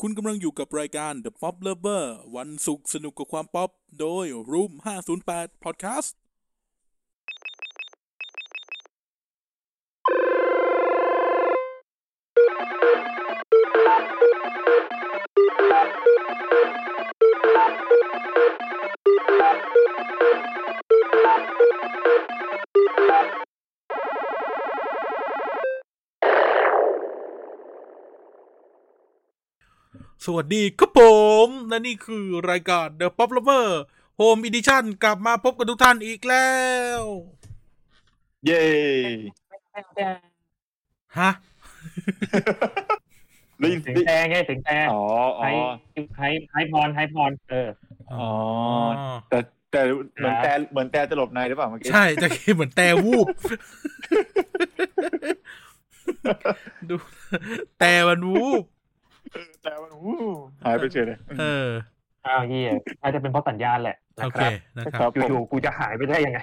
คุณกำลังอยู่กับรายการ The Pop Lover วันศุกร์สนุกกับความป๊อป โดย Room 508 Podcast สวัสดีครับผม และนี่คือรายการ The Pop Lover Home Edition กลับมาพบกับทุกท่านอีกแล้ว เย้ ฮะ ได้ยิน เสียงแต่ไงเสียงแต่ อ๋ออ๋ ไฮ อ ไฮไฮพรไฮพรเออ อ๋อ แต่แต่เหมือนแต่เหมือนแต่จะหลบในหรือเปล่าเมื่อกี้ ใช่จะเหมือนแต่วูบ ดูแต่มันวูบ แต่มันวู้หายไปเฉยเลย เออ อ้าวเฮียอาจจะเป็นเพราะสัญญาณแหละ โอ นะค เครับ นะครับ ครับ อยู่ๆกูจะหายไปได้ยังไง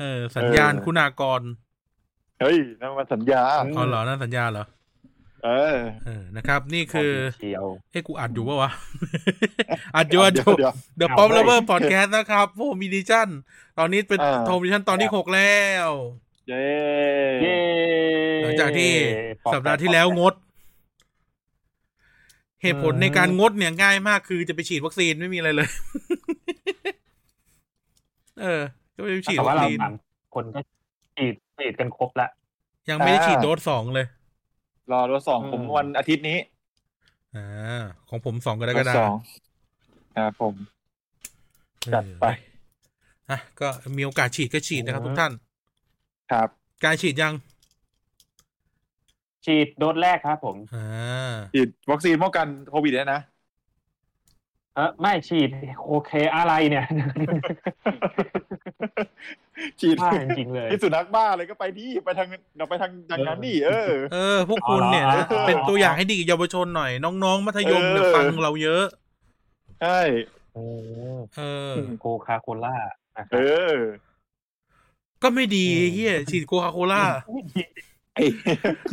เออสัญญาณ เออ คุณากร เฮ้ยนั่นมันสัญญา อ๋อเหรอนั่นสัญญาเหรอ เออ เออนะครับ นี่คือ เชียว เอ้กูอัดอยู่ปะวะ อัดอยู่อัดอ เดี๋ ยู่ เดี๋ The เอา Pop เว้ย Lover Podcast นะครับโอ้มีดิชั่น ตอนนี้เป็น เออ โทมิชั่นตอนที่หกแล้ว เย้ เย้ หลังจากที่สัปดาห์ที่แล้วงด เหตุผลในการงดเนี่ยง่ายมากคือจะไปฉีดวัคซีนไม่มีอะไรเลย เออ ก็ไปฉีด แต่ วั ว่า ค เรา ซีน สามคนก็ฉีดฉีดกันครบละ ยังไม่ได้ฉีดโดสสองเลย รอรถสองผมวันอาทิตย์นี้ อ่า ของผมสองกร ร ก ถ ฎา ส ค อ ม งครับผม จัดไป เอออ่ะก็มีโอกาสฉีดก็ฉีดนะครับทุกท่าน ครับ การฉีดยัง ฉีดโดสแรกครับผม อ่า ฉีดวัคซีนป้องกันโควิด แล้วนะ เออไม่ฉีดโอเคอะไรเนี่ย ฉีด บ้าจริงๆเลย ที่สุนัขบ้าเลยก็ไปที่ไปทางเราไปทางดังนั้นดิเออ เออ พวกคุณเนี่ยนะ อ๋อ เป็นตัวอย่างให้ดีกับเยาวชนหน่อย น้องๆ มัธยมเนี่ย เออ ฟังเราเยอะ ใช่ โอ้ เออ อืม โคคาโคล่านะค เอ รัอบก็ไม่ดี อืม เฮียฉีดโคคาโคล่า ไอ้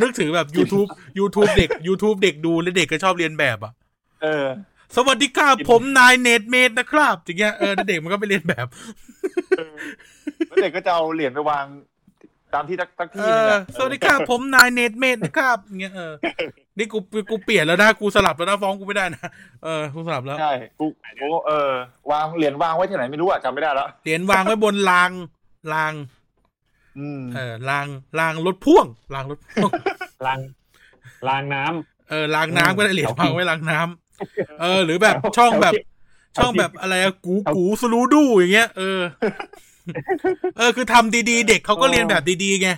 นึกถึงแบบ YouTube YouTube เด็ก YouTube เด็กดูแล้วเด็กก็ชอบเรียนแบบอ่ะ เออ สวัสดีครับผมนายเนตเมดนะครับอย่างเงี้ยเออแล้วเด็กมันก็ไปเรียนแบบ แล้วเด็กก็จะเอาเหรียญไปวางตามที่ตักตัก เอ ที่หนึง อ อะ สวัสดีครับผมนายเนตเมดนะครับอย่างเงี้ยเออนี่กูกูเปลี่ยนแล้วนะกูสลับแล้วนะฟ้องกูไม่ได้นะเออกูสลับแล้ว ใช่กูกูเออ วางเหรียญวางไว้ที่ไหนไม่รู้อ่ะจำไม่ได้แล้ว เหรียญวางไว้บนรางราง อืม เออรางรางรถพ่วงรางรถพ่วง ลางลางน้ำ เออล้างน้ำก็ได้เหรียญ เอา วางไว้ล้างน้ำเออ หรือแบบช่องแบบ เอา ช่องแบบอะไรอะกูกูสลูดูอย่างเงี้ยเออ เออ คือทำดีๆ เด็กเขาก็ เออ เรียนแบบดีๆไง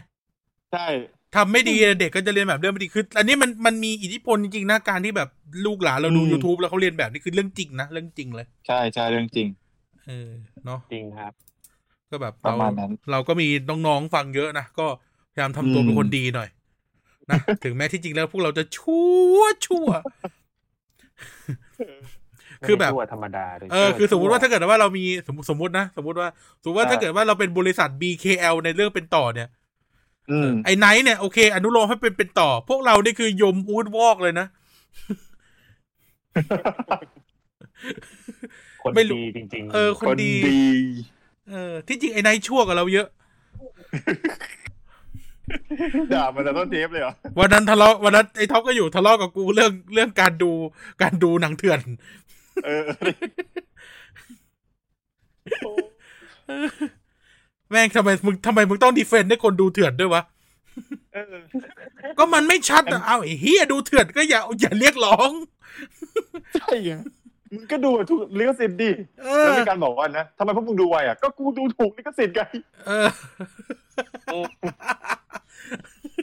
ใช่ ทำไม่ดีเด็กก็จะเรียนแบบเรื่องไม่ดีคือ อันนี้มันมันมีอิทธิพลจริงๆนะการที่แบบลูกหลานเราดู YouTube แล้วเขาเรียนแบบนี่คือเรื่องจริงนะเรื่องจริงเลย ใช่ใช่เรื่องจริง เออเนาะ จริงครับ ก็แบบ ประ เรา มาณนั้น เราก็มีน้องๆฟังเยอะนะก็พยายามทำตัว อืม เป็นคนดีหน่อยนะถึงแม้ที่จริงแล้วพวกเราจะชั่วชั่ว คือแบบ ไม่ได้ชั่วธรรมดาเลย เออคือสมมติว่าถ้าเกิดว่าเรามีสมมติสมมตินะ สมมติว่า สมมติว่า อ่า ถ้าเกิดว่าเราเป็นบริษัท BKL ในเรื่องเป็นต่อเนี่ย อืม ไอ้ไนท์เนี่ยโอเค อนุโลมให้เป็นเป็นต่อ พวกเรานี่คือยมอูดวอกเลยนะ คน ไม่รู้ ดีจริง ๆ เออคนดีเออที่จริงไอ้ไนท์ชั่วกับเราเยอะ ด่ามันแต่ต้นเทปเลยเหรอ วันนั้นทะเลาะวันนั้นไอ้ท็อปก็อยู่ทะเลาะกับกูเรื่องเรื่องการดูการดูหนังเถื่อน เออ แม่งทำไมมึงทำไมมึงต้องดีเฟนต์ให้คนดูเถื่อนด้วยวะ เออ ก็มันไม่ชัดอะเอาไอ้เฮียดูเถื่อนก็อย่าอย่าเรียกร้อง ใช่ไงมึงก็ดูถูกลิขสิทธิ์ดิ เอ แล้ว อ มีการบอกว่านะทำไมพวกมึงดูไวอ่ะก็กูดูถูกลิขสิทธิ์ไง เออ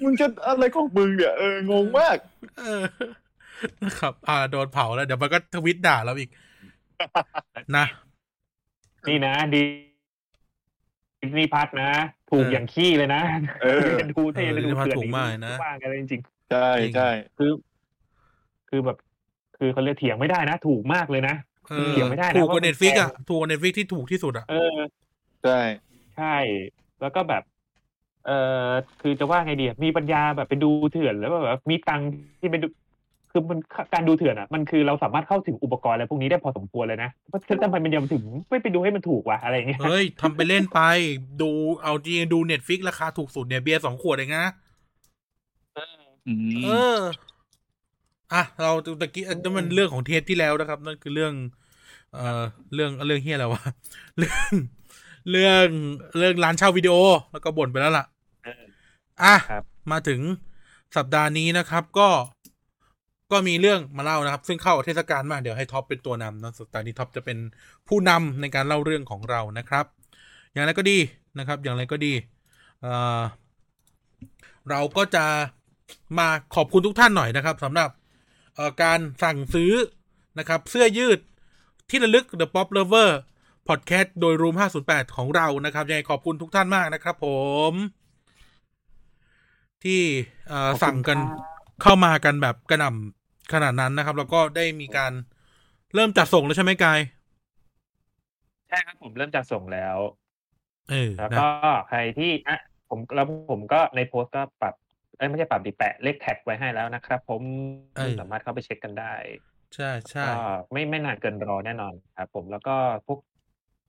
มึงจะอะไรของมึงเนี่ยเอองงมาก เออนะครับ อ่า โดนเผาแล้ว เดี๋ยวมันก็ทวิตด่าเราอีก นะ นี่นะดีดิสนีย์พัทนะ ถูก เอออ อย่างขี้เลยนะ เออ ไปดูเทไปดู เออดิสนีย์พัท เถื่อน ถูกมากนะ ว่างกันเลยจริง ใช่ใช่ ๆคือ คือแบบ คือเขาเรียกเถียงไม่ได้นะ ถูกมากเลยนะ เออ เถียงไม่ได้นะ ถูกกว่า ว่ามัน เน็ตฟิก แพง อ่ะ ถูกกว่าเน็ตฟิกที่ถูกที่สุดอ่ะ เออ ใช่ ใช่ แล้วก็แบบ เออคือจะว่าไงดีอะมีปัญญาแบบไปดูเถื่อนแล้วแบบมีตังค์ที่ไปดู คือมันการดูเถื่อนอ่ะมันคือเราสามารถเข้าถึงอุปกรณ์อะไรพวกนี้ได้พอสมควรเลยนะเพราะฉะนั้นทำไมมันยังถึงไม่ไปดูให้มันถูกวะอะไรอย่างเงี้ย เฮ้ยทำไปเล่นไป ดูเอาจริงดูเน็ตฟิกราคาถูกสุดเนี่ยเบียร์สองขวดเองนะ อืม เอออ่ะเราตะกี้อันนั้นมันเรื่องของเทปที่แล้วนะครับ นั่นคือเรื่อง เอ่อเรื่องเรื่องเฮียอะไรว ะเรื่องเรื่องเรื่องร้านเช่าวิดีโอ แล้วก็บ่นไปแล้วล่ะอ่ะ ครับ มาถึงสัปดาห์นี้นะครับ ก็ก็มีเรื่องมาเล่านะครับ ซึ่งเข้ากับเทศกาลมากเดี๋ยวให้ท็อปเป็นตัวนำเนอะสัปดาห์นี้ท็อปจะเป็นผู้นำในการเล่าเรื่องของเรานะครับ อย่างไรก็ดีนะครับ อย่างไรก็ดีเอ่อเราก็จะมาขอบคุณทุกท่านหน่อยนะครับสำหรับเอ่อการสั่งซื้อนะครับ เสื้อยืดที่ระลึก The Pop Lover Podcast โดย Room 508 ของเรานะครับยังไงขอบคุณทุกท่านมากนะครับผม ที่เอ่อสั่งกันเข้ามากันแบบกระหน่ำขนาดนั้นนะครับ แล้วก็ได้มีการเริ่มจัดส่งแล้วใช่ไหมกาย ใช่ครับผมเริ่มจะส่งแล้ว เออ แล้ว นะ ก็ใครที่อ่ะผมแล้วผมก็ในโพสต์ก็ปรับเอ้ยไม่ใช่ปรับดิแปะเลขแท็กไว้ให้แล้วนะครับ ผม เอ้ย สามารถเข้าไปเช็คกันได้ ใช่ใช่ ก็ไม่ไม่นานเกินรอแน่นอนครับผมแล้วก็พวก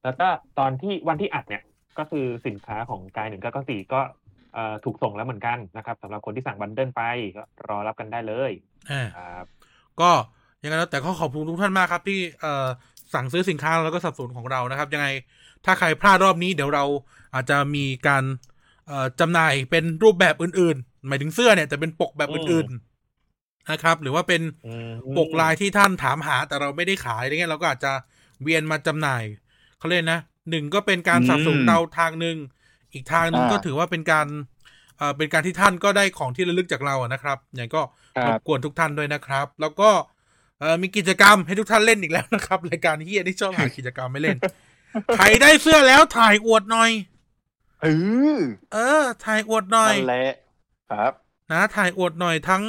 แล้วก็ตอนที่วันที่อัดเนี่ย ก็คือสินค้าของกายหนึ่งก็ก็สี่ก็เอ่อถูกส่งแล้วเหมือนกันนะครับสำหรับคนที่สั่งบันเดิลไปก็รอรับกันได้เลย อ่า ครับ ก็ยังไงแล้วแต่ก็ขอบคุณทุกท่านมากครับ ที่เอ่อสั่งซื้อสินค้าแล้วก็สนับสนุนของเรานะครับ ยังไงถ้าใครพลาดรอบนี้เดี๋ยวเราอาจจะมีการเอ่อจำหน่ายเป็นรูปแบบอื่นๆ หมายถึงเสื้อเนี่ยแต่เป็นปกแบบ อืม อื่นๆนะครับ หรือว่าเป็น อืม ปกลายที่ท่านถามหา แต่เราไม่ได้ขายอะไรเงี้ยเราก็อาจจะเวียนมาจำหน่ายเขาเรียกนะหนึ่งก็เป็นการสนับสนุนเราทางหนึ่งอีกทางหนึงก็ อ่า ถือว่าเป็นการเอ่อเป็นการที่ท่านก็ได้ของที่ระลึกจากเราอะนะครับอย่างก็ ค ร รั บบ กวนทุกท่านด้วยนะครับ แล้วก็เอ่อมีกิจกรรมให้ทุกท่านเล่นอีกแล้วนะครับ รายการเฮียนี่ชอบหากิจกรรมไม่เล่น ใครได้เสื้อแล้วถ่ายอวดหน่อย เออ เออ ถ่ายอวดหน่อย นั่นแหละครับ นะถ่ายอวดหน่อยทั้ง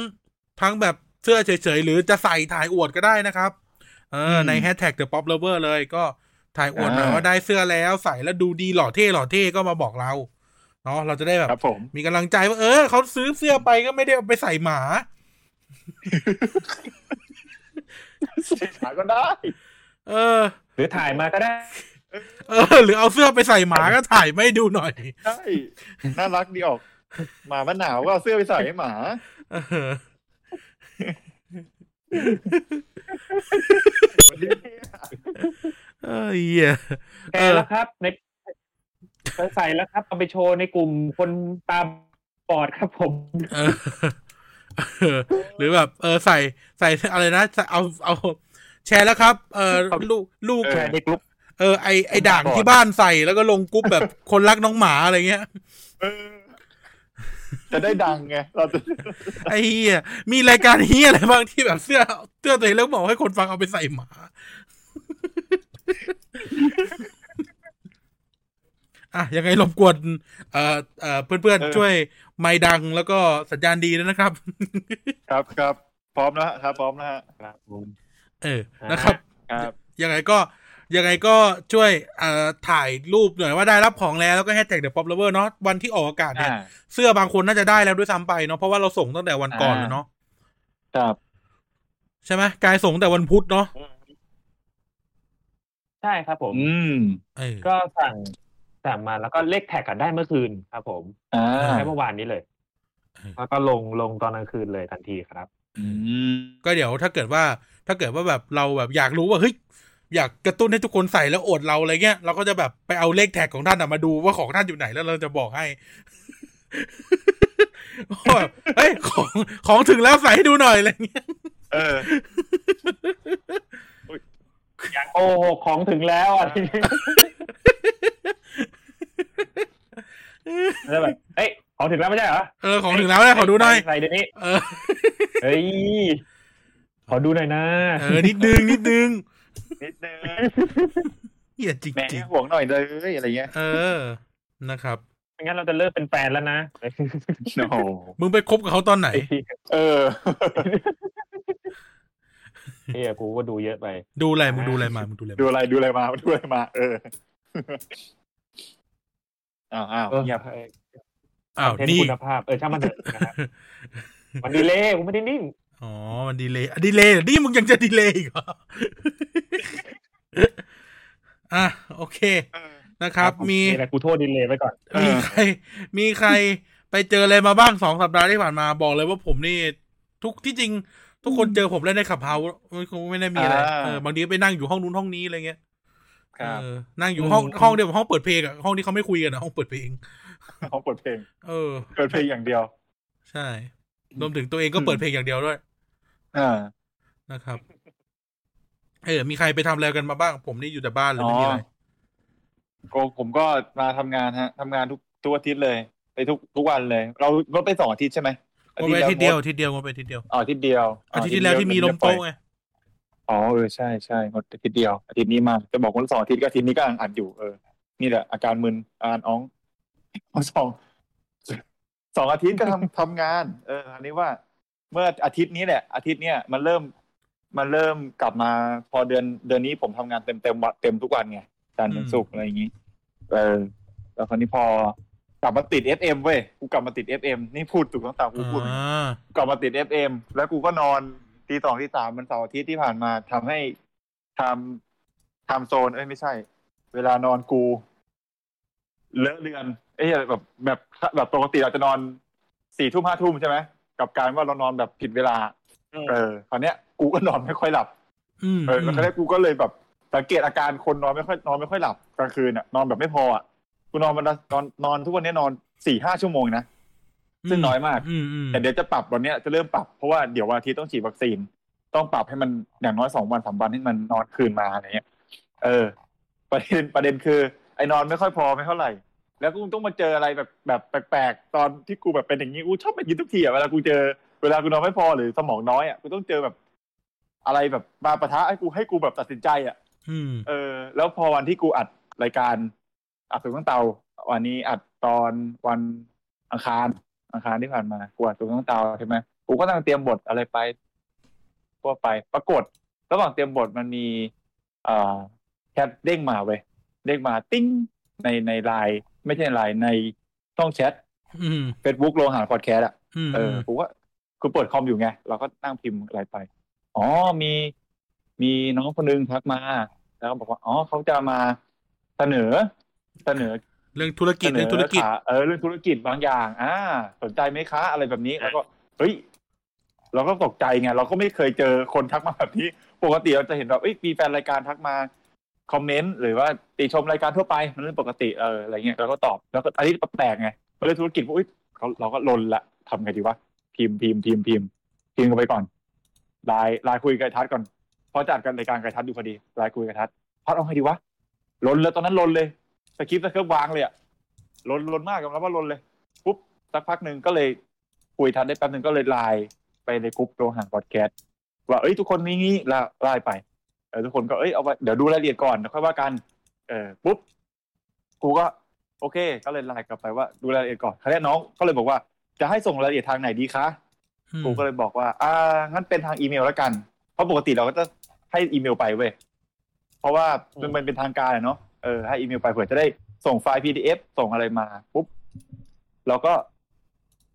ทั้งแบบเสื้อเฉยๆ หรือจะใส่ถ่ายอวดก็ได้นะครับ เออ อืม ในแฮชแท็กเดอะป๊อปเลเวอร์เลยก็ถ่ายอวดหน่อย อ่า ว่าได้เสื้อแล้วใส่แล้วดูดีหล่อเท่หล่อเท่ก็มาบอกเราเนาะเราจะได้แบบ ครับผม มีกำลังใจว่าเออเขาซื้อเสื้อไปก็ไม่ได้เอาไปใส่หมา หาก็ได้ เออ หรือถ่ายมาก็ได้ เออ หรือเอาเสื้อไปใส่หมาก็ถ่ายไม่ดูหน่อย ใช่ น่ารักดีออก หมามันหนาวก็เอาเสื้อไปใส่ให้หมา เออเออเหี้ย เอ แช่ อ แล้วครับในใส่แล้วครับเอาไปโชว์ในกลุ่มคนตาบอดครับผม เออเออ หรือแบบ เออใส่ใส่อะไรนะใส่เอาเอาแชร์แล้วครับ เออลูกลูก เออ ในกลุ่ม เออไอไอด่างที่บ้านใส่แล้วก็ลงกรุ๊ปแบบคนรักน้องหมาอะไรเงี้ย เออ จะได้ดังไง เราจะ ไอ้เหี้ยมีรายการเฮียอะไรบ้างที่แบบเสื้อเสื้อตัวเองแล้วบอกให้คนฟังเอาไปใส่หมา อ่ะยังไงรบกวนเอ่อเอ่อเพื่อน เออ ๆ ช่วย ไม่ดังแล้วก็สัญญาณดีด้วยนะครับ ครับครับ พร้อมแล้วฮะครับ พร้อมแล้วฮะ ครับผม เออนะครับ ครับ ยังไงก็ยังไงก็ช่วยเอ่อถ่ายรูปหน่อยว่าได้รับของแล้วแล้วก็แฮชแท็กเดอะป๊อปเลเวอร์เนาะวันที่ออกอากาศเนี่ย อ่า เสื้อบางคนน่าจะได้แล้วด้วยซ้ำไปเนาะเพราะว่าเราส่งตั้งแต่วันก่อนแล้วเนาะ ครับ ใช่ไหมกายส่งตั้งแต่วันพุธเนาะ ใช่ครับผม อืม เออ ก็สั่งสั่งมาแล้วก็เลขแท็กกันได้เมื่อคืนครับผม อ่า อ่ ได้เมื่อวานนี้เลย แล้วก็ลงลงตอนกลางคืนเลยทันทีครับ อืม ก็เดี๋ยวถ้าเกิดว่าถ้าเกิดว่าแบบเราแบบอยากรู้ว่าเฮ้ยอยากกระตุ้นให้ทุกคนใส่แล้วอดเราอะไรเงี้ยเราก็จะแบบไปเอาเลขแท็กของท่านอะมาดูว่าของท่านอยู่ไหนแล้วเราจะบอกให้ ว่าแบบเฮ้ยของของถึงแล้วใส่ให้ดูหน่อยอะไรเงี้ย เออ โอ้โหของถึงแล้วอะไรอย่างเงี้ยแล้วแบบเอ้ยของถึงแล้วไม่ใช่เหรอ เออของถึงแล้วนะขอดูหน่อย ใส่เดี๋ยวนี้ เออ เฮ้ยขอดูหน่อยนะ เออนิดนึงนิดนึง นิดนึง เหี้ยจริง แหม จริง ห่วงหน่อยเลยอะไรเงี้ย ๆเออนะครับ ไม่งั้นเราจะเลิกเป็นแฟนแล้วนะ โอ้โห มึงไปคบกับเขาตอนไหน เออ เฮียกูก็ดูเยอะไป ดูอะไรมึงดูอะไรมามึงดูอะไร ดู มา อะไรดูอะไรมาดูอะไรมา เออ อ้าวอ้าว อ เงีย ย่า บ เอ้ย อ้าว เทน นี่ คุณภาพ เออช่างมันเถอะนะครับมันดีเลยกูไม่ได้นิ่ง อ๋อ อ๋อ มันดีเลยดีเลยนี่มึงยังจะดีเลยอีกเหรอ อ่ะ โอเค เออ นะครับ มี แต่กูโทษดีเลยไว้ก่อน เออ มีใคร มีใครไปเจออะไรมาบ้างสองสัปดาห์ที่ผ่านมาบอกเลยว่าผมนี่ ทุกที่จริง ทุกคนเจอผมเล่นในขับเฮาคงไม่ได้มีอะไร อ่า เออบางทีไปนั่งอยู่ห้องนู้นห้องนี้อะไรเงี้ย ครับ เออนั่งอยู่ห้อง อืม ห้องเดียวกับห้องเปิดเพลงอะห้องที่เขาไม่คุยกันอะห้องเปิดเพลง เขาเปิดเพลง เออ เปิดเพลงอย่างเดียว ใช่ รวมถึงตัวเองก็เปิด อืม เพลงอย่างเดียวด้วย อ่า นะครับ เออ มีใครไปทำอะไรกันมาบ้าง ผมนี่อยู่แต่บ้านเลยไม่มีอะไร อ๋อ ก็ผมก็มาทำงานฮะทำงานทุกทุกอาทิตย์เลย ไปทุกทุกวันเลย เรางดไปสองอาทิตย์ใช่ไหม มันไปทีเดียว ง ทีเดียวมันไปทีเดียว อ๋ออาทิตย์เดียว อาทิตย์ที่แล้วที่มีลมโต้ไง อ๋อเออใช่ใช่งดอาทิตย์เดียวอาทิตย์นี้มาจะบอกว่าสองอาทิตย์ก็อาทิตย์นี้ก็อ่านอ่านอยู่เออนี่แหละอาการมึนอาการอ้อง สองสองอาทิตย์ก็ทำ ทำงาน เอออันนี้ว่า เมื่ออาทิตย์นี้แหละ อาทิตย์เนี้ยมันเริ่มมันเริ่มกลับมาพอเดือนเดือนนี้ผมทำงานเต็มเต็มวันเต็มทุกวันไงจันทร์ถึงศุกร์อะไรอย่างนี้ เออแล้วคราวนี้พอกลับมาติด FM เว้ยกูกลับมาติด FM นี่พูดถูกต้องตามกูพูดไหม อ่า กลับมาติด FM แล้วกูก็นอนตีสองตีสามมันเสาร์อาทิตย์ที่ผ่านมาทำให้ทำทำโซนเอ้ยไม่ใช่ เวลานอนกู เลอะเลือนเอ้ยแบบแบบแบบปกติเราจะนอนสี่ทุ่มห้าทุ่มใช่ไหมกับการว่าเรานอนแบบผิดเวลา อืม เออคราวเนี้ยกูก็นอนไม่ค่อยหลับ อืม เออแล้วก็ได้กูก็เลยแบบสังเกตอาการคนนอนไม่ค่อยนอนไม่ค่อยหลับกลางคืนอ่ะนอนแบบไม่พออ่ะกูนอนมันละนอนนอนทุกวันนี้นอนสี่ห้าชั่วโมงนะ ซึ่งน้อยมาก อืมอืม แต่เดี๋ยวจะปรับวันเนี้ยจะเริ่มปรับเพราะว่าเดี๋ยววันอาทิตย์ต้องฉีดวัคซีน ต้องปรับให้มันอย่างน้อยสองวันสามวันให้มันนอนคืนมาอะไรเงี้ยเออ ประเด็นประเด็นคือ ไอ้นอนไม่ค่อยพอไม่เท่าไหร่ แล้วกูต้องมาเจออะไรแบบแบบแปลกๆตอนที่กูแบบเป็นอย่างนี้กูชอบเป็นอย่างนี้ทุกทีอ่ะเวลากูเจอเวลากูนอนไม่พอหรือสมองน้อยอ่ะกูต้องเจอแบบ อะไรแบบมาปะทะให้กูให้กูแบบตัดสินใจอ่ะ อืม เออแล้วพอวันที่กูอัดรายการอัดสูงตั้งเตา วันนี้อัดตอนวันอังคารอังคารที่ผ่านมากูอัดสูงตั้งเตาใช่ไหมกูก็ตั้งเตรียมบทอะไรไปทั่วไปปรากฏระหว่างเตรียมบทมันมีเอ่อแชทเด้งมาเว้ยเด้งมาติ้งในในไลน์ไม่ใช่ไลน์ในช่องแชท อืม เฟซบุ๊กโรงอาหารพอดแคสต์อะ อืม เออกูว่ากูเปิดคอมอยู่ไง เราก็นั่งพิมพ์อะไรไป อ๋อมีมีน้องคนนึงทักมา แล้วก็บอกว่า อ๋อเขาจะมาเสนอ เสนอ เรื่องธุรกิจ เสน เรื่องธุรกิจ ขาเออเรื่องธุรกิจบางอย่าง อ่า สนใจไหมคะ อะไรแบบนี้แล้วก็เฮ้ยเราก็ตกใจไงเราก็ไม่เคยเจอคนทักมาแบบนี้ ปกติเราจะเห็นแบบเอ้ยมีแฟนรายการทักมาคอมเมนต์หรือว่าติชมรายการทั่วไปมันเรื่องปกติเอออะไรเงี้ยเราก็ตอบแล้วก็อันนี้แปลกๆไงเรื่องธุรกิจพวกอุ้ยเขาเราก็ลนละทำไงดีวะพิมพ์พิมพ์พิมพ์พิมพ์พิมพ์กันไปก่อนไลน์ไลน์คุยกับไอ้ทัศน์ก่อนเพราะจัดกันรายการกับไอ้ทัศน์อยู่พอดีไลน์คุยกับไอ้ทัศน์ทัศน์เอาไงดีวะลนเลยตอนนั้นลนเลยสคริปต์สคริปต์วางเลยอะลนลนมากยอมรับว่าลนเลยปุ๊บสักพักหนึ่งก็เลยคุยทัศน์ได้แป๊บหนึ่งก็เลยไลน์ไปในกลุ่มโรงหางพอดแคสต์ว่าเอ้ยทุกคนนี้นี้ละไลน์ไป เออทุกคนก็เอ้ยเอาไว้เดี๋ยวดูรายละเอียดก่อนเดี๋ยวค่อยว่ากัน เออปุ๊บกูก็ โอเค ก็เลยไลน์กลับไปว่าดูรายละเอียดก่อนคราวนี้น้องก็เลยบอกว่าจะให้ส่งรายละเอียดทางไหนดีคะ อืม กูก็เลยบอกว่า อ่างั้นเป็นทางอีเมลแล้วกัน เพราะปกติเราก็จะให้อีเมลไปเว้ยเพราะว่ามันมันเป็นทางการอะเนาะเออให้อีเมลไปเผื่อจะได้ส่งไฟล์ PDF ส่งอะไรมาปุ๊บเราก็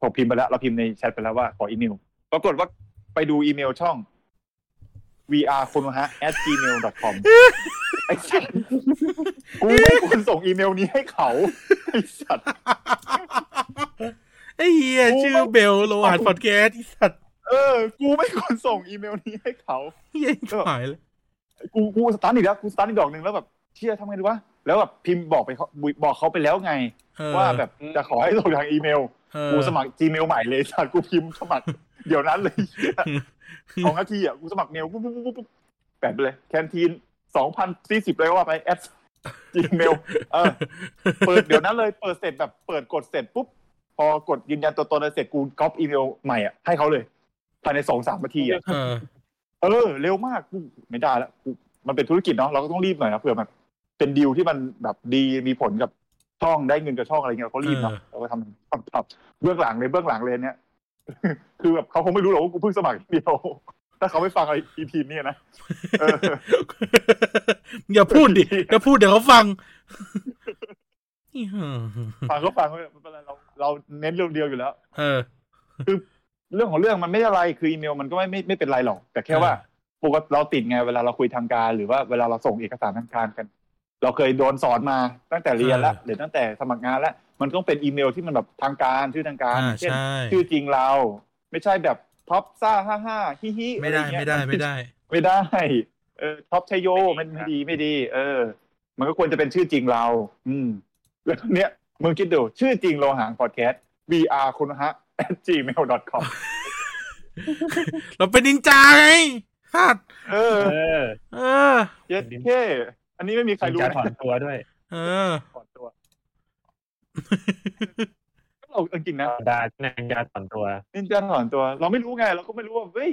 ผมพิมพ์ไปแล้ว เราพิมพ์ในแชทไปแล้วว่าขออีเมลปรากฏว่าไปดูอีเมลช่อง vr คนฮะ at gmail com ไอ้สัตว์กูไม่ควรส่งอีเมลนี้ให้เขาไอ้สัตว์ ไอ้เหี้ย กู ชื่อ ไม่ เบลโลหานพอดแคสต์ที่สัตว์ เออ กูไม่ควรส่งอีเมลนี้ให้เขา เหี้ยชิบหายเลย กูกูสตาร์ทอีกแล้วกูสตาร์ทอีกดอกหนึ่งแล้วแบบเชี่ยทำไงดีวะแล้วแบบพิมพ์บอกไปเขาบอกเขาไปแล้วไง เออ ว่าแบบจะขอให้ส่งทางอีเมล เออ กูสมัคร Gmail ใหม่เลยสัตว์กูพิมพ์สมัคร เดี๋ยวนั้น เลยเหี้ยสองนาทีอ่ะกูสมัครเมลปุ๊บปุ๊บปุ๊บปุ๊บแปะไปเลยแคนทีนสองพันสี่สิบเลยว่าไปแอด Gmail เออ เปิดเดี๋ยวนั้นเลยเปิดเสร็จแบบเปิดกดเสร็จปุ๊บ พอกดยืนยันตัวตนอะไรเสร็จกูก๊อปอีเมลใหม่อ่ะให้เขาเลยภายในสองสามนาทีอ่ะ เออ เออเร็วมากกูไม่ได้แล้วกูมันเป็นธุรกิจเนาะเราก็ต้องรีบหน่อยนะเผื่อมันเป็นดีลที่มันแบบดีมีผลกับช่องได้เงินกับช่องอะไรเงี้ยเราก็รีบเนาะเราก็ทำทำทำเบื้องหลังเลยเบื้องหลังเลย เนี่ย คือแบบเขาคงไม่รู้หรอกว่ากูเพิ่งสมัครเดียว ถ้าเขาไม่ฟังอะไรอีพีเนี่ย นะเออ อย่าพูดดิอย่าพูดเดี๋ยวเขาฟัง ฟังก็ฟังไม่เป็นไรเราเราเน้นเรื่องเดียวอยู่แล้ว เออ เรื่องของเรื่องมันไม่อะไรคืออีเมลมันก็ไม่ไม่ไม่เป็นไรหรอก แต่แค่ว่า อ่า ปกติเราติดไงเวลาเราคุยทางการหรือว่าเวลาเราส่งเอกสารทางการกัน เราเคยโดนสอนมาตั้งแต่เรียนแล้วหรือตั้งแต่สมัครงานแล้วมันต้องเป็นอีเมลที่มันแบบทางการชื่อทางการ อ่า เช่น ใช่ ชื่อจริงเรา ไม่ใช่แบบท็อปซ่าห้าห้าฮิฮิ ไม่ได้ อะรเงี้ย ไม่ได้ไม่ได้ ไม่ได้เออท็อปชัยโยมันไม่ดีไม่ดี เออ มันก็ควรจะเป็นชื่อจริงเรา อืม แล้วเนี้ยมึงคิดดู ชื่อจริงโลหางพอดแคสต์ br คุณฮะ gmail.com เราเป็นนินจาไงสัตว์ เออ เออ เออ เย็ดเท่อันนี้ไม่มีใครรู้ จะ นะ ถอนตัวด้วย เออ ถอนตัวเราเอาจริงนะ ดาแนงยาถอนตัว นินจาถอนตัว เราไม่รู้ไง เราก็ไม่รู้ว่าเฮ้ย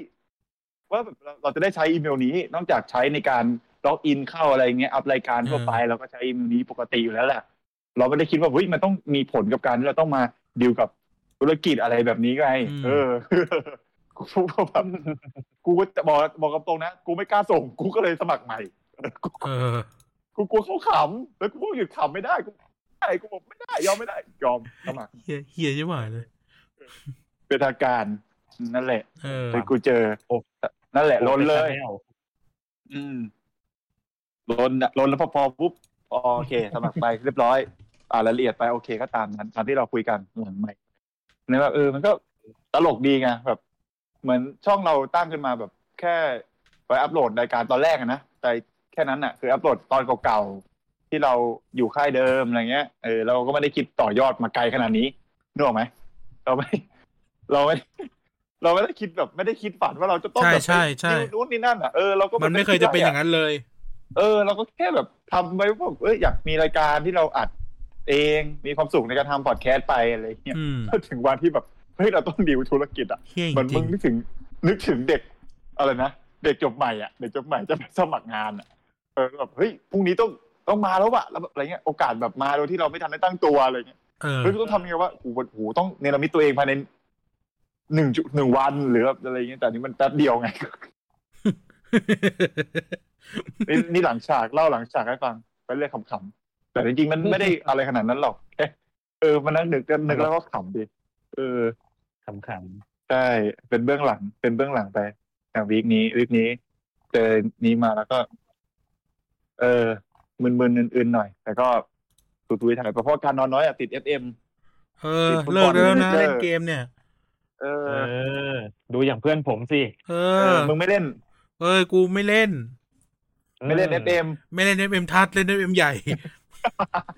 ว่าแบบเราเราจะได้ใช้อีเมลนี้ นอกจากใช้ในการล็อกอินเข้าอะไรเงี้ยอัพรายการทั่วไปเราก็ใช้อีเมลนี้ปกติอยู่แล้วแหละเราไม่ได้คิดว่าเฮ้ยมันต้องมีผลกับการที่เราต้องมาดีลกับธุรกิจอะไรแบบนี้ไง อืม เอ อ กูก็แบบกูก็จะบอกบอกกับตรงนะกูไม่กล้าส่ง กูก็เลยสมัครใหม่ เออ กูกลัวเขาขำแล้วกูก็หยุดขำไม่ได้กูไม่ได้กูบอกไม่ได้ยอมไม่ได้ ยอมสมัคร เฮียเฮียยิ่งหวายเลย เป็นทางการนั่นแหละ เออ ไปกูเจอ โอ้ นั่นแหละล้นเลย โอ้ป็ชาแน อืมล้นอะล้นแล้วพอพอปุ๊บอ๋อโอเค สมัครไป เรียบร้อย อ่ารายละเอียดไปโอเคก็ตามนั้นตามที่เราคุยกันหลังใหม่เนี่ยแบบเออมันก็ตลกดีไงแบบ เหมือนช่องเราตั้งขึ้นมาแบบแค่ไปอัปโหลดรายการตอนแรกอะนะแต่แค่นั้นอะคืออัปโหลดตอนเก่าๆที่เราอยู่ค่ายเดิมอะไรเงี้ยเออเราก็ไม่ได้คิดต่อยอดมาไกลขนาดนี้นึกออกไหมเราไม่ เราไม่ เราไม่ได้คิดแบบ ไม่ได้คิดฝันว่าเราจะต้องแบบ ใช่ใช่ใช่ นู่นนี่นั่นอ่ะเออเราก็ มันไม่เคยจะเป็นอย่างนั้นเลย เออเราก็แค่แบบทำไว้ว่าเอออยากมีรายการที่เราอัดเองมีความสุขในการทำพอดแคสต์ไปอะไรเงี้ย อืม ก็ถึงวันที่แบบเฮ้ยเราต้องดีลธุรกิจอ่ะ เฮีย เหมือน จริ มึ ง งนึกถึง นึกถึงเด็กอะไรนะเด็กจบใหม่อ่ะเด็กจบใหม่จะไปสมัครงานอ่ะเออแบบเฮ้ยพรุ่งนี้ต้องต้องมาแล้วอะแล้วแบบอะไรเงี้ยโอกาสแบบมาโดยที่เราไม่ทันได้ตั้งตัวอะไรเงี้ย ๆเออ เฮ้ยกูต้องทำยังไงวะโอ้โหโอ้โหต้องเนรมิตตัวเองภายในหนึ่งจุดหนึ่งวันหรือแบบอะไรเงี้ยแต่อันนี้มันแป๊บเดียวไง นี่นี่หลังฉากเล่าหลังฉากให้ฟังไปเรื่อยขำๆแต่จริงๆมัน ไม่ได้อะไรขนาดนั้นหรอกแค่เออมันนั่งนึกนึกแล้วก็ขำดีเออ ขำ ใช่เป็นเบื้องหลัง เป็นเบื้องหลังไปอย่างวีคนี้วีคนี้เจอนี้มาแล้วก็ เออมึนๆอื่นๆหน่อย แต่ก็ตุยๆถ่ายไปเพราะการนอนน้อยอะติด FM เออ เลิกได้แล้วนะเล่นเกมเนี่ย เอ ๆเอ อ อ ดูอย่างเพื่อนผมสิ เอ เอ อ อมึงไม่เล่น เอ้ยกูไม่เล่น ไม่เล่น FM ไม่เล่นเอ็มทัศเล่นเอ็มใหญ่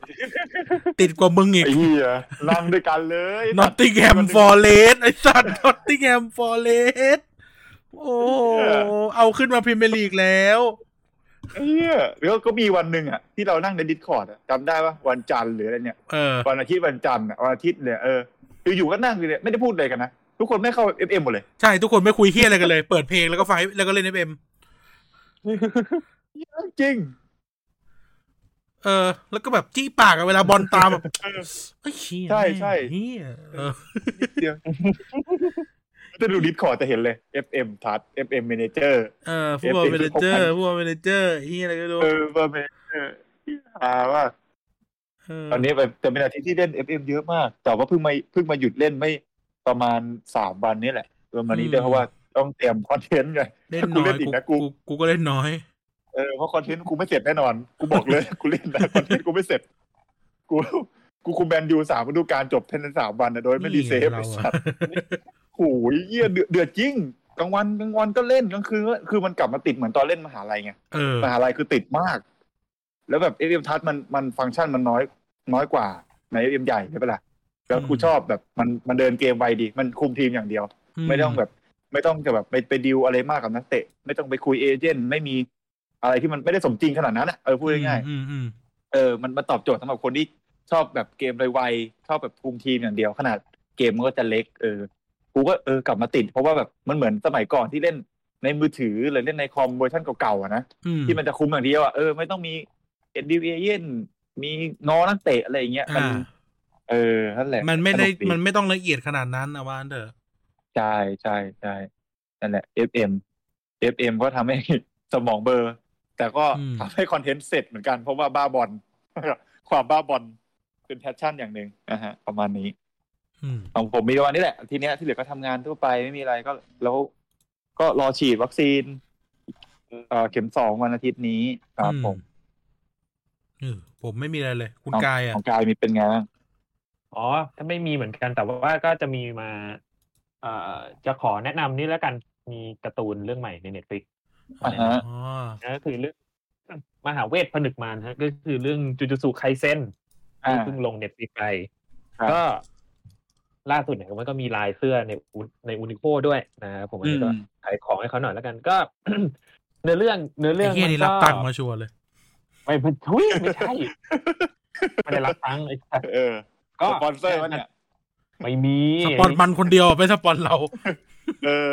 ติดกว่ามึงอีก ไอ้เหี้ยนั่งด้วยกันเลย นอตติงแฮมฟอร์เรสไอ้สัตว์นอตติงแฮมฟอร์เรสโอ้โหเอาขึ้นมาพรีเมียร์ลีกแล้ว ไอ้เหี้ยแล้วก็มีวันหนึ่งอะที่เรานั่งในดิสคอร์ดจำได้ปะวันจันทร์หรืออะไรเนี่ย เออ วันอาทิตย์วันจันทร์น่ะวันอาทิตย์เนี่ยเอออยู่ๆก็นั่งอยู่เนี่ยไม่ได้พูดอะไรกันนะทุกคนไม่เข้าเอฟเอ็มหมดเลย ใช่ทุกคนไม่คุยเฮี้ยอะไรกันเลย เปิดเพลงแล้วก็ไฟแล้วก็เล่นเอ็ม จริง เออ แล้วก็แบบจี้ปากอะเวลาบอลตามแบบเอ้ยเหี้ย ใช่ใช่ เฮี้ยเออ เดียวจะดูดิสคอร์ดจะเห็นเลย FM ทัด FM Manager เออฟุตบอลเมเนเจอร์ฟุตบอลเมเนเจอร์เฮียอะไรก็ไม่รู้ เออว่าเมเจอร์อ่าว่า เออ ตอนนี้แบบแต่เป็นอาทิตย์ที่เล่น FM เยอะมาก แต่ว่าเพิ่งมาเพิ่งมาหยุดเล่นไม่ประมาณสามวันนี้แหละประมาณนี้ด้วยเพราะว่าต้องเตรียมคอนเทนต์ไง เล่นน้อถ้ากูเล่ ย นอี กู กนะกู กูกูก็เล่นน้อย เออเพราะคอนเทนต์กูไม่เสร็จแน่นอน กูบอกเลย กูเล่นนะคอนเทนต์กูไม่เสร็จ กูกูคุมแบนยูสามฤดูกาลจบเทนสามวันนะโดยไม่ดีเซฟ นี่ไงเราอะไอ้สัตว์โอ้ยเยี่ยเดือดเดือดจริงกลางวันกลางวันก็เล่นกลางคืนก็คือมันกลับมาติดเหมือนตอนเล่นมหาลัยไง เออ มหาลัยคือติดมาก แล้วแบบเอฟเอ็มทัศน์มันมันฟังก์ชันมันน้อยน้อยกว่าในเอฟเอ็มใหญ่ใช่ปะล่ะแล้วกู อืม ชอบแบบมันมันเดินเกมไวดี มันคุมทีมอย่างเดียว ไม่ต้องแบบ ไม่ต้องจะแบบไปไปดีลอะไรมากกับนักเตะ ไม่ต้องไปคุยเอเจนต์ไม่มีอะไรที่มันไม่ได้สมจริงขนาดนั้นอะเออพูดง่าย อืมอืม ๆเออมันมาตอบโจทย์สำหรับคนที่ชอบแบบเกมไวๆชอบแบบคุมทีมอย่างเดียวขนาดเกมมันก็จะเล็กเออกูก็เออกลับมาติด เพราะว่าแบบมันเหมือนสมัยก่อนที่เล่นในมือถือหรือเล่นในคอมเวอร์ชันเก่าๆอะนะ อืม ที่มันจะคุมอย่างเดียวอ่ะเออไม่ต้องมีเอ็ดดิเอเย่นมีงอนักเตะอะไรอย่างเงี้ยมัน อ่า เออนั่นแหละ มันไม่ได้ สก มันไม่ต้องละเอียดขนาดนั้นนะวาอันเถอะ ใช่ใช่ใช่นั่นแหละ FM FM ก็ทำให้ สมองเบลอร์ แต่ก็ทำให้คอนเทนต์เสร็จเหมือนกัน เพราะว่า บ้าบอล ความบ้าบอลเป็นแพชชั่นอย่างหนึ่งนะฮะ ประมาณนี้ อืม ของผมมีประมาณนี้แหละ ทีเนี้ยที่เหลือก็ทำงานทั่วไปไม่มีอะไรก็ แล้วก็รอฉีดวัคซีนเอ่อเข็มสองวันอาทิตย์นี้ครับผม อืมเออผมไม่มีอะไรเลย คุณ ของ กายอ่ะ ของกายมีเป็นไงบ้าง อ๋อ ถ้าไม่มีเหมือนกันแต่ว่าก็จะมีมา เอ่อ จะขอแนะนำนี่แล้วกันมีการ์ตูนเรื่องใหม่ในเน็ตฟลิก อ่าฮะ อ๋อ ก็คือเรื่องมหาเวทผนึกมารฮะก็คือเรื่องจูจูสุไคเซนที่ อ่า เพิ่งลงเน็ตฟลิกไป ครับ ก็ล่าสุดเนี่ยมันก็มีลายเสื้อในอุในอูนิโคด้วยนะครับผมอันนี้ก็ อืม ขายของให้เขาหน่อยแล้วกันก็ เนื้อเรื่อง เนื้อเรื่ ไอ้ อง เฮีย มั นี่ น รับ ก็ ตังค์มาชัวร์เลย ไม่ไม่ทุยไม่ใช่ ไม่ได้รับตังค์ไอ้สัส เออ ก็ สปอนเซอร์มันเนี่ย ไม่มี สปอนมันคนเดียวไม่สปอนเรา เออ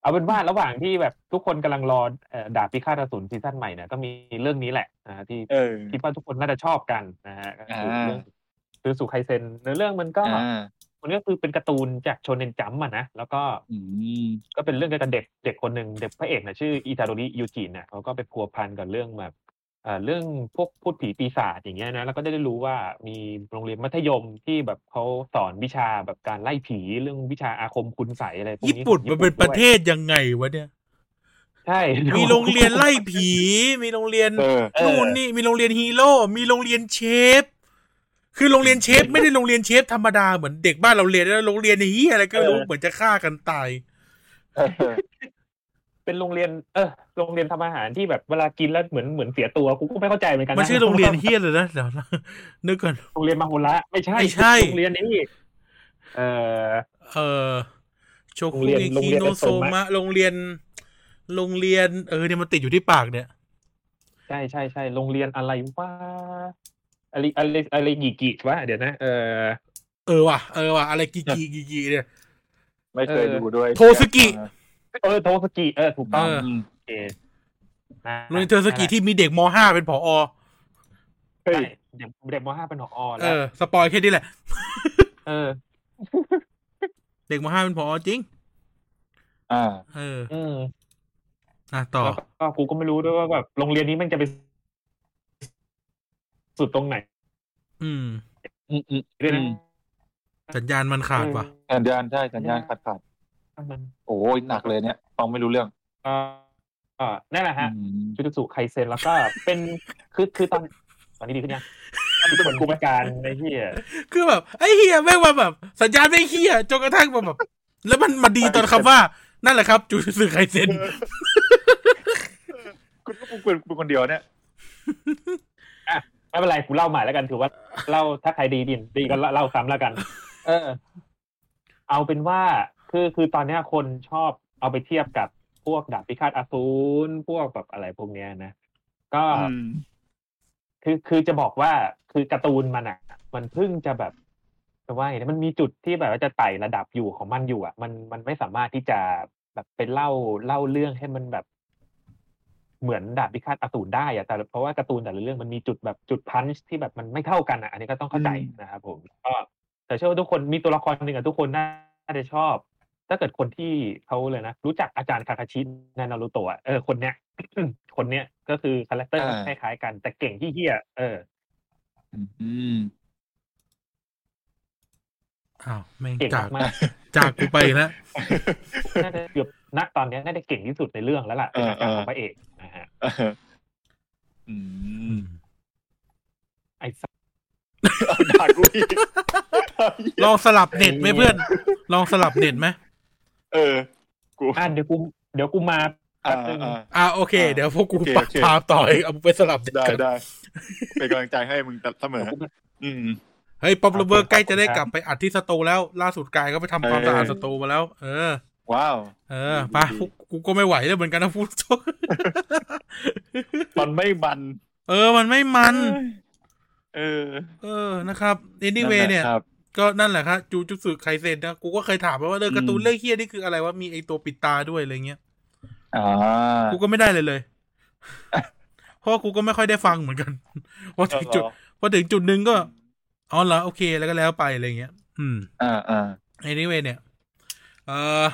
เอาเป็นว่าระหว่างที่แบบทุกคนกำลังรอเอ่อดาบพิฆาตอสูรซีซั่นใหม่เนี่ยก็มีเรื่องนี้แหละนะฮะที่ เออ คิดว่าทุกคนน่าจะชอบกันนะฮะก็คืออา เรื่องคือสุไคเซนเนื้อเรื่องมันก็ อ่า มันก็คือเป็นการ์ตูนจากโชเนนจัมป์อ่ะนะแล้วก็ อืม ก็เป็นเรื่องเกี่ยวกับเด็กเด็กคนหนึ่งเด็กพระเอกนะชื่ออิตาโดริยูจินเนี่ยเขาก็ไปพัวพันกับเรื่องแบบเอ่อเรื่องพวกพูดผีปีศาจอย่างเงี้ยนะแล้วก็ได้รู้ว่ามีโรงเรียนมัธยมที่แบบเขาสอนวิชาแบบการไล่ผีเรื่องวิชาอาคมคุณใสยอะไรพวก ญี่ นี้ ปุ่นมันเป็น ของ ป ญี่ ระ ด้วย เทศยังไงวะเนี่ย ใช่ มีโรงเรียนไล่ผี มีโรงเรียน เออ นู่นนี่ มีโรงเรียนฮีโร่ มีโรงเรียนเชฟ คือโรงเรียนเชฟไม่ได้โรงเรียนเชฟธรรมดาเหมือนเด็กบ้านเราเรียนแล้วโรงเรียนนี้ยอะไรก็ไม่รู้ เออ เหมือนจะฆ่ากันตาย เออ เป็นโรงเรียนเออโรงเรียนทำอาหารที่แบบเวลากินแล้วเหมือนเหมือนเสียตัวกูก็ไม่เข้าใจเหมือนกันะ มันชื่อโรงเรียนเฮียเลยนะเดี๋ยวนะนึกก่อน โรงเรียนมาโฮระไม่ใช่ ไม่ใช่ โรงเรียนนี้เอ่อ เออโชคุ โรงเรียน เน โรง คิ เรียน โน เป็น โซ ทรงมะ มะ โรงเรียน โรงเรียน เออเนี่ยมันติดอยู่ที่ปากเนี่ย ใช่ใช่ใช่โรงเรียนอะไรวะอะไรอะไรอะไรกิกิวะเดี๋ยวนะเออ เออว่ะ เออว่ะ อะไรกีกีกีกีเนี่ย ไม่เคย เออ ดูด้วย โทสึกิ เออโทสกิเออถูกต้อง เออ ม โอเคนะ โรงเรียนเทอร์สกีที่มีเด็กมห้าเป็นผอ เฮ้ย ใช่เด็กเด็กมห้าเป็นหออ เอ แล้ว อ สปอยแค่นี้แหละ เออ เด็กมห้าเป็นผอจริง อ่า เออ อืม อ่ะต่อ แล้วก็กูก็ไม่รู้ด้วยว่าแบบโรงเรียนนี้มันจะไปสุดตรงไหน อืม อืมอืม ด้วยนะ อืม สัญญาณมันขาดว่ะ สัญญาณใช่สัญญาณขาดขาด มัน ๆโอ้ยหนักเลยเนี่ยฟังไม่รู้เรื่อง ก็ก็นั่นแหละฮะ อืม จูจูไคเซนแล้วก็เป็นคือคือตอนตอนนี้ดีขึ้นยังเป็นคนกุมการในที่ คือแบบไอ้เฮียแม่งมาแบบ สัญญาณไม่เฮียจนกระทั่งมาแบบ แล้วมันมาดีตอนคำว่า นั่นแหละครับ จูสึไคเซน คุณก็เป็นเป็นคนเดียวเนี่ย ไม่เป็นไรกูเล่าใหม่แล้วกันถือว่าเล่าถ้าใครดีดีดีก็เล่าซ้ำแล้วกัน เออ เอาเป็นว่าคือคือตอนเนี้ยคนชอบเอาไปเทียบกับพวกดาบพิฆาตอสูรพวกแบบอะไรพวกเนี้ยนะก็ อืม คือคือจะบอกว่าคือการ์ตูนมันอ่ะ มันเพิ่งจะแบบจะว่าไงนะมันมีจุดที่แบบว่าจะไต่ระดับอยู่ของมันอยู่อ่ะ มันมันไม่สามารถที่จะแบบไปเล่าเล่าเรื่องให้มันแบบ เหมือนดาบพิฆาตอสูรได้อะแต่เพราะว่าการ์ตูนแต่ละเรื่องมันมีจุดแบบจุดพันช์ที่แบบมันไม่เท่ากันอ่ะ อันนี้ก็ต้องเข้าใจ อืม นะครับผมก็แต่เชื่อว่าทุกคนมีตัวละครหนึ่งอ่ะทุกคนน่าจะชอบ ถ้าเกิดคนที่เขาเลยนะ รู้จักอาจารย์คาคาชิในนารูโตะอะเออคนเนี้ย คนเนี้ยก็คือคาแรคเตอร์ อ่า คล้ายๆกัน แต่เก่งที่เฮียเออ อืม อ้าวแม่ง เก่ง จาก มาก จากกูไปอีกแล้ว ๆน่าจะเกือบณตอนเนี้ยน่าจะเก่งที่สุดในเรื่องแล้วล่ะ เออเออ ของพระเอกนะฮะ อื อืมมไอ้สัส เอาด่ากูอีก ลองสลับเน็ตไหมเพื่อน ลองสลับเน็ตไหม เออ กู อ่ะเดี๋ยวกูเดี๋ยวกูมาแป๊ อ่า บนึง อ่า อ่ะโอเค เดี๋ยวพวกกู โอเค ปัก โอเค พามต่อเองเอาไปสลับเน็ต ได้ กัน ได้เป็นกำลังใจให้มึงเสมอ อืม เฮ้ยป๊อปโรเบอร์ใกล้จะได้ ขอบคุณ ก ครั ลับบ ไปอัดที่สตูแล้ว ล่าสุดกายก็ไปทำความ เออ สะอาดสตูมาแล้ว เออ ว้าว เออไป ดี พวกกูก็ไม่ไหวแล้วเหมือนกันนะพูดตรง มันไม่มัน เออ มันไม่มัน เออ เออนะครับ anyway เนี่ย ครับ ก็นั่นแหละครับจูจุสึไคเซนนะกูก็เคยถามไปว่าเรื่องการ์ตูน อืม เรื่องเฮี้ยนี่คืออะไรว่ามีไอตัวปิดตาด้วยอะไรเงี้ย อ่า กูก็ไม่ได้เลยเลย เพราะว่ากูก็ไม่ค่อยได้ฟังเหมือน กันพอถึงจุดพอถึงจุดหนึ่งก็อ๋อเหรอโอเคแล้วก็แล้วไปอะไรเงี้ย อืม อ่าอ่า anyway เนี่ยเออ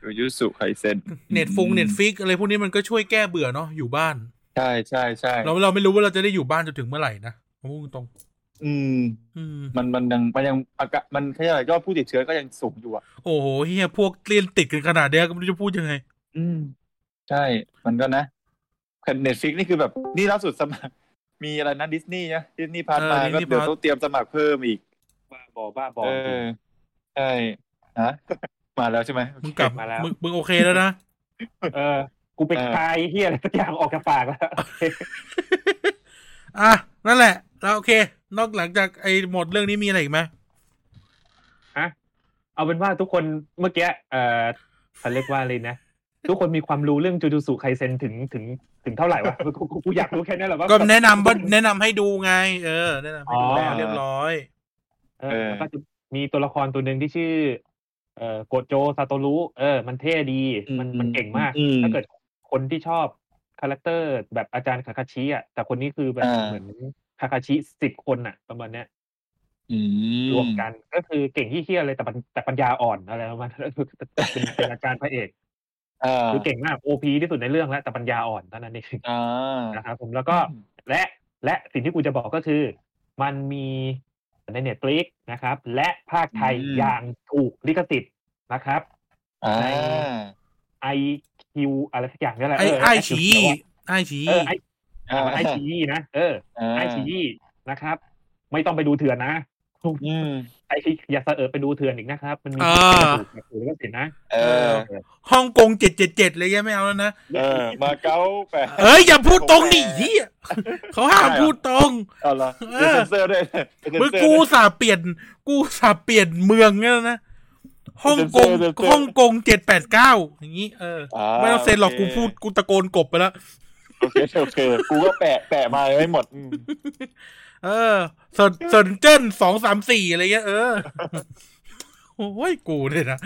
จูยุสุไคเซน เน็ตฟงเน็ตฟิกอะไรพวกนี้มันก็ช่วยแก้เบื่อเนาะอยู่บ้าน ใช่ใช่ใช่ เราเราไม่รู้ว่าเราจะได้อยู่บ้านจนถึงเมื่อไหร่นะพูดตรง อืม อืม มันมันยังมันยังอากาศมันแค่อะไรยอดผู้ติดเชื้อก็ยังสูงอยู่อ่ะ โอ้โหเฮียพวกเรียนติดกันขนาดเนี้ยก็ไม่รู้จะพูดยังไง อืม ใช่ มันก็นะเน็ตฟิกนี่คือแบบ นี่ล่าสุดสมัคร มีอะไรนะดิสนีย์นะดิสนีย์พาร์ท เออ มาก็ Disney เดี๋ยว Plus ต้องเตรียมสมัครเพิ่มอีก บ้าบอบ้าบอ เออ ใช่ฮะ มาแล้วใช่ไหมโอเค มึงกลับ มาแล้ว มึงมึงโอเคแล้วนะ เออ กูเป็น เออ ใครเฮียอะไรสักอย่างออกจากปากแล้ว อ่ะนั่นแหละ แล้วโอเค นอกหลังจากไอ้หมดเรื่องนี้มีอะไรอีกไหม เอาเป็นว่าทุกคนเมื่อกี้เอ่อเขาเรียกว่าเลยนะ ทุกคนมีความรู้เรื่องจูจูสุไคเซนถึงถึงถึงเท่าไหร่วะ กูกูกูอยากรู้แค่นั้นแหละว่า ก็แนะนำว่าแนะนำให้ดูไง เออ แนะนำให้ดูแล้ว อ๋อ เรียบร้อย เออแล้วก็จะมีตัวละครตัวหนึ่งที่ชื่อ เอ่อโกโจซาโตรุเออ มันเท่ดี มันมันเก่งมาก อืม ถ้าเกิดคนที่ชอบคาแรคเตอร์แบบอาจารย์คาคาชิอ่ะแต่คนนี้คือแบบ อ่า เหมือนคาคาชิสิบคนอ่ะประมาณเนี้ย อืม รวมกันก็คือเก่งที่เฮี้ยอะไรแต่ปัญแต่ปัญญาอ่อนอะไรประมาณนั้น คือเป็นเป็นอาจารย์พระเอก เออ คือเก่งมากโอพีที่สุดในเรื่องแล้วแต่ปัญญาอ่อนเท่านั้นเอง อ่า นะครับผมแล้วก็และและสิ่งที่กูจะบอกก็คือ มันมีในเน็ตฟลิกนะครับ และภาคไทยอย่างถูกลิขสิทธิ์นะครับ อ่า IQ อะไรสักอย่างนี่แหละ ไอ้ เ ไอ้ฉีไอ้ฉี เออไอ อ่า ไอชีนะเออ อ่า ไอชีนะครับ ไม่ต้องไปดูเถื่อนนะ อืม ไอชีอย่าเสอะไปดูเถื่อนอีกนะครับ มันมี อ่า ถูกถูกลิขสิทธิ์นะ เออ ฮ่องกงเจ็ดเจ็ดเจ็ดเลยยังไม่เอาแล้วนะ เออ มาเก๊าแปด เอ้ยอย่าพูดตรงดิเฮียเขาห้ามพูดตรง เอาละ เอ เดี๋ยว อ เซ็นเซอร์ด้วยเดี๋ยวเซ็น มึง เซอร์ กู ด้วย สาเปลี่ยน กูสาเปลี่ยนเมืองเนี่ยนะฮ่องกง เซ็นเซอร์ ฮ่องกงเจ็ดแปดเก้าอย่างนี้เออ อ่า ไม่ต้องเซ็นหรอก โค กูพูดกูตะโกนกบไปแล้ว โอเคโอเคกูก็แปะแปะมาไว้หมดอืม เออเซินเซินเจิ้นสองสามสี่อะไรเงี้ยเออ โอ้ยกูเนี่ยนะ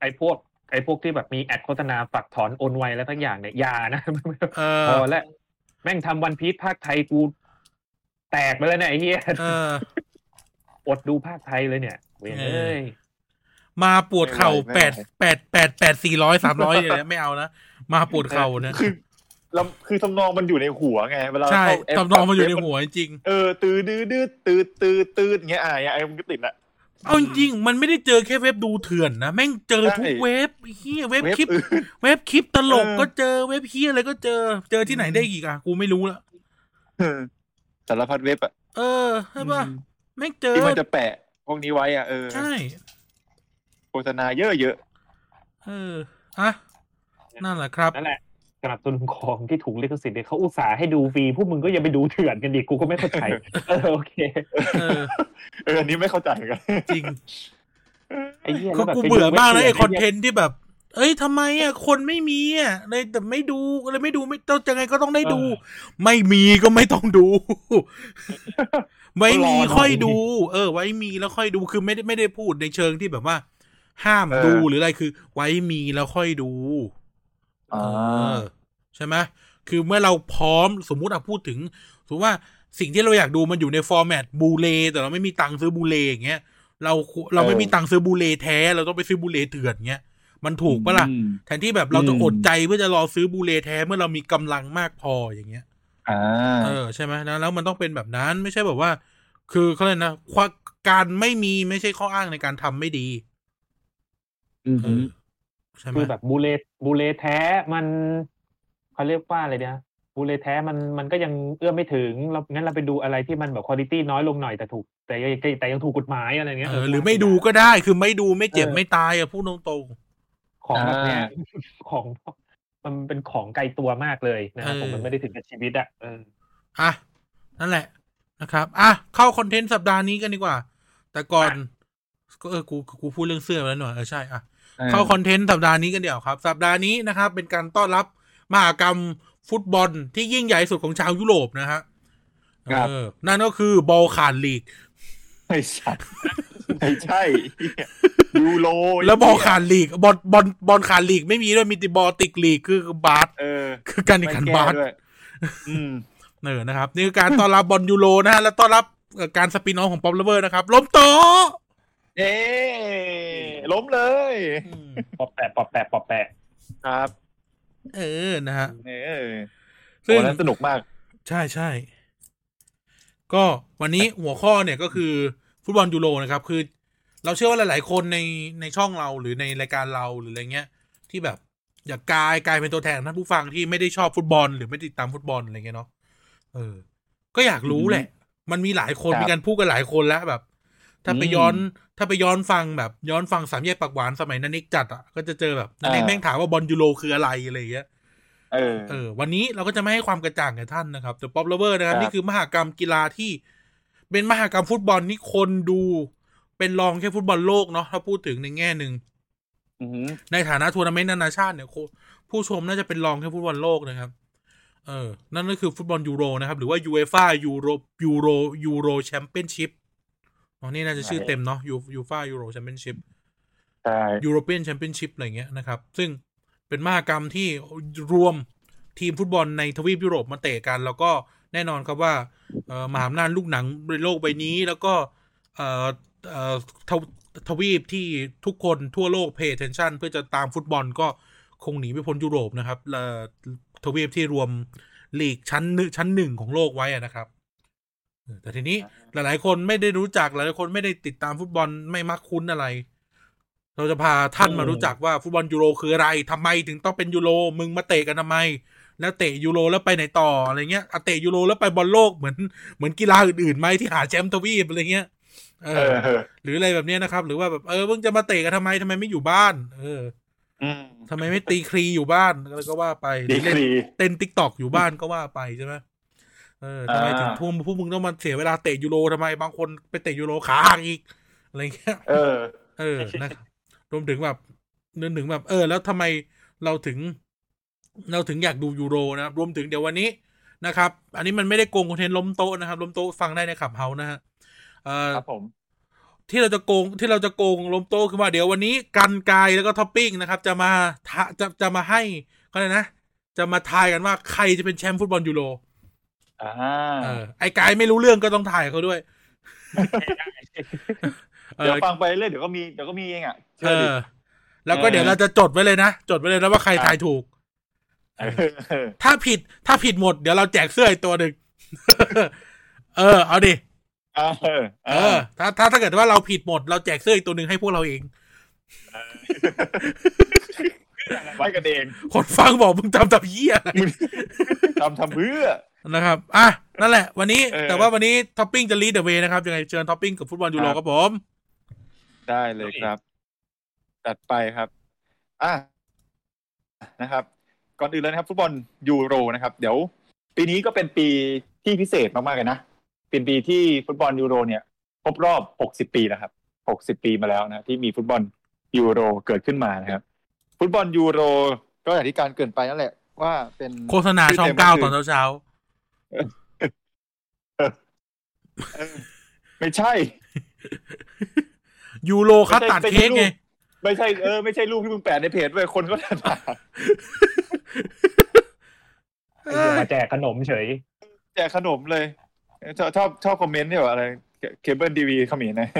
ไอพวกไอพวกที่แบบมีแอดโฆษณาฝักถอนโอนไวอะไรทั้งอย่างเนี่ยอยานะ เอ พ อ อแล้วแม่งทำวันพีซภาคไทยกูแตกไปแล้วเนี่ยไอ้เหี้ย เออ อดดูภาคไทยเลยเนี่ยเว้ย เออ เอ้ย มาปวดเข่าแปดแปดแปดแปดสี่ร้อยสามร้อยเลยนะไม่เอานะมาปวดเข่านะ คือลำคือทำนองมันอยู่ในหัวไง เวลา ใช่ เข้าแป ตำนองมันอยู่ในหัวจริง เออ ตื้อดื้อดื้อตื้อตื้อตื้ออย่างเงี้ยอ่ะอย่างเงี้ยไอ้มันก็ติดละ เอาจริงๆมันไม่ได้เจอแค่เว็บดูเถื่อนนะ แม่งเจอทุก ใช่ เว็บไอ้เฮียเว็บ เว็บ คลิป อื่น เว็บคลิปตลก เออ ก็เจอเว็บเฮียอะไรก็เจอ เจอที่ไหนได้อีกอ่ะ กูไม่รู้ละ เออสารพัดเว็บอ่ะ เออใช่ป่ะ อืม แม่งเจอ ที่มันจะแปะพวกนี้ไว้อ่ะเออ ใช่ โฆษณาเยอะเยอะ เอออ่ะนั่นแหละครับ นั่นแหละสนับสนุนของที่ถูกลิขสิทธิ์เนี่ยเขาอุตส่าห์ให้ดูฟรีพวกมึงก็ยังไปดูเถื่อนกันดิกูก็ไม่เข้าใจเออโอเค เออ เอออันนี้ไม่เข้าใจเหมือนกัน จริง ไอ้เหี้ย เขา แล้วแบบ กู ไปดู เบื่อมากเลยไอคอน หี้ย เทนต์ที่แบบ เอ้ยทำไมอ่ะ คนไม่มีอ่ะเลยแต่ไม่ดูเลยไม่ดูไม่ต้องยังไงก็ต้องได้ดู ไม่มีก็ไม่ต้อง ดู ไว้มีค่อยดู เออ ไว้มีแล้วค่อยดูคือไม่ได้ไม่ได้พูดในเชิงที่แบบว่า ห้าม เออ ดูหรืออะไรคือ ไว้มีแล้วค่อยดู อ่า เออใช่ไหมคือเมื่อเราพร้อมสมมุติอะพูดถึงสมมติว่าสิ่งที่เราอยากดูมันอยู่ในฟอร์แมตบูเลแต่เราไม่มีตังค์ซื้อบูเลอย่างเงี้ยเราเราไม่ เออ มีตังค์ซื้อบูเลแท้ เราต้องไปซื้อบูเลเถื่อนเงี้ยมันถูกปะล่ะ อืม แทนที่แบบเราจะ อืม อดใจเพื่อจะรอซื้อบูเลแท้เมื่อเรามีกำลังมากพออย่างเงี้ย อ่า เออใช่ไหมนะแล้วมันต้องเป็นแบบนั้นไม่ใช่แบบว่า คือเขาเลยกนะความการไม่มีไม่ใช่ข้ออ้างในการทำไม่ดี อืม เออใช่ไหม คือแบบบูเลบูเลแท้มันเขาเรียกว่าอะไรเนี่ยบูเลแท้มันมันก็ยังเอื้อมไม่ถึงเรางั้นเราไปดูอะไรที่มันแบบคุณภาพน้อยลงหน่อยแต่ถูก แต่ยังแต่ยังถูกกฎหมายอะไรเงี้ย เอ เ อหรือไม่ดูก็ได้คือไม่ดูไม่เจ็บ เออ ไม่ตายอะพูดตรงๆ ของแบบเนี้ย ของมันเป็นของไกลตัวมากเลยนะครับ เออ ผมมันไม่ได้ถึงกับชีวิตอ่ะเออ อ่ะ นั่นแหละนะครับอ่ะเข้าคอนเทนต์สัปดาห์นี้กันดีกว่า แต่ก่อนก็เออกูกูพูดเรื่องเสื้อไปแล้วหน่อยเออใช่อ่ะเข้าคอนเทนต์สัปดาห์นี้กันเดี๋ยวครับ สัปดาห์นี้นะครับ เป็นการต้อนรับมหากรรมฟุตบอลที่ยิ่งใหญ่สุดของชาวยุโรปนะฮะเออนั่นก็คือบอลขาดลีก ไม่ใช่ไม่ใช่ยูโร แล้วบอลขาดลีกบอลบอลบอลขาดลีกไม่มีด้วยมีแต่บอลติกลีกคือบาส เออ คือการแข่งขันบาส ไม่แก้ด้วยอืม เนอนะครับ นี่คือการต้อนรับบอลยูโรนะฮะและต้อนรับเอ่อการสปินออฟของป๊อปเลเวอร์นะครับล้มโต๊ะ เอ๊ล้มเลย อืม ปอบแปะปอบแปะปอบแปะ ครับ เออนะฮะ เออ ซึ่ง วันนั้นสนุกมาก ใช่ใช่ ก็วันนี้หัวข้อเนี่ยก็คือฟุตบอลยูโรนะครับ คือ เราเชื่อว่าหลาย ๆ คนในในช่องเราหรือในรายการเราหรืออะไรเงี้ย ที่แบบอยากกลายกลายเป็นตัวแทนของท่านผู้ฟังที่ไม่ได้ชอบฟุตบอลหรือไม่ติดตามฟุตบอลอะไรเงี้ยเนาะเออ ก็อยากรู้แหละ มันมีหลายคน ครับ มีการพูดกันหลายคนแล้วแบบ ถ้าไป อืม ย้อน ถ้าไปย้อนฟังแบบย้อนฟังสามแยกปากหวานสมัยนันเอกจัดอ่ะก็จะเจอแบบนันเอก อ่า แม่งถามว่าบอลยูโรคืออะไรอะไรเงี้ย เออ เออวันนี้เราก็จะไม่ให้ความกระจ่างแก่ท่านนะครับ The Pop Lover นะครับ ครับ นี่คือมหากรรมกีฬาที่ เป็นมหากรรมฟุตบอลที่คนดูเป็นรองแค่ฟุตบอลโลกเนาะถ้าพูดถึงในแง่หนึ่ง อือหือ ในฐานะทัวร์นาเมนต์นานาชาติเนี่ยโคผู้ชมน่าจะเป็นรองแค่ฟุตบอลโลกนะครับ เออ นั่นก็คือฟุตบอลยูโรนะครับ หรือว่ายูเอฟ่ายูโรยูโรยูโรแชมเปี้ยนชิพอ๋อนี่น่าจะชื่อเต็มเนาะยูยูฟ่ายูโรแชมเปี้ยนชิพ ใช่ ยูโรเปียนแชมเปี้ยนชิพอะไรเงี้ยนะครับ ซึ่งเป็นมหากรรมที่รวมทีมฟุตบอลในทวีปยุโรปมาเตะกัน แล้วก็แน่นอนครับว่าเอ่อมหาอำนาจลูกหนังในโลกใบนี้แล้วก็เอ่อเอ่อทวทวีปที่ทุกคนทั่วโลก pay attention เพื่อจะตามฟุตบอลก็คงหนีไม่พ้นยุโรปนะครับเอ่อทวีปที่รวมลีกชั้นหนึ่งชั้นหนึ่งของโลกไว้อะนะครับเออแต่ทีนี้หลาย ๆ คนไม่ได้รู้จักหลายๆคนไม่ได้ติดตามฟุตบอลไม่มักคุ้นอะไร เราจะพาท่าน อืม มารู้จักว่าฟุตบอลยูโรคืออะไรทำไมถึงต้องเป็นยูโร มึงมาเตะกันทำไม แล้วเตะยูโรแล้วไปไหนต่ออะไรเงี้ยอ่ะเตะยูโรแล้วไปบอลโลกเหมือนเหมือนกีฬาอื่นๆไหมที่หาแชมป์ทวีปอะไรเงี้ย เอ เอ อ อ หรืออะไรแบบเนี้ยนะครับ หรือว่าแบบเออมึงจะมาเตะกันทำไมทำไมไม่อยู่บ้าน เออ อืม ทำไมไม่ตีครีอยู่บ้านแล้วก็ว่าไปห ดี รือเล่น ดี เต้นติ๊กตอกอยู่บ้านก็ว่าไปใช่ไหมเออทำไมถึงพวกพวกมึงต้องมาเสียเวลาเตะยูโรทำไมบางคนไปเตะยูโรขาหักอีกอะไรเงี้ย เออ เออ นะครับรวมถึงแบบนึกถึงแบบ เออ แล้วทำไมเราถึง เราถึงอยากดูยูโรนะครับ รวมถึงเดี๋ยววันนี้นะครับ อันนี้มันไม่ได้โกงคอนเทนต์ล้มโต๊ะนะครับ ล้มโต๊ะฟังได้ในขับเฮานะฮะ เอ่อ ครับผม ที่เราจะโกงที่เราจะโกงล้มโต้คือว่าเดี๋ยววันนี้กันไกายแล้วก็ท็อปปิ้งนะครับ จะมาทะจะจะมาให้ก็เลยกนะ จะมาทายกันว่าใครจะเป็นแชมป์ฟุตบอลยูโร อ่า เออไอ้กายไม่รู้เรื่องก็ต้องถ่ายเขา ด้วยเอ เดี๋ย อ วฟังไปเรื่อยเดี๋ยวก็มี เดี๋ยวก็มีเองอ่ะเชื่ เอ อดิ อ แล้วก็เดี๋ยวเราจะจดไว้เลยนะ จดไว้เลยนะว่าใคร ครับ ทายถูก เออ ถ้าผิดถ้าผิดหมดเดี๋ยวเราแจกเสื้ออีกตัวหนึ่ง เออเอาดิ เออ เออ ถ้าถ้าถ้าเกิดว่าเราผิดหมด เราแจกเสื้ออีกตัวหนึ่งให้พวกเราเอง ไว้กันเอง คนฟังบอกมึงทำตับเยี่ยอะไร ทำทำเพื่อ นะครับ อ่ะ นั่นแหละ วันนี้ เออ แต่ว่าวันนี้ท็อปปิ้งจะลีดเดอะเวย์นะครับ ยังไงเชิญท็อปปิ้งกับฟุตบอลยูโร ครับ ครับผม ได้เลยครับ จัดไปครับ อ่ะนะครับ ก่อนอื่นเลยนะครับ ฟุตบอลยูโรนะครับ เดี๋ยว ปีนี้ก็เป็นปีที่พิเศษมากๆเลยนะ เป็นปีที่ฟุตบอลยูโรเนี่ยครบรอบ 60 ปีนะครับ 60 ปีมาแล้วนะที่มีฟุตบอลยูโรเกิดขึ้นมานะครับ ฟุตบอลยูโรก็อย่างที่การเกรินไปนั่นแหละ ว่าเป็น โฆษณาช่อง ชื่อเต็ม เก้า ก็คือ ตอนเช้า เออไม่ใช่ ๆยูโรคัสตัด ไม่ใช่ เค้กไง ไม่ใช่ ไม่ใช่เออไม่ใช่รูปที่มึงแปะในเพจด้วยคนก็ด่า เอ้ย มาแจกขนมเฉย แจกขนมเลยชอบชอบชอบคอมเมนต์ที่แบบอะไรเคเบิลดีวีเขมรนะ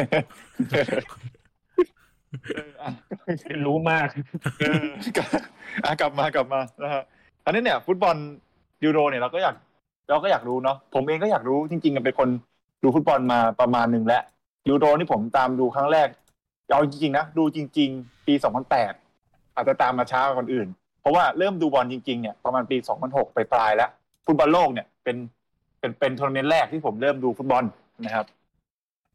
เอออ่ะ รู้มาก เอออ่ะกลับมากลับมานะฮะอันนี้เนี่ย ฟุตบอลยูโรเนี่ยเราก็อยากเราก็อยากรู้เนาะผมเองก็อยากรู้จริงๆกันเป็นคนดูฟุตบอลมาประมาณหนึ่งแล้วยูโรนี่ผมตามดูครั้งแรกเอาจริงๆนะดูจริง ๆ ปี2008อาจจะตามมาช้ากว่าคนอื่น เพราะว่าเริ่มดูบอลจริงๆเนี่ยประมาณปี2006ไปปลายๆแล้ว ฟุตบอลโลกเนี่ยเป็นเป็นเป็นทัวร์นาเมนต์แรกที่ผมเริ่มดูฟุตบอลนะครับ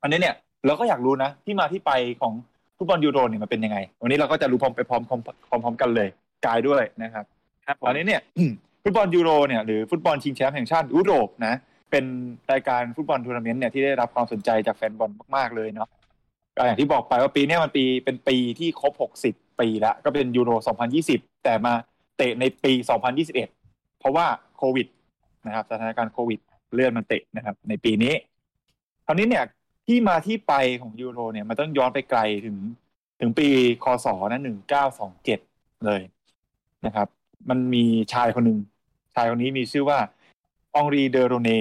อันนี้เนี่ยเราก็อยากรู้นะ ที่มาที่ไปของฟุตบอลยูโรเนี่ยมันเป็นยังไง วันนี้เราก็จะรู้พร้อมไปพร้อมพร้อมพร้อมพร้อมกันเลยกายด้วยนะครับ ครับผม อันนี้เนี่ย ฟุตบอลยูโรเนี่ยหรือฟุตบอลชิงแชมป์แห่งชาติยุโรปนะเป็นรายการฟุตบอลทัวร์นาเมนต์เนี่ยที่ได้รับความสนใจจากแฟนบอลมากๆเลยเนาะก็อย่างที่บอกไปว่าปีเนี้มันปีเป็นปีที่ครบ 60 ปีแล้วก็เป็นยูโร 2020 แต่มาเตะในปี 2021 เพราะว่าโควิดนะครับสถานการณ์โควิดเลื่อนมันเตะนะครับ ในปีนี้คราวนี้เนี่ยที่มาที่ไปของยูโรเนี่ยมันต้องย้อนไปไกลถึงถึงปีคศนะหนึ่งเก้าสองเจ็ดเลยนะครับ มันมีชายคนหนึ่งชายคนนี้มีชื่อว่าองรีเดโรเน่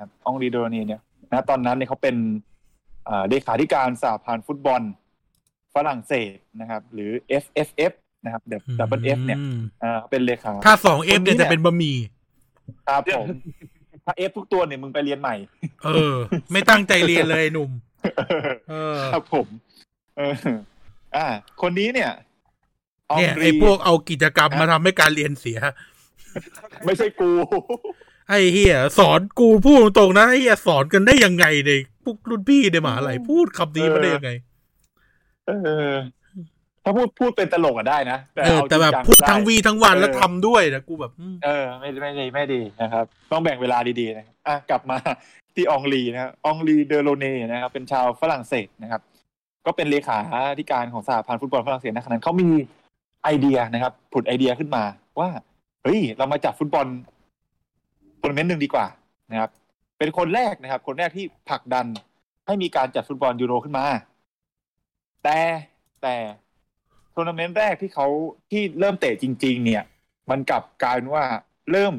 ครับองรีเดโรเน่เนี่ยนะตอนนั้นเนี่ยเขาเป็นอ่าเลขาธิการสหพันธ์ฟุตบอลฝรั่งเศสนะครับ หรือ FFF นะครับ W F เนี่ย อืม อ่าเป็นเลขา ถ้าสองเอ ค ฟ นนี้ เนี่ย เนี่ย จะเป็นบะหมี่ ครับผม ถ้าเอฟทุกตัวเนี่ยมึงไปเรียนใหม่ เอ อ ไม่ตั้งใจเรียนเลยหนุ่ม เออ ครับผมเอออ่า คนนี้เนี่ย Henri เนี่ยไอ้พวกเอากิจกรรมมาทำให้การเรียนเสีย ไม่ใช่กู ไอ้เฮียสอนกูพูดตรงๆนะไอ้เฮียสอนกันได้ยังไงเนี่ยพวกรุ่นพี่ในมหาลัยพูดคำนี้มาได้ยังไง เออ ถ้าพูดพูดเป็นตลกอะได้นะ เออ เอา แต่แบบ จริๆ พูด ไม่ไ ทั้งวีทั้งวันแล้วทำด้วยนะกูแบบอืม เออ ไม่ไม่ดีไม่ดีนะครับ ต้องแบ่งเวลาดีๆนะครับอ่ะกลับมา ที่องลีนะครับองลีเดอโลเน่นะครับ เป็นชาวฝรั่งเศสนะครับ ก็เป็นเลขาธิการของสหพันธ์ฟุตบอลฝรั่งเศสนะขณะนั้นเขามีไอเดียนะครับ ผุดไอเดียขึ้นมา ว่าเฮ้ยเรามาจัดฟุตบอลทัวร์นาเมนต์หนึ่งดีกว่านะครับ เป็นคนแรกนะครับ คนแรกที่ผลักดันให้มีการจัดฟุตบอลยูโรขึ้นมา แต่แต่ทัวร์นาเมนต์แรกที่เขาที่เริ่มเตะจริง ๆ เนี่ย มันกลับกลายเป็นว่าเริ่ม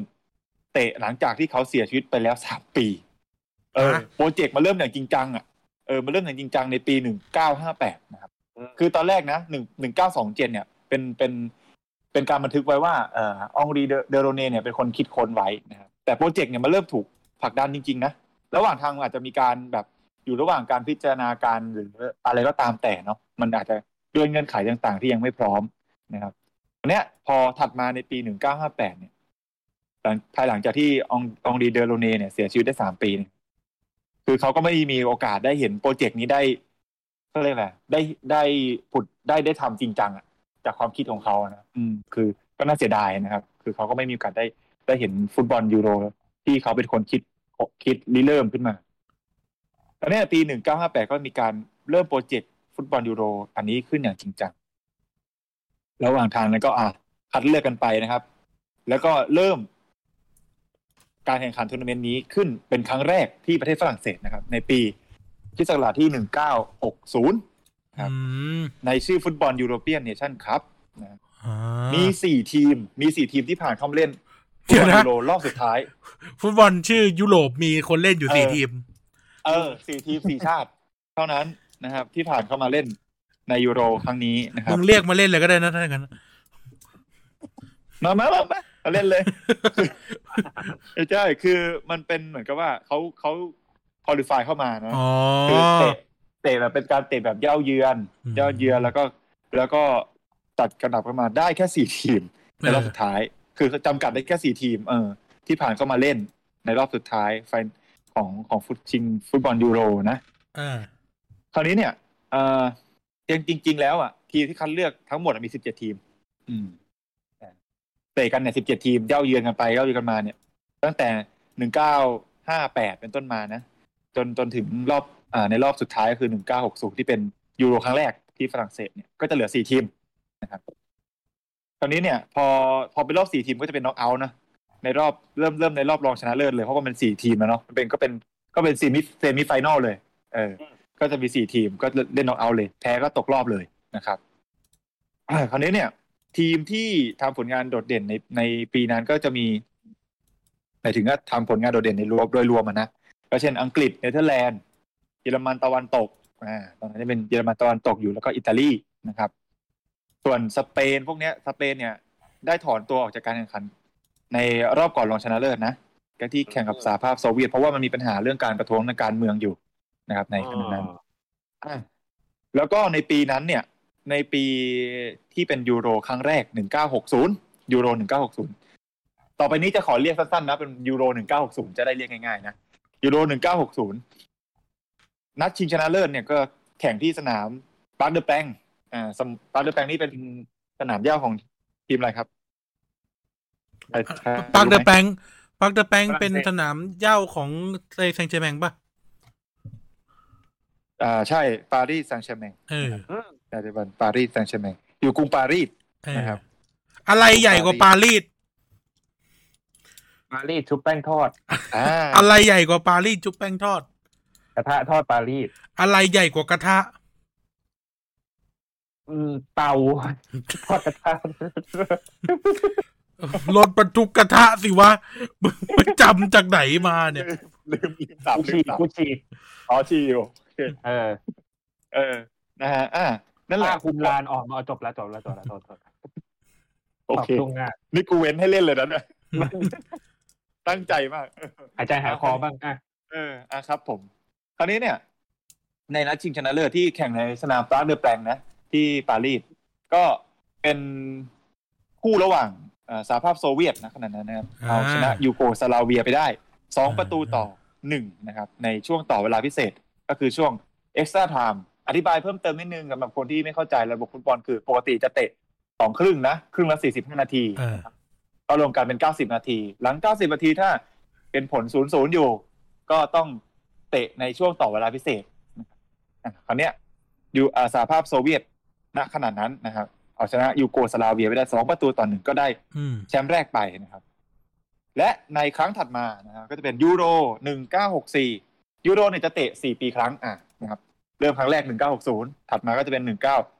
เตะหลังจากที่เขาเสียชีวิตไปแล้วสามปี เออโปรเจกต์มาเริ่มอย่างจริงจังอ่ะเออมาเริ่มอย่างจริงจังในปีหนึ่งเก้าห้าแปดนะครับ อืม คือตอนแรกนะหนึ่งหนึ่งเก้าสองเจ็ดเนี่ย เป็นเป็นเป็นการบันทึกไว้ว่าเอ่อองรีเดโรเน่เนี่ยเป็นคนคิดค้นไว้นะครับ แต่โปรเจกต์เนี่ยมันเริ่มถูกผลักดันจริง ๆ นะ ระหว่างทางมันอาจจะมีการแบบอยู่ระหว่างการพิจารณาการหรืออะไรก็ตามแต่เนาะมันอาจจะด้วยเงื่อนไขต่างๆ ที่ยังไม่พร้อมนะครับอันเนี้ยพอถัดมาในปี 1958 เนี่ยหลังภายหลังจากที่ององดีเดอโรเน่เนี่ยเสียชีวิตได้สามปีเนี่ยคือเขาก็ไม่มีโอกาสได้เห็นโปรเจกต์นี้ได้ก็เรียกอะไรได้ได้ผุดได้ได้ทำจริงจังอะจากความคิดของเขานะอืม คือก็น่าเสียดายนะครับ คือเขาก็ไม่มีโอกาสได้ได้เห็นฟุตบอลยูโร ที่เขาเป็นคนคิด คิดริเริ่มขึ้นมาตอนนี้ปี 1958 ก็มีการเริ่มโปรเจกต์ฟุตบอลยูโร อันนี้ขึ้นอย่างจริงจัง ระหว่างทางนั้นก็อ่ะคัดเลือกกันไปนะครับ แล้วก็เริ่ม การแข่งขันทัวร์นาเมนต์นี้ขึ้นเป็นครั้งแรกที่ประเทศฝรั่งเศสนะครับ ในปีคริสตศักราชที่ 1960 ครับ อืม ในชื่อฟุตบอลยูโรเปียนเนชั่นครับ อ่า มีสี่ทีม มีสี่ทีมที่ผ่านเข้ามาเล่นฟุต เดี๋ยวบอล นะ ยูโรรอบสุดท้าย ฟุตบอลชื่อยุโรปมีคนเล่นอยู่สี่ เออ ทีม เออสี่ทีมสี่ชาติ เท่านั้นนะครับ ที่ผ่านเข้ามาเล่นในยูโรครั้งนี้นะครั มึ บ งเรียกมาเล่นเลยก็ได้นะถ้าอย่างนั้น มามามามามาเล่นเลยไม่ใช่คือมันเป็นเหมือนกับว่าเขาเขาคอลิฟายเข้ามาเนาะ อ๋อ คือเตะเตะแบบเป็นการเตะแบบเย้าเยือน อืม เย้าเยือนแล้วก็ แล้วก็ตัดกระดับกันมาได้แค่สี่ทีม ในรอบสุดท้าย คือจำกัดได้แค่สี่ทีม เออ ที่ผ่านเข้ามาเล่นในรอบสุดท้ายไฟนของของฟุตชิงฟุตบอลยูโรนะ เออ คราวนี้เนี่ยเออจริงจริง ๆ แล้วอ่ะ ทีมที่คัดเลือกทั้งหมดอะมีสิบเจ็ดทีม อืมเตะกันเนี่ยสิบเจ็ดทีมเย้าเยือนกันไปเย้าเยือนกันมาเนี่ย ตั้งแต่หนึ่งเก้าห้าแปดเป็นต้นมานะ จนจนถึงรอบอ่าในรอบสุดท้ายก็คือหนึ่งเก้าหกศูนย์ที่เป็นยูโรครั้งแรกที่ฝรั่งเศสเนี่ยก็จะเหลือสี่ทีมนะครับตอนนี้เนี่ย พอพอเป็นรอบสี่ทีมก็จะเป็นน็อกเอาท์นะในรอบเริ่มเริ่มในรอบรองชนะเลิศเลยเพราะว่ามันสี่ทีมแล้วเนาะมันเป็นก็เป็นก็เป็นซีมิเซมิไฟแนลเลยเออ ก็จะมีสี่ทีมก็เล่นน็อกเอาท์เลย แพ้ก็ตกรอบเลยนะครับ อ่าคราวนี้เนี่ย ทีมที่ทำผลงานโดดเด่นในในปีนั้นก็จะมีหมายถึงว่าทำผลงานโดดเด่นในรวมโดยรวมอะนะก็เช่นอังกฤษเนเธอร์แลนด์ เยอรมันตะวันตกอ่าตอนนั้นเป็นเยอรมันตะวันตกอยู่แล้วก็อิตาลีนะครับ ส่วนสเปนพวกเนี้ยสเปนเนี่ย ได้ถอนตัวออกจากการแข่งขัน ในรอบก่อนรองชนะเลิศนะก็ที่แข่งกับสหภาพโซเวียตเพราะว่ามันมีปัญหาเรื่องการประท้วงทางการเมืองอยู่นะครับ ในขณะนั้น อ่ะแล้วก็ในปีนั้นเนี่ย ในปีที่เป็นยูโรครั้งแรก 1960 ยูโร 1960 ต่อไปนี้จะขอเรียกสั้นๆนะ เป็นยูโร 1960 จะได้เรียกง่ายๆนะ ยูโร 1960 นัดชิงชนะเลิศเนี่ยก็แข่งที่สนามปาร์คเดอแปงอ่าสมปาร์คเดอแปงนี่เป็นสนามหญ้าของทีมอะไรครับใครใคร ปักเด รู้ อะ ไหม แปงปักเดอะแปง ฝรั่งเศส เป็นสนามเหย้าของแซงเชแมงป่ะ อ่าใช่ ปารีสแซงต์แชร์แมง เออ ปัจจุบันปารีสแซงต์แชร์แมงอยู่กรุงปารีส เออ นะครับ อะไรใหญ่กว่าปารีส ปารีสชุบแป้งทอด อ่า อะไรใหญ่กว่าปารีสจุ๊บแป้งทอด กระทะทอดปารีส อะไรใหญ่กว่ากระทะ อืมเตาทอดกระทะ รถบรรทุกกระทะสิวะมึงไปจำจากไหนมาเนี่ย ลืมลืมสับ กู ลื ฉี ม ก สับ กูฉีก อ๋อชีอยู่ เออ เออ นะฮะ อ่า นั่นแห ผ้า ละ คลุมลานออกมาเอาจบแล้วจบแล้วจบแล้วจบแล้วจบแล้ว โอ ตอบ เค ตรงหน้า นี่กูเว้นให้เล่นเลยนะเนี่ย อืม ตั้งใจมาก ใค หายใจหายคอบ้างอ่ะ เอออ่ะครับผม คราวนี้เนี่ย ในนัดชิงชนะเลิศที่แข่งในสนามปาร์คเดอแปลงนะ ที่ปารีสก็เป็นคู่ระหว่างเอ่อสหภาพโซเวียตนะขณะนั้นนะครับ อ่า เอาชนะยูโกสลาเวียไปได้สองประตูต่อหนึ่งนะครับ ในช่วงต่อเวลาพิเศษก็คือช่วงเอ็กซ์ตร้าไทม์อธิบายเพิ่มเติมนิดนึงสำหรับคนที่ไม่เข้าใจระบบฟุตบอลคือปกติจะเตะสองครึ่งนะ ครึ่งละสี่สิบห้านาที เออ ก็รวมกันเป็น 90 นาที หลัง 90 นาทีถ้าเป็นผล 0-0 อยู่ ก็ต้องเตะในช่วงต่อเวลาพิเศษนะครับอ่ะคราวเนี้ยยูอาสาภาพโซเวียตณขนาดนั้นนะครับ เอาชนะยูโกสลาเวียไปได้ 2 ประตูต่อหนึ่งก็ได้ อืม แชมป์แรกไปนะครับ และในครั้งถัดมานะครับก็จะเป็นยูโร 1964 ยูโรเนี่ยจะเตะ 4 ปีครั้งอ่ะนะครับ เริ่มครั้งแรก 1960 ถัดมาก็จะเป็น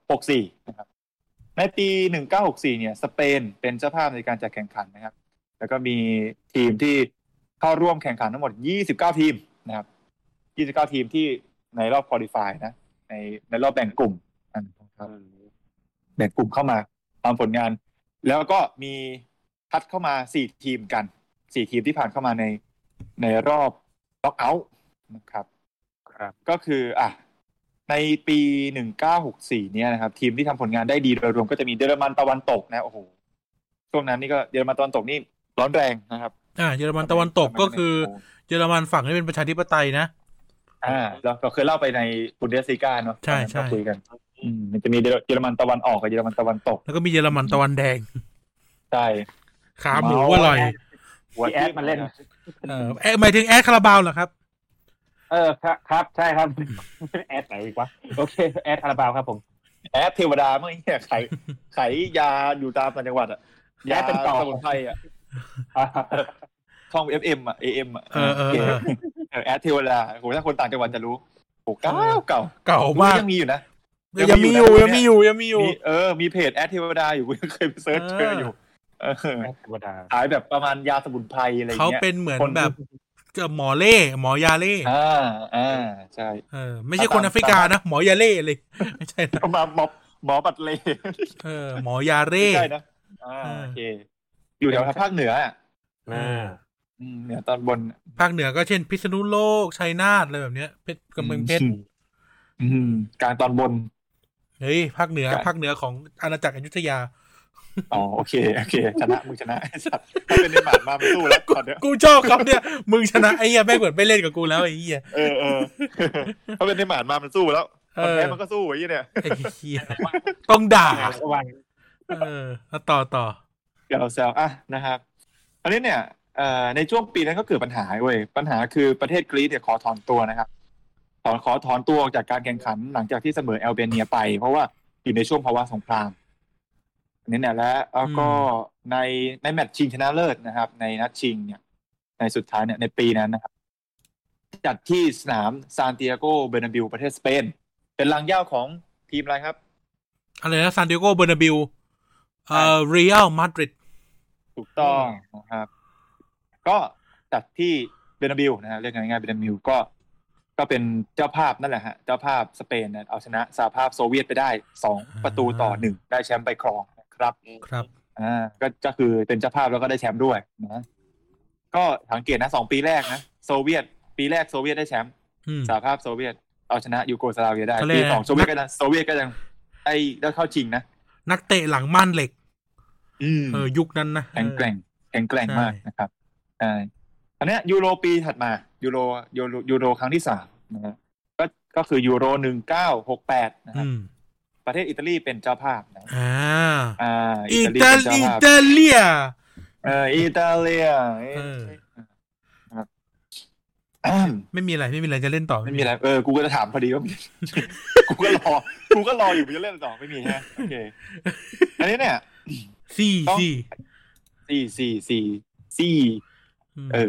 1964 นะครับ ในปี 1964 เนี่ย สเปนเป็นเจ้าภาพในการจัดแข่งขันนะครับ แล้วก็มีทีมที่เข้าร่วมแข่งขันทั้งหมด 29 ทีมนะครับ 29 ทีมที่ในรอบคอลี่ฟายนะ ในในรอบแบ่งกลุ่มนะครับ แบ่งกลุ่มเข้ามาตามผลงาน แล้วก็มีพัดเข้ามา 4 ทีมกัน 4 ทีมที่ผ่านเข้ามาในในรอบล็อกเอาท์นะครับ ครับ ก็คืออ่ะในปี 1964 เนี่ยนะครับ ทีมที่ทำผลงานได้ดีโดยรวมก็จะมีเยอรมันตะวันตกนะโอ้โหช่วงนั้นนี่ก็เยอรมันตะวันตกนี่ร้อนแรงนะครับ อ่าเยอรมันตะวันตกก็คือเยอรมันฝั่งที่เป็นประชาธิปไตยนะ อ่าเราเราเคยเล่าไปในบุนเดสซิก้าเนาะ ใช่ใช่ ตอนนั้นเราคุยกันอืมมันจะมีเยอรมันตะวันออกกับเยอรมันตะวันตก แล้วก็มีเยอรมันตะวันแดง ใช่ ขาหมูอร่อย หัว พี่แอด ทิ่ มาเล่น เออแอะหมายถึงแอดคาราบาวเหรอครับ เออครับครับใช่ครับ แอดไหนอีกวะโอเคแอดคาราบาวครับผม แอดเทวดาเมื่อกี้ ไขไขยาอยู่ตามต่างจังหวัดอะ แอดเป็นต่อ สมุนไพรอะ อ่า ช่อง FM อ่ะ AM อ่ะ เออเออเออ เออแอดเทวดาโหถ้าคนต่างจังหวัดจะรู้โหเก่าเก่า เก่ามาก ยังมีอยู่นะ ยั ยัง งมีมีอ อยู่ ยู่ยันะงมีอยู่ยังมีอยู่ มีเออ มีเพจแอดเทวดาอยู่กู ยังเคยไปเซิร์ชเจออยู่ เออ แอดธรรมดา ขายแบบประมาณยาสมุนไพรอะไร เขา เงี้ย เป็นเหมือน คน แบบเจะหมอเล่หมอยาเล่ อ่าอ่าใช่ เออไม่ใช่คน ตาม แอฟริกานะหมอยาเล่เลย ไม่ใช่นะ เอามาหมอหมอบัตรเลย เออหมอยาเร่ ไม่ใช่นะอ่า เออ โอเค อยู่แถวภาคเหนืออ่ะ อ่า อืมเหนือตอนบน ภาคเหนือก็เช่น พิษณุโลกชัยนาทอะไรแบบเนี้ยเพชรกำแพงเพชร อืมกลางตอนบน เฮ้ยภาคเหนือ ใช่ ภาคเหนือของอาณาจักรอยุธยา อ๋อโอเคโอเคชนะมึงชนะไอ้สัตว์ถ้าเป็นในหมาดมาไม่สู้แล้วก่อนเดี๋ยว กูชอบคำเนี่ยมึงชนะไอ้เหี้ยแม่งเหมือนไม่เล่นกับกูแล้วไอ้เหี้ย เออเออเขาเป็นในหมานมา มันสู้แล้ว เอ มัอนแพ้มันก็สู้ไอ้ยี่เนี่ย ไอ้เหี้ยต้องด่า ระวัง เออแล้วต่อต่อ เดี๋ยวเราแซวอ่ะนะครับอันนี้เนี่ยเอ่อในช่วงปีนั้นก็เกิดปัญหาเว้ย ปัญหาคือประเทศกรีซเนี่ยขอถอนตัวนะครับ ถอนขอถอนตัวออกจากการแข่งขันหลังจากที่เสมอแอลเบเนียไป เพราะว่าอยู่ในช่วงภาวะสงคราม อันนี้เนี่ยและแล้วก็ในในแมตช์ชิงชนะเลิศนะครับ ในนัดชิงเนี่ย ในสุดท้ายเนี่ยในปีนั้นนะครับ จัดที่สนามซานติอาโกเบร์นาบิวประเทศสเปน เป็นรังเหย้าของทีมอะไรครับ อะไรนะซานดิเอโกเบอร์นาบิลเอ่อเรอัลมาดริด ถูกต้องนะครับ ก็จัดที่เบนาบิลนะฮะเรียกง่ายๆเบนาบิลก็ ก็เป็นเจ้าภาพนั่นแหละฮะเจ้าภาพสเปนนะเอาชนะสหภาพโซเวียตไปได้สอง อ่า ประตูต่อหนึ่งได้แชมป์ไปครองนะครับ ครับ อ่าก็ก็คือเป็นเจ้าภาพแล้วก็ได้แชมป์ด้วยนะก็สังเกตนะสองปีแรกนะโซเวียต ปีแรกโซเวียตได้แชมป์ อืม สหภาพโซเวียตเอาชนะยูโกสลาเวียได้ เขาเรีย ปี ก สองโซเวียตก็ยังโซเวียตก็ยังไอ้ได้เข้าชิงนะ นักเตะหลังม่านเหล็ก อืม เออ ยุคนั้นนะ แข็งแกร่งแข็งแกร่ง ใช่ มากนะครับใช่อันเนี้ยยูโรปีถัดมายูโรยูโรยูโรครั้งที่สามนะฮะก็ก็คือยูโรหนึ่งเก้าหกแปดนะครั อื บ ม ประเทศอิตาลีเป็นเจ้าภาพนะ อ่า อ่า อิ อิตาลี ตา เป็น ลีอิตาเจ้าภาพเลีย เอออิตาเลียเอ้ย เออ นะครับ อ้าว ไม่มีอะไรไม่มีอะไรจะเล่นต่อ ไม่มีอะไรเออกูก็จะถามพอดีว่ามี กูก็รอกูก็รออยู่กูจะเล่นต่อไม่มีฮะโอเคอันนี้เนี่ย สี่ ต้อง สี่ สี่สี่สี่สี่ ม เออ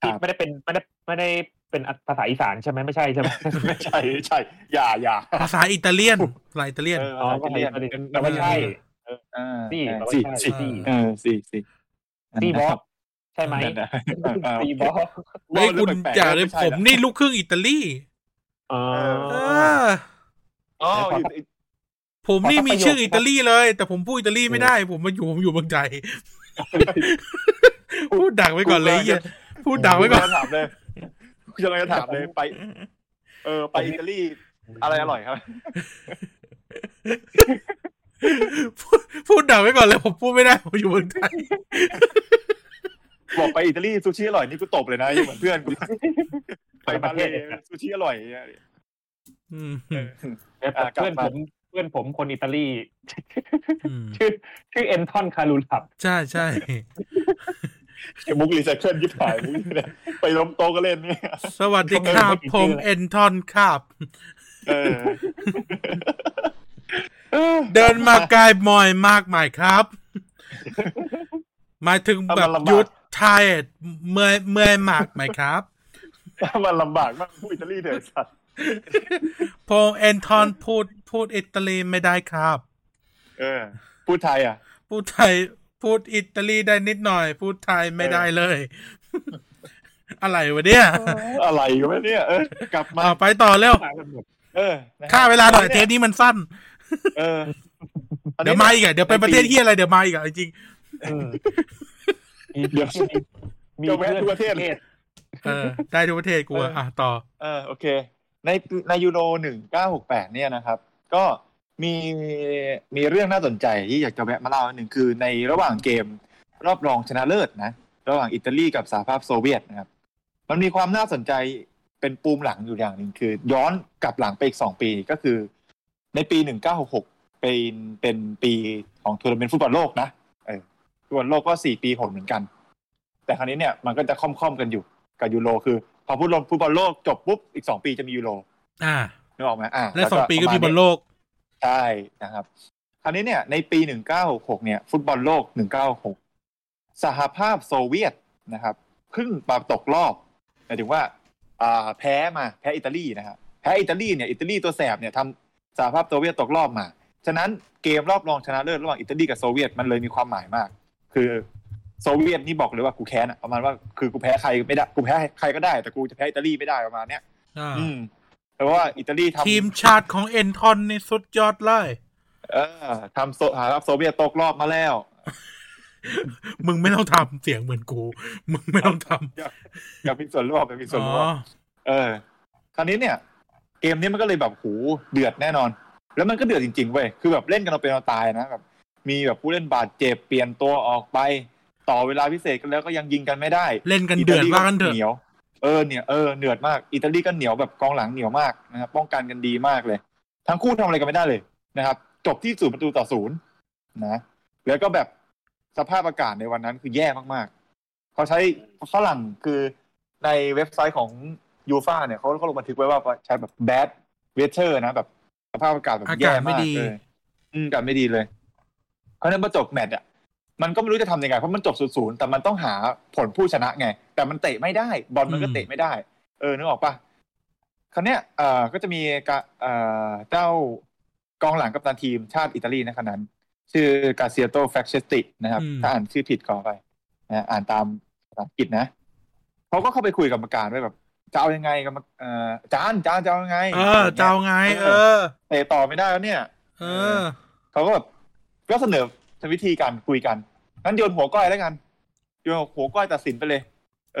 ที่ไม่ได้เป็นไม่ได้ไม่ได้เป็นภาษาอีสานใช่ไหมไม่ใช่ใช่ไหม ไม่ใช่ไม่ใช่อย่าอย่า ภาษาอิตาเลียนภาษาอิตาเลียน เออ อ๋อ ภาษาอิตาเลียน แต่ว่าใช่ อ่า สี่แต่ว่า สี่ ใช่ สี่ สี่เออสี่สี่สี่ สี่บอสใช่ไหม นั่นนะเออ สี่บอส ไอ้ยคุณ แปลกๆ จ่าเลย ไม่ใช่ ผมนี่ลูกครึ่งอิตาลี อ๋อ เออ อ๋ออยู่ ผมนี่มี ขอสัชื่กประโยคออิตาลีเลย แต่ผมพูดอิตาลีไม่ได้ ผมมาอยู่ผมอยู่เมืองไทยพูดดักไว้ก่อนเลยไอ้เหี้ย พู พูดดังไว้ก่อน จะถามเลยกูจะเลยถามเลยไป เออ ไปอิตาลีอะไรอร่อยครับ พูดพูดดังไว้ก่อนเลยผมพูดไม่ได้ผมอยู่เมืองไทย บอกไปอิตาลีซูชิอร่อยนี่กูตบเลยนะยังเหมือนเพื่อนกูไป ป มา ระ เล เทศ ย เนี่ยครับ ซูชิอร่อย อืม แล้ว อ่ะกลับ เพื่อน มา ผมเพื่อนผมคนอิตาลี อืม ชื่อชื่อเอนทอนคารูลับ ใช่ใช่ มุกรีไซเคิลยิบหายมุกนี่นะไปล้มโต๊ะก็เล่นเนี่ย สวัสดีครับผมเอนทอนครับ เออ เดินมากายมอยมากมายครับ หมายถึงแบบยุดไทยเมื่อยเมื่อยมากไหมครับ มันลำบากมากพูดอิตาลีเถอะสัตว์ ผมเอนทอนพูดพูดอิตาลีไม่ได้ครับ เออ พูดไทยอ่ะ พูดไทยพูดอิตาลีได้นิดหน่อย พูดไทยไม่ได้เลย อะไรวะเนี่ย อะไรกันวะเนี่ยเออกลับมา เอาไปต่อเร็ว เออนะฮะ ค่าเวลาหน่อยเทปนี้มันสั้น เออ เดี๋ยวมาอีกอะเดี๋ยวไปประเทศเฮียอะไรเดี๋ยวมาอีกอะจริง มี เดี๋ยว จะแวะทั่วประเทศ ๆ เออ ได้ทุกประเทศกูอะอ่ะต่อ เออโอเค ในในยูโรหนึ่งเก้าหกแปดเนี่ยนะครับ ก็มีมีเรื่องน่าสนใจที่อยากจะแวะมาเล่าอันหนึ่งคือในระหว่างเกมรอบรองชนะเลิศนะ ระหว่างอิตาลีกับสหภาพโซเวียตนะครับ มันมีความน่าสนใจเป็นปูมหลังอยู่อย่างหนึ่งคือ ย้อนกลับหลังไปอีกสองปีก็คือ ในปีหนึ่งเก้าหกหกเป็นเป็นปีของทัวร์นาเมนต์ฟุตบอลโลกนะเออฟุตบอลโลกก็สี่ปีหนเหมือนกัน แต่ครั้นี้เนี่ยมันก็จะค่อมๆกันอยู่ กับยูโรคือพอพูดลงฟุตบอลโลกจบปุ๊บ อีกสองปีจะมียูโร อ่า นึกออกไหมอ่า และสองปีก็มีบอลโลก ใช่นะครับ คราวนี้เนี่ย ในปีหนึ่งเก้าหกเนี่ย ฟุตบอลโลกหนึ่งเก้าหกสหภาพโซเวียตนะครับเพิ่งมาตกรอบหมายถึงว่า อ่าแพ้มาแพ้อิตาลีนะครับแพ้อิตาลีเนี่ยอิตาลีตัวแสบเนี่ยทำสหภาพโซเวียตตกรอบมา ฉะนั้นเกมรอบรองชนะเลิศระหว่างอิตาลีกับโซเวียตมันเลยมีความหมายมาก คือโซเวียตนี่บอกเลยว่ากูแค้นอะประมาณว่าคือกูแพ้ใครไม่ได้กูแพ้ใครก็ได้แต่กูจะแพ้อิตาลีไม่ได้ประมาณเนี้ย อ่า อืมแต่ว่าอิตาลีทำ ทีมชาติของเอนทอนนี่สุดยอดเลย เออทำโซหารับโซเวียตตกรอบมาแล้ว มึงไม่ต้องทำเสียงเหมือนกู มึงไม่ต้องทำ อยากอยากมีส่วนร่วมอยากมีส่วน อ๋อ ร่วมเออ คราวนี้เนี่ย เกมนี้มันก็เลยแบบหูเดือดแน่นอน แล้วมันก็เดือดจริงๆเว้ยคือแบบเล่นกันเอาเป็นเอาตายนะแบบมีแบบผู้เล่นบาดเจ็บเปลี่ยนตัวออกไป ต่อเวลาพิเศษกันแล้วก็ยังยิงกันไม่ได้ เล่นกันเดือดว่ากันเถอะ เหนียวเออเนี่ยเออเดือดมากอิตาลีก็เหนียวแบบกองหลังเหนียวมากนะครับป้องกันกันดีมากเลย ทั้งคู่ทำอะไรกันไม่ได้เลยนะครับ จบที่ศูนย์ประตูต่อศูนย์นะแล้วก็แบบสภาพอากาศในวันนั้นคือแย่มากๆเขาใช้ฝรั่งคือในเว็บไซต์ของยูฟ่าเนี่ยเขาเขาลงบันทึกไว้ว่าใช้แบบ bad weather นะแบบ สภาพอากาศแบบแย่ อากาศไม่ มาก ดี เลยอืมอากาศไม่ดีเลย เพราะฉะนั้นพอจบแมตช์อ่ะ มันก็ไม่รู้จะทำยังไง เพราะมันจบศูนย์ศูนย์แต่มันต้องหาผลผู้ชนะไง แต่มันเตะไม่ได้ บอลมันก็เตะไม่ได้ เออนึกออกปะคราวเนี้ยเอ่อก็จะมีกะเอ่อเจ้ากองหลังกัปตันทีมชาติอิตาลีนะขณะนั้น ชื่อกาเซียโตแฟคเชสตินะครับ อืม ถ้าอ่านชื่อผิดขอไปนะอ่านตามภาษาอังกฤษนะเขาก็เข้าไปคุยกับกรรมการไว้แบบจะเอายังไงกับเอ่อจานจานจะเอายังไง เออเจ้าไง เออ เตะต่อไม่ได้แล้วเนี่ย เออ เขาก็แบบก็เสนอวิธีการคุยกันงั้นโยนหัวก้อยแล้วกันโยนหัวก้อยตัดสินไปเลย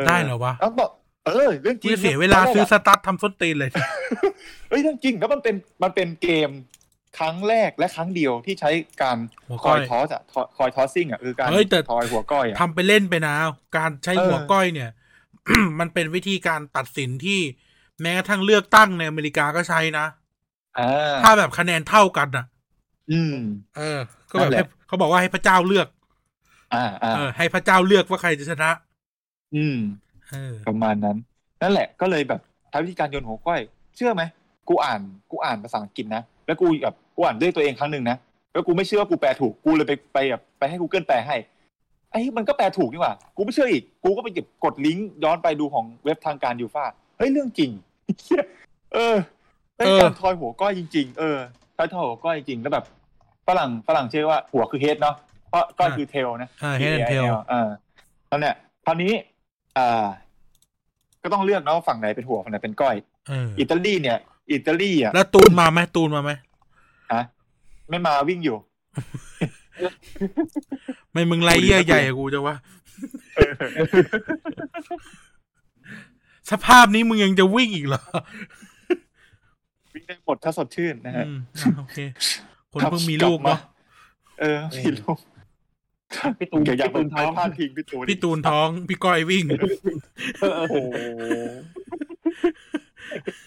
ได้เหรอวะ แล้วบอกเออเรื่องจ กู ริง จะเสียเวลาซื้อสตาร์ททำส้นตีนเลย เอ้ยเรื่องจริงแล้วมันเป็นมันเป็นเกมครั้งแรกและครั้งเดียวที่ใช้การ หัว ค ก้ อ อย ยทอสอะคอยทอสซิ่งอะคือการ เฮ้ยแต่ ทอยหัวก้อยอะ ทำไปเล่นไปนะ การใช้ เออ หัวก้อยเนี่ย มันเป็นวิธีการตัดสินที่แม้กระทั่งเลือกตั้งในอเมริกาก็ใช้นะ อ่า ถ้าแบบคะแนนเท่ากันอ่ะ อืม เออ ก็แบ นั่ บ นแห ให้ ละ เขาบอกว่าให้พระเจ้าเลือก อ่าอ่า เออ ให้พระเจ้าเลือกว่าใครจะชนะ อืม เออ ประมาณนั้น นั่นแหละก็เลยแบบใช้วิธีการโยนหัวก้อย เชื่อไหมกูอ่านกูอ่านภาษาอังกฤษนะแล้วกูแบบกูอ่านด้วยตัวเองครั้งหนึ่งนะแล้วกูไม่เชื่อว่ากูแปลถูกกูเลยไปไปแบบไปให้ Google แปลให้ไอ้มันก็แปลถูกนี่หว่ากูไม่เชื่ออีกกูก็ไปกดลิงก์ย้อนไปดูของเว็บทางการยูฟ่าเฮ้ยเรื่องจริ ง เออเฮ้ย เออ การทอยหัวก้อยจริง ๆ เออทอยทอยหัวก้อยจริงๆแล้วแบบฝรั่งฝรั่งเชื่อว่าหัวคือเฮดเนาะเพราะก้อยคือเทลนะ เออ head and tail เออแล้วเนี่ยคราวนี้อ่าก็ต้องเลือกเนาะว่าฝั่งไหนเป็นหัวฝั่งไหนเป็นก้อย เออ อิตาลีเนี่ย อิตาลีอ่ะ แล้วตูนมาไหมตูนมาไหม ฮะไม่มาวิ่งอยู่ ไม่มึงไรเยี่ยใหญ่กับกูจะวะ สภาพนี้มึงยังจะวิ่งอีกเหรอ วิ่งได้หมดถ้าสดชื่นนะฮะ อืมอ่ะโอเค คน ครับ เพิ่งมีลูก กลับมา เนาะ เออมีลูก พี่ตูน อย่าอย่า พี่ตูนท้อง พลาดพิงพี่ตูน พี่ตูนท้อง พี่ก้อยวิ่ง เออเอ โอ้ อ โห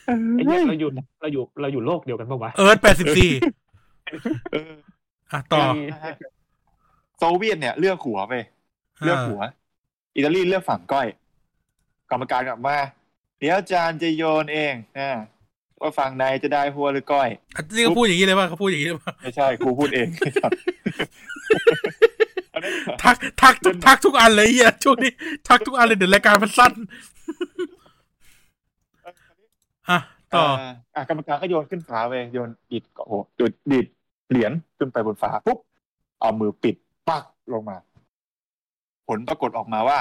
ไอ้เนี่ยเราอยู่เราอยู่เราอยู่โลกเดียวกันปะวะ เอิร์ธแปดสิบสี่ เออ อ่ะต่อ นะฮะโซเวียตเนี่ยเลือกหัวไป เลือกหัว า อิตาลีเลือกฝั่งก้อย กรรมการกลับมา เดี๋ยวอาจารย์จะโยนเองนะว่าฝั่งไหนจะได้หัวหรือก้อย อ่ะนี่เขาพูดอย่างนี้เลยว่าเขาพูดอย่างนี้เลยว่า ไม่ใช่ครูพูดเอง อันนี้ ทักทักทุกทักทุกอันเลยเฮียช่วงนี้ทักทุกอันเลยเดี๋ยวรายการมันสั้นอ่ะต่อ าอ่ะกรรมการก็โยนขึ้นฟ้าไปโยนอิดก็โอ้โหจุดดิดเหรียญขึ้นไปบนฟ้าปุ๊บเอามือปิดปักลงมา ผลปรากฏออกมาว่า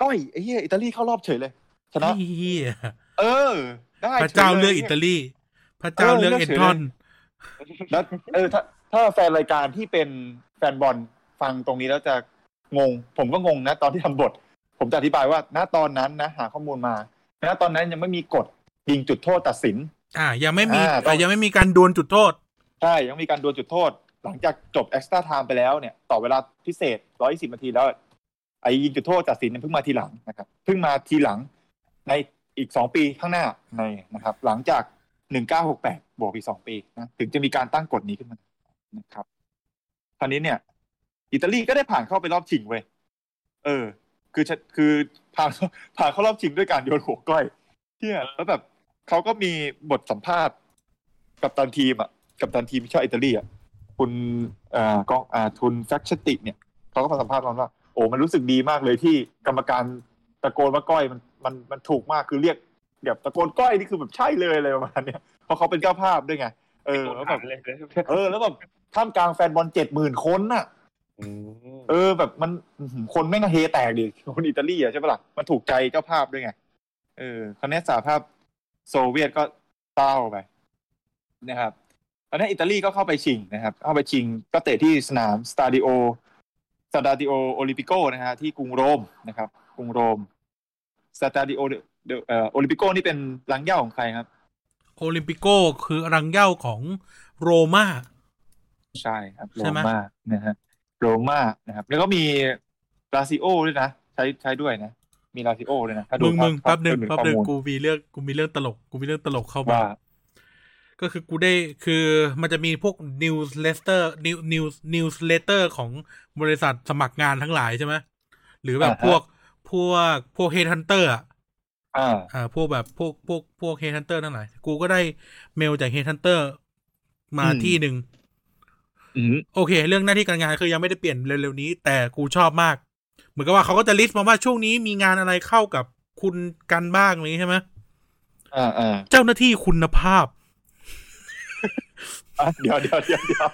ก้อยไอ้เหี้ยอิตาลีเข้ารอบเฉยเลยชนะ ไอ้เหี้ย เออ ได้ พระเจ้าเลือก ฉย อิตาลี พระเจ้าเลือกเอ็นทอน แล้วเออถ้าถ้าแฟนรายการที่เป็นแฟนบอลฟังตรงนี้แล้วจะงง ผมก็งงนะ ตอนที่ทำบท ผมจะอธิบายว่า ณตอนนั้นนะ หาข้อมูลมาณตอนนั้นยังไม่มีกฎยิงจุดโทษตัดสิน อ่า ยังไม่มี อ่าต้อง เอ่อยังไม่มีการดวลจุดโทษ ใช่ ยังมีการดวลจุดโทษ หลังจากจบ e x t ก a t i ไทม์ไปแล้วเนี่ย ต่อเวลาพิเศษ 120นาทีแล้ว ไอ้ยิงจุดโทษตัดสินเนี่ยเพิ่งมาทีหลังนะครับ เพิ่งมาทีหลังในอีก 2 ปีข้างหน้าในนะครับ หลังจาก 1968 บวกอีก 2 ปีนะถึงจะมีการตั้งกฎนี้ขึ้นมานะครับคราวนี้เนี่ย อิตาลีก็ได้ผ่านเข้าไปรอบชิงเว้ยเออ คือชะคือผ่าน ผ่านเข้ารอบชิงด้วยการโยนหัวก้อยเที่ยแล้วแบบเขาก็มีบทสัมภาษณ์กับตันทีมอ่ะ กับตันทีมชาติอิตาลีอ่ะคุณเอ่ากองอ่าทุนแฟคชติเนี่ยเขาก็มาสัมภาษณ์ตอนว่า โอ้มันรู้สึกดีมากเลยที่กรรมการตะโกนว่าก้อยมันมันมันถูกมากคือเรียกแบบตะโกนก้อยนี่คือแบบใช่เลยอะไรประมาณเนี้ยเพราะเขาเป็นเจ้าภาพด้วยไงเออแล้วแบบ เลย เออแล้วแบบท่ามกลางแฟนบอลเจ็ดหมื่นคนน่ะ เออแบบมันอื้อหือคนแม่งก็เฮแตกดิคนอิตาลีอ่ะใช่ปะล่ะมันถูกใจเจ้าภาพด้วยไง เออคราวนี้สหภาพโซเวียตก็เต้าไปนะครับตอนนี้อิตาลีก็เข้าไปชิงนะครับ เข้าไปชิงก็เตะที่สนามสตาดิโอสตาดิโอโอลิมปิโกนะฮะที่กรุงโรมนะครับ กรุงโรมสตาดิโอเอ่อโอลิมปิโกนี่เป็นรังเหย้าของใครครับ โอลิมปิโกคือรังเหย้าของโรมา ใช่ครับโร ใช่ไหม ม่านะฮะโรม่านะครับ แล้วก็มีลาซิโอด้วยนะ ใช้ใช้ด้วยนะ มีลาซิโอด้วยนะถ้าดู มึงมึง ภา แป๊ พ บหนึ่ง ภา แป๊ พ บหนึ่ง ข้อมูล กูมีเรื่องกูมีเรื่องตลกกูมีเรื่องตลกเข้ามา ว่า ก็คือกูได้คือมันจะมีพวก news letter new news news letter ของบริษัทสมัครงานทั้งหลายใช่ไหมหรือแบบ อ่าฮะ พวกพวกพวกเฮดฮันเตอร์ อ่า อ่าพวกแบบพวกพวกพวกเฮทันเตอร์ทั้งหลายกูก็ได้เมลจากเฮทันเตอร์มา อืม ที่หนึ่ง อืม โอเค เรื่องหน้าที่การงานคือยังไม่ได้เปลี่ยนเร็วๆนี้ แต่กูชอบมาก เหมือนกับว่าเขาก็จะลิสต์มาว่าช่วงนี้มีงานอะไรเข้ากับคุณกันบ้างอะไรอย่างนี้ใช่ไหม อ่าอ่า เจ้าหน้าที่คุณภาพ อ่ะเดี๋ยวเดี๋ยวเดี๋ยวเดี๋ยว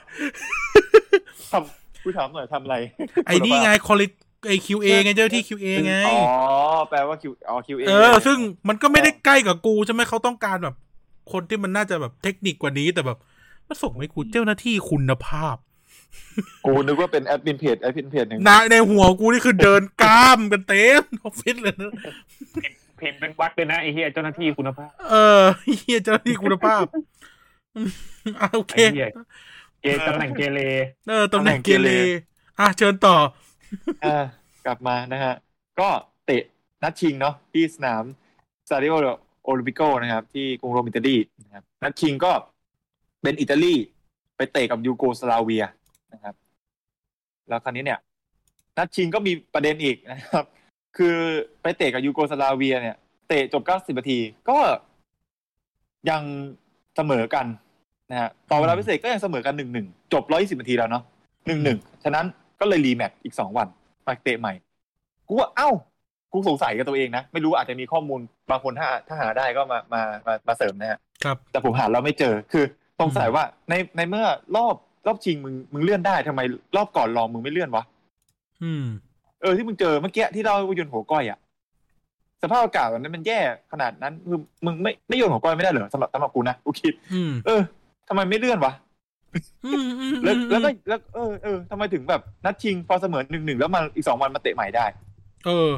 ทำกูถามหน่อยทำอะไร ไอ้นี่ไง quality ไอ QA ไงเจ้าหน้าที่ QA ไง อ๋อแปลว่าคิวอ๋อคิวเอ เออ ซึ่งมันก็ไม่ได้ใกล้กับกูใช่ไหมเขาต้องการแบบ คนที่มันน่าจะแบบเทคนิคกว่านี้แต่แบบมาส่งให้กูเจ้าหน้าที่คุณภาพ กูนึกว่าเป็นแอดมินเพจแอดมินเพจหนึ่ง นายในหัวกูนี่คือเดินกล้ามกันเต็ม ออฟฟิศเลยนะ พิมพ์เป็นวัดเลยนะไอ้เหี้ยเจ้าหน้าที่คุณภาพ เออเฮียเจ้าหน้าที่คุณภาพ อ่ะโอเค ไอ้เหี้ย เกย์ตำแหน่งเกเร เออตำแหน่งเกเรอ่ะเชิญต่อ อ่ากลับมานะฮะ ก็เตะนัดชิงเนาะที่สนามสตาดิโอโอลิมปิโกนะครับ ที่กรุงโรมอิตาลีนะครับนัดชิงก็เป็นอิตาลีไปเตะกับยูโกสลาเวียนะครับ แล้วคราวนี้เนี่ย นัดชิงก็มีประเด็นอีกนะครับ คือไปเตะกับยูโกสลาเวีย เนี่ย เตะจบ 90นาทีก็ยังเสมอกันนะฮะต่อเวลาพิเศษก็ยังเสมอกันหนึ่งหนึ่งจบ 120นาทีแล้วเนาะหนึ่งหนึ่งฉะนั้นก็เลยรีแมตช์อีกสองวันมาเตะใหม่ กูว่าเอ้า กูสงสัยกับตัวเองนะ ไม่รู้อาจจะมีข้อมูลบางคนถ้าถ้าหาได้ก็มามามามาเสริมนะฮะ ครับ แต่ผมหาเราไม่เจอ คือสงสัย อืม ว่าในในเมื่อรอบรอบชิงมึงมึงเลื่อนได้ทำไมรอบก่อนรองมึงไม่เลื่อนวะ อืม เออที่มึงเจอเมื่อกี้ที่เราให้กูโยนหัวก้อยอะสภาพอากาศวันนั้นมันแย่ขนาดนั้นคือมึงไม่ไม่โยนหัวก้อยไม่ได้เหรอสำหรับสำหรับกูนะกูคิด อืม เออทำไมไม่เลื่อนวะ อืมอืม แล้วแล้วก็แล้วเออเออทำไมถึงแบบนัดชิงพอเสมอหนึ่งหนึ่งแล้วมาอีกสองวันมาเตะใหม่ได้ เออ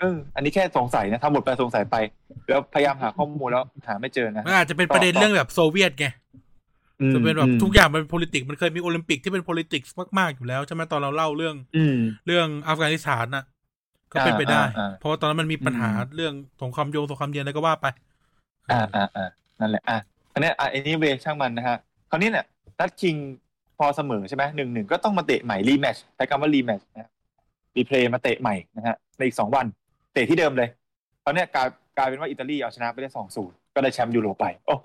เออ อันนี้แค่สงสัยนะทำหมดไปสงสัยไป แล้วพยายามหาข้อมูลแล้วหาไม่เจอนะ มันอาจจะเป็นประเด็นเรื่องแบบโซเวียตไง อืม จะเป็นแบบ ม ทุกอย่างมัน politics มันเคยมีโอลิมปิกที่เป็น politics มากๆอยู่แล้วใช่ไหมตอนเราเล่าเรื่อง อืม เรื่องอัฟกานิสถานน่ะ ก็เป็นไปได้ อ่าอ่าอ่า เพราะว่าตอนนั้นมันมีปัญหาเรื่องสงครามโยงสงครามเย็นอะไรก็ว่าไป อ่าอ่าอ่านั่นแหละอ่ะคราวเนี้ยอ่ะอันนี้เวช่างมันนะฮะคราวนี้เนี่ยนัดชิงพอเสมอใช่ไหมหนึ่งหนึ่งก็ต้องมาเตะใหม่รีแมตชใช้คำว่ารีแมตชนะรีเพลย์มาเตะใหม่นะฮะในอีกสองวัน เตะที่เดิมเลยคราวเนี้ยกลายกลายเป็นว่าอิตาลีเอาชนะไปได้สองศูนย์ก็ได้แชมป์ยูโรไป โอ้โห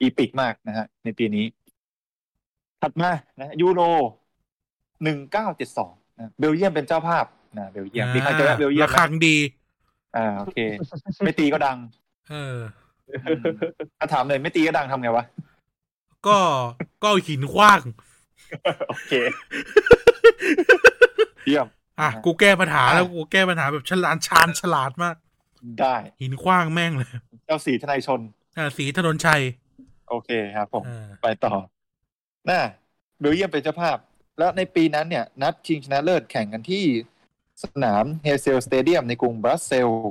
อีปิกมากนะฮะ ในปีนี้ ถัดมานะยูโรหนึ่งเก้าเจ็ดสองเบลเยียมเป็นเจ้าภาพนะเบลเยียมมีใครเจอแล้วเบลเยียม รา ไหม คาดี อ่าโอเค ไม่ตีก็ดัง เออ อืมถ้าถามเลยไม่ตีก็ดังทำไงวะ ก็ก็เอาหินขว้าง โอเค เยี่ยม อ่ะ อ่ะ กูแก้ปัญหาแล้ว อ่ะ กูแก้ปัญหาแบบฉลาดชาญฉลาดมาก ได้ หินขว้างแม่งเลย เจ้าสีทนายชน อ่ะสีถนนชัย โอเคครับผม อ่า ไปต่อ น่าเบลเยียมเป็นเจ้าภาพ แล้วในปีนั้นเนี่ย นัดชิงชนะเลิศแข่งกันที่สนามเฮเซลสเตเดียมในกรุงบรัสเซลส์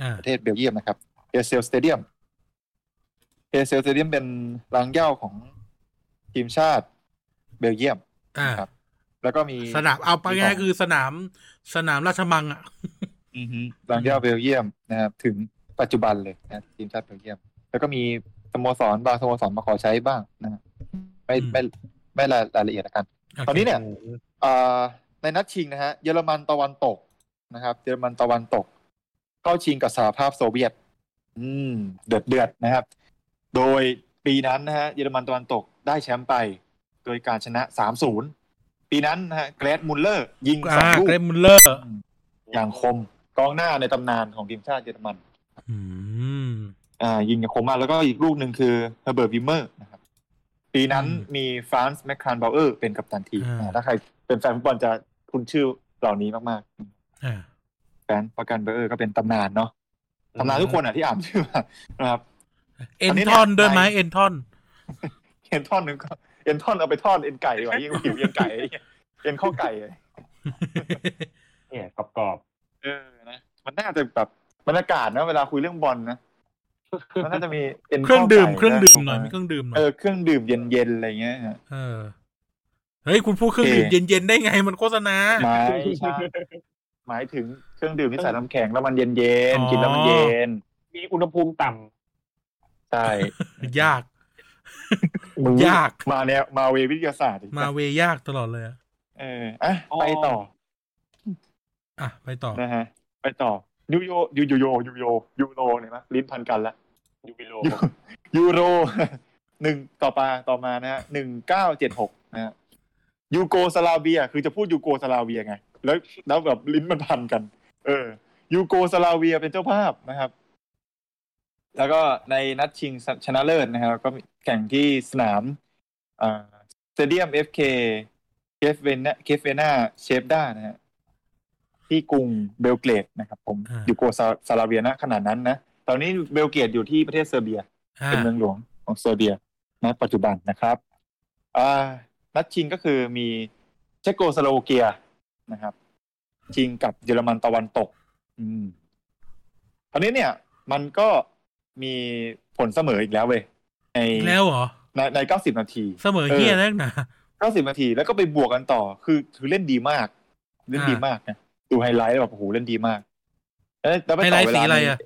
อ่า ประเทศเบลเยียมนะครับเฮเซลสเตเดียมเฮเซลสเตเดียมเป็นรังเหย้าของทีมชาติเบลเยียม อ่า นะครับ แล้วก็มี สนามเอาไปง่ายๆคือสนามสนามราชมังอ่ะ อือฮึรังเย่าเบลเยียมนะครับถึงปัจจุบันเลยนะทีมชาติเบลเยียม แล้วก็มีสโมสรบางสโมสรมาขอใช้บ้างนะไม่ อืม ไม่ไม่รายรายละเอียดละกัน ตอนนี้เนี่ยเอ่อในนัดชิงนะฮะเยอรมันตะวันตกนะครับ เยอรมันตะวันตก เข้าชิงกับสหภาพโซเวียต อืม เดือดเดือดๆนะครับ โดยปีนั้นนะฮะเยอรมันตะวันตกได้แชมป์ไป โดยการชนะสามศูนย์ปีนั้นนะฮะเกรทมุลเลอร์ ยิงสอ อ่าง ลูก เกรมมุลเลอร์ อย่างคมกองหน้าในตำนานของทีมชาติเยอรมัน อืม อ่ายิงอย่างคมมากแล้วก็อีกลูกหนึ่งคือเฮอร์เบิร์ตวิมเมอร์นะครับ ปีนั้น อืม มีฟรานซ์แมคคานเบลเออร์เป็นกัปตันทีม อ่า อ่าถ้าใครเป็นแฟนฟุตบอลจะคุ้นชื่อเหล่านี้มาก อ่า ๆแฟนประกันเบลเออร์ก็เป็นตำนานเนาะตำนานทุกคนอ่ะที่อ่านชื่อมานะครับ เอ็ ตอน น นี้เนี่ ท ย อนด้วยไหม นาย เอ็นทอน เอ็นทอนหนึ่งก็เอ็นทอนเอาไปทอดเอ็นไก่ดีกว่ายิ่งผิวเอ็นไก่ไอ้เหี้ยเอ็นข้าวไก่เลย เนี่ยกรอบ เออนะมันน่าจะแบบบรรยากาศนะเวลาคุยเรื่องบอลนะมันน่าจะมีเอ็น เครื่องดื่มเคข้าวไก่นะรื่องดื่มหน่อยมีเครื่องดื่มหน่อ เอย อเครื่องดื่มเย็นๆอะไรอย่างเงี้ยฮะ เออเฮ้ยคุณพูดเครื่องดื่ม โอเค เย็นๆได้ไงมันโฆษณา ไม่ใช่หมายถึงเครื่องดื่มที่ใส่น้ำแข็งแล้วมันเย็นเย็น อ๋อ กินแล้วมันเย็น ๆมีอุณหภูมิต่ำ ใช่ ยาก มึง ยาก มาแนวมาเววิทยาศาสตร์อีก มาเวยากตลอดเลยอะ เอออ่ะไปต่อ อ่ะไปต่อ นะฮะ ไปต่อยูโยยูยูโยยูโยยูโรเนี่ยนะลิ้นพันกันละ ยูวิโล ยูยูโร หนึ่งต่อมาต่อมานะฮะหนึ่งเก้าเจ็ดหกนะฮะยูโกสลาเวีย คือจะพูดยูโกสลาเวียไง แล้วแล้วแบบลิ้นมันพันกัน เออยูโกสลาเวียเป็นเจ้าภาพนะครับ แล้วก็ในนัดชิงชนะเลิศนะครับ ก็แข่งที่สนามสเตเดียมเอฟเคเคฟเวนาเคฟเวนาเชฟด้านะฮะที่กรุงเบลเกรดนะครับผม อ่า ยูโกสลาเวียนะขนาดนั้นนะ ตอนนี้เบลเกรดอยู่ที่ประเทศเซอร์เบีย อ่า เป็นเมืองหลวงของเซอร์เบียณปัจจุบันนะครับอ่านัดชิงก็คือมีเชโกสโลวาเกียนะครับ ชิงกับเยอรมันตะวันตก อืมตอนนี้เนี่ย มันก็มีผลเสมออีกแล้วเว้ยใน อีกแล้วเหรอ ในในเก้าสิบนาที เสมอเฮีย เออ แรกนะ เก้าสิบนาทีแล้วก็ไปบวกกันต่อ คือคือเล่นดีมาก เล่นดีมากนะดูไฮไลท์แล้วแบบโอ้โหเล่นดีมากเอ้ยแล้วปต่ ไฮไลท์ เวา สีอะไรอะ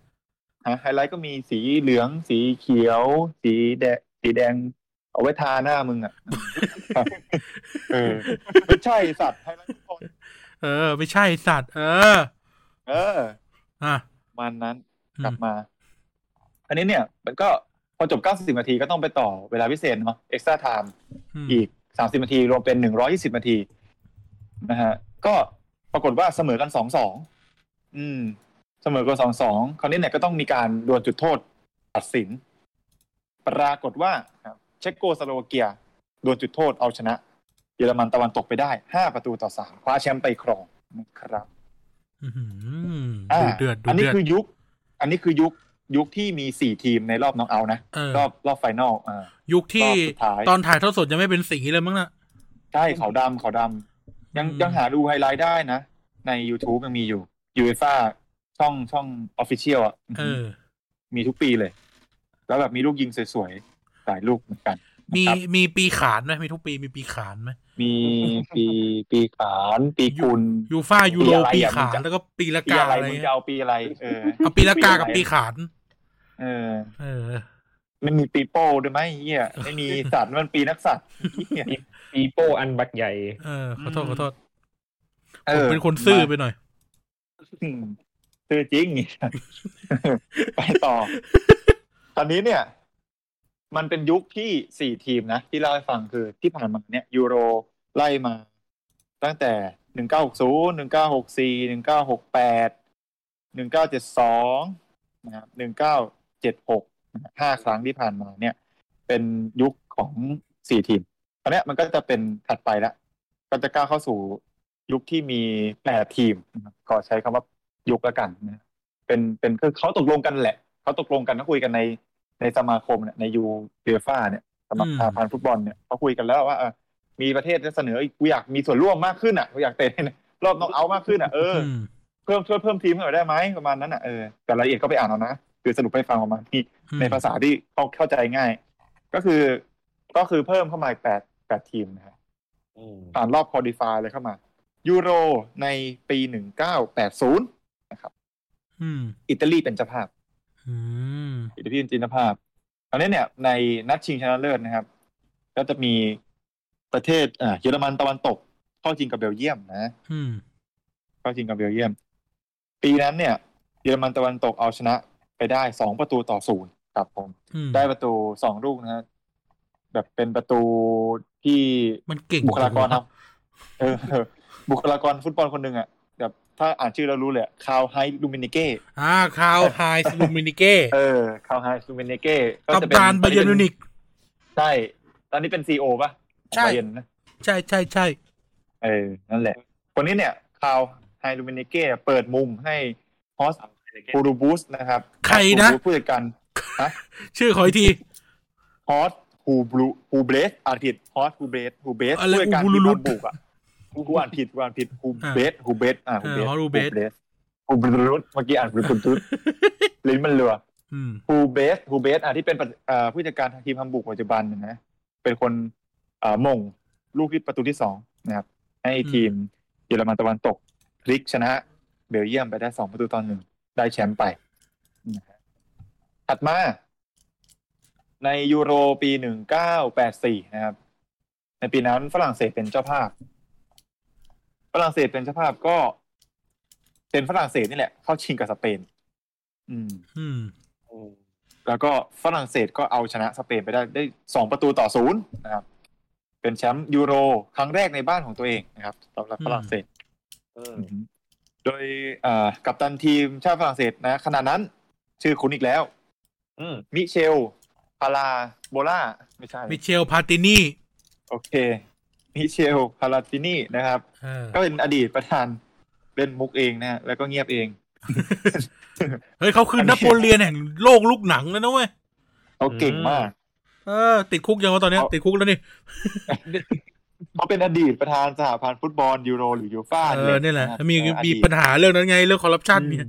ฮะไฮไลท์ก็มีสีเหลือง สีเขียว สีแดงสีแดง เอาไว้ทาหน้ามึงอ่ะ เออไม่ใช่สัตว์ไฮไลท์ทุกคน เออ ไม่ใช่สัตว์ เออ เออ อ่ะ มันนั้น อืม กลับมา อันนี้เนี่ย มันก็พอจบ 90 นาทีก็ต้องไปต่อเวลาพิเศษเนาะเอ็กซ์ตร้าไทม์ อืม อีกสามสิบนาที รวมเป็นหนึ่งร้อยี่สิบนาทีนะฮะ ก็ปรากฏว่าเสมอกันสองสองอืม เสมอกันสองสองคราวนี้เนี่ยก็ต้องมีการดวลจุดโทษตัดสิน ปรากฏว่าครับเช็กโกสโลวาเกียดวลจุดโทษเอาชนะ เยอรมันตะวันตกไปได้ห้าประตูต่อสามคว้าแชมป์ไปครองนะครับ อื้อหื อ่า อดูเดือดดู อันนี้ เดือด คือยุค อันนี้คือยุคยุคที่มีสี่ทีมในรอบน็อกเอาท์นะ เออ รอบรอบไฟนอลอ่า ยุคที่ รอบสุดท้าย ตอนถ่ายทอดสดยังไม่เป็นสีเลยมั้งน่ะ ใช่ขาวดำขาวดำยัง อืม ยังหาดูไฮไลท์ได้นะ ใน YouTube ยังมีอยู่ ยูเอฟ่าช่องช่องออฟฟิเชียลอ่ะ เออ มีทุกปีเลย แล้วแบบมีลูกยิงสวยๆหลายลูกเหมือนกัน มี นะครับ มีปีขานไหมมีทุกปีมีปีขานไหม มีปีปีขานปีกุล ยูฟ่ายูโร ปีอะไรอ่ะ ปีขาน มึงจะ แล้วก็ปีละ ปี กา อะไร อะไร มึง เงี้ย จะเอาปีอะไร เออ เอาปีละกากับปี อะไร ขาน เออ เออ ไม่มีปีโป้ด้วยไหมไอ้เฮี ยไม่มีสัตว์มันปีนักสัตว์ไอ้เหี้ย ปีโป้อันบักใหญ่ เออขอโทษ อืม ขอโทษ อ ผม อ เป็นคนซื่อไป มา หน่อย ซื่อจริง ไปต่อ ตอนนี้เนี่ย มันเป็นยุคที่สี่ทีมนะ ที่เล่าให้ฟังคือที่ผ่านมาเนี่ย ยูโรไล่มา ตั้งแต่หนึ่งเก้าหกศูนย์หนึ่งเก้าหกสี่หนึ่งเก้าหกแปดหนึ่งเก้าเจ็ดสองนะครับหนึ่งเก้าเจ็ดหกห้าครั้งที่ผ่านมาเนี่ย เป็นยุคของสี่ทีม ตอนเนี้ยมันก็จะเป็นถัดไปแล้ว ก็จะก้าวเข้าสู่ยุคที่มีแปดทีมนะครับก็ใช้คำว่ายุคละกันนะ เป็นเป็นคือเขาตกลงกันแหละ เขาตกลงกันเขาคุยกันในในสมาคมเนี่ยในยูเอฟ่าเนี่ยสมา อืม พันธ์ฟุตบอลเนี่ยเขาคุยกันแล้วว่าเออมีประเทศจะเสนอกูอยากมีส่วนร่วมมากขึ้นอ่ะกูอยากเตะในรอบน็อกเอาท์มากขึ้นอ่ะเอออ ม เพิ่มช่วยเพิ่มทีมให้หน่อยได้ไหมประมาณนั้นอ่ะเออแต่รายละเอียดก็ไปอ่านเอานะคือสรุปให้ฟังประมาณนี้ อืม ในภาษาที่เขาเข้าใจง่าย ก็คือก็คือเพิ่มเข้ามาอีกแปดแปดทีมนะฮะ อืม ผ่านรอบคอดิฟายเลยเข้ามา ยูโรในปีหนึ่งเก้าแปดศูนย์ อืม อิตาลีเป็นเจ้าภาพ อืม อิตาลีเป็นเจ้าภาพคราวนี้เนี่ย ในนัดชิงชนะเลิศนะครับ ก็จะมีประเทศอ่าเยอรมันตะวันตก เข้าชิงกับเบลเยียมนะ อืม เข้าชิงกับเบลเยียม ปีนั้นเนี่ย เยอรมันตะวันตกเอาชนะไปได้สองประตูต่อศูนย์ครับผม อืม ได้ประตูสองลูกนะฮะแบบเป็นประตูที่ มันเก่ง บุคลากรทำเออ บุคลากรฟุตบอลคนหนึ่งอ่ะแบบถ้าอ่านชื่อเรารู้เลยคาวไฮลูมินิเก้ อ่าคาวไฮส์ลูมินิเก้ เออคาวไฮลูมินิเก้ กัปตันไบเยอร์นมิวนิก ใช่ ตอนนี้เป็นซีโอป่ะ ใช่ ไบเยร์นนะ ใช่ใช่ใช่ เออ นั่นแหละ คนนี้เนี่ยคาวไฮลูมินิเก้เปิดมุมให้ฮอสปูรูบูสนะครับ ใครนะ ฮูรูบูสผู้จัดการฮะ ชื่อขออีกที ฮอสฮูบลูฮูเบรสอ่านผิดฮอสฮูเบรสฮูเบรส อะไร ด้วยการ ฮูบลู ที่ รุต ทำบุกอ่ะกูอ่านผิดกูอ่านผิดฮูเบรสฮูเบรสอ่าฮูเบรส อ่า Horst ฮูเบ Hubert รสฮูบลูรุตเมื่อกี้อ่านเป็นคุณตุ๊ดลิ้นมันเรือ อืม ฮูเบรสฮูเบรสอ่ะที่เป็นประอ่าผู้จัดการทีมฮัมบูร์กปัจจุบันนะนะเป็นคนอ่ามงลูกที่ประตูที่สองนะครับ ให้ทีมเยอรมันตะวันตกพลิกชนะเบลเยียมไปได้สองประตูต่อหนึ่งได้แชมป์ไปนะฮะถัดมา ในยูโรปี 1984 นะครับ ในปีนั้นฝรั่งเศสเป็นเจ้าภาพ ฝรั่งเศสเป็นเจ้าภาพก็ เป็นฝรั่งเศสนี่แหละ เข้าชิงกับสเปน อืม อืม อืม แล้วก็ฝรั่งเศสก็เอาชนะสเปนไปได้ได้สองประตูต่อศูนย์นะครับ เป็นแชมป์ยูโร ครั้งแรกในบ้านของตัวเองนะครับสำหรับฝรั่งเศส อืม โดยเอ่อกัปตันทีมชาติฝรั่งเศสนะขณะนั้น ชื่อคุณอีกแล้ว อืม มิเชล พาลาโบล่า ไม่ใช่ มิเชลพาตินี่ โอเค มิเชล พาลาตินี่นะครับ เออ ก็เป็นอดีตประธานเล่นมุกเองนะฮะแล้วก็เงียบเอง เฮ้ยเขาคือนโปเลียนแห่งโลกลูกหนังแล้วนะเว้ย เขาเก่งมาก เออ ติดคุกยังวะตอนเนี้ย เอา ติดคุกแล้วนี่ เขาเป็นอดีตประธานสหพันธ์ฟุตบอลยูโรหรือยูฟ่า เออเนี่ยแหละ ครับ มี เอออ มี ดีต ปัญหาเรื่องนั้นไง เรื่องคอร์รัปชันเนี่ย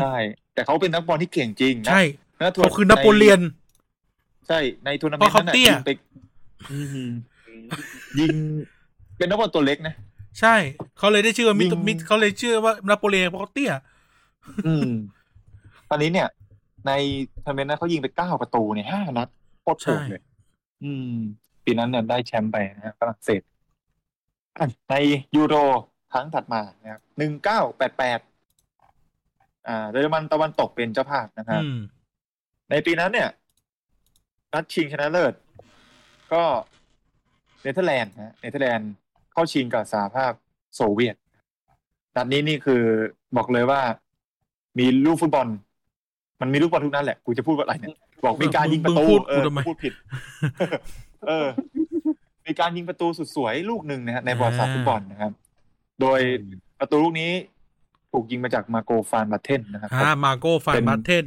ใช่แต่เขาเป็นนักบอลที่เก่งจริงนะ ใช่ นะ เขาคือนโปเลียน ใช่ ในทัวร์นาเมนต์ เพราะเขา นั้นน่ะ เตี้ย ยิงไปอืมยิง เป็นนักบอลตัวเล็กนะ ใช่เขาเลยได้ชื่อว่ามิต ยิง มิตเขาเลยชื่อว่านโปเลียนเพราะเขาเตี้ย อืม ตอนนี้เนี่ย ในทัวร์นาเมนต์นั้นเขายิงไปเก้าประตูเนี่ยห้านัดโคตรโหดเลย อืม ปีนั้นเนี่ยได้แชมป์ไปนะฮะฝรั่งเศสอ่ะในยูโรครั้งถัดมานะครับหนึ่งเก้าแปดแปดอ่าเยอรมันตะวันตกเป็นเจ้าภาพนะครับ อืม ในปีนั้นเนี่ย นัดชิงชนะเลิศ ก็เนเธอร์แลนด์นะเนเธอร์แลนด์เข้าชิงกับสหภาพโซเวียต นัดนี้นี่คือบอกเลยว่า มีลูกฟุตบอล มันมีลูกบอลทุกนั้นแหละกูจะพูดว่าอะไรเนี่ย บอกมีการยิงประตู มึงพูด เอ กู อ ทำไม พูดผิด เออ มีการยิงประตูสุดสวยลูกหนึ่งนะฮะในบอลสาสตร์ฟุตบอลนะครับ โดยประตูลูกนี้ ถูกยิงมาจากมาโกฟานบัตเทนนะครับ อ่ามาโก้ฟานบัตเทน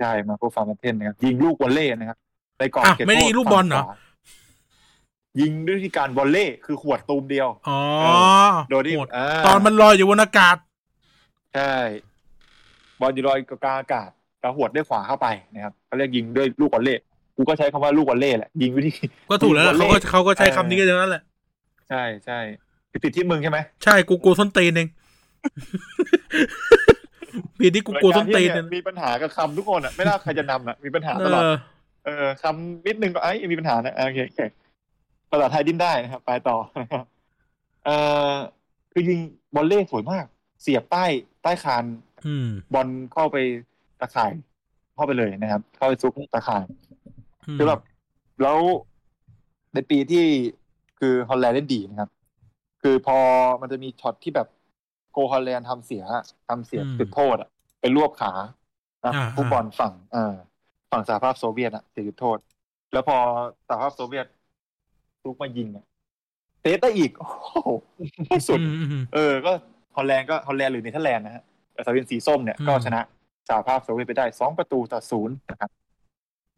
ใช่มาโกฟาร์มาเทนนะครับยิงลูกวอลเล่นะครับในกรอบ อ่ะ เขตโทษ ไม่ได้ยิงลูกบอลเหรอ ฝั่งขวายิงด้วยวิธีการวอลเล่คือขวดตูมเดียว อ๋อ โดยที่ หมด า ตอนมันลอยอยู่บนอากาศ ใช่บอลอยู่ลอยกบกลางอากาศกระหวดด้วยขวาเข้าไปนะครับเขาเรียกยิงด้วยลูกวอลเล่กูก็ใช้คำว่าลูกวอลเล่แหละ ยิงวิธี ก็ถูกแล้วล่ะเขาก็เขาก็ใช้คำนี้กันอย่างนั้นแหละ ใช่ใช่ผิดที่มึงใช่ไหม ใช่กูกูส้นตีน เอง พีที่กูกูส้นตีนเอรากยาง รที่ยมีปัญหากับคำทุกคนอ่ะไม่น่าใครจะนำอ่ะมีปัญหาตลอด เออ เออคำนิดนึงก็ไอ้ยมีปัญหานะอ่ะโอเคโอเคภาษาไทยดิ้นได้นะครับ ไปต่อนะครับเออคือยิงบอลเล่สวยมาก เสียบใต้ใต้คาน อืม บอลเข้าไปตะข่าย เข้าไปเลยนะครับ เข้าไปซุกตะข่าย ม คือแบบแล้วในปีที่คือฮอลแลนด์เล่นดีนะครับ คือพอมันจะมีช็อตที่แบบโกฮอลแลนด์ทำเสียทำเสียจุดโทษอะไปรวบขานะ า ผู้บอลฝั่งเออฝั่งสหภาพโซเวียตอะเสียจุดโทษ แล้วพอสหภาพโซเวียตลุกมายิงอะเตะได้อีก โอ้โหสุด อืมอืมอืม เออ ก็ฮอลแลนด์ก็ฮอลแลนด์หรือเนเธอร์แลนด์นะฮะแต่สาเวียนสีส้มเนี่ย อืม ก็ชนะสหภาพโซเวียตไปได้สองประตูต่อศูนย์นะครับ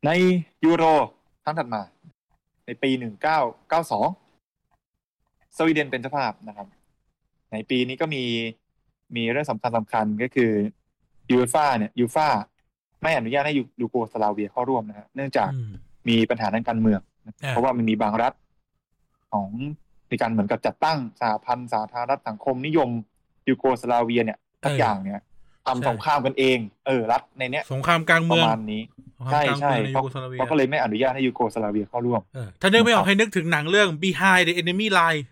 ในยูโรครั้งถัดมา ในปีหนึ่งเก้าเก้าสองสวีเดนเป็นเจ้าภาพนะครับ ในปีนี้ก็มีมีเรื่องสำคัญสำคัญก็คือยูฟ่าเนี่ยยูฟ่าไม่อนุญาตให้ยูยูโกสลาเวียเข้าร่วมนะฮะเนื่องจาก อืม มีปัญหาทางการเมืองนะ อ่า เพราะว่ามันมีบางรัฐของมีการเหมือนกับจัดตั้งสหพันธ์สาธารณรัฐสังคมนิยมยูโกสลาเวียเนี่ยทักอย่างเนี่ยทำสงครามกันเอง เออ รัฐในเนี้ย สงครามกลาง ป เมื ระ อง มาณนี้ สงค ใช่ รามกลาง ใช่ เมืองในยูเพราะ โกสลาเวีย เพราะก็เลยไม่อนุญาตให้ยูโกสลาเวียเข้าร่วม เออถ้านึกไม่ออกให้นึกถึงหนังเรื่อง Behind the Enemy Line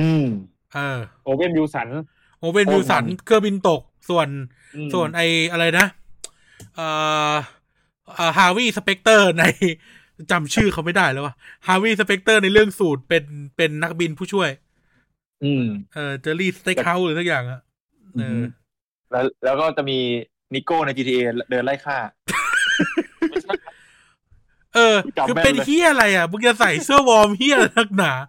อืม เออ โอเวนวิลสัน โอเวนวิลสัน โอ้มัน เครื่องบินตกส่วน อืม ส่วนไออะไรนะเอ่อฮาวิสเปกเตอร์ในจำชื่อเขาไม่ได้แล้วว่ะฮาวิสเปกเตอร์ในเรื่องสูตรเป็นเป็นนักบินผู้ช่วย อืม เออเจอรี่สเต็กเฮาส์หรือสักอย่างอะเอออ ม แล้วแล้วก็จะมีนิโก้ใน GTA เดินไล่ฆ่า เออ จำ คือ แม่น เป็น เลย เฮียอะไรอ่ะ มึงจะใส่เสื้อวอร์มเฮียอะไรนักหนา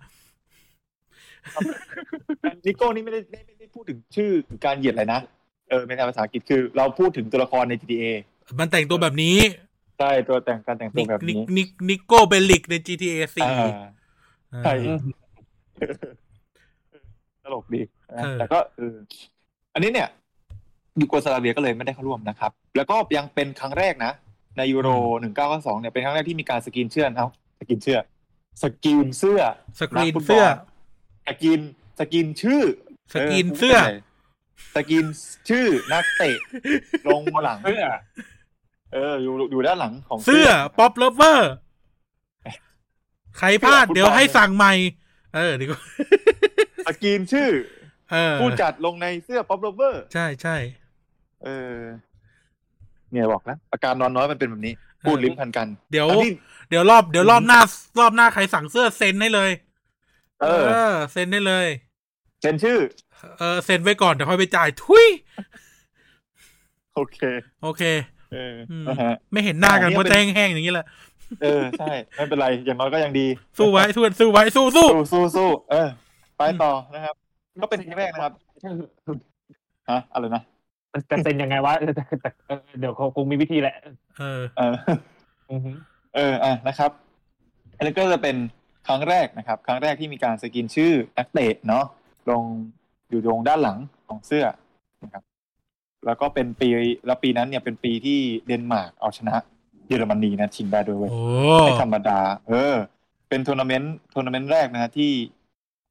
นิโก้นี่ไม่ได้ไม่ไม่ได้พูดถึงชื่อการเหยียดอะไรนะเออเป็นภาษาอังกฤษคือ เราพูดถึงตัวละครใน GTA มันแต่งตัวแบบนี้ ใช่ตัวแต่งการแต่งตั นิ วแบบ นิ นี้ นินิโก้เบลลิกใน GTA 4อ่า เออ ใช่ ตลกดีนะ เออ แต่ก็เอออันนี้เนี่ยยูโกสลาเวียก็เลยไม่ได้เข้าร่วมนะครับ แล้วก็ยังเป็นครั้งแรกนะ ในยูโร 1992 เนี่ยเป็นครั้งแรกที่มีการสกรีนเชื่อเอาสกรีนเชื่อ สกรีนเสื้อ สกรีนเสื้อ สกรีนสกรีนชื่อ สกรีนเสื้อ สกรีนชื่อนักเตะ ลงหลัง เพื่อ เออ อยู่อยู่ด้านหลังของ เสื้อ ป๊อปเลเวอร์ ใครพลาด เสื้อ เดี๋ยวให้สั่งใหม่ เออดีกว่า สกรีนชื่อ เออ ผู้จัดลงในเสื้อป๊อปโรเวอร์ ใช่ใช่ เออ เนี่ยบอกนะอาการนอนน้อยมันเป็นแบบนี้ พูด เออ ลิ้มพันกัน เดี๋ยว อันนี้ เดี๋ยวรอบเดี๋ยวรอบหน้า รอบหน้าใครสั่งเสื้อเซ็นให้เลย เออ เซ็นได้เลย เซ็นชื่อ เออเซ็นไว้ก่อนเดี๋ยวค่อยไปจ่ายทุย โอเค โอเค เอออ ม นะฮะ ไม่เห็นหน้ากัน อ่ะเนี่ย เพราะ เป็น จะแห้งๆอย่างนี้แหละ เออ ใช่ ไม่เป็นไร อย่างน้อยก็ยังดี สู้ไว้สู้สู้ไว้สู้สู้ สู้สู้สู้เออ ไปต่อนะครับ ก็เป็นครั้งแรกนะครับฮะอะไรนะ มันจะเซ็นยังไงวะเออแต่แต่เออเดี๋ยวเขาคงมีวิธีแหละ เออ เออ อือฮึ เออ อ่ะ นะครับ อันนี้ก็จะเป็นครั้งแรกนะครับ ครั้งแรกที่มีการสกินชื่อนักเตะเนาะ ลงอยู่ตรงด้านหลังของเสื้อนะครับ แล้วก็เป็นปี แล้วปีนั้นเนี่ยเป็นปีที่เดนมาร์กเอาชนะเยอรมนีนะชิงได้ด้วยเว้ย โอ้ ไม่ธรรมดา เออ เป็นทัวร์นาเมนต์ทัวร์นาเมนต์แรกนะฮะที่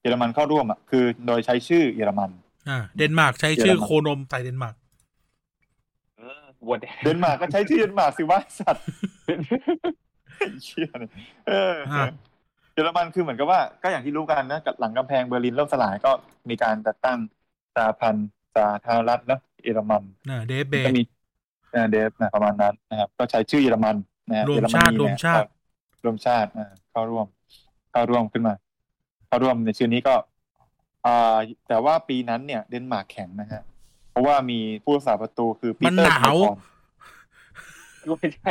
เยอรมันเข้าร่วมอ่ะ คือโดยใช้ชื่อเยอรมัน อ่าเดนมาร์กใช้ชื่อโคนมใส่เดนมาร์ก บวชแดง เดนมาร์กก็ใช้ชื่อเดนมาร์กสิว่าสัตว์เชี่ยเนี่ยเอออา เยอรมันคือเหมือนกับว่า ก็อย่างที่รู้กันนะกับหลังกำแพงเบอร์ลินล่มสลายก็มีการจัดตั้งสาพันธ์สาธารณรัฐนะเยอรมัน น่ะเดฟเบ ก็มีเออเดฟนะประมาณนั้นนะครับ ก็ใช้ชื่อเยอรมันนะฮะ รว เย ม อม ชาติ นี รวม เนี่ย ชาติ รวมชาติอ่าเข้าร่วม เข้าร่วมขึ้นมา เข้าร่วมในชื่อนี้ก็อ่าแต่ว่าปีนั้นเนี่ยเดนมาร์กแข็งนะฮะ เพราะว่ามีผู้รักษาประตูคือปี มัน เตอร์ หนาว ไคอ ไม่ใช่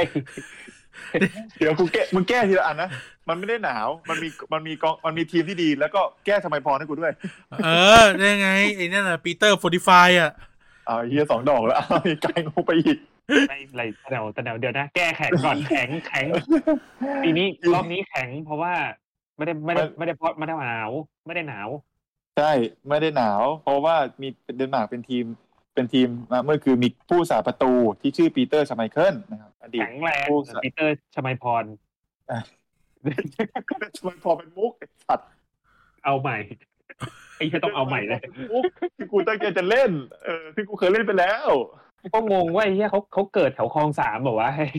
เดี๋ยวกูแก้มึงแก้ทีละอันนะ มันไม่ได้หนาว มันมีมันมีกองมันมีทีมที่ดี แล้วก็แก้สมัยพรให้กูด้วย เออ ได้ไง ไอ้นั่นน่ะปีเตอร์ฟอร์ดิฟายอ่ะ เอาเฮียสองดอกแล้วเอาอีกไกลงงไปอีก ไม่ไรแต่เดี๋ยวแต่เดี๋ยวเดี๋ยวนะแก้แข็ง ก่อนแข็งแข็งปีนี้รอบนี้แข็งเพราะว่าไม่ได้ไม่ได้ไม่ได้เพราะไม่ได้หนาว ไม่ได้หนาว ใช่ ไม่ได้หนาว เพราะว่ามีเดนมาร์กเป็นทีม เป็นทีมนะเมื่อคือมีผู้สาประตูที่ชื่อปีเตอร์ชไมเคิลนะครับอดีต แข็งแรง โอ้สัตว์ ปีเตอร์ชมัยพร ทำไมพอเป็นมุกไอ้สัตว์ เอาใหม่ ไอ้เหี้ยต้องเอาใหม่เลย มุกที่กูตั้งใจจะเล่นเออที่กูเคยเล่นไปแล้ว ก็งงว่าไอ้เหี้ยเขาเขาเกิดแถวคลองสามบอกว่าวะ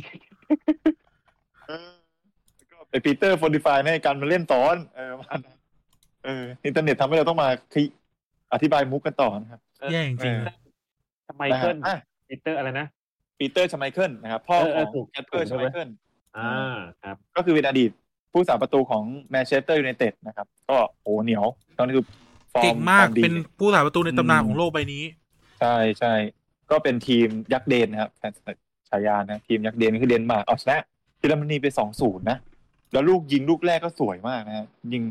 เออแล้วก็ไอปีเตอร์โฟร์ดิฟายในการมาเล่นซ้อน เออมันเอออินเทอร์เน็ตทำให้เราต้องมาคลิอธิบายมุกกันต่อนะครับ แย่จริงๆ เออ นะ ชมัยเคิล นะฮะอ่ะ ปีเตอร์อะไรนะ ปีเตอร์ชไมเคิลนะครับ พ่อขเออเอ อ อง ถูก แคทเปอร์ชถูกใช่ ไม ไหม เคิล อ่าครับ ก็คือเป็นอดีตผู้สาประตูของแมนเชสเตอร์ยูไนเต็ดนะครับ ก็โอ้เหนียว ตอนนี้คือฟอร์ม เก่งมาก ฟอร์ดี เป็นผู้สาประตูในตำนานของโลกใบนี้ ใช่ใช่ก็เป็นทีมยักษ์เดนนะครับฉายานะทีมยักษ์เดนคือเดนมาร์กเอาชนะเยอรมนีไปสองศูนย์นะ แล้วลูกยิงลูกแรกก็สวยมากนะฮะยิง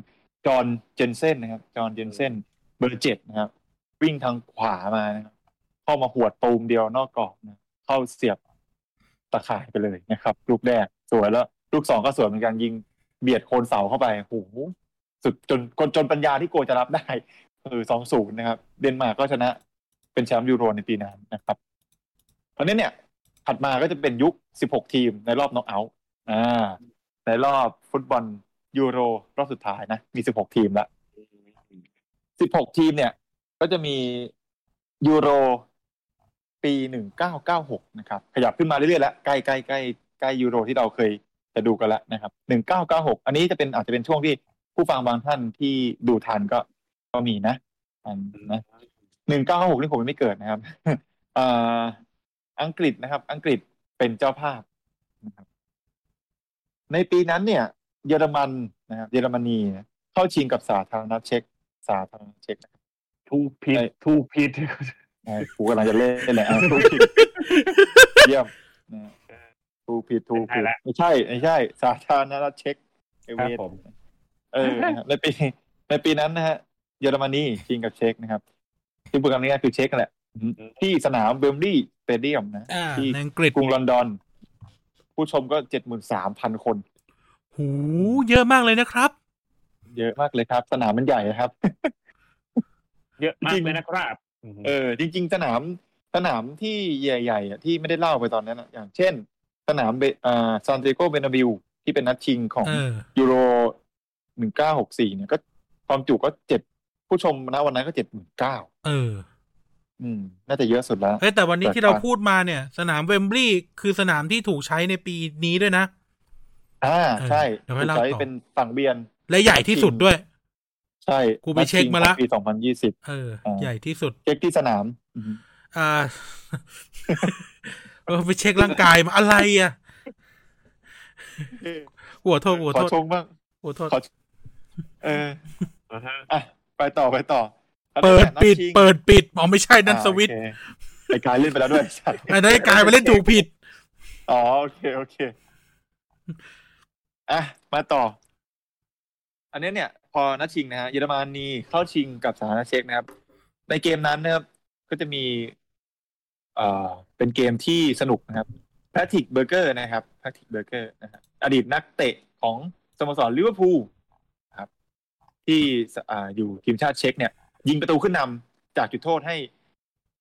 จอห์นเจนเซนนะครับ จอห์นเจนเซนเบอร์เจ็ดนะครับ วิ่งทางขวามานะครับเข้ามาหวดตูมเดียวนอกกรอบนะเข้าเสียบตะข่ายไปเลยนะครับ ลูกแรกสวยแล้ว ลูกสองก็สวยเหมือนกันยิงเบียดโคนเสาเข้าไปโอ้โหสุดจนคนจนปัญญาที่โกจะรับได้คือสองศูนย์นะครับ เดนมาร์กก็ชนะเป็นแชมป์ยูโรในปีนั้นนะครับเพราะฉะนั้นเนี่ย ถัดมาก็จะเป็นยุค 16 ทีมในรอบน็อกเอาท์อ่า ในรอบฟุตบอลยูโรรอบสุดท้ายนะ มี 16 ทีมละ16 ทีมเนี่ย ก็จะมียูโรปี 1996 นะครับ ขยับขึ้นมาเรื่อยๆแล้ว ใกล้ใกล้ใกล้ใกล้ยูโรที่เราเคยจะดูกันแล้วนะครับ 1996 อันนี้จะเป็นอาจจะเป็นช่วงที่ผู้ฟังบางท่านที่ดูทันก็ก็มีนะอันนะ หนึ่งเก้าหกนี่ผมยังไม่เกิดนะครับ เอ่ออังกฤษนะครับ อังกฤษเป็นเจ้าภาพนะครับ ในปีนั้นเนี่ย เยอรมันนะครับ เยอรมนีนะเข้าชิงกับสาธารณรัฐเช็กสาธารณรัฐเช็กนะครับ ทูพิท ไอ้ ทูพิท เอ้ยกูกำลังจะเล่นแหละเอาทูผิด เยี่ยมนะทูผิดทูผิดไม่ใช่ไม่ใช่ สาธารณรัฐเช็กไอ้ ค เว รับ ท ผม เออนะครับในปีในปีนั้นนะฮะเยอรมนีชิงกับเช็กนะครับที่โปรแกรมนี้คือเช็กนั่นแหละอืมที่สนามเบมลี่สเตเดียมนะ อ่า ที่ ในอังกฤษ กรุงลอนดอน ผู้ชมก็เจ็ดหมื่นสามพันคน หูเยอะมากเลยนะครับ เยอะมากเลยครับ สนามมันใหญ่นะครับ เยอะมา จ ก ริง เลยนะครับ เออ จริง ๆ สนามสนามที่ใหญ่ๆอ่ะที่ไม่ได้เล่าไปตอนนั้นนะอย่างเช่น สนามเบอ่าซานเดโกเบนาบิวที่เป็นนัดชิงของ เออ ยูโรหนึ่งเก้าหกสี่เนี่ยก็ความจุก็เจ็ดผู้ชมนะวันนั้นก็เจ็ดหมื่นเก้า เออ อืม น่าจะเยอะสุดแล้ว เฮ้ยแต่วันนี้ แปลก ที่เราพูดมาเนี่ย สนามเวมบลีย์คือสนามที่ถูกใช้ในปีนี้ด้วยนะ อ่าใช่ เออเดี๋ยวให้เล่า ใช้ ต่อ เป็นสังเวียน และใหญ่ที่สุดด้วย ใช่ กูไปเช็คมาละ ปีสองพันยี่สิบ เออ อ่า ใหญ่ที่สุด เช็คที่สนามอืม อ่า เออไปเช็คร่างกายมาอะไรอ่ะหัวโทษหัว ขอ โทษ ชงบ้าง หัวโทษ ขอ เออ อ่าฮะ อ่ะ ไปต่อไปต่อ เปิดปิด เปิดปิดอ๋อไม่ใช่นั่น อ่า สวิตช์ โอเคไอ้กายเล่นไปแล้วด้วยสัตว์ อันนั้นกลายไปเล่นถูกผิด อ๋อโอเคโอเคอ่ะมาต่อ อันนี้เนี่ย พอนัดชิงนะฮะเยอรมนีเข้าชิงกับสหรัฐเช็กนะครับ ในเกมนั้นนะครับ ก็จะมี เอ่อ เป็นเกมที่สนุกนะครับแพทริกเบอร์เกอร์นะครับแพทริกเบอร์เกอร์นะครับอดีตนักเตะของสโมสรลิเวอร์พูลนะครับ ที่สอ่าอยู่ทีมชาติเช็กเนี่ย ยิงประตูขึ้นนำจากจุดโทษให้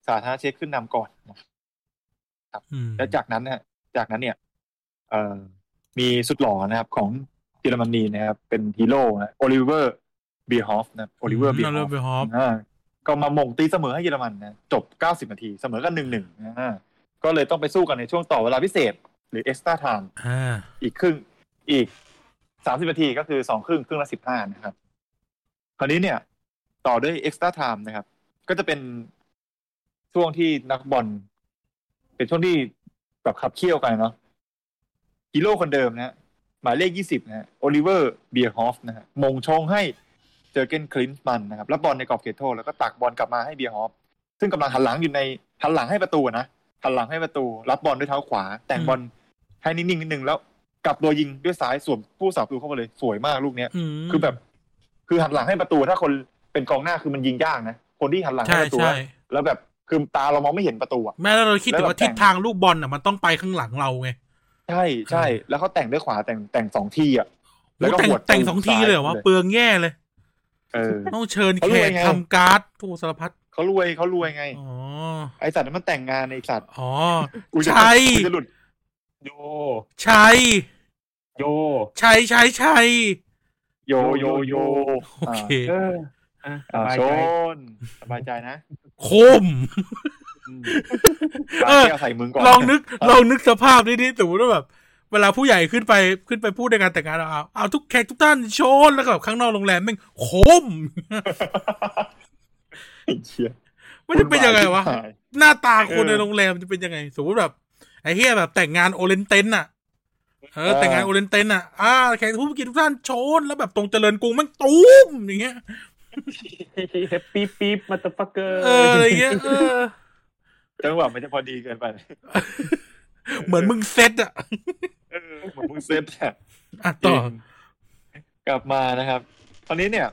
สาธารณรัฐเช็กขึ้นนำก่อนนะครับ อืม แล้วจากนั้นนะจากนั้นเนี่ย เอ่อมีสุดหล่อนะครับ ของเยอรมนีนะครับ เป็นฮีโร่นะโอลิเวอร์บีฮอฟนะโอลิเวอร์บี ม ฮ เริ่ อ ม ฟ ไปฮอป อ่าก็มาหมงตีเสมอให้เยอรมันนะจบ 90 นาที เสมอกัน 1-1อ่าก็เลยต้องไปสู้กันในช่วงต่อเวลาพิเศษ หรือเอ็กซ์ต i ้าไทม์ อ่า อีกครึ่งอีก 30 นาทีก็คือสองครึ่งครึ่งละ 15 นะครับ คราวนี้เนี่ย ต่อด้วยเอ็กซ์ต i ้าไทม์นะครับ ก็จะเป็นช่วงที่นักบอลเป็นช่วงที่แบบขับเคี่ยวกันเนาะฮีโร่คนเดิมนะฮะหมายเลขยี่สิบนะฮะโอลิเวอร์เบียฮอฟนะฮะมงชงให้เจอร์เกนคลินส์มันนะครับ แล้วบอลในกรอบเขตโทษแล้วก็ตักบอลกลับมาให้เบียฮอฟซึ่งกำลังหันหลังอยู่ในหันหลังให้ประตูนะหันหลังให้ประตู รับบอลด้วยเท้าขวา แต่งบอลให้นิ่งๆนิดนึงแล้วกลับตัวยิงด้วยซ้ายสวมผู้สาประตูเข้ามาเลยสวยมากลูกเนี้ย อืม คือแบบ คือหันหลังให้ประตูถ้าคนเป็นกองหน้าคือมันยิงยากนะ คนที่หันหลังให้ ใช่ ประตู ใช่ อะแล้วแบบคือตาเรามองไม่เห็นประตูอ่ะ แม้แล้วเราคิดแต่ แล้ว ว่า แบบ ทิศทางลูกบอลอ่ะมันต้องไปข้างหลังเราไง ใช่ใช่ เออ แล้วเขาแต่งด้วยขวาแต่งแต่งสองที่อ่ะ แล้วก็ โอ้แต่ง หัว แต่งสองทีเลยเหรซ้าอะยวเลย เปลืองแย่เลย เออ ต้องเชิญ เขา แข รวย ก ไง ทำการ์ดผู้สารพัด เข เขารวยเขารวยไง อ๋อ ไอสัตว์นั้นมันแต่งงานไอสัตว์ อ๋อ กูจะ ใช่ กูจะหลุด โย ชัย โย ชัยชัยชัย โยโยโย โอเค เอออ่ะส อ่า บาย โช ใจ นสบายใจนะ โคม อืม เออ ปาเที่ยวใส่มึงก่อน ลองนึก ลองนึกสภาพนี้ดิสมมติว่าแบบ เวลาผู้ใหญ่ขึ้นไปขึ้นไปพูดในการแต่งงานเอาเอาเอาทุกแขกทุกท่านโชนแล้วก็แบบข้างนอกโรงแรมแม่งโคม ไอ้เหี้ย มันจะเป็นยังไงวะ วุ่นาย หน้าตาคน เออ ในโรงแรมจะเป็นยังไง สมมติแบบไอ้เฮียแบบแต่งงานโอเลนเตนน่ะเออ เออ แต่งงานโอเลนเตนน่ะอ่าแขกผู้มีเกียรติทุกท่านโชนแล้วแบบตรงเจริญกรุงแมันตุ้มอย่างเงี้ย เฮปปี้ปี๊บมาตะฟักเกอร์ เอออะไรเงี้ยเออ จังหวะมันจะพอดีเกินไป เหมือนมึงเซตอ่ะ เออเหมือนมึงเซตอะ อ่ะต่อ กลับมานะครับ ตอนนี้เนี่ย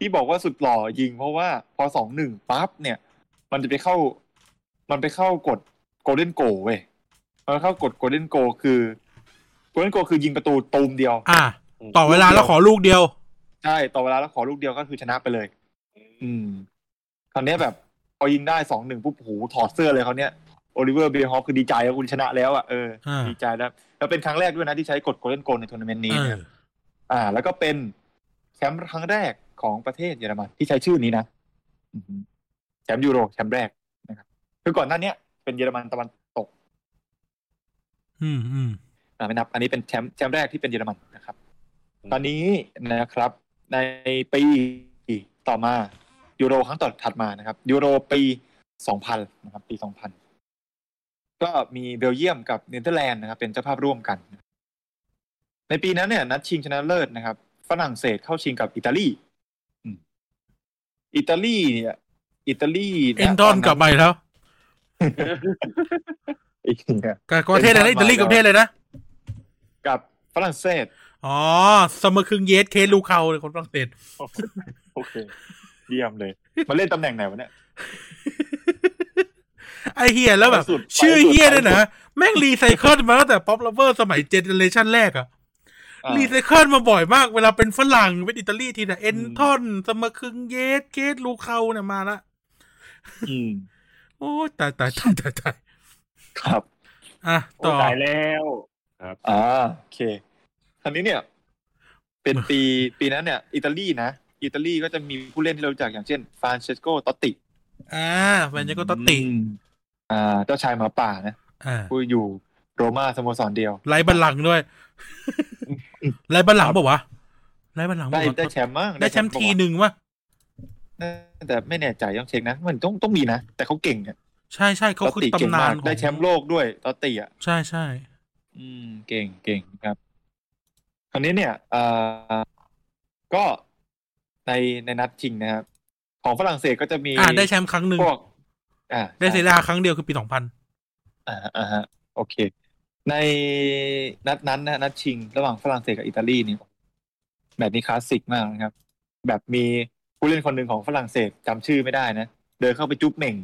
ที่บอกว่าสุดหล่อยิง เพราะว่าพอสองหนึ่งปั๊บเนี่ย มันจะไปเข้า มันไปเข้ากดโกลเด้นโกเว้ยมันเข้ากดโกลเด้นโกคือโกลเด้นโกคือยิงประตูตูมเดียว อ่ะต่อเวลาแล้วขอลูกเดียว ใช่ ต่อเวลาแล้วขอลูกเดียวก็คือชนะไปเลย อืม คราวเนี้ยแบบพอยิงได้สองหนึ่งปุ๊บโหถอดเสื้อเลยคราวเนี้ยโอลิเวอร์เบย์ฮอปคือดีใจแล้วคุณชนะแล้วอ่ะเออ อ่า ดีใจแล้วแล้วเป็นครั้งแรกด้วยนะที่ใช้กดโกลเด้นโกในทัวร์นาเมนต์นี้ เออนะครับ อ่า แล้วก็เป็นแชมป์ครั้งแรกของประเทศเยอรมันที่ใช้ชื่อนี้นะอือฮึแชมป์ยูโรแชมป์แรกนะครับคือก่อนหน้าเนี้ยเป็นเยอรมันตะวันตก อืมอืม อ่าไม่นับ อันนี้เป็นแชมป์แชมป์แรกที่เป็นเยอรมันนะครับ อืม ตอนนี้นะครับ ในปีต่อมายูโรครั้งต่อถัดมานะครับยูโรปีสองพันนะครับ ปีสองพันก็มีเบลเยียมกับเนเธอร์แลนด์นะครับ เป็นเจ้าภาพร่วมกัน ในปีนั้นเนี่ย นัดชิงชนะเลิศนะครับ ฝรั่งเศสเข้าชิงกับอิตาลีอืมอิตาลีเนี่ยอิตาลี เอ็นดอนกลับไปแล้ว อีกเนี่ย กับประเทศอะไรนะอิตาลีกับประเทศเลยนะ กับฝรั่งเศส อ๋อสมครึงเยสเคลูเคาเลยคนฝรั่งเศส โอเค เยี่ยมเลย มาเล่นตำแหน่งไหนวะเนี่ย ไอเฮียแล้วแบบ ไปสุดไปสุด ชื่อเฮียด้วยนะแม่งรีไซเคิลมาตั้งแต่ป๊อปลเวอร์สมัยเจเนเรชันแรกอะ อ่า รีไซเคิลมาบ่อยมาก เวลาเป็นฝรั่ง เป็นอิตาลีทีนะเอ็นทอนสมครึงเยสเคสลูเคาเนี่ยมาละ อืม โอ้ตายตายตายตายตาย ครับ อ่ะ โอ้ ต่อ ตายแล้ว อ่าโอเคอันนี้เนี่ย เป็น ปีปีนั้นเนี่ย อิตาลีนะ อิตาลีก็จะมีผู้เล่นที่เรารู้จักอย่างเช่นฟรานเชสโกตอตติ อ่าแมนเชสเตอร์ตัตติ อืมอ่า เจ้าชายหมาป่านะ อ่า ผู้อยู่โรม่าสโมสรเดียว ไล่บัลลังก์ด้วย ไล่บัลลังก์บอกวะไล่บัลลังก์บ ได้ อก ได้ ว่า แชมป์มั้ง ได้แชมป์ ปะวะ ทีหนึ่งวะ น่าแต่ไม่แน่ใจต้องเช็คนะ มันต้องต้องมีนะ แต่เขาเก่งอะ ใช่ใช่เขา ตอต คือ ติเก่ตำนามงาน ก ของ ได้แชมป์โลกด้วยตอตติอ่ะ ใช่ใช่ อืมเก่งเก่งครับ คราวนี้เนี่ยเอ่อก็ในในนัดชิงนะครับ ของฝรั่งเศสก็จะมี อ่าได้แชมป์ครั้งหนึ่ง พวก อ่า ได้เซเรียอาครั้งเดียวคือปีสองพัน อ่าอ่าฮะโอเค ในนัดนั้นนะนัดชิง ระหว่างฝรั่งเศสกับอิตาลีเนี่ยแบบนี้คลาสสิกมากนะครับ แบบมีผู้เล่นคนหนึ่งของฝรั่งเศสจำชื่อไม่ได้นะ เดินเข้าไปจุ๊บเหม่ง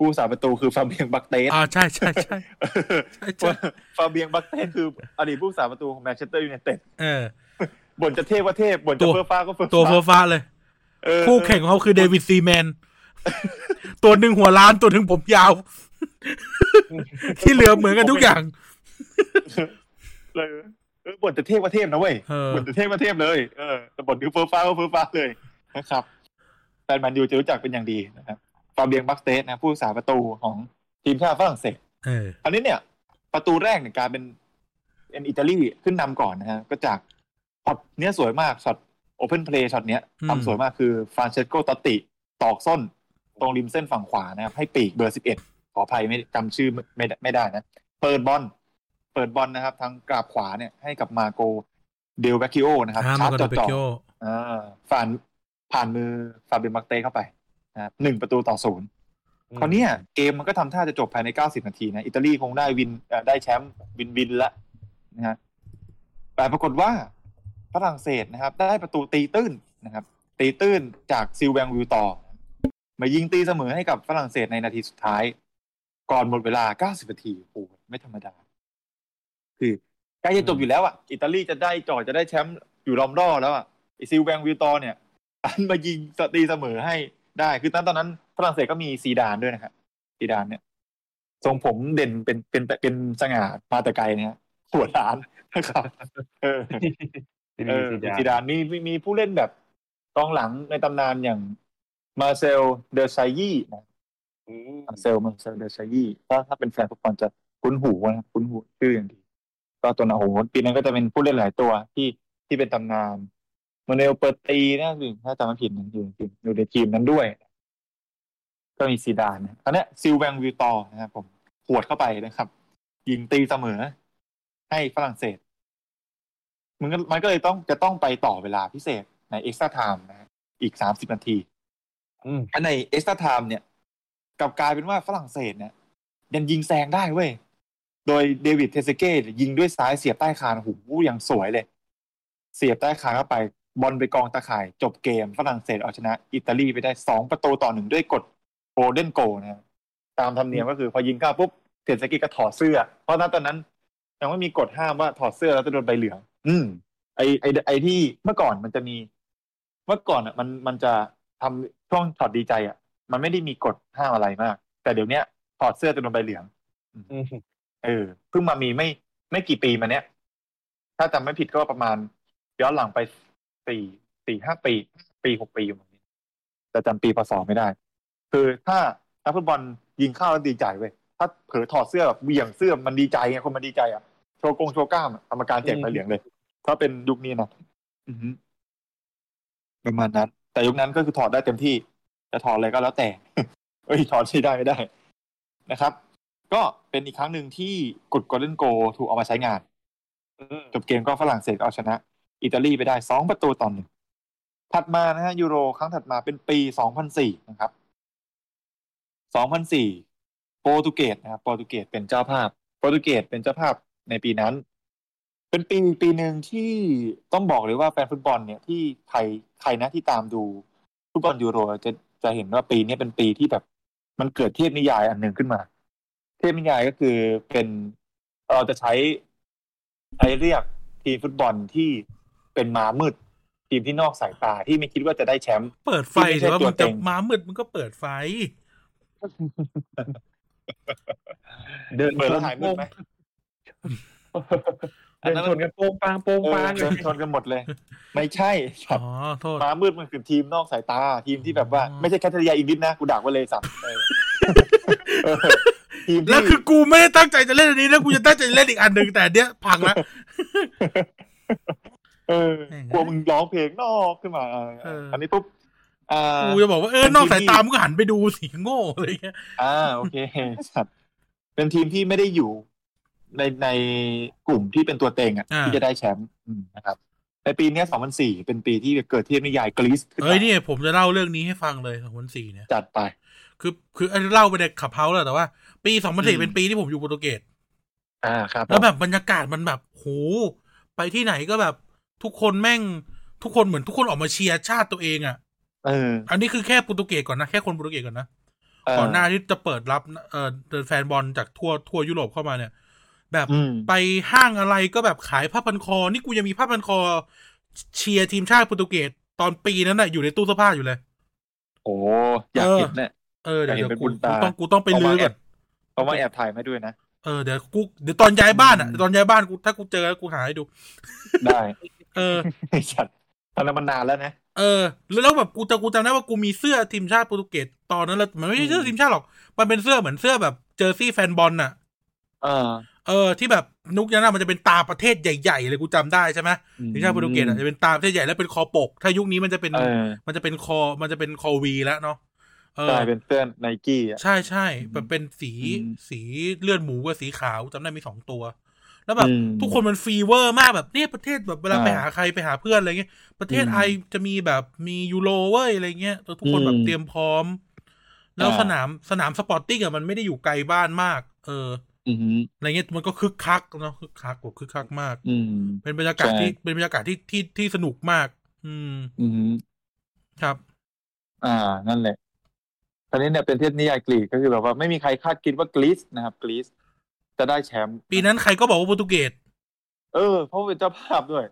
ผู้สาประตูคือฟาเบียงบักเตส อ่าใช่ใช่ใช่ใช่ใช่ ฟาเบียงบักเตสคืออดีตผู้สาประตูของแมนเชสเตอร์ยูไนเต็ด เออ บ่นจะเทพว่าเทพบ่น ตั จะ ว เฟ้อฟ้าก็เฟ้อ ตัวเฟ้อ ฟ้า ฟ้าเลย เออ คู่แข่งของเขาคือเดวิดซีแมน ตัวหนึ่งหัวล้านตัวหนึ่งผมยาว ที่เหลือเหมือนกันทุกอย่าง เออเออบ่นจะเทพว่าเทพนะเว้ย เออ บ่นจะเทพว่าเทพเลยเออแต่บ่นคือเฟ้อฟ้าก็เฟ้อฟ้าเลยนะครับแฟนแมนยูจะรู้จักเป็นอย่างดีนะครับฟาเบียงบักเตสนะผู้สาประตูของทีมชาติฝรั่งเศส เออ อันนี้เนี่ย ประตูแรกเนี่ยกลารเป็นเป็นอิตาลีขึ้นนำก่อนนะฮะก็จากช็อตเนี้ยสวยมากช็อตโอเพนเพลย์ช็อตเนี้ย อืม ทำสวยมากคือฟรานเชสโกตอตติตอกส้น ตรงริมเส้นฝั่งขวานะครับ ให้ปีกเบอร์สิบเอ็ดขออภัยไม่จำชื่อไม่ไม่ไม่ได้นะ เปิดบอลเปิดบอลนะครับ ทางกราบขวาเนี่ยให้กับมาโกเดลแวคคิโอนะครับ อ่า ชา มา ร์ ก จ ระ จ โดดเบอจ่ กิ อ โอ อาผ่านผ่านมือฟาเบียนมักเต้เข้าไปนะครับหนึ่งประตูต่อศูนย์ คราวเนี้ยเกมมันก็ทำท่าจะจบภายใน 90 นาทีนะ อิตาลีคงได้วินเอ่อได้แชมป์วินวินละนะฮะแต่ปรากฏว่าฝรั่งเศสนะครับ ได้ประตูตีตื้นนะครับ ตีตื้นจากซิลแวงวิวต่อ มายิงตีเสมอให้กับฝรั่งเศสในนาทีสุดท้าย ก่อนหมดเวลา 90 นาทีโอ้โหไม่ธรรมดา คือใกล้จะจบอยู่แล้วอ่ะอิตาลีจะได้จ่อจะได้แชมป์อยู่รอมรอแล้วอ่ะไอ้ซิลแวงวิวตอร์เนี่ย อันมายิงตีเสมอให้ได้ คือตอนตอนนั้น ฝรั่งเศสก็มีซีดานด้วยนะครับซีดานเนี่ย ทรงผมเด่นเป็นเป็นเป็นเป็นสง่ามาแต่ไกลนะฮะหัวล้าน นะครับ เออ ซี เออดีซี ซี ดา ดานมีมีมีผู้เล่นแบบกองหลังในตำนานอย่างมาเซลเดอร์ไซยีนะมาเซลมาเซลเดอร์ไซยีถ้าถ้าเป็นแฟนฟุตบอลจะคุ้นหูนะคุ้นหูชื่ออย่างดีก็ตัวหนาโหปีนั้นก็จะเป็นผู้เล่นหลายตัวที่ที่เป็นตำนานมาเนลเปอร์ตีนะหรือถ้าจำไม่ผิดนะอยู่อยู่อยู่ในทีมนั้นด้วย ก็มีซีดานนะอันเนี้ยซิลแวงวิวตอร์นะครับผมขวดเข้าไปนะครับ ยิงตีเสมอ ให้ฝรั่งเศส มันก็มันก็เลยต้องจะต้องไปต่อเวลาพิเศษในเอ็กซ์ต m าไทม์นะฮะอีกสามสิบนาที อืม อันในเอ็กซ์ต m าไทม์เนี่ยกลับกลายเป็นว่าฝรั่งเศสเนี่ยยังยิงแซงได้เว้ย โดยเดวิดเทเซเก้เนี่ยยิงด้วยซ้ายเสียบใต้คานโอ้โหูอย่างสวยเลย เสียบใต้คานเข้าไป บอลไปกองตะข่าย จบเกมฝรั่งเศสเอาชนะ อิตาลีไปได้สองประตูต่อหนึ่งด้วยกฎโกลเด้นโกนะฮะตามธรรมเนียมก็คือพอยิงเข้าปุ๊บเทเซเก้ก็ถอดเสื้อ เพราะณตอนนั้นยังไม่มีกฎห้ามว่าถอดเสื้อแล้วจะโดนใบเหลืองอืม ไอไอไอที่เมื่อก่อนมันจะมี เมื่อก่อนอ่ะ มันมันจะทำช่วงถอดดีใจอ่ะ มันไม่ได้มีกฎห้ามอะไรมาก แต่เดี๋ยวเนี้ยถอดเสื้อจะโดนใบเหลือง อืม เออเพิ่งมามีไม่ไม่กี่ปีมาเนี้ย ถ้าจำไม่ผิดก็ประมาณ ย้อนหลังไปสี่สี่ห้าปี ปีหกปีอยู่ประมาณนี้แต่จำปีพศไม่ได้ คือถ้านักฟุตบอลยิงเข้าแล้วดีใจเว้ยถ้าเผลอถอดเสื้อแบบเหวี่ยงเสื้อมันดีใจไงคนมันดีใจอ่ะโชว์กงโชว์กล้ามอะกรรมการแจกใบเหลืองเลย ถ้าเป็นยุคนี้นะอือฮึประมาณนั้น แต่ยุคนั้นก็คือถอดได้เต็มที่ จะถอดอะไรก็แล้วแต่ เอ้ยถอดใช้ได้ไม่ได้นะครับ ก็เป็นอีกครั้งหนึ่งที่กฎก o เด้นโกถูกเอามาใช้งาน อืม จบเกมก็ฝรั่งเศสเอาชนะ อิตาลีไปได้สองประตูต่อหนึ่งถัดมานะฮะยูโรครั้งถัดมาเป็นปีสองพันสี่นะครับสองพันสี่โปรตุเกสนะครับโปรตุเกสเป็นเจ้าภาพ โปรตุเกสเป็นเจ้าภาพในปีนั้น เป็นปีปีหนึ่งที่ต้องบอกเลยว่าแฟนฟุตบอลเนี่ยที่ใครใครนะที่ตามดูฟุตบอลยูโรจะจะเห็นว่าปีเนี้ยเป็นปีที่แบบ มันเกิดเทพนิยายอันหนึ่งขึ้นมา เทพนิยายก็คือเป็นเราจะใช้ใช้เรียกทีมฟุตบอลที่เป็นม้ามืด ทีมที่นอกสายตาที่ไม่คิดว่าจะได้แชมป์ เปิดไฟ ที่ไม่ใช่ แต่ว่ามันจะ ตัวเต็ง มามืดมันก็เปิดไฟ เดิน เปิดแล้วหายมืดไหม เดินชนกันโป้งปางโป้ง เอ ปา อง เดินชนกันหมดเลย ไม่ใช่ครับ อ๋อ โทษ ม้ามืดมันคือทีมนอกสายตา ทีมที่แบบว่า อ๋อ ไม่ใช่แคทเธอรียอิงลิสนะ กูด่าว่าเลยสัตว์เออเออทีมที่ แล้วคือกูไม่ได้ตั้งใจจะเล่นอันนี้นะกูจะตั้งใจเล่นอีกอันหนึ่งแต่อันเนี้ยพังละ เออ แม่ง กลัวมึงร้องเพลงนอกขึ้นมาอ่า เอออั อันนี้ปุ๊บอ่า กูจะบอกว่าเออนอกสายตามึงก็หันไปดูสิโง่อะไรเงี้ย อ่าโอเคครับเป็นทีมที่ไม่ได้อยู่ในในกลุ่มที่เป็นตัวเต็งอ่ะ อ่า ที่จะได้แชมป์อืมนะครับในปีเนี้สองพันสี่เป็นปีที่เกิดเทพนิยายกรีซขึ้น เอ้ย มา เนี่ยผมจะเล่าเรื่องนี้ให้ฟังเลยของวันสี่เนี่ย จัดไป คือ คืออันนี้เล่าไปในขับเฮาส์แล้วแต่ว่า ปีสองพัน อื สี่ ม เป็นปีที่ผมอยู่โปรตุเกส อ่าครับ แล้วแบบบรรยากาศมันแบบโหไปที่ไหนก็แบบทุกคนแม่งทุกคนเหมือนทุกคนออกมาเชียร์ชาติตัวเองอ่ะ เออ อันนี้คือแค่โปรตุเกสก่อนนะ แค่คนโปรตุเกสก่อนนะ เ ก่อนหน้าที่จะเปิดรับเอ่อแฟนบอลจากทั่วทั่วยุโรปเข้ามาเนี่ย แบบ อืม ไปห้างอะไรก็แบบขายผ้าพันคอ นี่กูยังมีผ้าพันคอ เชียร์ทีมชาติโปรตุเกสตอนปีนั้นน่ะอยู่ในตู้เสื้อผ้าอยู่เลย โอ้อยากเห็นเนี่ย เออเดี๋ยว อยากเดี๋ยวเห็นเป็น กู บุญตา กูต้องกูต้องไปลื้อก่อน เพราะว่าแอบถ่ายมาด้วยนะ เออเดี๋ยวกูเดี๋ยวตอนย้ายบ้านอ่ะ อืม ตอนย้ายบ้านกูถ้ากูเจอกูหาให้ดู ได้ เออ จัดตอนนั้นมันนานแล้วนะ เออแล้วแบบกูจำกูจำได้ว่ากูมีเสื้อทีมชาติโปรตุเกสตอนนั้นแล้วมันไม่ใช่เสื้อ อืม ทีมชาติหรอก มันเป็นเสื้อเหมือนเสื้อแบบเจอร์ซี่แฟนบอลน่ะ เออ เออที่แบบนุกยันน่ะมันจะเป็นตาประเทศใหญ่ๆเลยกูจำได้ใช่ไหม อื ทีมชาติโปรตุเกสอ่ะจะเป็นตาประเทศใหญ่แล้วเป็นคอปก ถ้ายุคนี้มันจะเป็น เออ มันจะเป็นคอมันจะเป็นคอวีแล้วเนาะเออ ได้เป็นเสื้อไนกี้อ่ะ ใช่ใช่แบบเป็นสี อืม สีเลือดหมูกับสีขาวจำได้มีสองตัว แล้วแบบ อืม ทุกคนมันฟีเวอร์มากแบบเนี่ยประเทศแบบเวลา อ่า ไปหาใครไปหาเพื่อนอะไรเงี้ยประเทศ อืม ไอจะมีแบบมียูโรเว้ยอะไรเงี้ยแล้วทุกคนแบบ อืม เตรียมพร้อม แล้ว อ่า สนามสนามสปอร์ตติ้งอะมันไม่ได้อยู่ไกลบ้านมาก เออ อืม อะไรเงี้ยมันก็คึกคักเนาะคึกคักกว่าคึกคักมาก อืม เป็นบรรยากาศ ใช่ ที่เป็นบรรยากาศที่ที่ที่สนุกมาก อืม อืม ครับ อ่า นั่นแหละตอนนี้เนี่ยเป็นเทศนิยายกรีกก็คือแบบว่าไม่มีใครคาดคิดว่ากรีซนะครับกรีซจะได้แชมป์ ปีนั้นใครก็บอกว่าโปรตุเกส เออ เพราะเป็นเจ้าภาพด้วย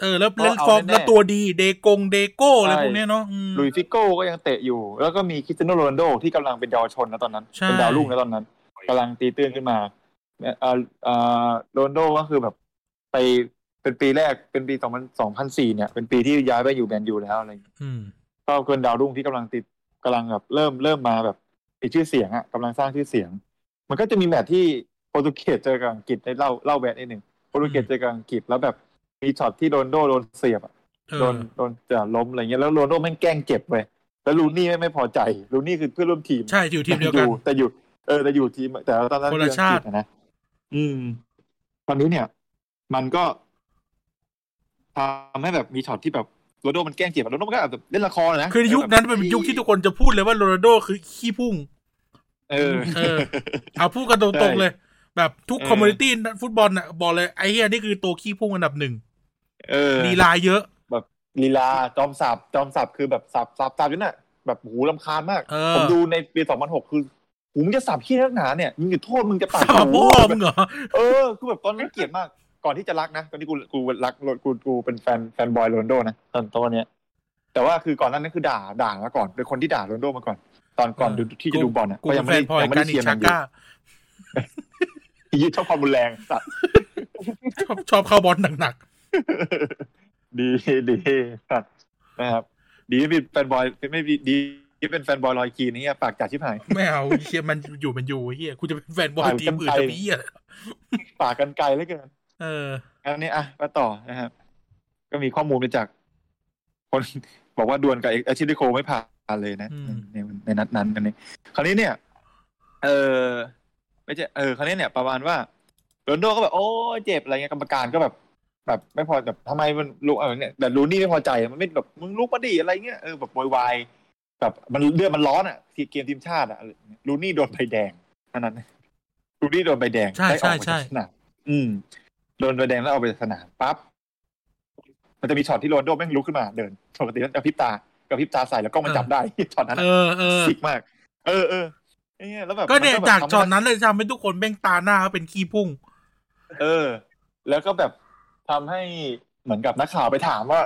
เออ แล้วแล้ว เอาเอา ฟอร์ม แน่ๆ แล้วตัวดีเดกงเดโก้อะไรพวกเนี้ยเนาะอืม ลุยฟิโก้ก็ยังเตะอยู่ แล้วก็มีคริสเตียโนโรนัลโดที่กำลังเป็นเยาวชนนะตอนนั้น ใช่ เป็นดาวรุ่งนะตอนนั้นกำลังตีตื้นขึ้นมาเอ่อเอ่อโรนัลโดก็คือแบบไปเป็นปีแรกเป็นปีสองพันสองพันสี่เนี่ย เป็นปีที่ย้ายไปอยู่แมนยูแล้วอะไรอย่างเงี้ย อืม ก็เป็นดาวรุ่งที่กำลังติดกำลังแบบเริ่มเริ่มมาแบบมีชื่อเสียงอ่ะกำลังสร้างชื่อเสียง มันก็จะมีแมตช์ที่โปรตุเกสเจอกับอังกฤษได้เล่าเล่าแบทนิดหนึ่งโปรตุเกสเจอกับอังกฤษแล้วแบบมีช็อตที่โรนัลโดโดนเสียบอะ เอ โด อน โดนจะล้มอะไรเงี้ยแล้วโรนลโดแม่งแกล้งเจ็บไปแล้วลูนี่ไม่พอใจลูนี่คือเพื่อนร่วมทีม ใช่อยู่ทีมเดียวกัน แต่อยู่แต่อยู่เออแต่อยู่ทีมแต่ตอนนั้น คนละชาติ เรื่องอังกฤษอะนะอืม ตอนนี้เนี่ย มันก็ทำให้แบบมีช็อตที่แบบโรนลโดมันแกล้งเจ็บอะโรนลโดมันก็แบบเล่นละครอะนะ คือยุคนั้นมันเป็นยุคที่ทุกคนจะพูดเลยว่าโรนัลโดคือขี้พุ่ง เออ เออ เอาพูดกันตรงๆเลย แบบทุก เออ คอมมูนิตี้ฟุตบอลน่ะบอกเลยไอ้เฮียนี่คือตัวขี้พุ่งอันดับหนึ่ง เออ ลีลาเยอะ ลีลาจอมสับจอมสับคือแบบสับสับสับอยู่น่ะ แบบหูลำคาญมาก เออ ผมดูในปีสองพันหกคือหูมึงจะสับขี้นักหนาเนี่ยมึงจะโทษมึงจะปัด สาบพ่อมึงเหรอ เออ คือแบบตอนนั้นเกลียดมาก ก่อนที่จะรักนะ ตอนนี้กู กูรักโรกู กูเป็นแฟน แฟนบอยโรนลโดนะ ตอนตอนเนี้ย แต่ว่าคือก่อนหนั้นนั่นคือด่า ด่ามาก่อน เป็นคนที่ด่าโรนลโดมาก่อน ตอนก่อน เออ ดูที่จะดูบอลนะ กู ก็ เป็นยัง แฟ ไม่นพลอยกาได้ยังไม่ได้ นิ เชียร์แม ชาน ยู ก้า ยึดชอบความรุนแรงสัตว์ ชอบชอบเข้าบอลหนัก ดีดีสัตว์นะครับ ดีที่เป็นแฟนบอย ไม่ดีดีที่เป็นแฟนบอยลอยคีนนี่ปากจัดชิบหาย ๆไม่เอาเชียมันอยู่มันอยู่ไอ้เฮียกูจะเป็นแฟนบอล ตาย ทีมอื่น จำใจ จะมีเฮียอะไร ปากกันไกลเหลือเกิน เออ อันนี้อ่ะมาต่อนะครับ ก็มีข้อมูลมาจาก คน บอกว่าดวลกับอาชิริโคไม่ผ่านเลยนะ อืม ในในในนัดนั้นกันนี้คราวนี้เนี่ย เออไม่ใช่เออคราวนี้เนี่ย ประมาณว่าโรนลโดก็แบบโอ้ยเจ็บอะไรเงี้ยกรรมการก็แบบ แบบไม่พอแบบทำไมมันลูกเออเนี่ยแต่ลูนี่ไม่พอใจมันไม่แบบมึงลูกมาดีอะไรเงี้ยเออแบบโวยวายแบบมันเลือดมันร้อนอ่ะทีเกมทีมชาติอ่ะลูนี่โดนใบแดงเท่านั้นลูนี่โดนใบแดง ใช่ ได้ออก ใช่ จากสนามอืม โดนใบแดงแล้วเอาไปสนามปั๊บมันจะมีช็อตที่โรนลโดแม่งลุกขึ้นมาเดินปกติแล้วกระพริบตากระพริบตาใส่แล้วกล้องมันจับได้ ช็อตนั้น เอ อะ อเออ สิกมาก เออเออเนี่ยแล้วแบบ ก็เนี่ย มัแบบ จาก ทำให้ ช็อตนั้นเลยทำให้ทุกคนแบ่งตาหน้าเป็นขี้พุ่ง เออ แล้วก็แบบทำให้เหมือนกับนักข่าวไปถามว่า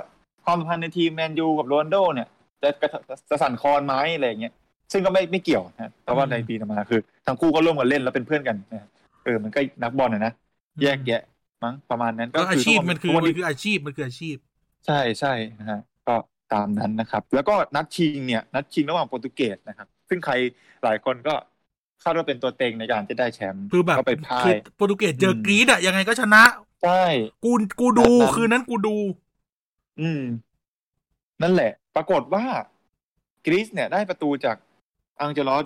ความสัมพันธ์ในทีมแมนยูกับโรนลโดเนี่ย จะกระทะจะสั่นคลอนไหมอะไรอย่างเงี้ยซึ่งก็ไม่ไม่เกี่ยวนะแต่ว่า อืม ในปีต่อมาคือทั้งคู่ก็ร่วมกันเล่นแล้วเป็นเพื่อนกันนะเออมันก็นักบอลนะนะแยกแยะมั้งประมาณนั้น ก็ ก็ อาชีพ ทุกวั มันคือ ทุกวั มันคืออาชีพมันคืออาชีพ ใช่ใช่นะฮะก็ตามนั้นนะครับ แล้วก็นัดชิงเนี่ย นัดชิงระหว่างโปรตุเกสนะครับ ซึ่งใครหลายคนก็คาดว่าเป็นตัวเต็งในการจะได้แชมป์ คือแบบ ก็ไปพ่า คือย โปรตุเกสเจออ ม กรีซอะยังไงก็ชนะ ใช่ กูกูดู แบบนั้น คืนนั้นกูดู อืม นั่นแหละ ปรากฏว่า กรีซเนี่ยได้ประตูจากอังเจลอส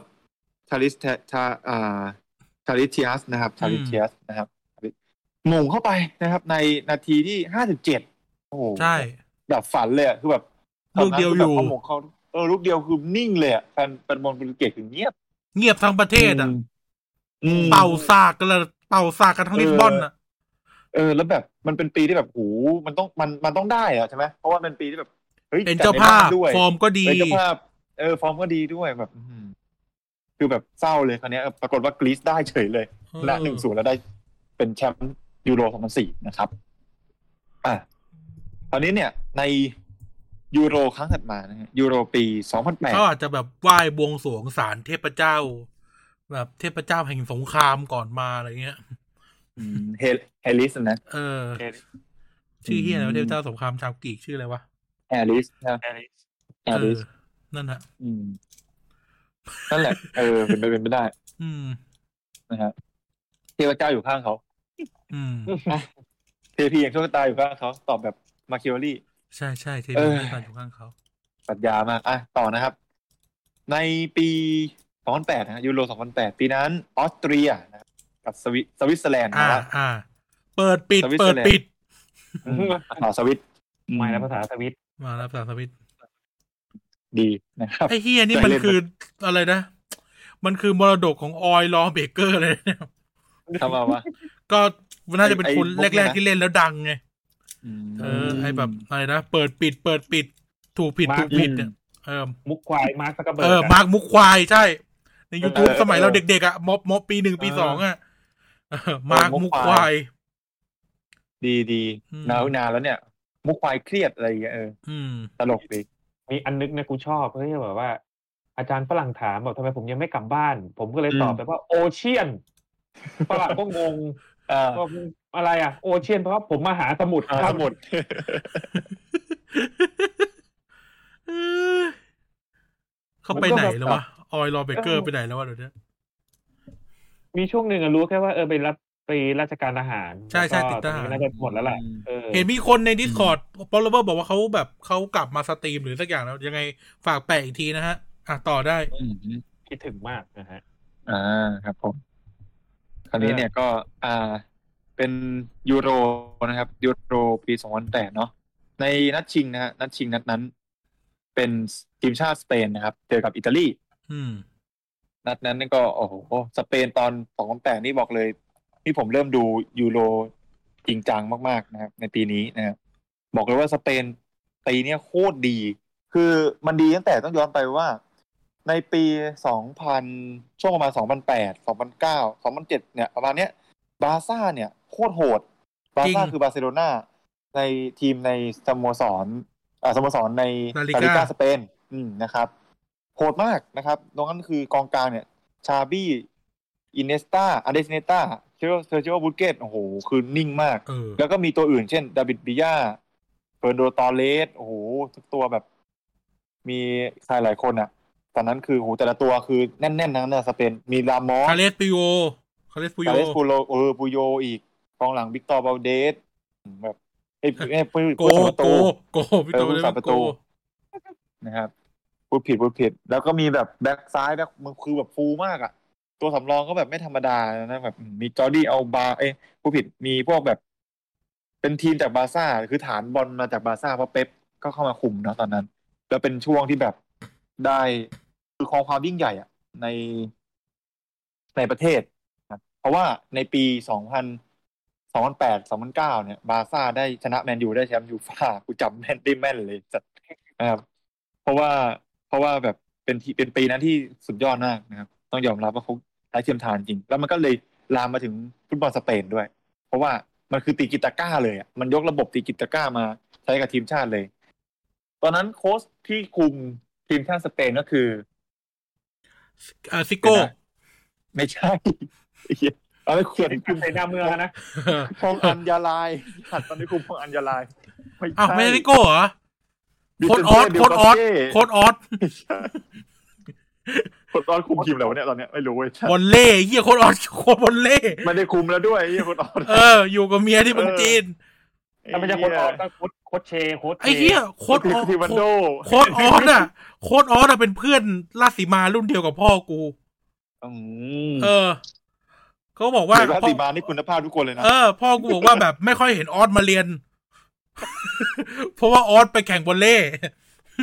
ชาลิสเทชาอ่าชาลิเทียสนะครับชาลิเทียสนะครับหม่งเข้าไปนะครับ ในนาทีที่ห้าสิบเจ็ดโอ้โห ใช่ แบบฝันเลยอะคือแบบตอลูนก นั้น เดียว คือแบบยู่ พหม่งเขาเออลูกเดียวคือนิ่งเลยอะแฟนแฟนบอลโปรตุเกสคือเงียบ เงียบทั้งประเทศอะ มอืม เป่าสากกันเลยเป่าสากกันทั้ง เออ ลิสบอนอะ เออ แล้วแบบมันเป็นปีที่แบบโหมันต้องมันมันต้องได้อะใช่ไหมเพราะว่าเป็นปีที่แบบฮ้ย เป็น จัด เจ้า ใน ภา บ้ พ นด้วย ฟอร์มก็ดี เป็นเจ้าภาพเออฟอร์มก็ดีด้วยแบบ อื้อหือคือแบบเศร้าเลยคราวเนี้ยเออปรากฏว่ากรีซได้เฉยเลยชนะหนึ่งศูนย์แล้วได้เป็นแชมป์ยูโรสองพันสี่นะครับ อ่ะตอนนี้เนี่ย ในยูโรครั้งถัดมานะฮะยูโรปีสองพันแปด เขาอาจจะแบบไหว้บวงสรวงศาลเทพเจ้า แบบเทพเจ้าแห่งสงครามก่อนมาอะไรเงี้ย เฮเฮลิสนะ เออ ชื่อเฮียอะไรวะเทพเจ้าสงครามชาวกรีกชื่ออะไรวะ เฮลิสนะเเฮอ ลิ อ ส นั่นฮะ นั่นแหละ เออ เป็นไปเป็นไม่ได้ อืม นะฮะเทพเจ้าอยู่ข้างเขา อืม เทพีอย่างโชคชะตาอยู่ข้างเขาตอบแบบมาคิวรี่ ใช่ใช่เทพ เออเจ้าอยู่ข้างเขา ปรัชญามากอ่ะ ต่อนะครับ ในปี 2008นะยูโร 2008 ปีนั้น ออสเตรียนะครับกับสวิสวิตเซอร์แลนด์ อ่า นะฮะ อ่า เปิดปิด สวิตเซ เปิ อร์ ด แลนด์ ปิด อืมต่อสวิต ไม่แล้วภาษาสวิต มาแล้วสามสวิต ดีนะครับ ไอ้เฮียนี่ ใจ มัน เล่น คืออะไรนะ มันคือมรดกของออยลอเบเกอร์เลยนะเนี่ย ทำมาว่า ก็น่าจะเป็น ไอ้ คน พวกนี้ แรก นะ ๆที่เล่นแล้วดังไง เออ ไอ้แบบอะไรนะ เปิดปิด เปิดปิด ถูกผิด มาถูร์คกผิดเนี่ย เออ มุกควายมาร์คซักเบิร์ เออ ก มาร์คมุกควายใช่ ใน YouTube เออ สมัยเรา เออ เด็กๆอ่ะ มอบมอบปีหนึ่งปี เออ สองอ่ะเออมาร์ค มุ มุก กคคาววาย ย ดีดี อืม นานนานแล้วเนี่ย มุกควายเครียดอะไรอย่างเงี้ยเออ อืม ตลกดี มีอันนึกนะกูชอบเฮ้ยแบบว่า อาจารย์ฝรั่งถามบอกทำไมผมยังไม่กลับบ้าน ผมก็เลยตอบไปว่าโอเชียนฝรั่งก็งง เออ ว่าอะไรอ่ะโอเชียนเพราะว่าผมมาหาสมุทรค ทั้ รับ งหมด เอ้ย เขาไปไหนแล้ววะ ออยลอเบเกอร์ไปไหนแล้ววะเดี๋ยวนี้ มีช่วงหนึ่งอะรู้แค่ว่าเออไปรับไปราชการทหาร ใช่ใช่ติดทหาร แล้วก็อนนี้น่าจะหมดแล้วแหละออ เห็นมีคนใน Discord ปอลเลอร์บอกว่าเขาแบบเขากลับมาสตรีมหรือสักอย่างแล้ว ยังไงฝากแปะอีกทีนะฮะ อ่ะ ต่อได้ อืม คิดถึงมากนะฮะ อ่าครับผม คราวนี้เนี่ยก็ อ่า เป็นยูโรนะครับ ยูโรปีสองพันแปดเนาะในนัดชิงนะฮะนัดชิงนัดนั้น เป็นทีมชาติสเปนนะครับ เจอกับอิตาลี อืม นัดนั้นนี่ก็ โอ้โห สเปนตอนสองพันแปดนี่บอกเลย ที่ผมเริ่มดูยูโรจริงจังมาก ๆ นะครับ ในปีนี้นะครับบอกเลยว่าสเปนปีเนี้ยโคตรดี คือมันดีตั้งแต่ต้องย้อนไปว่า ในปีสองพันช่วงประมาณสองพันแปดสองพันเก้าสองพันเจ็ดเนี่ย ประมาณเนี้ยบาร์ซ่าเนี่ย โคตรโหด บาร์ซ่า จริง คือบาร์เซโลนาในทีมในสโมสร อ่าสโมสรใน ลาลิก้า ลิสเปน อืมนะครับ โหดมากนะครับตรงนั้นคือกองกลางเนี่ย ชาบี้ อินเนสตาอเดสเนตาเชอร์เซอร์เจโอบูตเกต โอ้โห คือนิ่งมาก เออ แล้วก็มีตัวอื่นเช่น ดาบิดบิยาเฟอร์นโดตอเลส โอ้โห ทุกตัวแบบ มีใครหลายคนอะตอนนั้นคือโอ้โหแต่ละตัวคือแน่นๆทั้งนั้นนะสเปน มีรามอส คาเลสปิโยคาเลสปิโย ปาเลสปูโลเออปูโยอีกกองหลังบิกตอร์เบลเดสแบบไอ้ไอ้ผู้ โก ผู้สาปโกระตู โกพี่ เอ โต อผู้ เลย สาประ โก ตู นะครับพูดผิดพูดผิด แล้วก็มีแบบแบ็กซ้ายแบ็กมันคือแบบฟูลมากอ่ะ ตัวสำรองก็แบบไม่ธรรมดานะแบบมีจอร์ดี้เอาบาเอ้ยผู้ผิดมีพวกแบบ เป็นทีมจากบาร์ซ่า คือฐานบอลมาจากบาร์ซ่าเพราะเป๊ปก็เข้ามาคุมเนอะตอนนั้น แล้วเป็นช่วงที่แบบได้คือครองความยิ่งใหญ่อะในในประเทศนะครับเพราะว่าในปีสองพันสองพันแปดสองพันเก้าเนี่ย บาร์ซ่าได้ชนะแมนยูได้แชมป์ยูฟ่ากูจำแม่นได้แม่นเลยจัดนะครับ เพราะว่าเพราะว่าแบบเป็นที่เป็นปีนั้นที่สุดยอดมากนะครับ ต้องยอมรับว่าเขาไร้เทียมทานจริง แล้วมันก็เลยลามมาถึงฟุตบอลสเปนด้วย เพราะว่ามันคือตีกิตาก้าเลยอะมันยกระบบตีกิตาก้ามาใช้กับทีมชาติเลย ตอนนั้นโค้ชที่คุมทีมชาติสเปนก็คือ อ่าซิโก้ ไม่ใช่ ไอ้เหี้ยเอาไปเขียนคุม ใส่หน้าเมืองอะนะ พงอัญญาลายหัดตอนนี้คุมพงอัญญาลายไม่ อ้าว ใช่ ไม่ใช่ซิโก้เหรอ โคตรออสโคตรออสโคตรออส โคตรออสคุมทีมเราเนี่ยตอนเนี้ยไม่รู้เว้ย บอลเล่เยี่ยโคตรออ สโคตรบอลเล่ ไม่ได้คุมแล้วด้วยไอ้เหี้ยโคตรออส เออ อยู่กับเมียที่เมืองจีน แต่มันจะโคตรออกก็โคตรโคตรเชโคตร ไอ้เหี้ยโค โค้ ต ด รออส ทีวันโด โคตรออสอ่ะ โคตรออสอ่ะเป็นเพื่อนราศีมารุ่นเดียวกับพ่อกู อืม เออเขาบอกว่า เดี๋ยวว่า พ่อ ติมานี่คุณภาพทุกคนเลยนะ เออ พ่อกูบอกว่าแบบไม่ค่อยเห็นออสมาเรียน เพราะว่าออสไปแข่งบอลเล่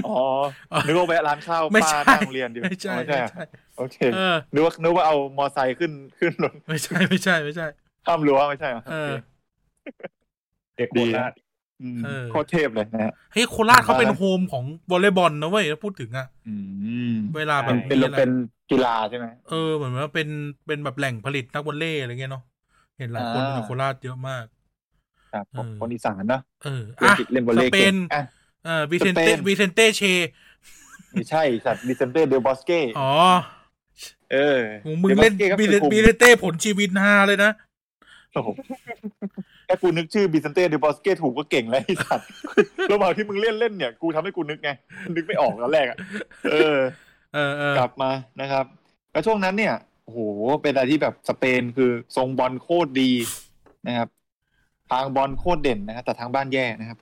อ๋อนึกว่าแวะร้านข้าว ไม่ ป้า ใช่ หน้าโรงเรียนดิ ไม่ใช่ อ๋อ ไม่ใช่ โอเค เออ นึกว่านึกว่าเอามอไซค์ขึ้นขึ้นรถ ไม่ใช่ไม่ใช่ไม่ใช่ ข้ามรั้วไม่ใช่หร เออ เด็กโคตรละ ม เออ โคตรเทพเลยนะฮะ เฮ้ยโคราชเขาเป็นโฮมของวอลเลย์บอลนะเว้ยถ้าพูดถึงอะ อืม เวลาแบ มั บ นเป็น มีอะไร เป็นกีฬาใช่ไหม เออเหมือนว่าเป็นเป็นแบบแหล่งผลิตนักวอลเลย์อะไรเงี้ยเนาะเห็นหลายคน อ่า อยู่โคราชเยอะมาก ครับผม เออ คนอีสานนะ เออ เล่น อ่ะ ติดเล่นบอลเล่ สเป เก่ น งอ่ะ เออวิเซนเต สเปน วิเซนเตเช ไม่ใช่สัตว์ดิเซนเตเดลบอสเก้ อ๋อ เออ มึง ดลบอ เล่น สก้ก็ วิ คือคุม เซนเตผลชีวิตฮาเลยนะ โอ้โหแค่กูนึกชื่อบิเซนเต้เดลบอสเก้ถูกก็เก่งแล้วไอ้ สัตว์ระหว่างที่มึงเล่นเล่นเนี่ย กูทำให้กูนึกไงนึกไม่ออกตอนแรกอะเออ เออเออก ลับมานะครับแล้วช่วงนั้นเนี่ยโอ้โหเป็นอะไรที่แบบสเปนคือทรงบอลโคตรดีนะครับ ทางบอลโคตรเด่นนะครับแต่ทางบ้านแย่นะครับ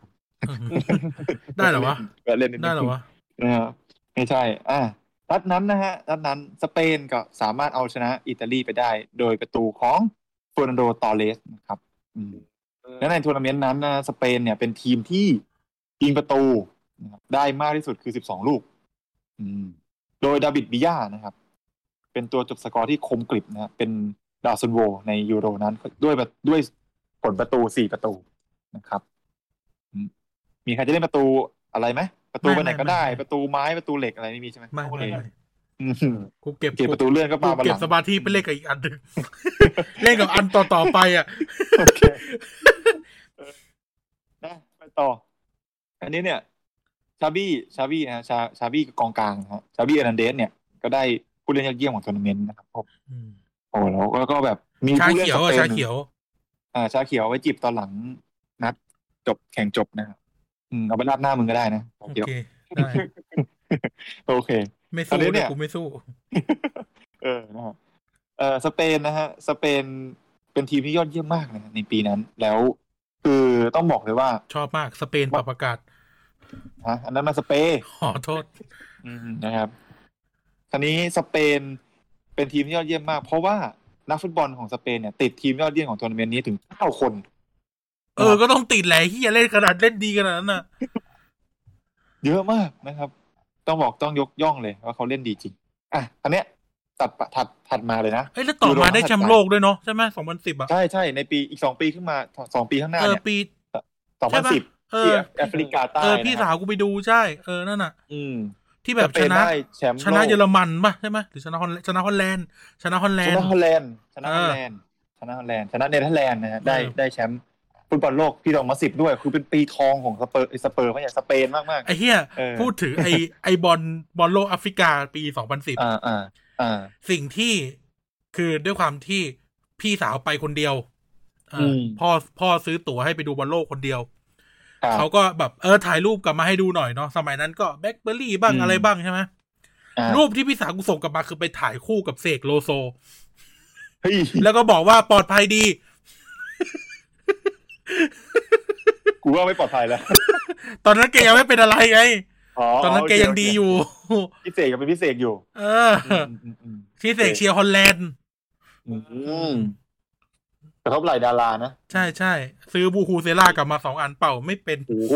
ได้เหรอวะ ก็เล่นนินึง ได้เหรอวะ นะครับไม่ใช่ อ่ะนัดนั้นนะฮะนัดนั้นสเปนก็สามารถเอาชนะอิตาลีไปได้ โดยประตูของเฟอร์นันโดตอเรสนะครับ อืม และในทัวร์นาเมนต์นั้นนะสเปนเนี่ยเป็นทีมที่ยิงประตูนะครับได้มากที่สุดคือ 12 ลูก อืม โดยดาบิดบิยานะครับ เป็นตัวจบสกอร์ที่คมกริบนะครับเป็นดาวซันโวในยูโรนั้นด้วยประด้วยผลประตู 4 ประตูนะครับอืมมีใครจะเล่นประตูอะไรไหมประตู ไม่ ไปไหนก็ ไม่ ได้ ไม่ ประตูไม้ประตูเหล็กอะไรไม่มีใช่ไหม ไม่ไม่ไม่ อืม กูเก็บ เก็บประตูเลื่อนก็ กู มาบัล เก็ ลั บ ง สมาธิไปเล่นกับอีกอันหนึ่ง เล่นกับอันต่อต่อๆไปอ่ะ โอเคนะไปต่อ อันนี้เนี่ยชาบี้ชาบี้นะฮะชาชาบี้กองกลางนะฮะชาบี้เอร์นันเดสเนี่ยก็ได้ผู้เล่นยอดเยี่ยมของทัวร์นาเมนต์นะครับผม อืม โอ้แล้วแล้วก็แบบมี ชา ผู้เล่น เขียว ส อะ เป ชาน เขียว อ่าชาเขียวเอาไว้จิบตอนหลังนัดจบแข่งจบนะครับอืมเอาไปราดหน้ามึงก็ได้นะ โอ เดี๋ยว เคได้ โอเค ไม่ ตอ สู้ นนี้เนี่ เดี๋ย ย วกูไม่สู้ เออนะฮะเออสเปนนะฮะ สเปนเป็นทีมที่ยอดเยี่ยมมากนะฮะในปีนั้น แล้วคือต้องบอกเลยว่า ชอบมากสเปนปรับอากาศ ฮะอันนั้นมันสเปน ขอโทษ อืมนะครับคราวนี้สเปนเป็นทีมที่ยอดเยี่ยมมาก เพราะว่านักฟุตบอลของสเปนเนี่ยติดทีมยอดเยี่ยมของทัวร์นาเมนต์นี้ถึงเก้าคน เออ ก็ต้องติดแหละที่จะเล่นขนาดเล่นดีขนาดนั้นน่ะ เยอะมากนะครับ ต้องบอกต้องยกย่องเลยว่าเขาเล่นดีจริง อ่ะอันเนี้ยตัดปะถัดถัดมาเลยนะ เอ้ยแล้วต่อมาได้แชมป์โลกด้วยเนาะใช่ไหมสองพันสิบอ่ะ ใช่ใช่ในปีอีกสองปีขึ้นมาสองปีข้างหน้า เออ เนี่ย ปี สอง ใช่ พัน ปะ สิบ เอ ที่ อ แอฟริกาใต้ เออ นะ พี่ ค สา รับ วกูไปดูใช่ เออนั่นน่ะ อืม ที่แบบ สเป ช น นะ ได้แชมป์ ชนะ โลก เยอรมันป่ะใช่ไหมหรือชนะฮอลแลนด์ชนะฮอลแลนด์ชนะฮอลแล ช น นะ ด์ ฮอลแลนด์ชเออนะฮอลแลนด์ชนะฮอลแลนด์ชนะเนเธอร์แลนด์นะฮะได้ เออ ได้แชมป์ฟุตบอลโลกปีสองพันสิบด้วย คือเป็นปีทองของสเปอร์สเปอร์ไม่ใช่สเปนมากมาก ไอ้เหี้ย เออ พูด ถึงไอ้ไอ้บอลบอลโลกแอฟริกาปีสองพันสิบ อ่าอ่าอ่า สิ่งที่คือด้วยความที่พี่สาวไปคนเดียวเอออพ่อพ่อซื้อตั๋วให้ไปดูบอลโลกคนเดียว ครับ เขาก็แบบเออถ่ายรูปกลับมาให้ดูหน่อยเนาะสมัยนั้นก็แบล็คเบอร์รี่บ้าง อืม อะไรบ้างใช่ไหม อ่า รูปที่พี่สาวกูส่งกลับมาคือไปถ่ายคู่กับเสกโลโซ เฮ้ย แล้วก็บอกว่าปลอดภัยดี กูว่าไม่ปลอดภัยแล้ว ตอนนั้นแกยังไม่เป็นอะไรไง ตอนนั้นแก โเค ยังดีอยู่ พิเศษยังเป็นพิเศษอยู่ เอออ มอืม ที่เสกเชียร์ฮอลแลนด์ อืมอืมกระทบไหลดารานะ ใช่ใช่ซื้อบูฮูเซล่ากลับมาสองอันเป่าไม่เป็น โอ้โห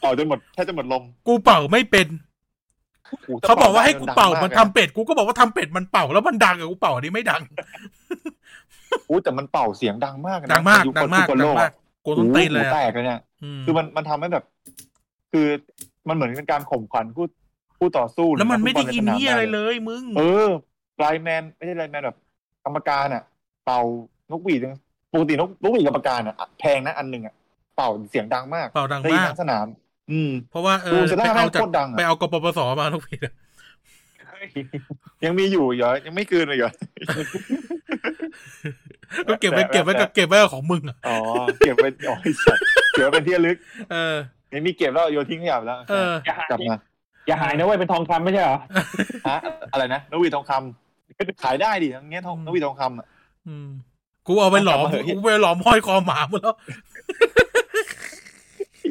เป่าจนหมดแทบจะหมดลม กูเป่าไม่เป็น โโ เขาบอกว่าให้กูเป่า ดัง มันทำเป็ดกูก็บอกว่าทำเป็ดมันเป่าแล้วมันดังอะกูเป่าอันนี้ไม่ ดัง โอ้แต่มันเป่าเสียงดังมากนะ ดังมาก ในยุค ดังมาก ฟุตบอล ดั โล ง ก มา อะ กโกนต้นตีนเลย หูแต อะ กเลยเนี่ย อืม คือมันมันทำให้แบบ คือมันเหมือนเป็นการข่มขวัญผู้ผู้ต่อสู้หรือ แล้วมันไม่ได้ ก ยิ ฟุ น ตบลใสาม เฮียอะไรเลยมึง เออไลน์แมนไม่ใช่ไลน์แมนแบบ กรรมการอ่ะ เป่านกหวีดยังปกตินกนกหวีดกรรมการอ่ะ แพงนะอันหนึ่งอ่ะ เป่าเสียงดังมาก เป่าดัง ได้ยิน มาก ทั้งสนาม อืม เพราะว่าเออ ดูจะได้ ไปเอาจาก โคตรดังอะ ไปเอากปปสมาทุกพีอะ ยังมีอยู่เหรอยังไม่คืนเลยเหรอ ก็เก็บไว้ แต่ เก็บไว้ แต่ กับเก็บไว้กับของมึงอ่ะ อ๋อเก็บไว้อ๋อไอ้สัสเก็บไว้เป็นที่ระลึก เออ ยังมีเก็บแล้วโยนทิ้งขยะไปแล้ว เออ อย่าหาย กลับมา อย่าหายนะเว้ยเป็นทองคำไม่ใช่เหรอ ฮะอะไรนะนกหวีดทองคำ ขายได้ดิอย่างเงี้ยทองนกหวีดทองคำอะ อืมกูเอาไปหลอม เอากลับมาเถอะ กูไปหลอมห้อยคอหมาหมดแล้ว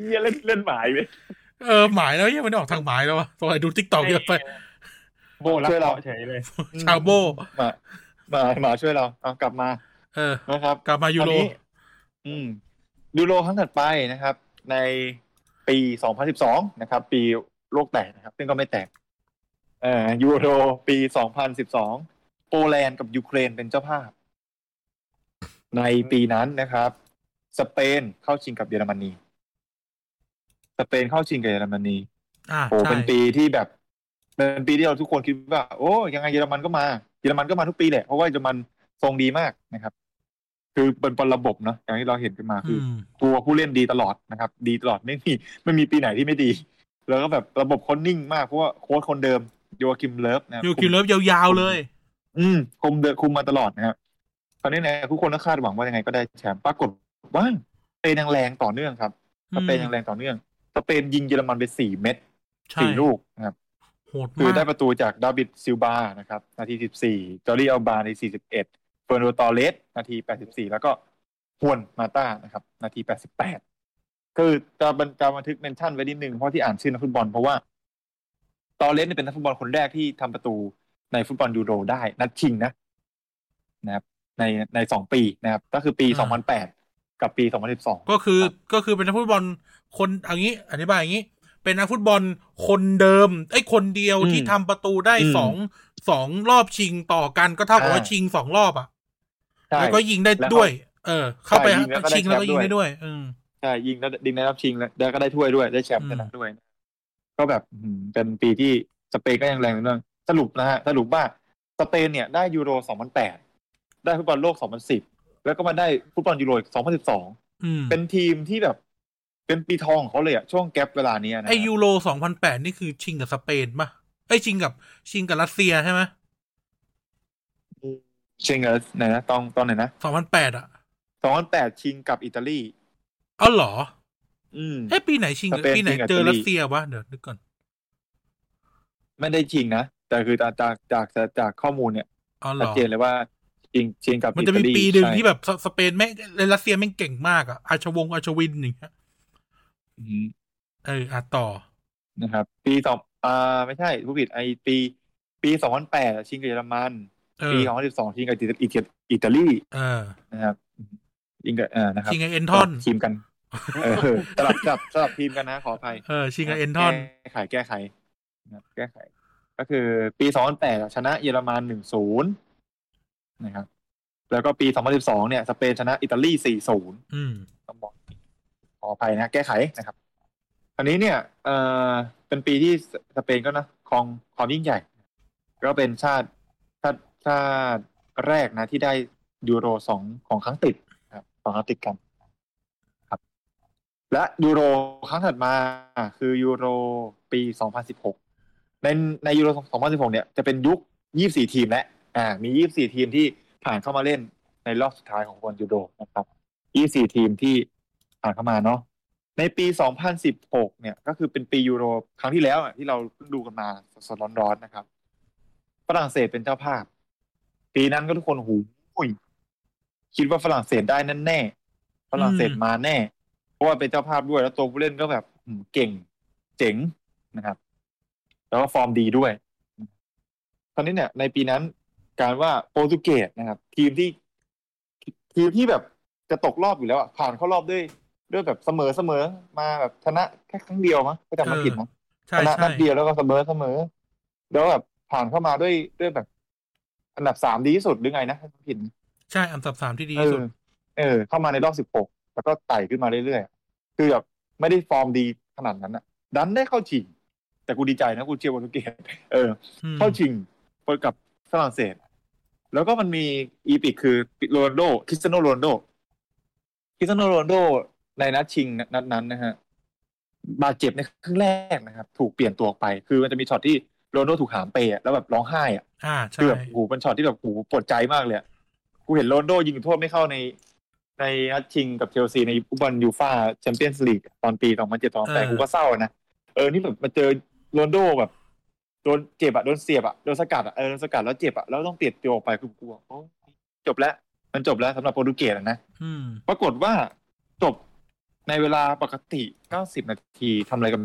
เหี้ยเล่นเล่นหมายไป เออหมายแล้วยังไม่ได้ออกทางหมายแล้ววะสงสัยดูทิกตอกเยอะไป โบรับ ช่วยเรา เฉยเลย ชาวโบ้ มามามาช่วยเราเอากลับมา เออ นะครับ กลับมายูโร คาวนี้อืม ยูโรครั้งถัดไปนะครับ ในปี 2012 นะครับ ปีโลกแตกนะครับ ซึ่งก็ไม่แตก เอ่อยูโรปี 2012 โปแลนด์กับยูเครนเป็นเจ้าภาพ ในปีนั้นนะครับ สเปนเข้าชิงกับเยอรมนี สเปนเข้าชิงกับเยอรมนี อ่า โอ้ ใช่ เป็นปีที่แบบเป็นปีที่เราทุกคนคิดว่า โอ้ยังไงเยอรมันก็มาเยอรมันก็มาทุกปีแหละเพราะว่าเยอรมันทรงดีมากนะครับ คือเป็นบอลระบบเนาะอย่างที่เราเห็นกันมาคือ ม ตัวผู้เล่นดีตลอดนะครับ ดีตลอดไม่มีไม่มีปีไหนที่ไม่ดี แล้วก็แบบระบบเขานิ่งมากเพราะว่าโค้ชคนเดิมโยคิมเลิฟนะครับ ยูคิวเลิฟยาวๆเลย อืมคุมเดอะคุมมาตลอดนะครับตอนนี้เนะทุกคนก็คาดหวังว่ายังไงก็ได้แชมป์ปรากฏว่าสเปนยังแรงต่อเนื่องครับสเปนยังแรงต่อเนื่องสเปนยิงเยอรมันไปสี่เม็ด ใช่ สี่ลูกนะครับ โหด คือ มาก ได้ประตูจากดาวิดซิลบา นะครับ นาที 14 จอรี่อัลบา ใน 41 เฟอร์นันโดตอร์เลส นาที 84 แล้วก็ฮวนมาต้า นะครับ นาที 88 คือจะบันจะบันทึกเมนชั่นไว้นิดนึง เพราะที่อ่านชื่อนักฟุตบอล เพราะว่า ตอร์เลสเนี่ยเป็นนักฟุตบอลคนแรกที่ทำประตูในฟุตบอลยูโรได้ นัดชิงนะ นะครับ ในในสองปีนะครับ ก็คือปี 2008 กับปี 2012 ก็คือก็คือเป็นนักฟุตบอลคนเอางี้ อธิบายอย่างนี้ เป็นนักฟุตบอลคนเดิมไอ้ยคนเดียว อืม ที่ทำประตูได้ อืม สองสองรอบชิงต่อกันก็เท่ากับ อ่า ว่าชิงสองรอบอ่ะ ใช่ แล้วก็ยิงได้ แล้วเขา ด้วย เออ เข้าไป ใช่ยิงแล้ชิงแล้ววก็ได้ก็ แชมป์ ยิง ด้วย ได้ด้วย อืม ใช่ยิงแล้วดิงได้รับชิงแล้วแล้วก็ได้ถ้วยด้วยได้แชมป์ชนะด้วย ก็แบบอื้อหือเป็นปีที่สเปนก็ยังแรงอยู่เนื่องสรุปนะฮะสรุปว่าสเปนเนี่ยได้ยูโร 2008 ได้ฟุตบอลโลก 2010 แล้วก็มาได้ฟุตบอลยูโรอีก2012 อืม เป็นทีมที่แบบ เป็นปีทองของเขาเลยอะช่วงแก๊ปเวลาเนี้ยนะ ไอยูโรสองพันแปดนี่คือชิงกับสเปนปะไอยชิงกับชิงกับรัสเซียใช่ไหม ชิงกับไหนนะตอนตอนไหนนะ สองพันแปดอ่ะ สองพันแปดชิงกับอิตาลี เอ้าเหรอ อืม เอ้ยปีไหนชิงกับ สเปน ปีไหน ชิงกับ เจอ อิตาลี รัสเซียวะเดี๋ยวนึกก่อน ไม่ได้ชิงนะแต่คือจากจากจากจากข้อมูลเนี่ย เอ้าเหร ชัด อ เจนเลยว่าชิงชิงกับ มัน อิ จะ ตา มี ลี ปีหนึ่ง ใช่ ที่แบบสสเปนแม่งและรัสเซียแม่งเก่งมากอ่ะอาชวงศ์อาชวินอย่างเงี้ย อืม เอออ่ะต่อ นะครับ ปีสองอ่าไม่ใช่ผู้ผิดไอปี ปีสองพันแปดชิงกับเยอรมัน เอ ปี อ สองพันสิบสองชิงกับอิตาอิตาอิตาลี เออ นะครับชิงกับเอ่านะครับ ชิงกับเอ็นทอน ทีม กันเออสลับสลับสลับทีมกันนะขออภัย เออชิงกับเอ็นทอน แก้ไขแก้ไขนะครับแก้ไข ก็คือปีสองพันแปดชนะเยอรมันหนึ่งศูนย์นะครับ แล้วก็ปีสองพันสิบสองเนี่ยสเปนชนะอิตาลีสี่ศูนย์ อืม ต้องบอกขออภัยนะ แก้ไขนะครับ อันนี้เนี่ย เอ่อเป็นปีที่สสเปนก็นะครองความยิ่งใหญ่ ก็เป็นชาติชาติชาติแรกนะ ที่ได้ยูโรสองของครั้งติดนะครับสองครั้งติดกันครับ และยูโรครั้งถัดมาคือยูโรปี 2016 ในในยูโร 2016 เนี่ยจะเป็นยุค 24 ทีมแล้วอ่า มี 24 ทีมที่ผ่านเข้ามาเล่นในรอบสุดท้ายของบอลยูโรนะครับ 24 ทีมที่ผ่านเข้ามาเนาะในปี 2016 เนี่ย ก็คือเป็นปียูโรครั้งที่แล้วอะที่เราเพิ่งดูกันมาสดๆร้อนๆนะครับฝรั่งเศสเป็นเจ้าภาพ ปีนั้นก็ทุกคนหูยคิดว่าฝรั่งเศสได้นั่นแน่ฝรั่งเศส อืม มาแน่ เพราะว่าเป็นเจ้าภาพด้วยแล้วตัวผู้เล่นก็แบบอืมเก่งเจ๋งนะครับ แล้วก็ฟอร์มดีด้วยคราวนี้เนี่ย ในปีนั้นการว่าโปรตุเกสนะครับ ทีมที่ทีมที่แบบจะตกรอบอยู่แล้วอะผ่านเข้ารอบด้วย ด้วยแบบเสมอเสมอมาแบบชนะแค่ครั้งเดียวมั้งก็จำไม่ผิดมั้ง ใช่ ชนะนั ใช่ ดเดียวแล้วก็เสมอเสมอแล้วแบบผ่านเข้ามาด้วยด้วยแบบ อันดับสามดีที่สุดหรือไงนะถ้าจำผิดนะ ใช่อันดับสามที่ดี เอ ที่ อ สุด เออ เข้ามาในรอบสิบหกแล้วก็ไต่ขึ้นมาเรื่อยๆคือแบบไม่ได้ฟอร์มดีขนาดนั้นอะดันได้เข้าชิง แต่กูดีใจนะกูเชียร์โปรตุเกสเออ อืม เข้าชิงไปกับฝรั่งเศส แล้วก็มันมีอีพิกคือโรนลโดคริสเตียโนโรนลโดคริสเตียโนโรนลโดในนัดชิงนัดนั้นนะฮะ บาดเจ็บในครึ่งแรกนะครับ ถูกเปลี่ยนตัวออกไป คือมันจะมีช็อตที่โรนลโดถูกหามเปย์อะแล้วแบบร้องไห้อะ อ่า คื ใช่ อแบบโอ้โหเป็นช็อตที่แบบโอ้โหปวดใจมากเลยอะกูเห็นโรนลโดยิงจุดโทษไม่เข้าใน ในนัดชิงกับเชลซีในฟุตบอลยูฟ่าแชมเปี้ยนส์ลีกตอนปีสองพันเจ็ดสองแต่กูก็เศร้านะ เออ นี่แบบมาเจอโรนลโดแบบโดนเจ็บอะโดนเสียบอะโดนสกัดอะเออโดนสกัดแล้วเจ็บอะแล้วต้องเปลี่ยนตัวออกไปคือกลัวโอ้จบแล้ว มันจบแล้วสำหรับโปรตุเกสอะนะ อืม ปรากฏว่าจบในเวลาปกติ 90 นาทีทำอะไรกัน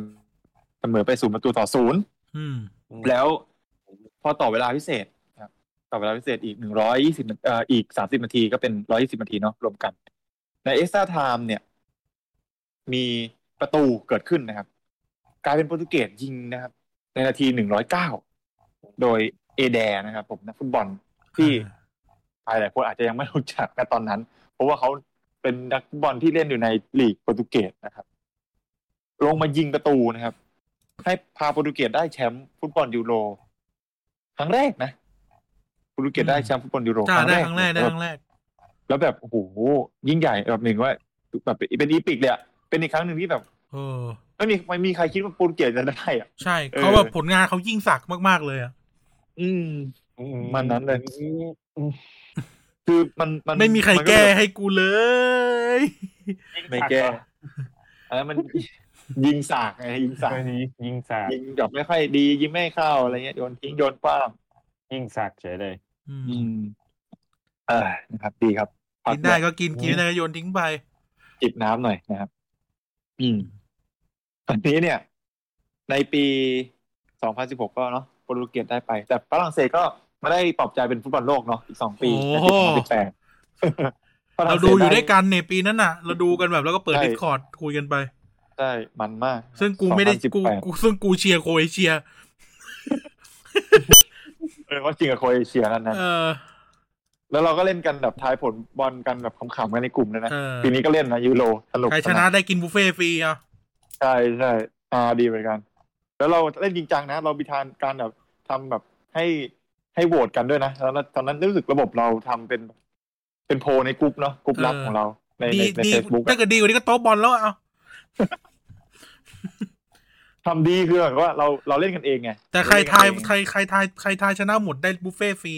เสมอไปศูนย์ประตูต่อศูนย์ อืม แล้วพอต่อเวลาพิเศษครับ ต่อเวลาพิเศษอีก 120นาเอ่ออีก 30 นาทีก็เป็น 120 นาทีเนาะรวมกัน ในเอ็กซ์ต i ้าไทม์เนี่ย มีประตูเกิดขึ้นนะครับ กลายเป็นโปรตุเกสยิงนะครับ ในนาที 109 โดยเอแดนะครับผมนักฟุตบอลที่ อ่า ใครหลายคนอาจจะยังไม่รู้จักกันตอนนั้น เพราะว่าเขาเป็นนักฟุตบอลที่เล่นอยู่ในลีกโปรตุเกสนะครับ ลงมายิงประตูนะครับ ให้พาโปรตุเกสได้แชมป์ฟุตบอลยูโรครั้งแรกนะโปรตุเกสได้แชมป์ฟุตบอลยูโร จ้าได้ค ค รั้ รั้ ง ง แรกแรก ได้ครั้งแรก แล้วแบบโอ้โหยิ่งใหญ่แบบหนึ่งว่าแบบเป็นอีพิกเลยอะเป็นอีกครั้งหนึ่งที่แบบ เออ ไม่มีไม่มีใครคิดว่าโปรตุเกสจะได้อะ ใช่ เออ เขาแบบผลงานเขายิ่งสักมาก ๆ เลยอ่ะ อืม อื มันนั้นเลย อืมอืม คือมันมัน ไม่มีใคร น แก้ บบ ให้กูเลย ไม่แก้ อันนั้นมัน ยิงสากไงยิง สั สาก ก นี้ยิงสาก ยิงแบบไม่ค่อยดียิงไม่เข้าอะไรเงี้ยโยนทิ้งโยนกว้าง ยิงสากเฉยเลย อืม อืม เออนะครับ ดีครับพั กินได้ หน่อย ก็กินกินไม่ได้ก็โยนทิ้งไป จิบน้ำหน่อยนะครับ อืมตอนนี้เนี่ย ในปี 2016 ก็เนาะโปรตุเกสได้ไป แต่ฝรั่งเศสก็ไม่ได้ปลอบใจเป็นฟุตบอลโลกเนาะอีกสองปี โอ้ ใน โห ปี2018 เราดูอยู่ด้วยกันเนี่ยปีนั้นน่ะ เราดูกันแบบแล้วก็เปิด ใช่ ดิสคอร์ดคุยกันไป ใช่มันมาก ซึ่งกูไม่ได้กู 2018 กูซึ่งกูเชียร์โครเอเชีย เออว่าจริงกับโครเอเชียนั่นนะ เออ แล้วเราก็เล่นกันแบบทายผลบอลกันแบบขำๆกันในกลุ่มเลยนะ เออ ปีนี้ก็เล่นนะยูโรสนุก ใครชนะได้กินบุฟเฟ่ต์ฟรีอ่ะ ใช่ใช่อ่าดีเหมือนกัน แล้วเราเล่นจริงจังนะ เรามีทานการแบบทำแบบให้ให้โหวตกันด้วยนะแล้วตอนนั้นรู้สึกระบบเราทำเป็น เป็นโพลในกลุ่มเนาะกลุ่มลับ เออ ของเราใน ดี ในใน ดี เฟซบุ๊ก ถ้าเกิดดีกว่านี้ก็โต๊ะบอลแล้วอ่ะ ทำดีคือแบบว่าเราเราเล่นกันเองไง แต่ใครทาย เล่นกันเอง ใครใครทายใครทายชนะหมดได้บุฟเฟ่ต์ฟรี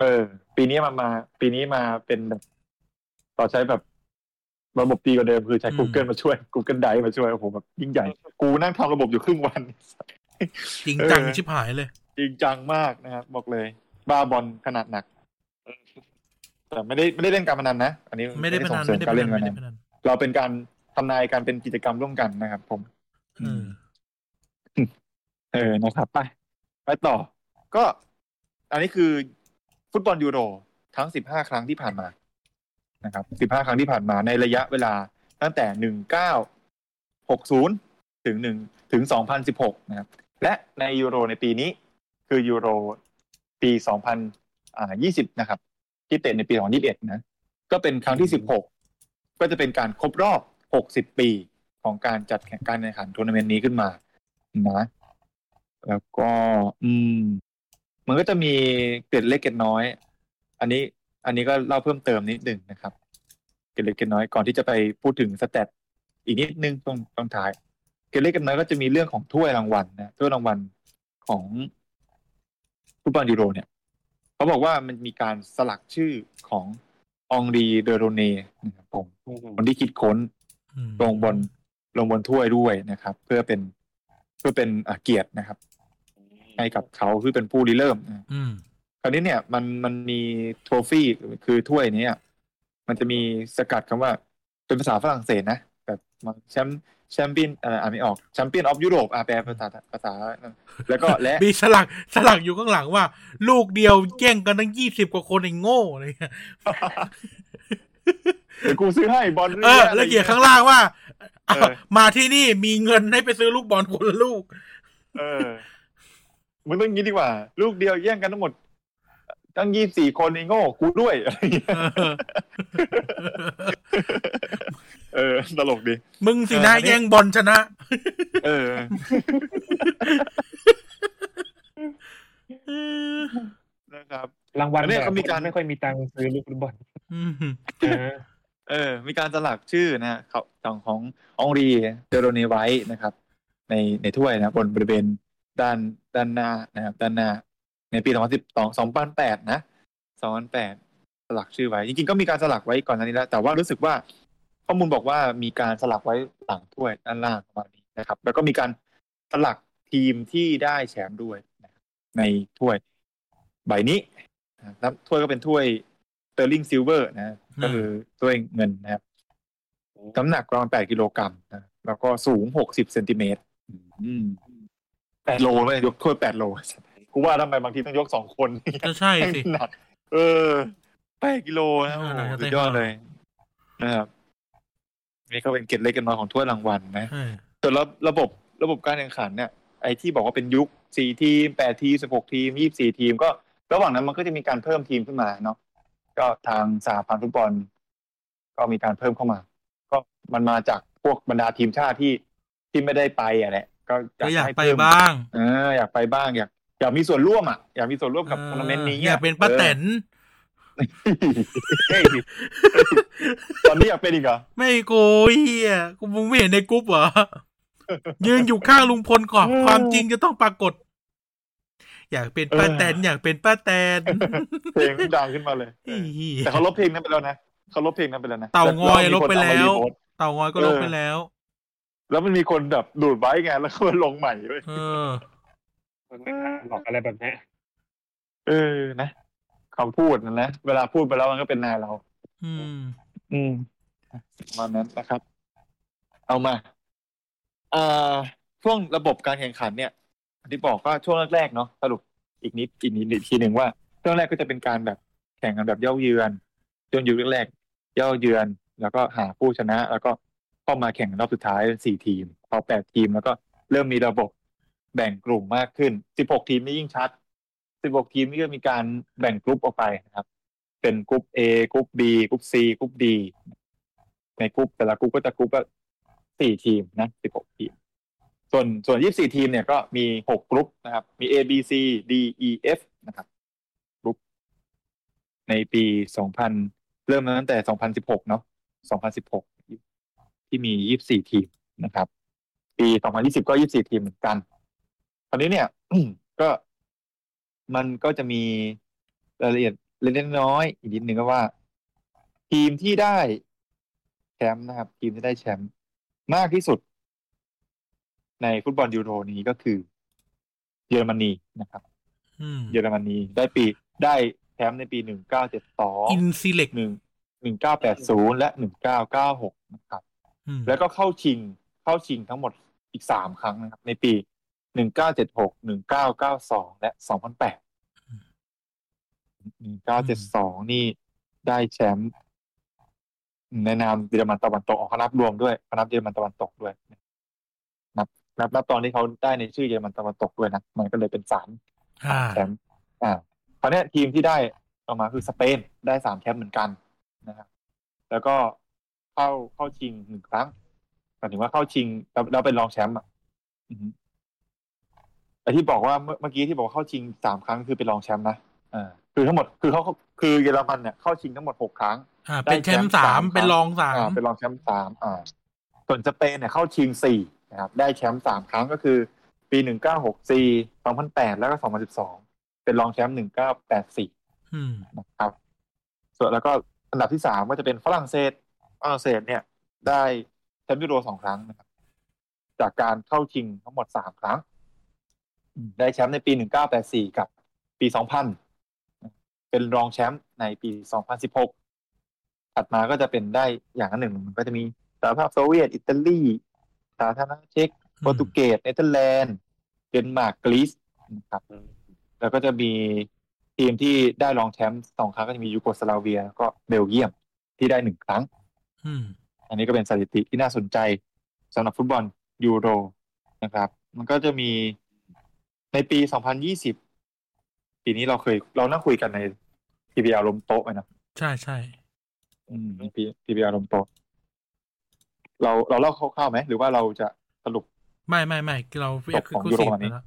เออ ปีนี้มามา ปีนี้มาเป็นแบบเราใช้แบบระบบดีกว่าเดิมคือใช้ อืม Google มาช่วย Google Drive มาช่วยโอ้โหแบบยิ่งใหญ่ กูนั่งทำระบบอยู่ครึ่งวัน จริงจัง เออ ชิบหายเลย จริงจังมากนะครับบอกเลย บ้าบอลขนาดหนักแต่ไม่ได้ไม่ได้เล่นการพนันนะอันนี้ ไม่ได้พ ส่ นั ง น เสริม ไม่ได้ กา พนัรเล่ น น ไม่ พ ได้ นัน พนัน เราเป็นการทำนายการเป็นกิจกรรมร่วมกันนะครับผม เออ เออนะครับไปไปต่อ ก็ อันนี้คือฟุตบอลยูโรทั้ง 15 ครั้งที่ผ่านมา นะครับ 15 ครั้งที่ผ่านมาในระยะเวลาตั้งแต่ 1960 ถึง1ถึง 2016 นะครับ และในยูโรในปีนี้ คือยูโรปี 2020 นะครับ ที่เตะในปี 2021 นะ ก็เป็นครั้งที่ 16 ก็จะเป็นการครบรอบ 60 ปีของการจัดแข่งการแข่งขันทัวร์นาเมนต์นี้ขึ้นมา นะ แล้วก็ อืม มันก็จะมีเกร็ดเล็กเกร็ดน้อย อันนี้ อันนี้ก็เล่าเพิ่มเติมนิดหนึ่งนะครับ เกร็ดเล็กเกร็ดน้อยก่อนที่จะไปพูดถึงสแตทอีกนิดนึงตรงตรงท้าย เกร็ดเล็กเกร็ดน้อยก็จะมีเรื่องของถ้วยรางวัลนะถ้วยรางวัลของฟุตบอลยูโรเนี่ยเขาบอกว่ามันมีการสลักชื่อขององรีเดโรเน่นะครับผม อืม คนที่คิดค้น อืม ลงบนลงบนถ้วยด้วยนะครับ เพื่อเป็นเพื่อเป็นอ่ะเกียรตินะครับ ให้กับเขาคือเป็นผู้ริเริ่มนะ อืม คราวนี้เนี่ยมันมันมีโทฟี่คือถ้วยเนี้มันจะมีสกัดคำว่าเป็นภาษาฝรั่งเศสนะแบบแชมป์แชมเปี้ยนเอ่ออ่านไม่ออกแชมเปี้ยนออฟยุโรปอ่ะแปลภาษาภาษา แล้วก็ และ มีสลักสลักอยู่ข้างหลังว่า ลูกเดียวแย่งกันตั้งยี่สิบกว่าคนไอ้โง่อะไรเงี้ย เดี๋ยวกูซื้อให้บอล เออ แล้วเขียนข้างล่างว่า เออ มาที่นี่มีเงินให้ไปซื้อลูกบอลคนละลูก เออมึงต้องงี้ดีกว่า ลูกเดียวแย่งกันทั้งหมด ตั้งยี่สี่คนไอ้โง่กูด้วยอะไรอย่างเงี้ย เออ เออ ตลกดี มึงสินะ เอออันนี้ แย่งบอลชนะ เออ เออ นะครับ รางวัล อันเนี้ย แบบ เขามีการ ไม่ค่อยมีตังค์ซื้อลูกฟุตบอล อืม เออ เออ มีการสลักชื่อนะฮะเขาของขององรีเดโรเนไว้นะครับ ในในถ้วยนะบนบริเวณด้านด้านหน้านะครับ ด้านหน้า ในปี 2012 2008 นะ 2008 สลักชื่อไว้ จริงๆ ก็มีการสลักไว้ก่อนหน้านี้แล้ว แต่ว่ารู้สึกว่า ข้อมูลบอกว่ามีการสลักไว้หลังถ้วยด้านล่างประมาณนี้นะครับ แล้วก็มีการสลักทีมที่ได้แชมป์ด้วยนะครับในถ้วยใบนี้นะครับถ้วยก็เป็นถ้วยเตอร์ลิงซิลเวอร์นะ ก็คือถ้วยเงินนะครับ น้ำหนักประมาณแปดกิโลกรัมนะ แล้วก็สูงหกสิบเซนติเมตรอืมแปดโลเลยยกถ้วยแปดโล กูว่าทำไมบางทีต้องยกสองคน ก็ใช่สิ หนัก เออแปดกิโลนะโอ้โหสุดยอดเลยนะครับนี่ก็เป็นเกร็ดเล็กเกร็ดน้อยของถ้วยรางวัลนะ เออ ส่วนระระบบระบบการแข่งขันเนี่ยไอ้ที่บอกว่าเป็นยุคสี่ทีมแปดทีมสิบหกทีมยี่สี่ทีม ก็ระหว่างนั้นมันก็จะมีการเพิ่มทีมขึ้นมาเนาะก็ทางสหพันธ์ฟุตบอล ก็มีการเพิ่มเข้ามา ก็มันมาจากพวกบรรดาทีมชาติที่ที่ไม่ได้ไปอ่ะแหละก็ ก็อยาก ให้ ไป เพิ่ม บ้าง เอออยากไปบ้างอยากอยากมีส่วนร่วมอ่ะอยากมีส่วนร่วมกับทัวร์นาเมนต์นี้ะ อยากเป็นป้าแตน เออเฮ้ย ตอนนี้อยากเป็นอีกเหรอ ไม่โกยเฮียกูมึงไม่เห็นในกรุ๊ปเหรอ ยืนอยู่ข้างลุงพลก่อน เออ ความจริงจะต้องปรากฏ อยากเป็นป้าแตนอยากเป็นป้าแตน เพลงดังขึ้นมาเลย เฮีย แต่เขาลบเพลงนั้นไปแล้วนะเขาลบเพลงนั้นไปแล้วนะ เต่างอย แมี ลบไป คนเอามา แล้ว รีโพสต์ เต่างอยก็ เออ ลบไปแล้ว แล้วมันมีคนแบบดูดไว้ไงแล้วก็มาลงใหม่เว้ย เออ มันไม่กล้าบอกอะไรแบบเนี้ย เออนะคำพูดนั่นนะเวลาพูดไปแล้วมันก็เป็นนายเรา อืม อืมประมาณนั้นนะครับ เอามาเอ่อช่วงระบบการแข่งขันเนี่ยอย่างที่บอกก็ช่วงแรกๆเนาะสรุปอีกนิดอีกนิดอีกทีหนึ่งว่าช่วงแรกก็จะเป็นการแบบแข่งกันแบบเย่าเยือนจนอยู่แรกๆเย่าเยือน แล้วก็หาผู้ชนะ แล้วก็เข้ามาแข่งรอบสุดท้ายสี่ทีมพอแปดทีมแล้วก็เริ่มมีระบบแบ่งกลุ่มมากขึ้นสิบหกทีมนี่ยิ่งชัดสิบหกทีมนี่ก็มีการแบ่งกลุ่มออกไปนะครับ เป็นกลุ่ม A กลุ่ม B กลุ่ม C กลุ่ม D ในกลุ่มแต่ละกลุ่มก็จะกลุ่มละสี่ทีมนะสิบหกทีม ส่วนส่วนยี่สี่ทีมเนี่ยก็มีหกกลุ่มนะครับ มี A B C D E F นะครับกลุ่มในปีสองพันเริ่มมาตั้งแต่สองพันสิบหกเนาะสองพันสิบหก ที่มี 24 ทีมนะครับ ปี 2020 ก็ 24 ทีมเหมือนกัน คราวนี้เนี่ย ก็มันก็จะมีรายละเอียดเล็กๆน้อยๆอีกนิดนึงก็ว่า ทีมที่ได้แชมป์นะครับ ทีมที่ได้แชมป์มากที่สุด ในฟุตบอลยูโรนี้ก็คือเยอรมนีนะครับ อืม เยอรมนีได้ปีได้แชมป์ในปี 1972 อินซีเล็ก 1 1980 และ 1996 นะครับ อืม แล้วก็เข้าชิงเข้าชิงทั้งหมดอีกสามครั้งนะครับ ในปี 1976 1992 และ 2008 1972 นี่ได้แชมป์ในนามเยอรมันตะวันตกออกเขานับรวมด้วยเขานับเยอรมันตะวันตกด้วยนับนับนับตอนที่เขาได้ในชื่อเยอรมันตะวันตกด้วยนะมันก็เลยเป็นสาม อ่า แชมป์อ่าคราวเนี้ยทีมที่ได้ออกมาคือสเปนได้สามแชมป์เหมือนกันนะครับ แล้วก็เข้าเข้าชิงหนึ่งครั้งหมายถึงว่าเข้าชิงแล้วแล้วเป็นรองแชมป์อ่ะอือฮึแต่ที่บอกว่าเมื่อเมื่อกี้ที่บอกว่าเข้าชิงสามครั้งคือเป็นรองแชมป์นะอ่าคือทั้งหมดคือเขาคือเยอรมันเนี่ยเข้าชิงทั้งหมดหกครั้ง อ่า เป็นแชมป์สามเป็นรองสาม อ่าเป็นรองแชมป์สามอ่า ส่วนสเปนเนี่ยเข้าชิงสี่นะครับ ได้แชมป์สามครั้งก็คือ ปีหนึ่งเก้าหกสี่สองพันแปดแล้วก็สองพันสิบสองเป็นรองแชมป์หนึ่งเก้าแปดสี่ อืม นะครับ ส่วนแล้วก็อันดับที่สามก็จะเป็นฝรั่งเศสฝรั่งเศสเนี่ย ได้แชมป์ยูโรสองครั้งนะครับ จากการเข้าชิงทั้งหมดสามครั้ง ได้แชมป์ในปีหนึ่งเก้าแปดสี่กับปีสองพันเป็นรองแชมป์ในปีสองพันสิบหกถัดมาก็จะเป็นได้อย่างละหนึ่งมันก็จะมีสหภาพโซเวียต อิตาลีสาธารณรัฐเช็กโปรตุเกสเนเธอร์แลนด์เดนมาร์กกรีซนะครับ แล้วก็จะมีทีมที่ได้รองแชมป์สองครั้งก็จะมียูโกสลาเวีย แล้วก็เบลเยียมที่ได้หนึ่งครั้ง อืม อันนี้ก็เป็นสถิติที่น่าสนใจสำหรับฟุตบอลยูโรนะครับ มันก็จะมีในปี 2020 ปีนี้เราเคยเรานั่งคุยกันใน PPR ลมโต๊ะไปนะ ใช่ใช่ อืมใน P- PPR ลมโต๊ะเราเราเล่าคร่าวๆไหม หรือว่าเราจะสรุป ไม่ไม่ไม่เราเรียก จบของ คู่ ยูโร สิบ อันนี้ แล้ว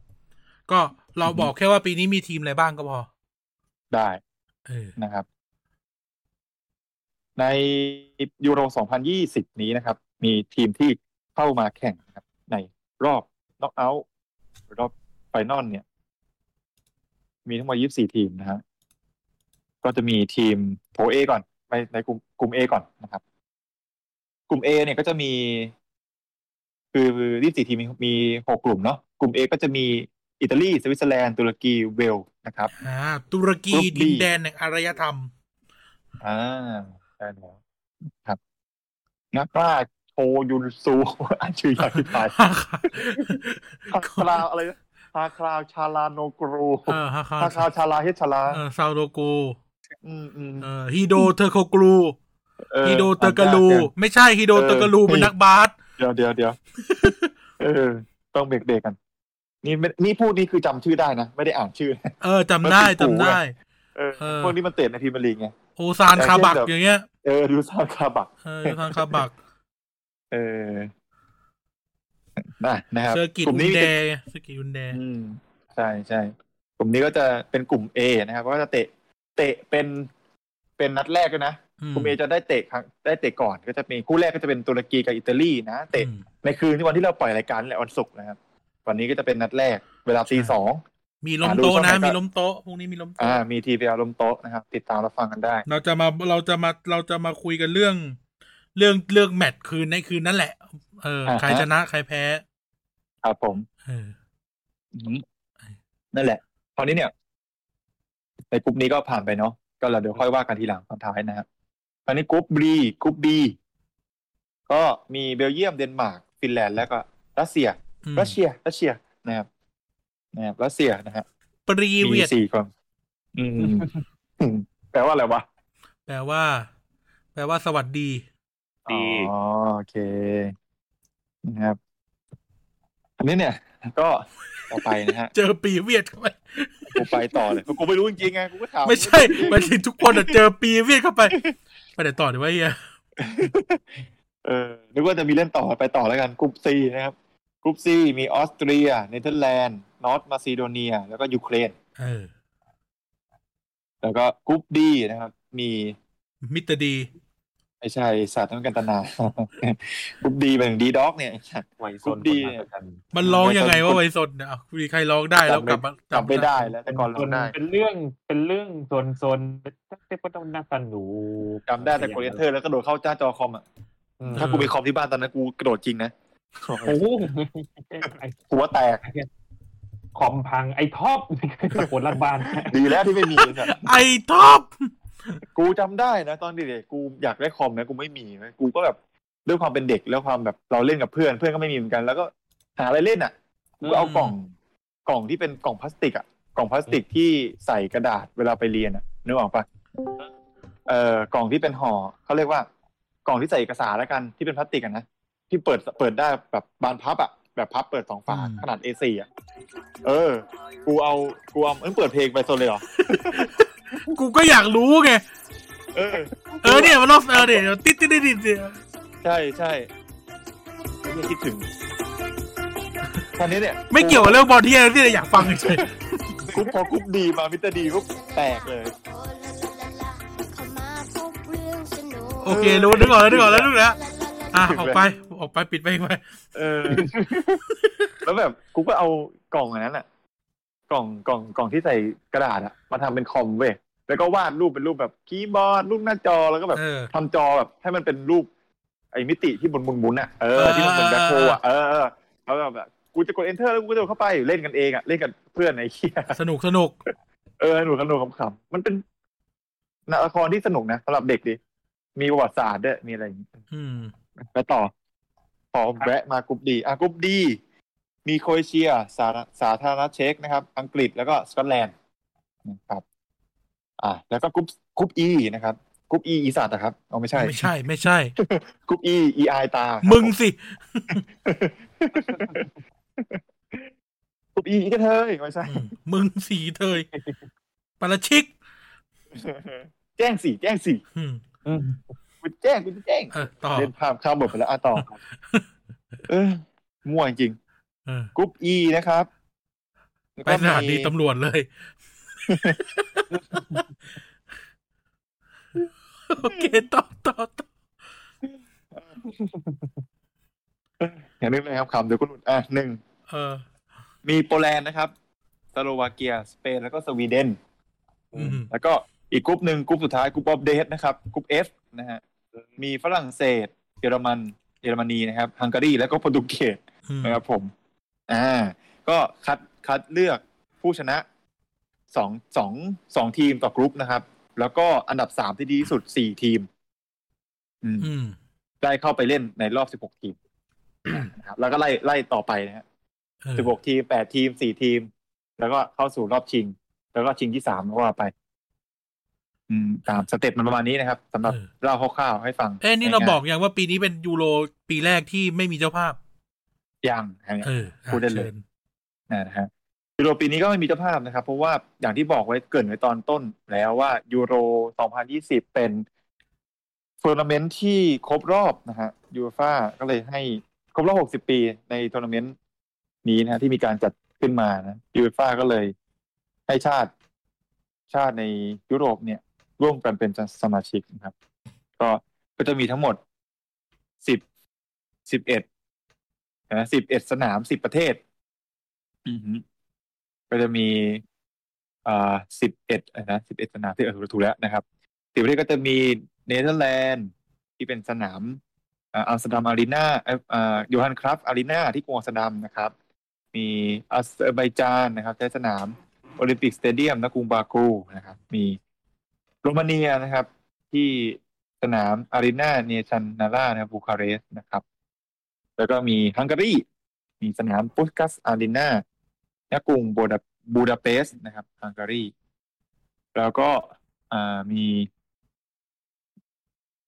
ก็เราบอกแค่ว่าปีนี้มีทีมอะไรบ้างก็พอ ได้ เออ นะครับ ในยูโร 2020 นี้นะครับ มีทีมที่เข้ามาแข่งนะครับ ในรอบน็อกเอาท์รอบไฟนอลเนี่ย มีทั้งหมด 24 ทีมนะฮะ ก็จะมีทีมโถเอก่อน ไปในกลุ่มกลุ่มเอก่อนนะครับ กลุ่มเอเนี่ยก็จะมี คือ24ทีมมีมีหกกลุ่มเนาะ กลุ่มเอก็จะมีอิตาลี สวิตเซอร์แลนด์ ตุรกีเวลส์นะครับ อ่า ตุรกี กรุ๊ป B ดินแดนแห่งอารย ธรรม อ่าได้แล้วครับ นักล่าโชยุนซู อันชื่อยากที่ตายฮาคราวอะไรนะฮาคราวชาลาโนกรู เออฮาคา ฮาคราวชาลาเฮชาลา เออซาโดโก อืมอืม เออฮิโดเทอร์โคกลู เออ ฮิโดเตอร์กาลู อ่านยากจัง ไม่ใช่ฮิโดเตอร์กาลู เออ เป็นนักบาส เดี๋ยวเดี๋ยวเดี๋ยวเออ ต้องเบรกเบรกกัน นี่ไม่นี่พูดนี่คือจำชื่อได้นะ ไม่ได้อ่านชื่อ เออจำได้ มันเป็น จำได้ ปู่ เออ เออ พวกนี้มันเตะในพรีเมียร์ลีกไง โอซานคาบัก แต่เช่นแบบ อย่างเงี้ย เออดูซานคาบัก เออโอซานคาบัก เออนะนะครับ เซอร์กิต กลุ่ม อุ นี้ น มี เด แต่ ย์เซอร์กิตอุนเดย์ อืมใช่ใช่กลุ่มนี้ก็จะเป็นกลุ่ม A นะครับก็จะเตะเตะเป็นเป็นนัดแรกด้วยนะกลุ่ม A จะได้เตะครั้งได้เตะก่อนก็จะมีคู่แรกก็จะเป็นตุรกีกับอิตาลีนะเตะ อืม ในคืนที่วันที่เราปล่อยรายการนั่นแหละวันศุกร์นะครับ วันนี้ก็จะเป็นนัดแรกเวลา ใช่ ตีสอง มีล้มโต๊ะนะ อ่าดูช่องไหนก็ มีล้มโต๊ะพรุ่งนี้มีล้มโต๊ะ อ่า มีทีพีอาลมโต๊ะนะครับ ติดตามรับฟังกันได้ เราจะมาเราจะมาเราจะมาคุยกันเรื่อง เรื่องเรื่องแมตช์คืนในคืนนั่นแหละ เออ อ่าฮะ ใครชนะใครแพ้ ครับผม เออ อืมนั่นแหละคราวนี้เนี่ยในกลุ่มนี้ก็ผ่านไปเนาะก็เราเดี๋ยวค่อยว่ากันทีหลังตอนท้ายนะครับตอนนี้กลุ่ม B กลุ่ม B ก็มีเบลเยียมเดนมาร์กฟินแลนด์แล้วก็รัสเซีย อืม รัสเซียรัสเซียนะครับนะครับรัสเซียนะฮะ ปรีเวี มี ยด สี่คนอื ม แปลว่าอะไรวะ แปลว่า แปลว่าสวัสดี ดี อ๋อโอเคนะครับ อันนี้เนี่ย ก็ต่อไปนะฮะ เจอปรีเวียดเข้าไป กูไปต่อเลยกูไม่รู้จริงๆไงกูก็ถาม ไม่ใช่หมายถึงทุกคนอะเจอปีเวียดเข้าไป ไปไหนต่อดีวะเฮีย เออนึกว่าจะมีเล่นต่อไปต่อแล้วกันกลุ่มซีนะครับกลุ่มซีมีออสเตรียเนเธอร์แลนด์นอร์ทมาซิโดเนีย แล้วก็ยูเครน เออ แล้วก็กลุ่มดีนะครับ มี มิสเตอร์ดี ไม่ใช่ศาสตร์ต้องกันตนา กรุ๊ปดีเป็นดีด็อกเนี่ยไอ้สัตว์ ไวโซน ดี คนมาประกัน มันร้องยังไงว่าไวสดเนี่ยอ้าวมีใครร้องได้แล้วกลับมา จำไม่ได้แล้วแต่ก่อน จน จำได้ เป็นเรื่องเป็นเรื่องโซนโซนเจ็บปต้องน่าสนุก จำได้แต่กดเอนเตอร์แล้วก็โดดเข้าจ้าจอคอมอ่ะ อืม ถ้ากูมีคอมที่บ้านตอนนั้นกูกระโดดจริงนะ โอ้โห หัวแตก คอมพังไอ้ท็อปตะโกนลั่นบ้าน ดีแล้วที่ ไม่มีไอ้สัตว์ ไอท็อป กูจำได้นะตอนเด็กๆกูอยากได้คอมนะกูไม่มีนะกูก็แบบด้วยความเป็นเด็กแล้วความแบบเราเล่นกับเพื่อนเพื่อนก็ไม่มีเหมือนกัน แล้วก็หาอะไรเล่นอ่ะกูก็เอา อืม กล่องกล่องที่เป็นกล่องพลาสติกอ่ะกล่องพลาสติกที่ใส่กระดาษเวลาไปเรียนอ่ะนึกออกปะเอ่อกล่องที่เป็นห่อเขาเรียกว่ากล่องที่ใส่เอกสารแล้วกันที่เป็นพลาสติกอ่ะนะที่เปิดเปิดได้แบบบานพับอ่ะแบบพับเปิดสองฝาขนาด A4 อ่ะเออ กูเอากูเอาเอ้ยเปิดเพลงไปโซนเลยเหรอ กูก็อยากรู้ไง เออ เออเนี่ยมันร้องเออเนี่ยติดติดติดติดเนี่ย ใช่ใช่ไม่ได้คิดถึงต อนนี้เนี่ย ไม่เกี่ยวกับเรื่องบอลที่อะไรที่อยากฟังเฉย กรุ๊ปพอกรุ๊ปดีมามิสเตอร์ดีกรุ๊ปแตกเลย ๆโอ เครู้นึกออกแล้วนึกออกแล้วนึกออกแล้วอ่ะ ถึง ออก แล้ว ไปออกไปปิด ไปอีกไป เออ แล้วแบบกูก็เอากล่องอันนั้นอะกล่องกล่องกล่องที่ใส่กระดาษอะมาทำเป็นคอมเว้ยแล้วก็วาดรูปเป็นรูปแบบคีย์บอร์ดรูปหน้าจอแล้วก็แบบ เออ ทำจอแบบให้มันเป็นรูป ไอ้มิติที่หมุนหมุนหมุนอะเออที่มันเหมือนแบ็คโฮลอะเออเออแล้วแบบกูจะกด enter แล้วกูก็เดินเข้าไปเล่นกันเองอะเล่นกับเพื่อนไอ้เหี้ย สนุกสนุก เออหนูกับหนูขำๆมันเป็นละครที่สนุกนะสำหรับเด็กดี มีประวัติศาสตร์ด้วยมีอะไรอย่างนี้ อืม ไปต่อขอแวะมากรุ๊ปดีอ่ะกรุ๊ปดี มีโครเอเชีย สาสาธารณรัฐเช็กนะครับ อังกฤษแล้วก็สกอตแลนด์นะครับ อ่ะแล้วก็กรุ๊ปกรุ๊ปอีนะครับกรุ๊ปอีอีสัตว์นะครับเอาไม่ใช่ ไม่ใช่ไม่ใช่ กรุ๊ปอีอีไอตาครับ มึง ผ สิ กรุ๊ปอีอีกระเทยไม่ใช่ อืมมึงสีเทยปาราชิก แจ้งสี่แจ้งสี่ อืม อืม กูแจ้งกูจะแจ้ง เออต่อ เล่นภาพข้ามบทไปแล้วอ่ะต่อ เออมั่วจริง เออก รุ๊ป E นะครับ ไปสถานีตำรวจเลย โอเคต่อต่อต่อ อย่างนึกเลยครับคำเดี๋ยวคุณหลุดอ่ะหนึ่ง เออ มีโปแลนด์นะครับ สโลวาเกีย สเปน แล้วก็สวีเดน อืม แล้วก็อีกกรุ๊ปหนึ่งกรุ๊ปสุดท้ายกรุ๊ปออฟเดทนะครับกรุ๊ป F นะฮะ มีฝรั่งเศส เยอรมัน เยอรมนีนะครับ ฮังการี แล้วก็โปรตุเกส อืม นะครับผม อ่า ก็คัดคัดเลือกผู้ชนะสองสองสองทีมต่อกรุ๊ปนะครับ แล้วก็อันดับสามที่ดีที่สุดสี่ทีม อืม อืม ได้เข้าไปเล่นในรอบ 16 ทีมนะครับแล้วก็ไล่ไล่ต่อไปนะฮะ เออ 16 ทีม 8 ทีม 4 ทีม แล้วก็เข้าสู่รอบชิง แล้วก็ชิงที่สามก็ว่าไป อืม ตามสเต็ปมันประมาณนี้นะครับสำหรับ เออ เล่าคร่าวๆให้ฟัง เอ้ยนี่เรา ง่ยๆ บอกยังว่าปีนี้เป็นยูโรปีแรกที่ไม่มีเจ้าภาพ อย่างอย่างเงี้ย เอออ่ะ พูดได้เลย ชิญ นะฮะยูโรปีนี้ก็ไม่มีเจ้าภาพนะครับ เพราะว่าอย่างที่บอกไว้เกรินไว้ตอนต้นแล้วว่ายูโร 2020 เป็นทัวร์นาเมนต์ที่ครบรอบนะฮะยูฟ่าก็เลยให้ครบรอบ 60 ปีในทัวร์นาเมนต์นี้นะฮะที่มีการจัดขึ้นมานะยูฟ่าก็เลยให้ชาติชาติในยุโรปเนี่ย ร่วมกันเป็นสมาชิกนะครับ ก็ก็จะมีทั้งหมด 10 11นะ11 สนาม 10 ประเทศ อือฮึก็จะมีอ่าสิบเอ็ดนะสิบเอ็ดสนามที่เออถูกแล้วนะครับสิบประเทศก็จะมีเนเธอร์แลนด์ที่เป็นสนามอ่าอัมสเตอร์ดัมอารีนาเอ่ออ่ายูฮันครับอารีนาที่กรุงอัมสเตอร์ดัมนะครับ มีอาเซอร์ไบจานนะครับใช้สนามโอลิมปิกสเตเดียมนกรุงบากูนะครับ มีโรมาเนียนะครับ ที่สนามอารีนาเนชันนาร่านะครับบูคาเรสต์นะครับ แล้วก็มีฮังการี มีสนามปุสกัสอารีนาณกรุงบูดาบูดาเปสต์นะครับฮังการี แล้วก็อ่ามี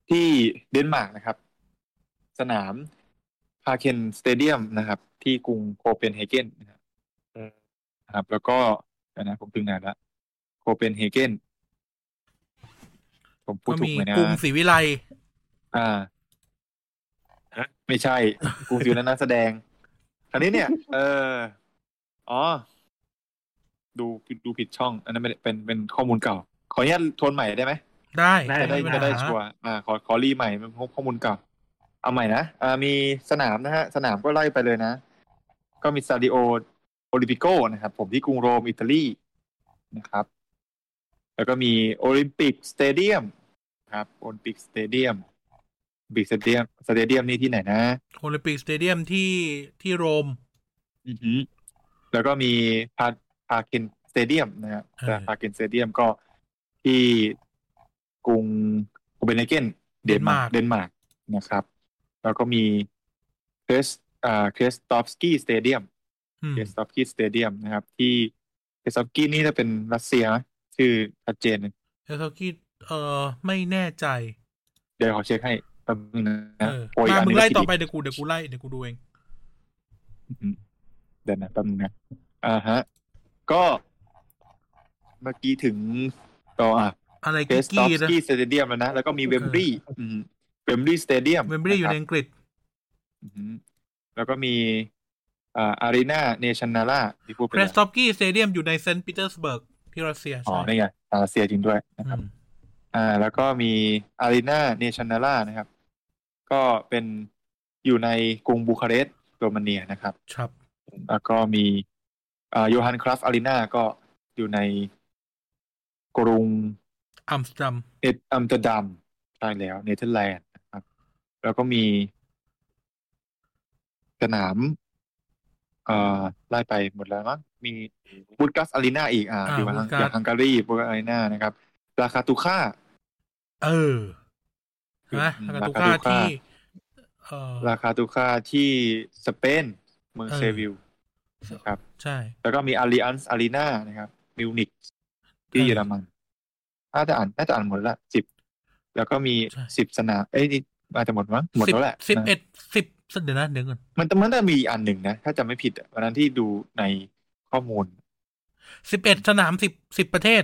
ที่เดนมาร์กนะครับ สนามพาเคนสเตเดียมนะครับ ที่กรุงโคเปนเฮเกนนะครับนะครับ แล้วก็เดี๋ยวนะผมถึงไหนละโคเปนเฮเกนผมพูด ก็ ถูก มี ไหมนะ กรุงศรีวิไล อ่าไม่ใช่ กูฟิวนั้นนักแสดง คราวนี้เนี่ย เออ อ๋อ ดูดูผิดช่อง อันนั้นไม่ได้เป็นเป็นข้อมูลเก่า ขออนุญาตทวนใหม่ได้ไหม ได้ ได้ จะได้ ม่ จะ มี ได้ ปัญหา ชัวร์อ่า ขอขอรีใหม่มันพบข้อมูลเก่าเอาใหม่นะอ่ามีสนามนะฮะ สนามก็ไล่ไปเลยนะ ก็มีซาดิโอโอลิมปิโกนะครับ ผมที่กรุงโรม อิตาลีนะครับ แล้วก็มีโอลิมปิกสเตเดียมครับโอลิมปิกสเตเดียมบิกสเตเดียมสเตเดียมนี่ที่ไหนนะ โอลิมปิกสเตเดียมที่ที่โรม อือฮึแล้วก็มีพาพากินสเตเดียมนะครับ เออ แต่พากินสเตเดียมก็ที่กรุงโคเปนเฮเกนเดนมาร์กเดนมาร์กนะครับ แล้วก็มีเคสอ่าเคสตอฟสกี้สเตเดียม อืม เคสตอฟสกี้สเตเดียมนะครับ ที่เคสตอฟสกี้นี่จะเป็นรัสเซียนะชื่อชัดเจน เฮลซากิเออไม่แน่ใจ เดี๋ยวขอเช็คให้แป๊บนึง เอ นะ อ โย มามึง นี้ ไล่ ผิด ต่อก ไปเดี๋ยวกูเดี๋ยวกูไล่เดี๋ยวกูดูเอง อืมเดี๋ยวนะแป๊บนึงนะอ่าฮะ ก็เมื่อกี้ถึงก็อ่ะ อะไร เฟ กิ สตอฟ กี้ ส นะ กี้สเตเดียมแล้วนะ แล้วก็มี เออ เวมบรีเวมบรีสเตเดียม เวมบรีอยู่ในอังกฤษ แล้วก็มีอ่าอารีนาเนชันนาร่าที่พูดไป เกร แล้ ส ว ตอฟกี้สเตเดียมอยู่ในเซนต์ปีเตอร์สเบิร์กที่รัสเซีย อ๋อ ใช่ นี่ไงอาเซียจริงด้วยนะครับ อืม อ่า แล้วก็มีอารีนาเนชันนาร่านะครับ ก็เป็นอยู่ในกรุงบูคาเรสต์โรมาเนียนะครับ ครับ แล้วก็มีโยฮันคราฟอารีนาก็อยู่ในกรุง อัมสเตอร์ดัม เอ็ดอัมสเตอร์ดัมใช่แล้วเนเธอร์แลนด์นะครับ แล้วก็มีสนามเอ่อไล่ไปหมดแล้วมั้งมีบูดกัสอารีนาอีกอ่าอยู่ฮังอย่างฮังการีบูดกัสอารีนานะครับ ราคาตุค่า เออนะ อืม ลากาตุค่ากลาาตุค่า ที่ เออ ราคาตุค่าที่สเปนเมือง เออ เซวิลล์นะครับ ใช่ แล้วก็มีอาริอันส์อารีนานะครับมิวนิก ที่เยอรมันน่าจะอ่านน่าจะอ่านหมดละสิบ แล้วก็มีสิบสนาม เอ้ยนี่อาจจะหมดมั้ง หมด สิบ แล้วแหละ สิบ นะ เอ็ดสิบเดี๋ยวนะเดี๋ยวก่อน มันมันจะมีอันหนึ่งนะ ถ้าจำไม่ผิดอะวันนั้นที่ดูในข้อมูล สิบเอ็ดสนามสิบสิบประเทศ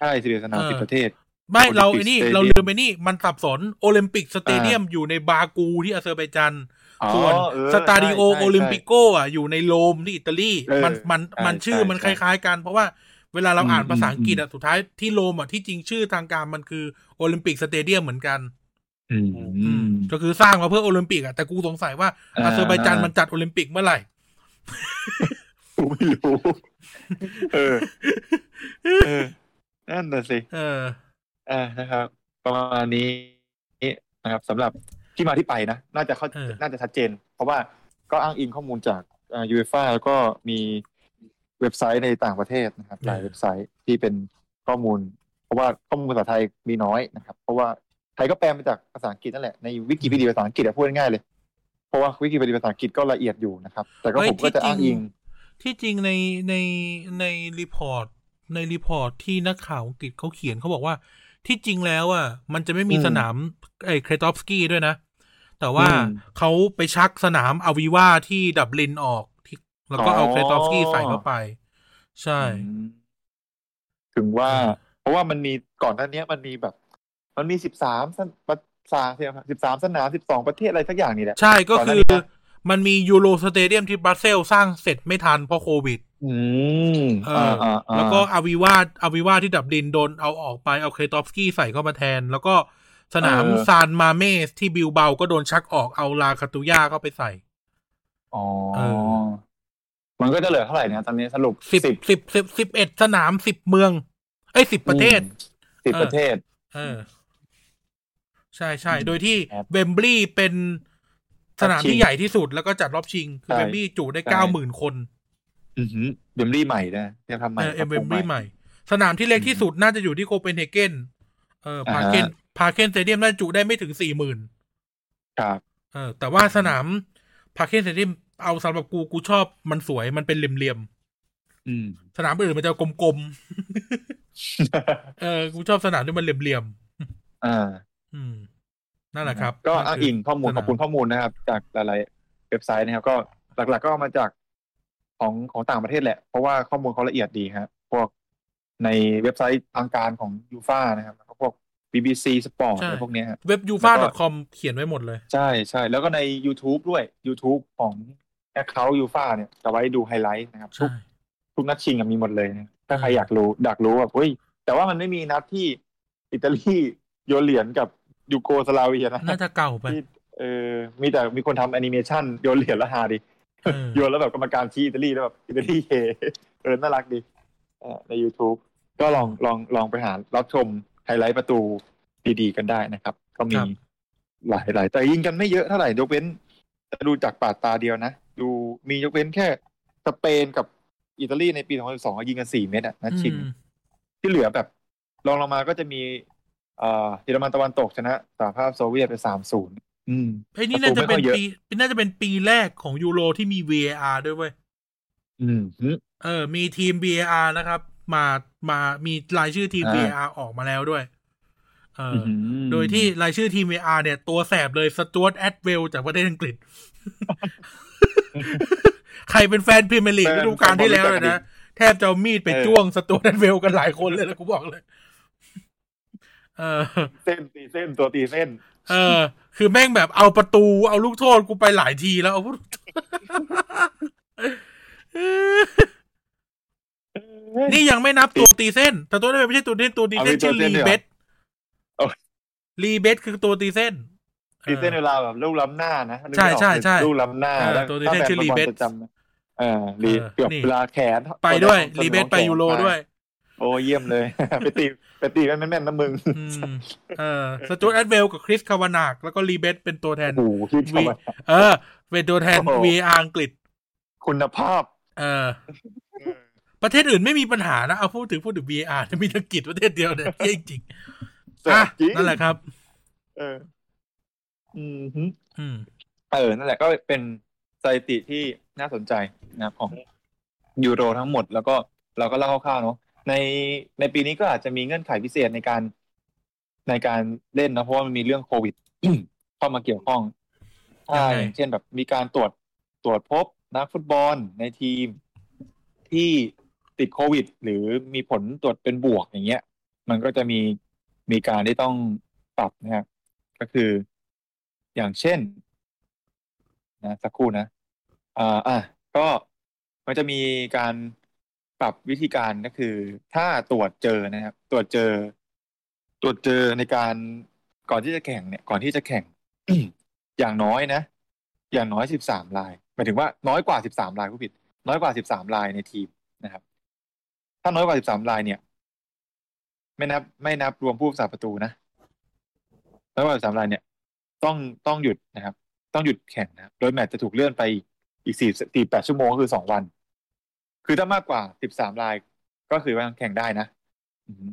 ใช่สิบเอ็ดสนาม เออ สิบประเทศ ไม่ Olympic เราไอ้นี่ Stadium เราลืมไปนี่ มันสับสนโอลิมปิกสเตเดียมอยู่ในบากูที่อาเซอร์ไบจาน อ๋อ ส่วน เออ สตาดิโอ ใช่ใช่ โอลิมปิโกอ่ะอยู่ในโรมที่อิตาลี เออ มันมัน ใช่ มันชื่อ ใช่ มันค ใช่ ล้าย ๆ กัน เพราะว่าเวลาเรา อืม อ่านภาษา อืม อังกฤษอ่ะสุดท้ายที่โรมอ่ะที่จริงชื่อทางการมันคือโอลิมปิกสเตเดียมเหมือนกัน อืม อืมก็คือสร้างมาเพื่อโอลิมปิกอ่ะแต่กูสงสัยว่า อ่า อาเซอร์ไบจานมันจัดโอลิมปิกเมื่อไหร่ กูไม่รู้ เออ เออ นั่นน่ะสิ เออ อ่านะครับ ประมาณนี้นะครับสำหรับที่มาที่ไปนะ น่าจะเข้า เออ น่าจะชัดเจน เพราะว่าก็อ้างอิงข้อมูลจากยูเอฟ่าแล้วก็มีเว็บไซต์ในต่างประเทศนะครับ หลายเว็บไซต์ที่เป็นข้อมูล เพราะว่าข้อมูลภาษาไทยมีน้อยนะครับ เพราะว่าไทยก็แปลมาจากภาษาอังกฤษนั่นแหละในวิกิพีเดียภาษาอังกฤษอะพูดง่ายๆเลย เพราะว่าวิกิพีเดียภาษาอังกฤษก็ละเอียดอยู่นะครับ แต่ก็ เฮ้ย ผมก็จะอ้างอิง ที่จริงในในในรีพอร์ตในรีพอร์ตที่นักข่าวอังกฤษเขาเขียนเขาบอกว่า ที่จริงแล้วอ่ะมันจะไม่มี อืม สนามไอ้เครตอฟสกี้ด้วยนะ แต่ว่า อืม เขาไปชักสนามอวีวาที่ดับลินออกที่แล้วก็เอา อ๋อ เครตอฟสกี้ใส่เข้าไป ใช่ อืมถึงว่า เพราะว่ามันมีก่อนหน้าเนี้ยมันมีแบบ มันมีสิบสามสนามสิบสามสนามสิบสองประเทศอะไรสักอย่างนี่แหละ ใช่ก็ ก่อนห คื น้า อ นี้นะ มันมียูโรสเตเดียมที่บรัสเซลสร้างเสร็จไม่ทันเพราะโควิด อืม เอออแล้วก็อาวิวาดอาวิวาที่ดับดินโดนเอาออกไปเอาเคตอฟสกี้ใส่เข้ามาแทน แล้วก็สนาม เออ ซานมาเมสที่บิลเบาก็โดนชักออกเอาลาคาตุย่าเข้าไปใส่ อ๋อ เอ มันก็จะเหลือเท่าไหร่นะตอนนี้สรุป สิบสิบสิบสิบเอ็ดสนามสิบเมือง เอ้ยสิบประเทศ สิบ เออ ประเทศ เออ ใช่ใช่โดยที่ ครับ เวมบลีย์เป็นสนาม รอบชิง ที่ใหญ่ที่สุดแล้วก็จัดรอบชิง คือ ใช่ เวมบลีย์จุได้ ใช่ เก้าหมื่นคน อือหือเบมลี่ใหม่นะยังทำใหม่ เออ ค เอ็ รับ มเวม ผ บลีย์ใหม่ สนามที่เล็กที่สุดน่าจะอยู่ที่โคเปนเฮเกนเออพา อ่าฮะ เกนพาเกนสเตเดียมน่าจะจุได้ไม่ถึงสี่หมื่น ครับ เออแต่ว่าสนามพาร์คเคนสเตเดียมเอาสำหรับกูกูชอบมันสวยมันเป็นเหลี่ยม อืม ๆสนามอื่นมันจะกลมๆเออกูชอบสนามที่มันเหลี่ยม อ่า ๆอืมนั่นแหละครับ ก็ นั่นคื อ้างอิงข้อมูล สนาม ขอบคุณข้อมูลนะครับ จากหลายๆเว็บไซต์นะครับ ก็หลัก ๆ ก็เอามาจากของของต่างประเทศแหละ เพราะว่าข้อมูลเขาละเอียดดีครับพวกในเว็บไซต์ทางการของยูฟ่านะครับแล้วก็พวก BBC Sport อะไรพวกเนี้ยฮะ เว็บยูฟ่า แล้วก็ คอมเขียนไว้หมดเลย ใช่ใช่แล้วก็ใน YouTube ด้วย YouTube ของ Account ยูฟ่าเนี่ยจะไว้ดูไฮไลท์นะครับทุ ใช่ ก ทุกนัดชิงอะมีหมดเลยนะถ้าใครอยากรู้อยากรู้แบบเฮ้ยแต่ว่ามันไม่มีนัดที่ อิตาลีโยนเหรียญกับยูโกสลาเวียนะ น่าจะเก่าไป ที่เออมีแต่มีคนทำแอนิเมชันโยนเหรียญและฮาดิ เออ โยนแล้วแบบกรรมการชี้อิตาลีแล้วแบบอิตาลีเฮเออน่ารักดีเอ่อใน YouTube ก็ลองลองลองไปหารับชมไฮไลท์ประตูดีๆกันได้นะครับ ก็มีหลายหลายแต่ยิงกันไม่เยอะเท่าไหร่ยกเว้นจะดูจากปาดตาเดียวนะ ดูมียกเว้นแค่สเปนกับอิตาลีในปี2012อะยิงกัน 4 เม็ดอะนะชิง อืม ที่เหลือแบบรองลงมาก็จะมีเอ่อเยอรมันตะวันตกชนะสหภาพโซเวียตไป 3-0 อืม ไอ้นี่น่าจะเป็น ประตูไม่ค่อยเยอะ ปีน่าจะเป็นปีแรกของยูโรที่มี VAR ด้วยเว้ย อืมฮึ เออ มีทีม VAR นะครับ มา มา มีรายชื่อทีม อ่า VAR ออกมาแล้วด้วย เอออ อืม โดยที่รายชื่อทีม VAR เนี่ย ตัวแสบเลยสจวตแอดเวลจากประเทศอังกฤษ ใครเป็นแฟนพรีเมียร์ลีก แฟน ฤดูกาลที่แล้วเลยนะ แทบจะเอามีดไป เออ จ้วงสจวตแอดเวลกันหลายคนเลยนะกูบอกเลย เออ เส้นตีเส้นตัวตีเส้น เออ คือแม่งแบบเอาประตูเอาลูกโทษกูไปหลายทีแล้วเอา พูด นี่ยังไม่นับตัวตีเส้น แต่ตัวนี้ไม่ใช่ตัวตีเส้นตัวตีเส้น เอาเป็น ชื่อ ตัวเส้ รี นด้วยเหรอ เบท โอ้ย รีเบทคือตัวตีเส้น ตีเส้นเวลาแบบลูกล้ำหน้านะนึก ใช่ ไม่ออก ใช่ใช่ ลูกล้ำหน้า เออ แล้ว ตัวตี ถ้า เส้น แบบ ชื่อ มัน รีเบท จะจำนะเออรี เออ เกือบ นี่ เวลาแขน ไปด้วย สมอง รีเบทไป แขน ยูโรด้วย โอ้เยี่ยมเลย ไปตีไปตีกันแม่นๆนะมึง อืมเออสตูดแอดเวลกับคริสคาวานักแล้วก็รีเบทเป็นตัวแทน โอ้โหคิด วี เข้ามา เออ เป็นตัวแทน โอ้โห VR อังกฤษ คุณภาพ เออ ประเทศอื่นไม่มีปัญหานะเอาพูดถึงพูดถึง VR จะมีอังกฤษประเทศเดียว เนี่ยเหี้ยจริงๆอ่ะ จริง นั่นแหละครับ เออ อืมฮึ อืม เออนั่นแหละก็เป็นสถิติที่น่าสนใจนะครับของยูโรทั้งหมด แล้วก็เราก็เล่าคร่าวๆเนาะในในปีนี้ก็อาจจะมีเงื่อนไขพิเศษในการ ในการเล่นนะเพราะว่ามันมีเรื่องโควิด เข้ามาเกี่ยวข้อง ยั ใช่ งไง อย่างเช่นแบบมีการตรวจตรวจพบนักฟุตบอลในทีมที่ติดโควิด หรือมีผลตรวจเป็นบวกอย่างเงี้ย มันก็จะมีมีการที่ต้องปรับนะครับก็คือ อย่างเช่น นะสักครู่นะอ่าอ่ะก็มันจะมีการปรับวิธีการก็คือ ถ้าตรวจเจอนะครับ ตรวจเจอ ตรวจเจอในการก่อนที่จะแข่งเนี่ย ก่อนที่จะแข่ง อย่างน้อยนะ อย่างน้อยสิบสามลายหมายถึงว่าน้อยกว่าสิบสามลายผู้ผิด น้อยกว่าสิบสามลายในทีมนะครับ ถ้าน้อยกว่าสิบสามลายเนี่ย ไม่นับ ไม่นับรวมผู้รักษาประตูนะน้อยกว่าสิบสามลายเนี่ย ต้องต้องหยุดนะครับ ต้องหยุดแข่งนะครับโดยแมตช์จะถูกเลื่อนไปอีกสี่สี่แปดชั่วโมงก็คือสองวัน คือถ้ามากกว่าสิบสามลายก็คือว่าแข่งได้นะอือฮึ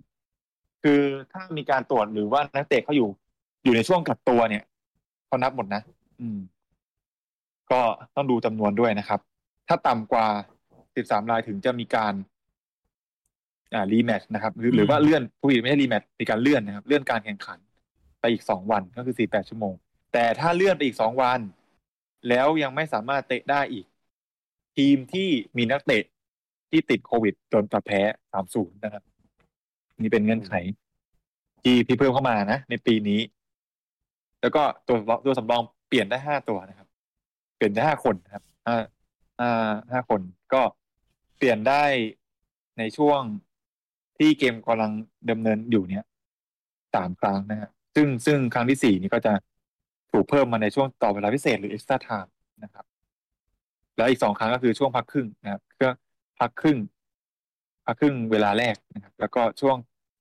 คือถ้ามีการตรวจหรือว่านักเตะเขาอยู่ อยู่ในช่วงกักตัวเนี่ยเขานับหมดนะ อืม ก็ต้องดูจำนวนด้วยนะครับ ถ้าต่ำกว่าสิบสามลายถึงจะมีการ อ่ารีแมตช์นะครับ หรือหรือว่าเลื่อนผู้ผิดไม่ใช่รีแมตช์มีการเลื่อนนะครับ เลื่อนการแข่งขัน ไปอีกสองวันก็คือสี่แปดชั่วโมง แต่ถ้าเลื่อนไปอีกสองวัน แล้วยังไม่สามารถเตะได้อีก ทีมที่มีนักเตะที่ติดโควิดจนกลับแพ้สามศูนย์นะครับ นี่เป็นเงื่อนไข ที่พี่เพิ่มเข้ามานะ ในปีนี้ แล้วก็ตัวสำรองตัวสำรองเปลี่ยนได้ห้าตัวนะครับ เปลี่ยนได้ห้าคนนะครับห้าห้าห้าคนก็เปลี่ยนได้ในช่วงที่เกมกำลังดำเนินอยู่เนี่ยสามครั้งนะฮะซึ่งซึ่งครั้งที่สี่นี่ก็จะถูกเพิ่มมาในช่วงต่อเวลาพิเศษหรือ extra time นะครับ แล้วอีกสองครั้งก็คือช่วงพักครึ่งนะครับก็พักครึ่ง พักครึ่งเวลาแรกนะครับ แล้วก็ช่วง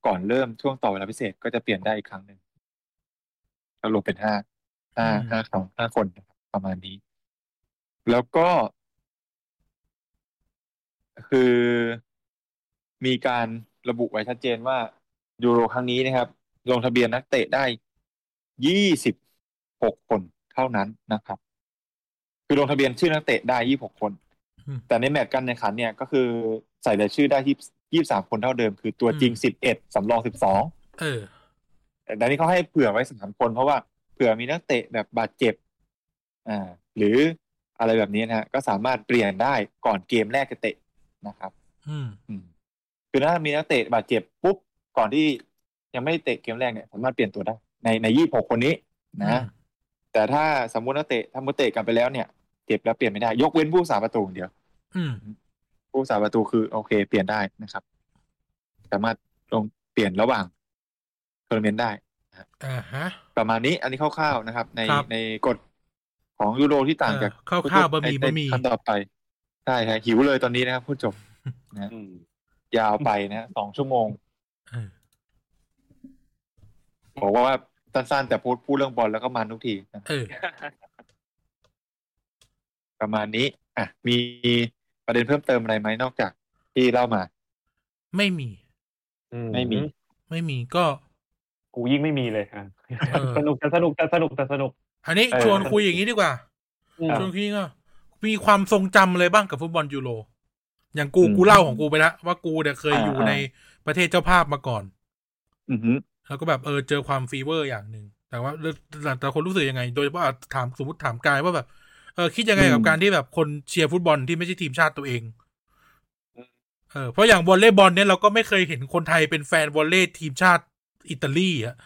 ก่อนเริ่มช่วงต่อเวลาพิเศษก็จะเปลี่ยนได้อีกครั้งหนึ่งก็รวมเป็นห้าห้า อืม ห้าสองห้าคนนะครับประมาณนี้ แล้วก็ คือมีการระบุไว้ชัดเจนว่ายูโรครั้งนี้นะครับ ลงทะเบียนนักเตะได้ ยี่สิบหกคนเท่านั้นนะครับ คือลงทะเบียนชื่อนักเตะได้ยี่หกคน อืม แต่ในแมตช์การแข่งขันเนี่ยก็คือใส่รายชื่อได้ยี่ยี่สามคนเท่าเดิม คือตัวจริง อืม สิบเอ็ดสำรองสิบสอง เออ แต่ดังนี้เขาให้เผื่อไว้สามคน เพราะว่าเผื่อมีนักเตะแบบบาดเจ็บ อ่า หรืออะไรแบบนี้นะฮะก็สามารถเปลี่ยนได้ก่อนเกมแรกจะเตะนะครับ อืม อืมคือถ้ามีนักเตะบาดเจ็บปุ๊บก่อนที่ยังไม่ได้เตะเกมแรกเนี่ยสามารถเปลี่ยนตัวได้ ในในยี่หกคนนี้ อื นะ ม แต่ถ้าสมมตินักเตะถ้ามุติเตะกลับไปแล้วเนี่ยเจ็บแล้วเปลี่ยนไม่ได้ ยกเว้นผู้สาประตูอย่างเดียว อืม ผู้สาประตูคือโอเค เปลี่ยนได้นะครับ สามารถลงเปลี่ยนระหว่าง ทัวร์นาเมนต์ได้ อ่าฮะ ประมาณนี้อันนี้คร่าวๆนะครับ ใน ครับ ในกฎของยูโรที่ต่างจาก เออคร่าวๆบะหมี่ ใน บะหมี่ ในขั้นต่อไปใช่ฮะหิวเลยตอนนี้นะครับพูดจบนะฮะ อืม ยาวไปนะฮะสองชั่วโมง เออ บอกว่าสั้นๆแต่พูดพูดเรื่องบอลแล้วก็มันทุกทีนะ เออ ประมาณนี้ อ่ะ มีประเด็นเพิ่มเติมอะไรไหมนอกจากที่เล่ามา ไม่มี ไม่มี ไม่มีก็ กูยิ่งไม่มีเลยอ่ะ เออ สนุกแต่สนุกแต่สนุกแต่สนุก อันนี้ เออ ชวนคุยอย่างนี้ดีกว่า อืม ชวนคุยก็มีความทรงจำอะไรบ้างกับฟุตบอลยูโร อย่างกู อืม กูเล่าของกูไปแล้วว่ากูเนี่ยเคย อ่า อยู่ อ่า ในประเทศเจ้าภาพมาก่อน อือฮึ แล้วก็แบบเออเจอความฟีเวอร์อย่างหนึ่งแต่ว่าเรื่องแต่คนรู้สึกยังไง โดยเฉพาะอ่ะถามสมมติถามกายว่าแบบเออคิดยังไงกับการที่แบบคนเชียร์ฟุตบอลที่ไม่ใช่ทีมชาติตัวเองเออเพราะอย่างวอลเลย์บอลเนี่ยเราก็ไม่เคยเห็นคนไทยเป็นแฟนวอลเลย์ทีมชาติอิตาลีอ่ะ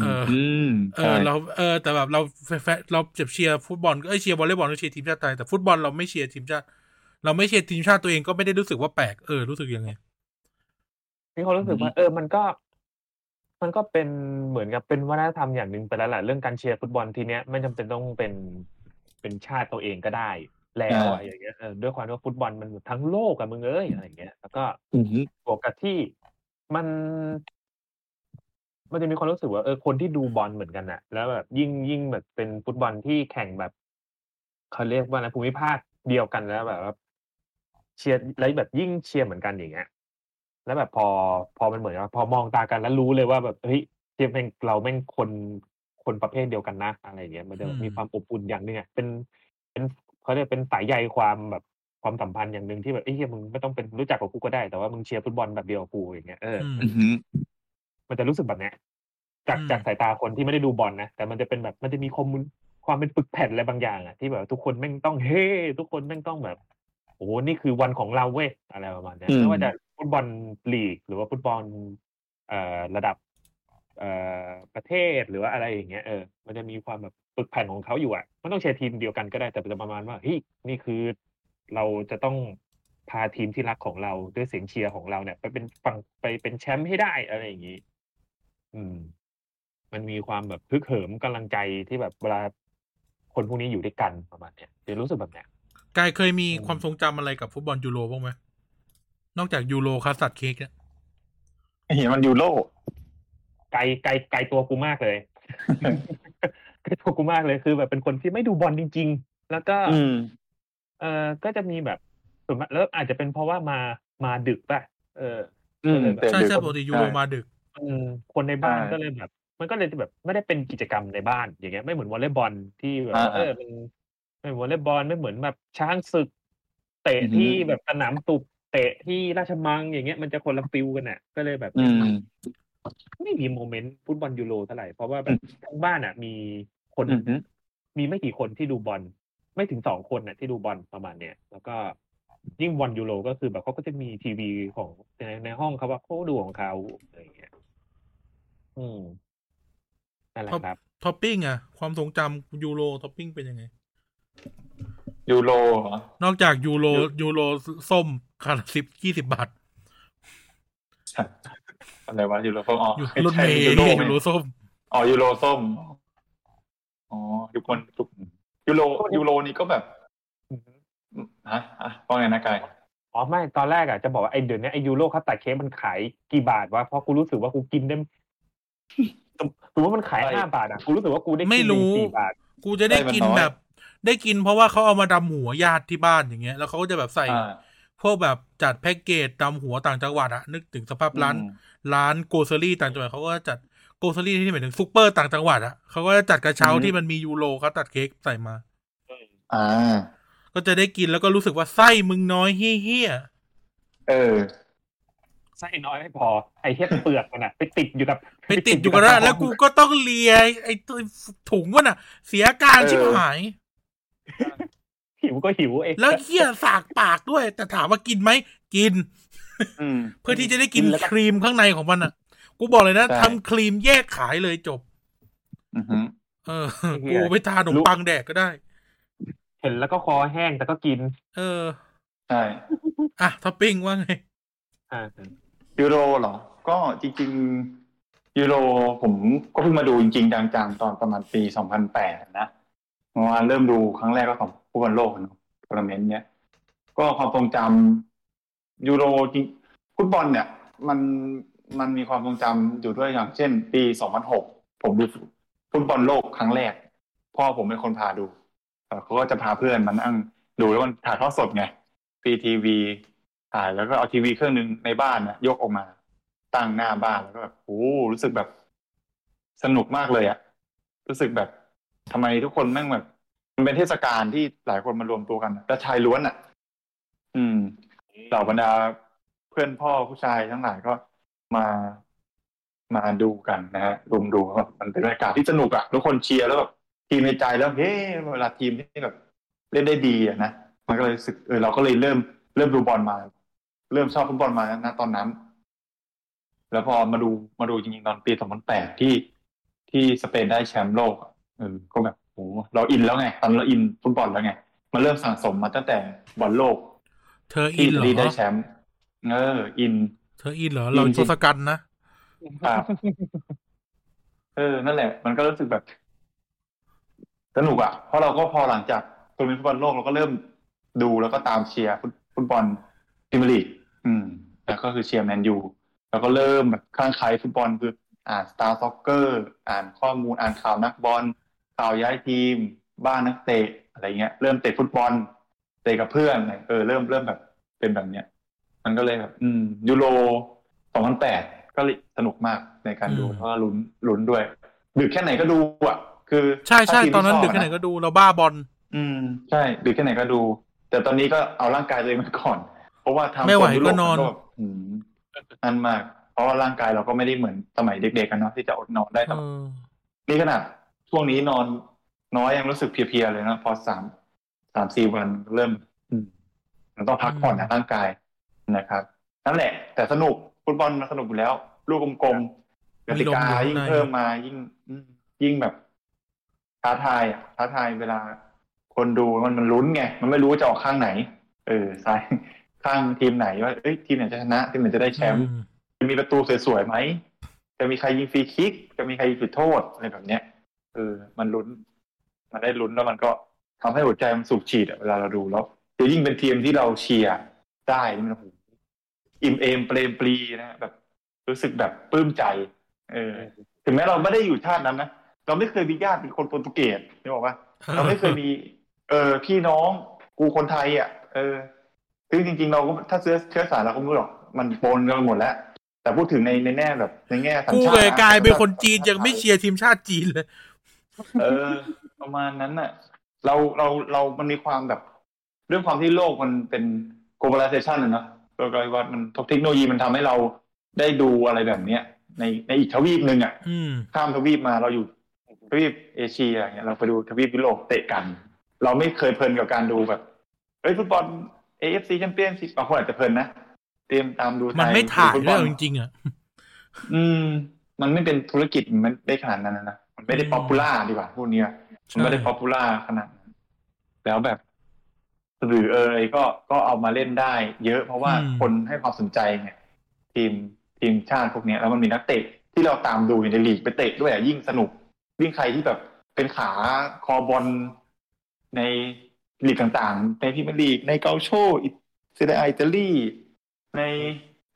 เอออื ม เอ ใช่ อเราเออแต่แบบเราแฟนแฟนเราเจ็บเชียร์ฟุตบอลก็เอ้ยเชียร์วอลเลย์บอลก็เชียร์ทีมชาติไทยแต่ฟุตบอลเราไม่เชียร์ทีมชาติ เราไม่เชียร์ทีมชาติตัวเองก็ไม่ได้รู้สึกว่าแปลกเออรู้สึกยังไง มีความรู้สึกว่าเออ มันก็ มันก็เป็นเหมือนกับเป็นวัฒนธรรมอย่างหนึ่งไปแล้วแหละเรื่องการเชียร์ฟุตบอลทีเนี้ยไม่จำเป็นต้องเป็นเป็นชาติตัวเองก็ได้ แล้วอะอย่างเงี้ยเออด้วยความที่ว่าฟุตบอลมันทั้งโลกอะมึงเอ้ยอะไรอย่างเงี้ยแล้วก็ อือฮึ บวกกับที่มัน มันจะมีความรู้สึกว่าเออคนที่ดูบอลเหมือนกันน่ะ แล้วแบบยิ่งยิ่งแบบเป็นฟุตบอลที่แข่งแบบเขาเรียกว่าอะไรภูมิภาคเดียวกันแล้วแบบว่าเชียร์แล้วแบบยิ่งเชียร์เหมือนกันอย่างเงี้ยแล้วแบบพอพอมันเหมือนว่าพอมองตากันแล้วรู้เลยว่าแบบเฮ้ยเชียร์เป็นเราแม่งคนคนประเภทเดียวกันนะอะไรอย่างเงี้ยมันจะ อืม มีความอบอุ่นอย่างหนึ่งอ่ะเป็นเป็นเขาเรียกเป็นสายใยความแบบความสัมพันธ์อย่างหนึ่งที่แบบเอ้ยเหี้ยมึงไม่ต้องเป็นรู้จักกับกูก็ได้แต่ว่ามึงเชียร์ฟุตบอลแบบเดียวกับกูอย่างเงี้ยเอออ อืม อือฮึ มันจะรู้สึกแบบเนี้ยจาก อืม จากสายตาคนที่ไม่ได้ดูบอลนะ แต่มันจะเป็นแบบมันจะมีคอมมูนความเป็นปึกแผ่นอะไรบางอย่างอะที่แบบทุกคนแม่งต้องเฮ้ทุกคนแม่งต้องแบบโอ้โหนี่คือวันของเราเว้ยอะไรประมาณเนี้ยไม่ว่าจะฟุตบอลลีก หรือว่าฟุตบอลเอ่อระดับ เอ่อประเทศหรือว่าอะไรอย่างเงี้ยเออมันจะมีความแบบปึกแผ่นของเขาอยู่อะไม่ต้องเชียร์ทีมเดียวกันก็ได้แต่จะประมาณว่าเฮ้ยนี่คือเราจะต้องพาทีมที่รักของเราด้วยเสียงเชียร์ของเราเนี่ยไปเป็นฝั่งไปเป็นแชมป์ให้ได้อะไรอย่างงี้ อืม มันมีความแบบพึกเหิมกำลังใจที่แบบเวลาคนพวกนี้อยู่ด้วยกันประมาณเนี้ยจะรู้สึกแบบเนี้ย กายเคยมี อืม ความทรงจำอะไรกับฟุตบอลยูโรบ้างไหมนอกจากยูโรคัสตัดเค้กเนี่ย เห็นมันยูโร ไกลไกลไกลตัวกูมากเลย ไกลตัวกูมากเลยคือ แบบเป็นคนที่ไม่ดูบอลจริง ๆ แล้วก็ อืม เออก็จะมีแบบส่วนมากแล้วอาจจะเป็นเพราะว่ามามาดึกป่ะ เออ อืม แต่ ใช่ เดี๋ยว ใช่ปกติยูโรมาดึก อืมคนในบ้าน ใช่ ก็เลยแบบ มันก็เลยแบบไม่ได้เป็นกิจกรรมในบ้าน อย่างเงี้ยไม่เหมือนวอลเลย์บอลที่แบบ อ่า ว่าเออมันไม่เหมือนวอลเลย์บอลไม่เหมือนแบบช้างศึก เตะ อือฮึ ที่แบบสนามตุบเตะที่ราชมังอย่างเงี้ยมันจะคนละฟิลกันอ่ะ ก็เลยแบบ อืม ไม่มีโมเมนต์ฟุตบอลยูโรเท่าไหร่ เพราะว่าแบบทั้งบ้านอ่ะ มีคน อือฮึ มีไม่กี่คนที่ดูบอลไม่ถึงสองคนน่ะที่ดูบอลประมาณเนี้ยแล้วก็ยิ่งบอลยูโรก็คือแบบเขาก็จะมีทีวีของในในห้องเขาว่าเขาดูของเขาอะไรอย่างเงี้ยอืมนั่นแหละครับ ท็อปปิ้งอะความทรงจำยูโรท็อปปิ้งเป็นยังไง ยูโรเหรอน อกจากยูโรยูโรส้มคาราสิบยี่สิบบาท อะไรวะยูโรส้มอ๋อ ยูรถไใช่เมย์ ยู ยู โร โรส้ม อ๋อยูโรส้มอ๋อทุกคนทุกยูโรยูโรนี่ก็แบบฮะอ่ะว่าไงนะกาย อ๋อไม่ตอนแรกอ่ะจะบอกว่าไอเดี๋ยวนี้ไอยูโรคัสตาร์ดเค้กมันขายกี่บาทวะเพราะกูรู้สึกว่ากูกินได้ สมสมมติว่ามันขาย ใช่ ห้าบาทอ่ะกูรู้สึกว่ากูได้กิน ไม่รู้ สี่บาท กูจะได้กิน ได้มันน้อย แบบ ได้กินเพราะว่าเขาเอามาดำหัวญาติที่บ้านอย่างเงี้ย แล้วเขาก็จะแบบใส่ อ่า พวกแบบจัดแพ็กเกจดำหัวต่างจังหวัดอะนึกถึงสภาพร้าน อืม ร้านโกเซอรี่ต่างจังหวัดเขาก็จัดโกเซอรี่ที่หมายถึงซูเปอร์ต่างจังหวัดอะเขาก็จะจัดกระเช้า อืม ที่มันมียูโรเขาตัดเค้กใส่มา อ่า ก็จะได้กินแล้วก็รู้สึกว่าไส้มึงน้อยเฮี้ย เออ ไส้น้อยไม่พอไอ้เทียเปลือกมันอะไปติดอยู่กับ ๆไปติดอยู่กัน แล้วแล้วกูก็ต้องเลียไอ้ถุงว่ะน่ะ เสียอาการ เออ ชิบหาย หิวก็หิวไอ้ แล้วเฮี้ยสากปากด้วย แต่ถามว่ากินไหมกิน อืม เพื่อที่จะได้กิน แล้ว ครีมข้างในของมันอ่ะ กูบอกเลยนะ ใช่ ทำครีมแยกขายเลยจบ อือฮึ เออ เหี้ กู ย ไปทานขนมปังแดกก็ได้ เห็นแล้วก็คอแห้งแต่ก็กิน เออ ใช่ อ่ะท็อปปิ้งว่าไง อ่า ยูโรเหรอ ก็จริงๆยูโรผมก็เพิ่งมาดูจริงๆจังๆตอนประมาณปี 2008 นะเมื่อวานเริ่มดูครั้งแรกก็ของผู้บอลโลกเนอะทัวร์นาเมนต์เนี้ยก็ความทรงจำยูโรจริงฟุตบอลเนี่ย มันมันมีความทรงจำอยู่ด้วยอย่างเช่น ปี 2006 ผมดูฟุตบอลโลกครั้งแรก พ่อผมเป็นคนพาดูเอ่อเขาก็จะพาเพื่อนมานั่งดูแล้วมันถ่ายทอดสดไงปีทีวี ถ่ายแล้วก็เอาทีวีเครื่องหนึ่งในบ้านนะยกออกมา ตั้งหน้าบ้านแล้วก็แบบโอ้โหรู้สึกแบบสนุกมากเลยอะรู้สึกแบบทำไมทุกคนแม่งแบบ มันเป็นเทศกาลที่หลายคนมารวมตัวกันอะและชายล้วนอะอืมเหล่าบรรดาเพื่อนพ่อผู้ชายทั้งหลายก็มามาดูกันนะฮะรวมดูครับมันเป็นบรรยากาศที่สนุกอะทุกคนเชียร์แล้วแบบทีมในใจแล้วเฮ้เวลาทีมที่แบบ เล่นได้ดีอะนะมันก็เลยรู้สึกเออเราก็เลยเริ่ม เริ่มดูบอลมา เริ่มชอบฟุตบอลมานะตอนนั้น แล้วพอมาดูมาดูจริงๆตอนปี 2008 ที่ที่สเปนได้แชมป์โลกอะเออก็แบบโหเราอินแล้วไง ตอนนนเราอินฟุตบอลแล้วไงมาเริ่มสั่งสมมาตั้งแต่บอลโลก เธออิ ที่ นเหรอ ลีได้แชมป์เออ อิน เธออินเหรอ เรา อินจริ ท ง ศกัณฐ์นะ ครับเออ นั่นแหละ มันก็รู้สึกแบบสนุกอะ่ะ เพราะเราก็พอหลังจากทัวร์นาเมนต์ฟุตบอลโลกเราก็เริ่มดูแล้วก็ตามเชียร์ฟุตฟุตบอลพรีเมียร์ลีกอืม แล้วก็คือเชียร์แมนยูแล้วก็เริ่มแบบคลั่งไคล้ฟุตบอลคือ อ่านสตาร์ซ็อกเกอร์ อ่านข้อมูลอ่านข่าวนักบอลข่าวย้ายทีม บ้านนักเตะอะไรเงี้ย เริ่มเตะฟุตบอล เตะกับเพื่อนอะไรเออเริ่มเริ่มแบบเป็นแบบเนี้ย มันก็เลยแบบ อืม ยูโร 2008 ก็เลยสนุกมากในการดู อืม แล้วก็ลุ้นลุ้นด้วย ดึกแค่ไหนก็ดูอ่ะ คือ ใช่ใช่ ถ้าทีม ตอนนั้น ที่ชบ ดึกแค่ไหนะ ก็ดูเราบ้าบอล อืม ใช่ ดึกแค่ไหนก็ดู แต่ตอนนี้ก็เอาร่างกายตัวเองไปก่อน เพราะว่าทำ ไม่ไหว ส่ยุโรป ก็นอน มัแบบอืมอันมาก เพราะว่าร่างกายเราก็ไม่ได้เหมือนสมัยเด็กๆกันเนาะที่จะอดนอนได้ต เอ ลอด อ นี่ขนาดช่วงนี้นอนน้อยยังรู้สึกเพลียๆเลยนะพอสามสามสี่วันเริ่ม อืมมันต้องพักผ่อนนะร่างกายนะครับนั่นแหละ แต่สนุกฟุตบอลมันสนุกอยู่แล้ว ลูกกลมๆกติมีลกามอยู่ ยิ่ง ข้างใน เพิ่มมายิ่ง อืมยิ่งแบบท้าทายอะท้าทายเวลา คนดูมันมันลุ้นไง มันไม่รู้จะออกข้างไหน เออซ้ายข้างทีมไหนว่าเอ้ยทีมไหนจะชนะทีมไหนจะได้แชมป์ อืม จะมีประตูสวยๆไหม จะมีใครยิงฟรีคิก จะมีใครยิงจุดโทษอะไรแบบเนี้ย เออ มันลุ้น มันได้ลุ้นแล้วมันก็ทำให้หัวใจมันสูบฉีดอะเวลาเราดูแล้วจะยิ่งเป็นทีมที่เราเชียร์ได้นี่มันโอ้โหอิ่มเอมเปรมปรีนะฮะแบบ รู้สึกแบบปลื้มใจ เออ ถึงแม้เราไม่ได้อยู่ชาตินั้นนะ เราไม่เคยมีญาติเป็นคนโปรตุเกสนี่บอกว่า เราไม่เคยมี เออพี่น้องกูคนไทยอ่ะ เออซึ่งจริง ๆ เราก็ถ้าเชื้อเชื้อสายเราก็ไม่รู้หรอก มันปนกันไปหมดแล้ว แต่พูดถึงในในแง่แบบ ในแง่สัญ กู ชา เล ติ ยกลายเป็นคนจีนยังไม่เชียร์ทีมชาติจีนเลย เออ ประมาณนั้นน่ะ เราเราเรามันมีความแบบ เรื่องความที่โลกมันเป็น globalization นะเนาะเราก็เลยว่ามันเทคโนโลยีมันทำให้เราได้ดูอะไรแบบเนี้ย ในในอีกทวีปหนึ่งอ่ะ อืม ข้ามทวีปมาเราอยู่ทวีปเอเชียอย่างเงี้ยเราไปดูทวีปยุโรปเตะกัน เราไม่เคยเพลินกับการดูแบบเอ้ยฟุตบอลเอฟซีแชมเปี้ยนชิพบางคนอาจจะเพลินนะเตรียมตามดู มัน ท ไม่ถ่าย ฟุตบ ด้ว อย ล เอาจริงๆอ่ะ อืม มันไม่เป็นธุรกิจมันได้ขนาดนั้นนะนะมันไม่ได้ อืม ป๊อปปูล่าดีกว่าพวกเนี้ย มันไม่ได้ป๊อปปูล่าขนาดนั้นแล้วแบบ หรือเอยก็ก็เอามาเล่นได้เยอะเพราะว่า อืม คนให้ความสนใจไงทีมทีมชาติพวกเนี้ยแล้วมันมีนักเตะที่เราตามดูอยู่ในลีกไปเตะด้วยอะยิ่งสนุกยิ่งใครที่แบบเป็นขาคอบอลในลีกต่างๆ ในพรีเมียร์ลีกในเกาโชอิเซเรียอิตาลี ใน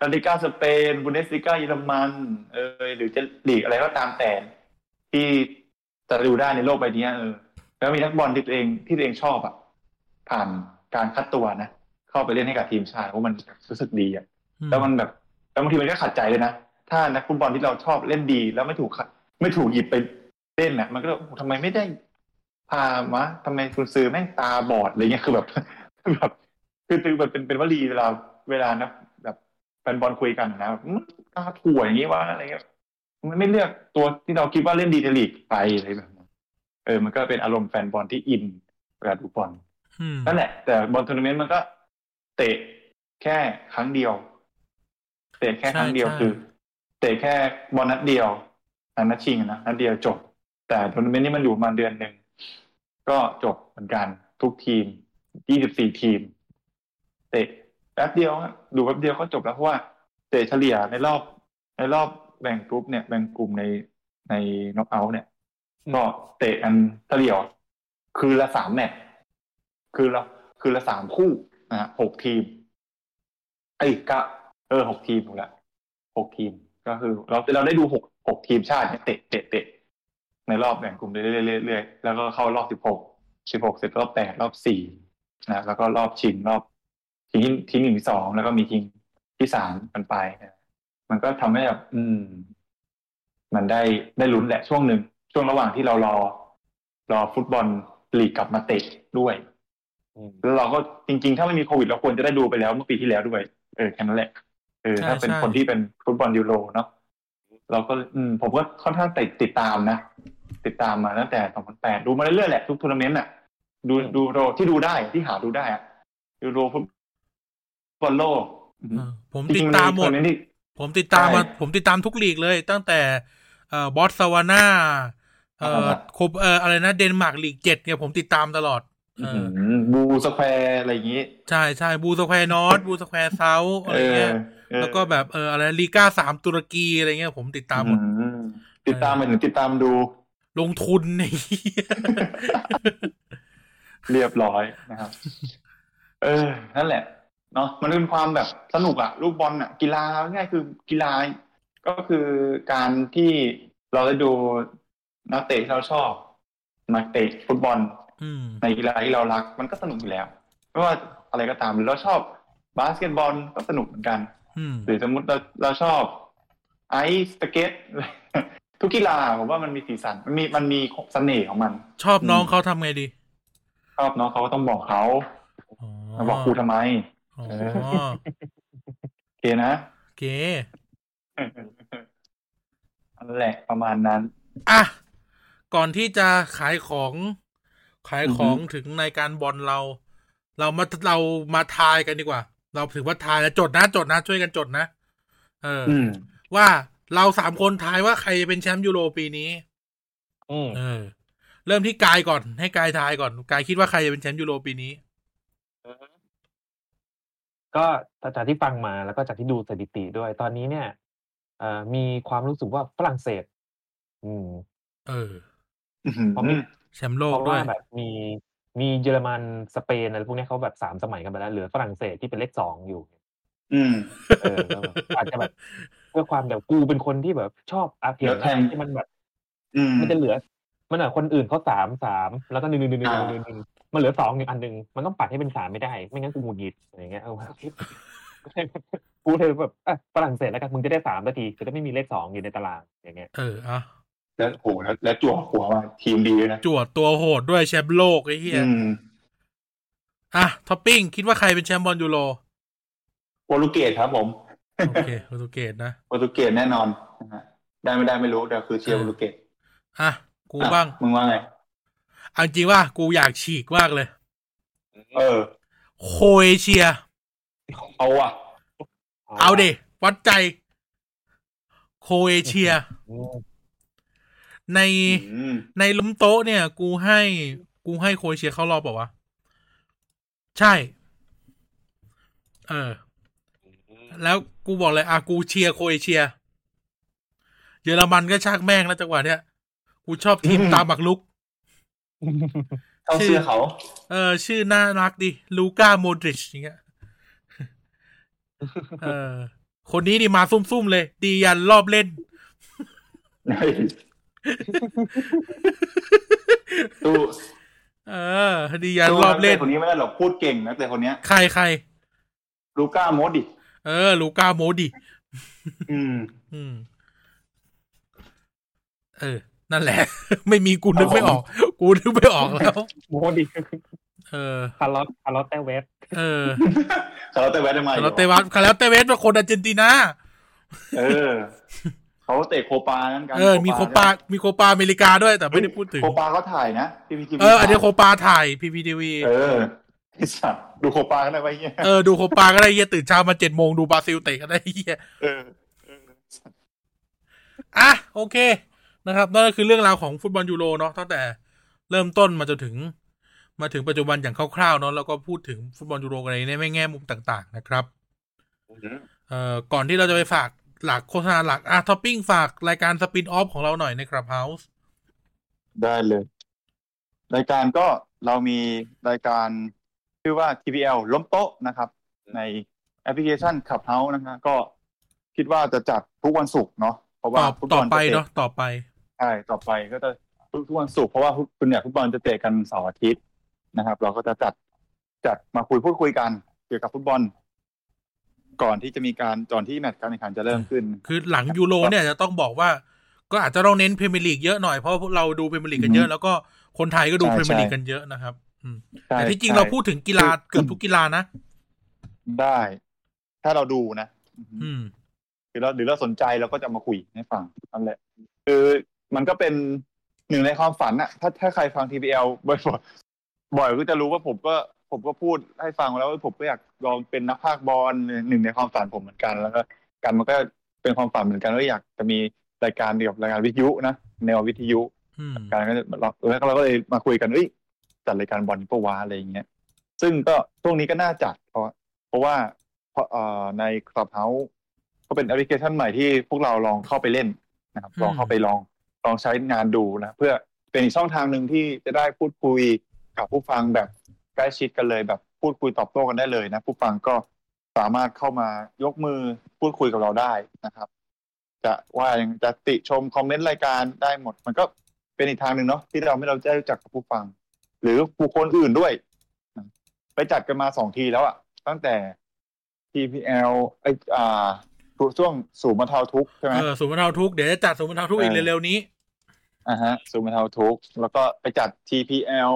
ลาลิกาสเปนบุนเดสลิกาเยอรมันเอยหรือจะลีกอะไรก็ตามแต่ที่จะดูได้ในโลกใบเนี้ยเออ แล้วมีนักบอลที่ตัวเองที่ตัวเองชอบอ่ะ ผ่านการคัดตัวนะ เข้าไปเล่นให้กับทีมชาติเพราะมันรู้สึกดีอ่ะ อืม แล้วมันแบบแล้วบางทีมันก็ขัดใจเลยนะ ถ้านักฟุตบอลที่เราชอบเล่นดี แล้วไม่ถูกคัดไม่ถูกหยิบไปเล่นอ่ะ มันก็แบบโอ้โหทำไมไม่ได้พามะทำไมคุณซื้อแม่งตาบอดอะไรเงี้ยคือแบบ แบบคือคือมันเป็นเป็นวลีเวลาเวลานะแบบแฟนบอลคุยกันนะแบบอื้อตาถั่วอย่างนี้วะอะไรเงี้ยมันไม่เลือกตัวที่เราคิดว่าเล่นดีในลีกไปอะไรแบบนั้น เออ มันก็เป็นอารมณ์แฟนบอลที่อินเวลาดูบอล อืม นั่นแหละ แต่บอลทัวร์นาเมนต์มันก็เตะแค่ครั้งเดียว เตะแค่ครั้งเดียวคือ เตะแค่บอลนัดเดียวอันนัดชิงอะนะนัดเดียวจบ แต่ทัวร์นาเมนต์นี่มันอยู่ประมาณเดือนหนึ่งก็จบเหมือนกันทุกทีม 24 ทีม เตะแป๊บเดียวฮะดูแป๊บเดียวก็จบแล้วเพราะว่า เตะเฉลี่ยในรอบ ใน ในรอบแบ่งกลุ่มเนี่ยแบ่งกลุ่มในในน็อกเอาท์เนี่ยก็เตะกันเฉลี่ยว คือละสามแมตช์คือละคือละสามคู่นะฮะหกทีม ไอ้ยเกะเออหกทีมถูกละหกทีม ก็คือ เราเราได้ดูหกหกทีมชาติเนี่ยเตะเตะเตะในรอบแบ่งกลุ่มเรื่อยๆเรื่อยๆแล้วก็เข้ารอบสิบหกสิบหกเสร็จรอบแปดรอบสี่นะแล้วก็รอบชิงรอบทีมทีมหนึ่งที่สองแล้วก็มีทีมที่สามกันไปนะมันก็ทำให้แบบอืม มันได้ได้ลุ้นแหละช่วงหนึ่งช่วงระหว่างที่เรารอ รอฟุตบอลลีกกลับมาเตะด้วย อืม แล้วเราก็จริง ๆ ถ้าไม่มีโควิดเราควรจะได้ดูไปแล้วเมื่อปีที่แล้วด้วยเออแค่นั้นแหละเออ ใช่ ถ้าเป็น ใช่ คนที่เป็นฟุตบอลยูโรเนาะเราก็อืมผมก็ค่อนข้างติดติดตามนะ ติดตามมาตั้งแต่ 2008 ดูมาเรื่อยๆแหละทุกทัวร์นาเมนต์น่ะ ดู อืม ดูโรที่ดูได้ที่หาดูได้อะยูโรฟุตบอลโลกอืม เออผม จ ติ ริ ด งๆ ตามหมด นทัวร์เนต์ที่ ผมติดตามมา ใช่ ผมติดตามทุกลีกเลย ตั้งแต่เอ่อบอตสวานาเอ่อ อ่า โคบเอ่ออะไรนะเดนมาร์กลีกเจ็ดเนี่ยผมติดตามตลอดเอออ อืมบูสแควร์อะไรอย่างงี้ ใช่ใช่บูสแควร์นอตบูสแควร์เซาอะไรเงี้ย เออ แล้วก็แบบเอออะไรลีก้าสามตุรกีอะไรเงี้ยผมติดตามหมด อืมติดตามไปถึงติดตามดู ลงทุน ในเหี้ย เรียบร้อยนะครับ เออ นั่นแหละ เนาะมันเป็นความแบบสนุกอะลูกบอลอะกีฬาง่ายๆคือกีฬา ก็คือการที่เราได้ดูนักเตะที่เราชอบนักเตะฟุตบอล อืม ในกีฬาที่เรารักมันก็สนุกอยู่แล้วไม่ว่าอะไรก็ตามหรือเราชอบบาสเกตบอลก็สนุกเหมือนกัน อืม หรือสมมติเราเราชอบไอซ์สเก็ต ทุกกีฬาผมว่ามันมีสีสันมันมีมันมีเสน่ห์ของมัน ชอบน้องเขาทำไงดี ชอบน้องเขาก็ต้องบอกเขา อ๋อ มาบอกครูทำไม อ๋อ โอเคนะ โอเค นั่นแหละประมาณนั้น อ่ะ ก่อนที่จะขายของขายของถึงในการบอลเรา เรามาเรามาทายกันดีกว่า เราถือว่าทายแล้วจดนะจดนะ ช่วยกันจดนะ เอออ อืม ว่าเราสามคนทายว่าใครจะเป็นแชมป์ยูโรปีนี้ อืม เออ เริ่มที่กายก่อน ให้กายทายก่อนกายคิดว่าใครจะเป็นแชมป์ยูโรปีนี้ ก็จากที่ฟังมาแล้วก็จากที่ดูสถิติด้วย ตอนนี้เนี่ยเอ่อมีความรู้สึกว่าฝรั่งเศส อืม เออ อื เพราะมี ม แชมป์โลกเพราะ ด้ว ว่าย แบบมีมีเยอรมันสเปนอะไรพวกเนี้ยเขาแบบสามสมัยกันไปแล้วเหลือฝรั่งเศสที่เป็นเลขสองอยู่ อืม เออแล้วแบบอาจจะแบบเพื่อความแบบกูเป็นคนที่แบบชอบอาเพียน เดี๋ยวแทง ที่มันแบบ อืม มันจะเหลือ มันอ่ะคนอื่นเขาสามสามแล้วก็หนึ่งหนึ่งหนึ่งหนึ่ง อ่า หนึ่งหนึ่งมันเหลือสองอยู่อันหนึ่งมันต้องปัดให้เป็นสามไม่ได้ ไม่งั้นกูหงุดหงิดอะไรอย่างเงี้ยเออกูเลยแบบอ่ะฝรั่งเศสแล้วกันมึงจะได้สามนาทีจะได้ไม่มีเลขสองอยู่ในตารางอย่างเงี้ย เอออ่ะ แล้วโหแล้วแล้วจั่วหัวมาทีมดีด้วยนะ จวดตัวโหดด้วยแชมป์โลกไอ้เหี้ย อืม อ่ะท็อปปิ้งคิดว่าใครเป็นแชมป์บอลยูโร โปรตุเกสครับผม โอเคโปรตุเกสนะ โปรตุเกสแน่นอนนะฮะได้ไม่ได้ไม่รู้แต่คือเชียร์โปรตุเกส อ่ะกู อ่ะ บ้าง มึงว่าไง เอาจริงว่ากูอยากฉีกมากเลย เออ โคเอเชีย เอาอ่ะ เอาเดวัดใจ โคเอเชีย อืม ใน อืม ในล้มโต๊ะเนี่ย กูให้ กูให้โคเอเชียเข้ารอบเปล่าวะ ใช่ เออ แล้วกูบอกเลยอ่ะกูเชียร์โคเอเชีย เยอรมันก็ชากแม่งแล้วจังหวะเนี้ย กูชอบทีม อืม ตามบักลุก เข้าเสื้อเขา เออ ชื่อน่ารักดิลูก้าโมดริชอย่างเงี้ย เออ คนนี้นี่มาซุ่มๆเลย ดียันรอบเล่น ดู เออ ดียันรอบเล่น กตะคนนี้ไม่ได้หรอกพูดเก่งนะแต่คนเนี้ย ใครใคร ลูก้าโมดดิ เออ ลูก้าโมดิ อืม อืม เออ นั่นแหละ ไม่มีกูนึกไม่ออก กูนึกไม่ออกแล้ว โมดิ เออ คาร์ลอสคาร์ลอสแต่เวส เออ คาราเต้แวดได้ไหม คาราเตวัสคาราเตเวสเป็นคนอาร์เจนตินา เออ เขาเตะโคปานั้นกัน เออ มีโคปา มีโคปาอเมริกาด้วย แต่ไม่ได้พูดถึง โคปาเขาถ่ายนะ PPTV เออ อันนี้โคปาถ่ายพีพีทีวี เออไอ้สัตว์ดูโคปาเขาได้ไว้เงี้ย เออ ดูโคปาก็ได้เฮียตื่นเช้ามาเจ็ดโมงดูบราซิลเตะก็ได้เฮีย เออเออ อ่ะ โอเคนะครับนั่นก็คือเรื่องราวของฟุตบอลยูโรเนาะตั้งแต่เริ่มต้นมาจนถึง มาถึงปัจจุบันอย่างคร่าวๆเนาะแล้วก็พูดถึงฟุตบอลยูโรกันในแง่แง่มุมต่าง ๆ นะครับ เอ่อก่อนที่เราจะไปฝาก หลักโฆษณาหลักอ่ะท็อปปิ้งฝากรายการสปินออฟของเราหน่อยในครับเฮาส์ ได้เลย รายการก็เรามีรายการชื่อว่า TPL ล้มโต๊ะนะครับ ในแอปพลิเคชัน Clubhouse นะฮะก็คิดว่าจะจัดทุกวันศุกร์เนาะเพราะ ต่ ว่า อ ฟุตบ ต่อ ลจ ไป ต เนาะต่อไป ใช่ต่อไปก็จะทุกทุกวันศุกร์เพราะว่าคุณเนี่ยฟุตบอลจะเตะกันเสาร์อาทิตย์นะครับ เราก็จะจัดจัดมาคุยพูดคุยกันเกี่ยวกับฟุตบอล ก่อนที่จะมีการก่อนที่แมตช์การแข่งขันจะเริ่มขึ้น คือหลังยูโรเนี่ยจะต้องบอกว่า ก็อาจจะต้องเน้นพรีเมียร์ลีกเยอะหน่อยเพราะพวกเราดูพรีเมียร์ลีกกันเยอะ อือฮึ แล้วก็คนไทยก็ดู ใช่ พรีเมียร์ลีก ใช่ กันเยอะนะครับ อืม ใช่ แต่ที่จริง ใช่ เราพูดถึงกีฬา คือ เกือบทุกกีฬานะ ได้ ถ้าเราดูนะ อืม หรือเราหรือเราสนใจเราก็จะเอามาคุยให้ฟังนั่นแหละ คือมันก็เป็นหนึ่งในความฝันอะถ้าถ้าใครฟัง TPL บ่อยๆบ่อยก็จะรู้ว่าผมก็ผมก็พูดให้ฟังแล้วว่าผมก็อยากลองเป็นนักพากย์บอลหนึ่งในความฝันผมเหมือนกันแล้วก็การมันก็เป็นความฝันเหมือนกันว่าอยากจะมีรายการเกี่ยวกับรายการวิทยุนะแนววิทยุ อืม การก็จะเราแล้วเราก็เลยมาคุยกันเอ้ยจัดรายการบอลปะวะอะไรอย่างเงี้ย ซึ่งก็ช่วงนี้ก็น่าจัด เพราะเพราะว่าเพราะเอ่อใน Clubhouse ก็เป็นแอปพลิเคชันใหม่ที่พวกเราลองเข้าไปเล่นนะครับ อืม ลองเข้าไปลองลองใช้งานดูนะ เพื่อเป็นอีกช่องทางหนึ่งที่จะได้พูดคุยกับผู้ฟังแบบใกล้ชิดกันเลยแบบพูดคุยตอบโต้กันได้เลยนะ ผู้ฟังก็สามารถเข้ามายกมือพูดคุยกับเราได้นะครับ จะว่ายังจะติชมคอมเมนต์รายการได้หมด มันก็เป็นอีกทางหนึ่งเนาะที่เราไม่เราได้รู้จักกับผู้ฟัง หรือบุคคลอื่นด้วยนะไปจัดกันมาสองทีแล้วอะตั้งแต่ TPL ไอยอ่าช่วงสู่บรรเทาทุกข์ใช่ไหม เออศูนย์บรรเทาทุกข์เดี๋ยวจะจัดศูนย์บรรเทาทุกข์อีกเร็วๆนี้ อ่าฮะสู่บรรเทาทุกข์แล้วก็ไปจัด TPL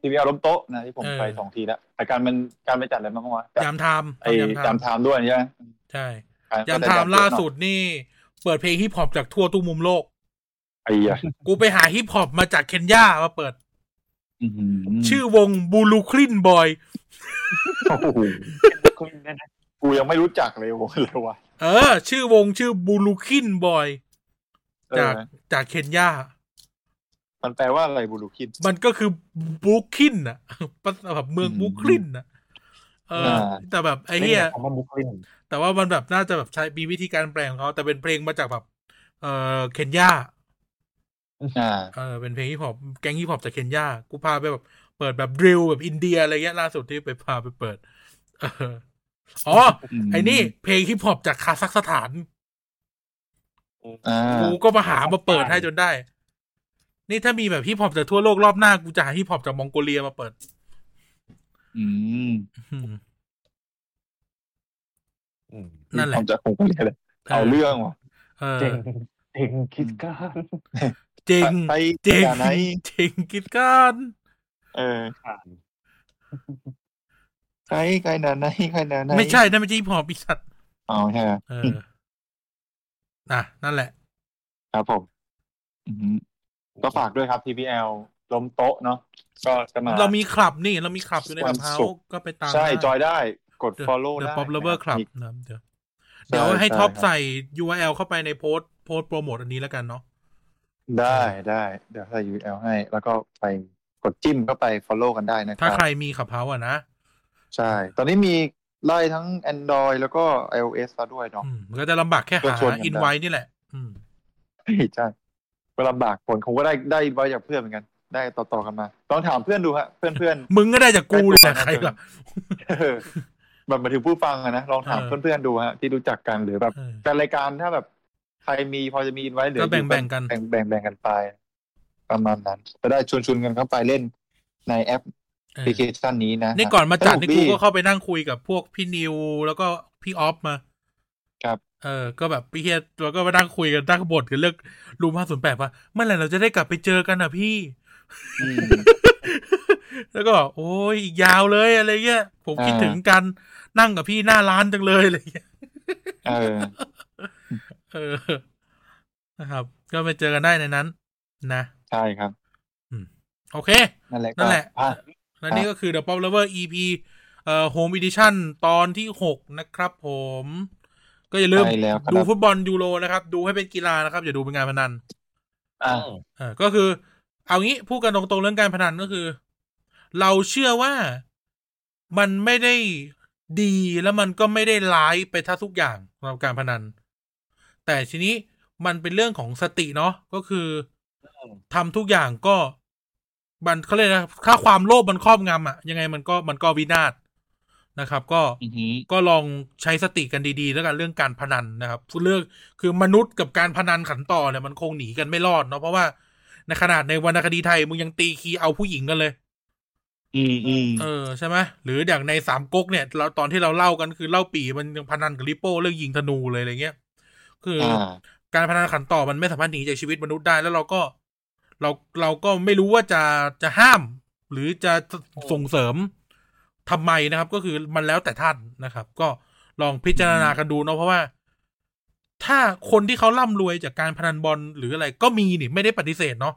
TPL ล้มโต๊ะนะที่ผม เออ ไปสองทีแล้วแต่การมันการไปจัดอะไรบ้างวะจัด ยามไทม์ ไอ้ ท จามไทม์ด้วยใช่ไหม ใช่ การ ยามไทม์ล่าสุดนี่ เปิดเพลงฮิปฮอปจากทั่วทุกมุมโลก ไอ้เหี้ย กูไปหาฮิปฮอปมาจากเคนยามาเปิด อื้อหื ชื่อวงบูลูคลินบอย โอ้โห คุณได้นะ กูยังไม่รู้จักเลย โว้ยเลยวะ เออ ชื่อวงชื่อบูลูคินบอย เออ จากจากเคนยา มันแปลว่าอะไรบูรูคิน มันก็คือบุคลินน่ะ แบบเมือง อืม บุคลินน่ะเออ อ่า แต่แบบไอ้ ไม่ เหี้ย คำว่าบุคลิน แต่ว่ามันแบบน่าจะแบบใช้มีวิธีการแปลของเขาแต่เป็นเพลงมาจากแบบ เออเคนยา อ่า เออเป็นเพลงฮิปฮอปแก๊งฮิปฮอปจากเคนยากูพาไปแบบ เปิดแบบดิวแบบอินเดียอะไรเงี้ยล่าสุดที่ไปพาไปเปิด เอออ๋อไอ้นี่เพลงฮิปฮอปจากคาซัคสถาน อ่า กูก็มาหามาเปิดให้จนได้ นี่ถ้ามีแบบฮิปฮอปจากทั่วโลกรอบหน้ากูจะหาฮิปฮอปจากมองโกเลียมาเปิด อืม อืม อืม นั่นแหละ ผมจะคงก็เรียกเลยเอาเรื่องว่ะ เออ เจ๋งเจ๋งคิดการ จริง ไป จริง อย่าไหน จริงกิจการ เออ าน ใครใครนาไหนใครนาไหน ไม่ใช่นั่นไม่ใช่ฮิปฮอปอีสัตว์ เอาใช่ไหม เออนะนั่นแหละ ครับผมอืมก็ฝากด้วยครับ TPL ล้มโต๊ะเนาะก็จะมา เรามีคลับนี่ เรามีคลับอยู่ในแบบเฮา วันศุกร์ ก็ไปตาม ใช่ ได้ จอยได้กด The- follow The ได้ Pop Lover คลับนะครับเดี๋ยวเดี๋ยว ใช่ ให้ ใช่ ท็อป ครับ ใส่ URL เข้าไปในโพสต์โพสต์โปรโมทอันนี้แล้วกันเนาะ ได้ได้เดี๋ยวใส่ URL ให้ แล้วก็ไปกดจิ้มเข้าไป follow กันได้นะค ถ้า รับ ใครมีขับเฮาอ่ะนะ ใช่ ตอนนี้มีไล่ทั้ง Android แล้วก็ iOS แล้วด้วยเนาะ อืมมันก็จะลำบากแค่ ก็ หา ชวนกันได้ อินไว้นี่แหละ อืม ใช่ก็ลำบากผลคงก็ได้ได้ไว้จากเพื่อนเหมือนกัน ได้ต่อๆกันมาลองถามเพื่อนดูฮะเพื่อนเพื่อน มึงก็ได้จากกูเลยแหละ ใก ใค ล้ ร ตัว ล่ะ นะ ๆเออ แบบมาถึงผู้ฟังอะนะลองถาม เออ เพื่อนๆดูฮะที่รู้จักกันหรือแบบ เออ การรายการถ้าแบบ ใครมีพอจะมีอินไว้เหลืออยู่ ก็แบ่งๆกัน แบ่งแบ่งแบ่งกันไป ประมาณนั้นจะได้ชวนชวนๆกันเข้าไปเล่นในแอปพลิเคชันนี้นะ นี่ก่อนมาจัดนี่กู ส ก็เข้าไปนั่งคุยกับพวกพี่นิวแล้วก็พี่ออฟมา ครับ เออ ก็แบบพี่เฮียเราก็มานั่งคุยกันตั้งบทกันเรื่องรูมห้าศูนย์แปดว่าเมื่อไหร่เราจะได้กลับไปเจอกันอ่ะพี่ อืม แล้วก็บอกโอ้ยอีกยาวเลยอะไรเงี้ย ผมคิด อ่า ถึงกันนั่งกับพี่หน้าร้านจังเลยอะไรเงี้ย เออ เออ นะครับ ก็ไปเจอกันได้ในนั้น นะ ใช่ครับ โอเค นั่นแหละ นั่นแหละ ก็อ่ และนี่ก็คือ The Pop Lover EP เอ่อ Home Edition ตอนที่ 6 นะครับผม ก็อย่าลืม ไปแล้วค ดู รับ ฟุตบอลยูโรนะครับ ดูให้เป็นกีฬานะครับ อย่าดูเป็นงานพนัน อ่ะ เออก็คือเอางี้พูดกันตรงๆเรื่องการพนันก็คือ เราเชื่อว่ามันไม่ได้ดีแล้วมันก็ไม่ได้ร้ายไปทั้งทุกอย่างสำหรับการพนัน แต่ทีนี้มันเป็นเรื่องของสติเนาะก็คืออ ม ทำทุกอย่างก็มันเขาเรียกนะถ้าความโลภมันครอบงำอะยังไงมันก็มันก็วินาศนะครับ ก็ อือหือ ก็ลองใช้สติกันดีๆ แล้วกันเรื่องการพนันนะครับเรื่องคือมนุษย์กับการพนันขันต่อเนี่ยมันคงหนีกันไม่รอดเนาะเพราะว่าในขนาดในวรรณคดีไทยมึงยังตีคีเอาผู้หญิงกันเลย อืมอืม เออใช่ไหมหรืออย่างในสามก๊กเนี่ยเราตอนที่เราเล่ากันคือเล่าปีมันยังพนันกับลิโป้เรื่องยิงธนูเลยอะไรเงี้ยคือ อ่า การพนันขันต่อมันไม่สามารถหนีจากชีวิตมนุษย์ได้แล้วเราก็ เราเราก็ไม่รู้ว่าจะจะห้าม หรือจะส่งเสริมทำไมนะครับ ก็คือมันแล้วแต่ท่านนะครับ ก็ลองพิจารณากันดูเนาะเพราะว่า ถ้าคนที่เขาร่ำรวยจากการพนันบอลหรืออะไรก็มีนี่ไม่ได้ปฏิเสธเนาะ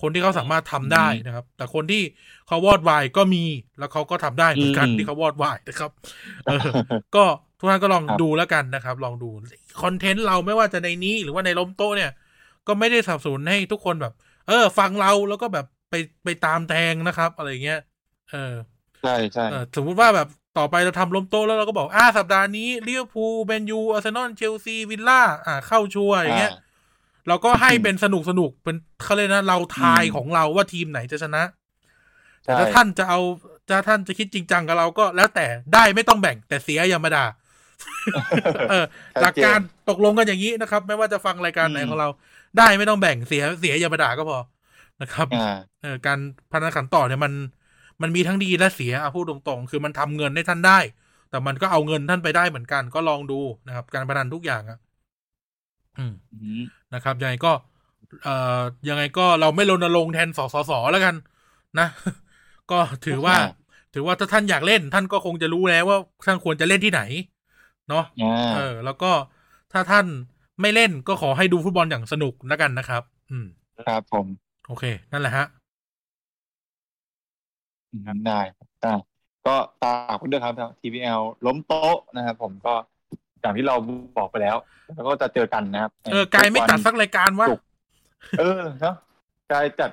คนที่เขาสามารถทำได้นะครับ แต่คนที่เขาวอดวายก็มี แล้วเขาก็ทำได้เหมือนกัน อืม ที่เขาวอดวายนะครับ เออ ก็ทุกท่านก็ลอง ครับ ดูแล้วกันนะครับ ลองดูคอนเทนต์เราไม่ว่าจะในนี้หรือว่าในล้มโต๊ะเนี่ย ก็ไม่ได้สนับสนุนให้ทุกคนแบบ เออ ฟังเราแล้วก็แบบไปไปตามแทงนะครับ อะไรเงี้ยเออ ใช่ใช่ เออสมมุติว่าแบบต่อไปเราทำล้มโต๊ะแล้วเราก็บอกอ่าสัปดาห์นี้ลิเวอร์พูลแมนยูอาร์เซนอลเชลซีวิลล่าอ่าเข้าชัวร์อย่างเงี้ายเราก็ให้เป็นสนุกสนุกเป็นเขาเลยกนะเราทายของเราว่าทีมไหนจะชนะ แต่ถ้า ใช่ ท่านจะเอาถ้าท่านจะคิดจริงจังกับเราก็แล้วแต่ได้ไม่ต้องแบ่งแต่เสียอย่ามาด่า เออหลักการตกลงกันอย่างนี้นะครับ ไม่ว่าจะฟังรายการไหน อืม ของเรา ได้ไม่ต้องแบ่งเสียเสียอย่ามาด่าก็พอนะครับ อ่า เออการพนันขันต่อเนี่ยมัน มันมีทั้งดีและเสียอ่ะพูดตรงๆ คือมันทำเงินให้ท่านได้ แต่มันก็เอาเงินท่านไปได้เหมือนกัน ก็ลองดูนะครับ การพนันทุกอย่างอ่ะอืม อืม นะครับยังไงก็เอ่อยังไงก็เราไม่รณรงค์แทนสสสแล้วกันนะ ก็ถือว่า อ่า ถือว่าถ้าท่านอยากเล่น ท่านก็คงจะรู้แล้วว่าท่านควรจะเล่นที่ไหน เนาะ อ่า เออ แล้วก็ถ้าท่านไม่เล่นก็ขอให้ดูฟุตบอลอย่างสนุกแล้วกันนะครับ อืม ครับผม โอเค นั่นแหละฮะ ได้ได้ก็ตากคุณด้วยครับ TPL ล้มโต๊ะนะครับผมก็อย่างที่เราบอกไปแล้ว แล้วก็จะเจอกันนะครับ เออกายไม่ตัดสักรายการวะ เออเนาะ กายจัด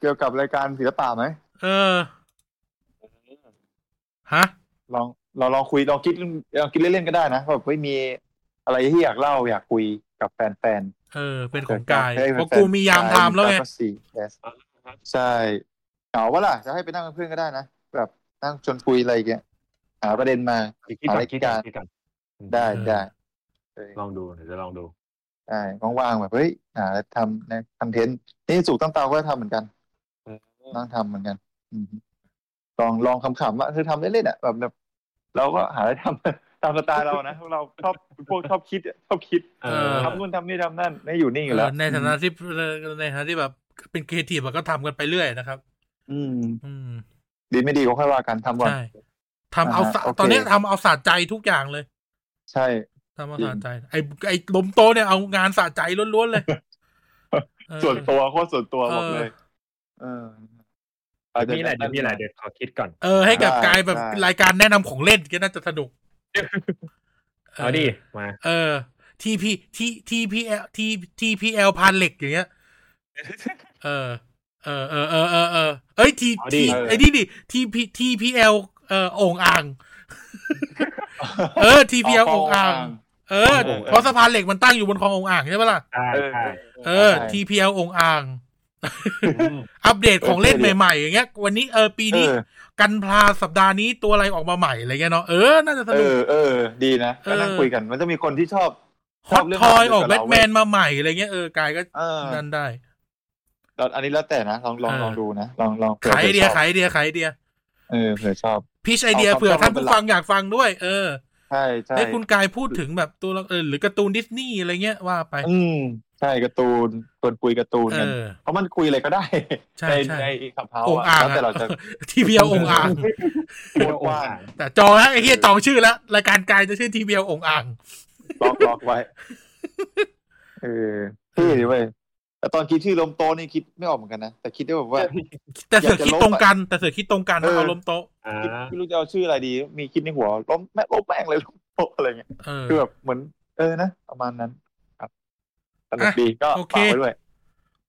เกี่ยวกับรายการศิลปะไหม เออฮะ ลองเราลองคุยลองคิดลองคิดเล่นๆก็ได้นะแบบไม่มีอะไรที่อยากเล่าอยากคุยกับแฟน เออ ๆ เป็นของกาย ให้แฟนๆ เพราะกูมียามไทม์แล้วไง กายมีตาก็สี่ yes ใช่เหงาวะล่ะจะให้ไปนั่งเป็นเพื่อนก็ได้นะแบบนั่งชวนคุยอะไรอย่างเงี้ยหาประเด็นมา คิด หา ก่อ ราน ย คิดก่อ การ นคิดก่อน ได้ เออ ได้ ลองดูเดี๋ยวจะลองดู ใช่ว่างๆแบบเฮ้ยหาอะไรทำในคอนเทนต์นี่สุกตั้งเตาก็ทำเหมือนกัน เออ นั่งทำเหมือนกัน อืมลองลองขำๆว่าคือทำเล่นๆอ่ะแบบแบบ เราก็หาอะไรทำ ตามสไตล์เรานะพวกเราชอบพวกชอบคิดชอบคิด เออ ทำนู่นทำนี่ทำนั่นไม่อยู่นิ่งอยู่แล้ว เออในฐานะที่ในฐานะที่แบบเป็นครีเอทีฟก็ทำกันไปเรื่อยนะครับ อืม อืม ดีไม่ดีก็ค่อยว่ากันทำก่อน ใช่ทำเอาสะ อ่าโอเค ตอนเนี้ยทำเอาสะใจทุกอย่างเลย ใช่ ทำเอา จริง สะใจ ไอ้ไอ้ล้มโต๊ะเนี่ยเอางานสะใจล้วนๆเลยเออ ส่วนตัวโคตรส่วนตัวบอกเลย เออ เดี๋ยวมีอะไรเดี๋ยวมีอะไรเดี๋ยวขอคิดก่อน เออ ให้กับ ได้ กลายแบบ ได้ รายการแนะนำของเล่นก็น่าจะส นุก เอาดิมา เออ TP T TPL T TPL พานเหล็กอย่างเงี้ย เออ เออเออเออเออเออเอ้ย T T ไอ้นี่ดิ TP TPL เอ่อโอ่งอ่าง เออ TPL โอ่งอ่าง เออ เพราะสะพานเหล็กมันตั้งอยู่บนคลองโอ่งอ่างใช่ปะล่ะ ใช่ เออ ใช่ เออ TPL องอ่าง อัปเดตของเล่นใหม่ๆ อย่างเงี้ย วันนี้เออปี เอ นี้ อ กันพลาสัปดาห์นี้ตัวอะไรออกมาใหม่อะไรเงี้ยเนาะเออ น่าจะส เอ นุก อเออ ดีนะก็นั่ง เออ คุยกันมันจะมีคนที่ชอบ ฮอต เรื่อง ทอย เดียว ออก กับ แบ เรา ท เว้ย แมนมาใหม่อะไรเงี้ยเออกายก็ เออ นั่นได้ แล้วอันนี้แล้วแต่นะลองลอง เออ ลองดูนะลองลองผื่ ขายไอเดีย ผื่ชอบ ขายไอเดียขายไอเดีย เออเผื่อชอบ พิชไอเดีย เอา เผื่อ ความ ท่านผู้ฟัเป็นหลักงอยากฟังด้วย เออ ใช่ใช่ ให้คุณกายพูดถึงแบบตัวละเออหรือการ์ตูนดิสนีย์อะไรเงี้ยว่าไป อืมใช่การ์ตูนชวนคุยการ์ตูน เอ กัน อ เพราะมันคุยอะไรก็ได้ ใช่ ใน ใช่ ในขับเฮา อง อะ อ่าง แล้วแต่ เราจะ TPL อง อ่าง ที่ กว้าง อ่าน แต่จองแล้วไอ้เหี้ยจองชื่อแล้วรายการกายจะชื่อ TPL องอ่าง ล็อกล็อกไว้เออที่ดีเว้ยแต่ตอนคิดชื่อลมโตะนี่คิดไม่ออกเหมือนกันนะแต่คิดได้แบบว่า แต่เสือกคิดตรงกัน แต่เสือกคิดตรงกัน เออ ว่าเอาล้มโต๊ะ อ่า คิดไม่รู้จะเอาชื่ออะไรดี มีคิดในหัวล้มแม่ล้มแม่งเลยล้มโตะอะไรเงี้ย เออ คือแบบเหมือน เออนะประมาณนั้น ครับสนุก อ่ะ ดีก็ โอเค ฝากไว้ด้วย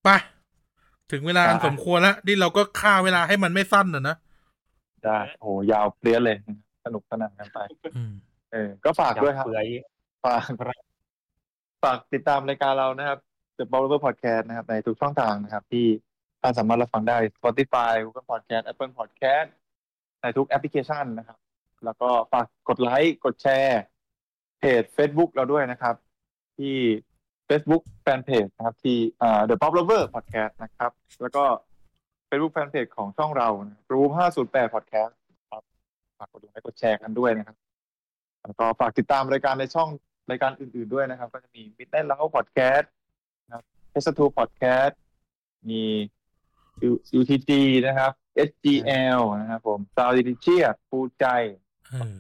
ไปถึงเวลาอันสมควรแล้วนี่เราก็ฆ่าเวลาให้มันไม่สั้นนะนะ ได้โอ้โหยาวเปรี้ยเลย สนุกสนานกันไป อืม เออ ก็ฝากด้วยครับ เปื่อย ฝาก ฝากติดตามรายการเรานะครับ The b o w l e r Podcast นะครับ ในทุกช่องทางนะครับ ที่ท่านสามารถรับฟังได้ Spotify Google Podcast Apple Podcast ในทุกแอปพลิเคชันนะครับ แล้วก็ฝากกดไลค์กดแชร์เพจ Facebook เราด้วยนะครับ ที่ Facebook Fanpage นะครับ ที่อ่า The Pop Lover Podcast นะครับ แล้วก็ Facebook Fanpage ของช่องเรานะครับ Room 508 Podcast ครับฝากกดไลค์กดแชร์กันด้วยนะครับ แล้วก็ฝากติดตามรายการในช่องรายการอื่นๆด้วยนะครับ ก็จะมี Midnight Love Podcast นะครับ S2 Podcast มี U- UTG นะครับ SGL นะครับผมซาวดิเชียปูใจ เออ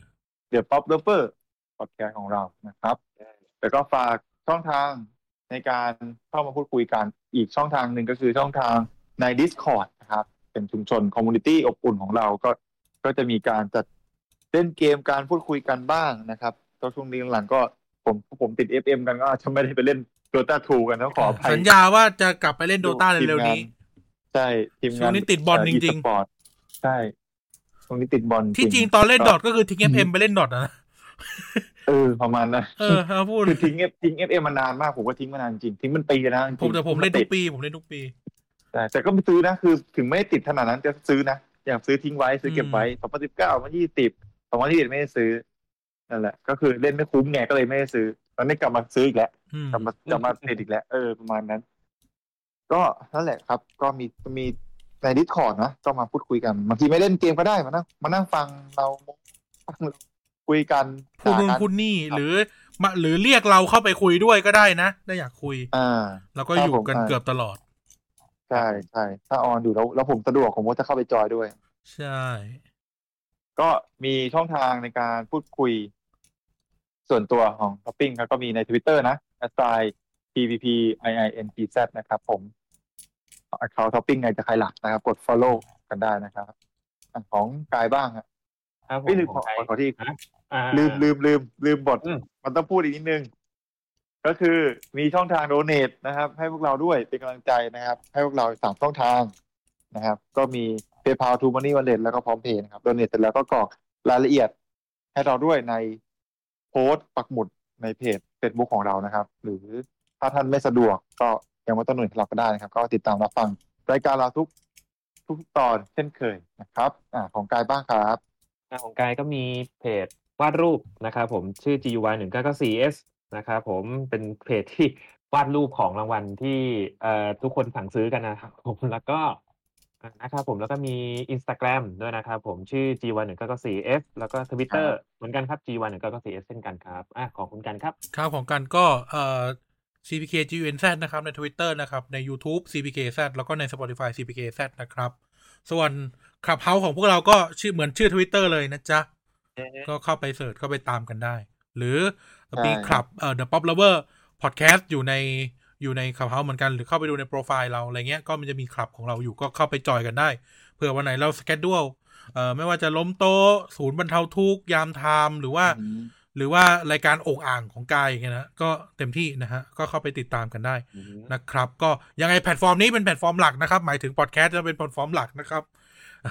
เด e p ป๊อปเลเวอร์พอดแคสต์ของเรานะครับ แล้วก็ฝากช่องทางในการเข้ามาพูดคุยกันอีกช่องทางหนึ่งก็คือช่องทางใน Discord นะครับ เป็นชุมชนคอมมูนิตี้อบอุ่นของเราก็ก็จะมีการจัดเล่นเกมการพูดคุยกันบ้างนะครับตอนช่วงนี้หลังๆก็ผมผมติด FM กันก็อาจจะไม่ได้ไปเล่นโดตาทูกันต้องขออภัย สัญญาว่าจะกลับไปเล่นโดตาเร็วๆนี้ ใช่ทีม ช่ว งาง น นี้ติดบอลจริงๆ เ e-sport ใช่ช่วงนี้ติดบอล ที่จริงตอนเล่นดอทก็คือทิ้งเอฟเอ็มไปเล่นดอทนะ เออประมาณนั้น เออเอาพูด คือทิ้งเอฟทิ้งเอฟเอมานานมากผมก็ทิ้งมานานจริงทิ้งมันปีนะจริง ผมแต่ผมเล่นทุก ติด ปี ผมเล่นทุกปี แต่แต่ก็ไปซื้อนะคือถึงไม่ได้ติดขนาดนั้นจะซื้อนะอยากซื้อทิ้งไว้ซื้อเก็บไว้สองพันสิบเก้ามันยี่สิบสองพันยี่สิบไม่ได้ซื้อนั่นแหละ ก็คือเล่นไม่คุ้มไงก็เลยไม่ได้ซื้อตอนนี้กลับมาซื้ออีกแล้ว อืม กลับมาจะมาติดอีกแล้วเออประมาณนั้น ก็นั่นแหละครับ ก็มีมีในดิสคอร์ดนะก็มาพูดคุยกันบางทีไม่เล่นเกมก็ได้มานั่งมานั่งฟังเราฟังเราคุยกัน พูดนู่น ด่ากั พูดนี่หรือมาหรือเรียกเราเข้าไปคุยด้วยก็ได้นะถ้าอยากคุย อ่า แล้วก็ ครัอบยู่กัน ผม เกือบตลอด ใช่ใช่ถ้าออนอยู่แล้วแล้วผมสะดวกผมก็จะเข้าไปจอยด้วย ใช่ ก็มีช่องทางในการพูดคุย ส่วนตัวของท็อปปิ้งครับก็มีใน Twitter นะ a s i pvp iinpz นะครับผมเขาท็อปปิ้งไงจะใครหลักนะครับ กด follow กันได้นะครับอ่ะของกายบ้างอะ ครับผม ไม่ลืม ข ข อ อง ไทย ขอที่ อ่า ลืมลืมลืมลืมบท อืม มันต้องพูดอีกนิดนึง ก็คือมีช่องทางโดเน t นะครับ ให้พวกเราด้วยเป็นกำลังใจนะครับ ให้พวกเราสามช่องทางนะครับ ก็มี PayPal t o Money Wallet แล้วก็พร้อมเพย์นะครับโดเน t เสร็จแล้วก็กรอกรายละเอียด ให้เราด้วยในโพสต์ปักหมุดในเพจ Facebook ของเรานะครับ หรือถ้าท่านไม่สะดวกก็ยังไม่ต้องหน่วยเราก็ได้นะครับ ก็ติดตามรับฟังรายการเราทุกทุกตอนเช่นเคยนะครับอ่าของกายบ้างครับ อ่าของกายก็มีเพจวาดรูปนะครับผมชื่อ GUY 1 9 9 4S นะครับผมเป็นเพจที่วาดรูปของรางวัลที่เอ่อทุกคนสั่งซื้อกันนะครับผม แล้วก็อ่านะครับผมแล้วก็มี Instagram ด้วยนะครับผมชื่อ GUY 1 9 9 4S แล้วก็ Twitter เหมือนกันครับ GUY 1 9 9 4S เช่นกันครับอ่ะขอบคุณกันครับ ข่าวของกันก็เอ่อ CPK GUNZ นะครับใน Twitter นะครับ ใน YouTube CPKZ แล้วก็ใน Spotify CPKZ นะครับ ส่วนขับเฮาของพวกเราก็ชื่อเหมือนชื่อ Twitter เลยนะจ๊ะ ก็เข้าไปเสิร์ชเข้าไปตามกันได้ หรือมี ใช่ คลับเอ่อ The Pop Lover Podcast อยู่ในอยู่ในขับเฮาเหมือนกัน หรือเข้าไปดูในโปรไฟล์เราอะไรเงี้ยก็มันจะมีคลับของเราอยู่ก็เข้าไปจอยกันได้เผื่อวันไหนเราสเกจดูเอ่อไม่ว่าจะล้มโต๊ะศูนย์บรรเทาทุกข์ยามไทม์หรือว่า อืม หรือว่ารายการโอ่งอ่างของกายอย่างเงี้ยนะก็เต็มที่นะฮะ ก็เข้าไปติดตามกันได้นะครับ ก็ยังไงแพลตฟอร์มนี้เป็นแพลตฟอร์มหลักนะครับ หมายถึงพอดแคสต์จะเป็นแพลตฟอร์มหลักนะครับ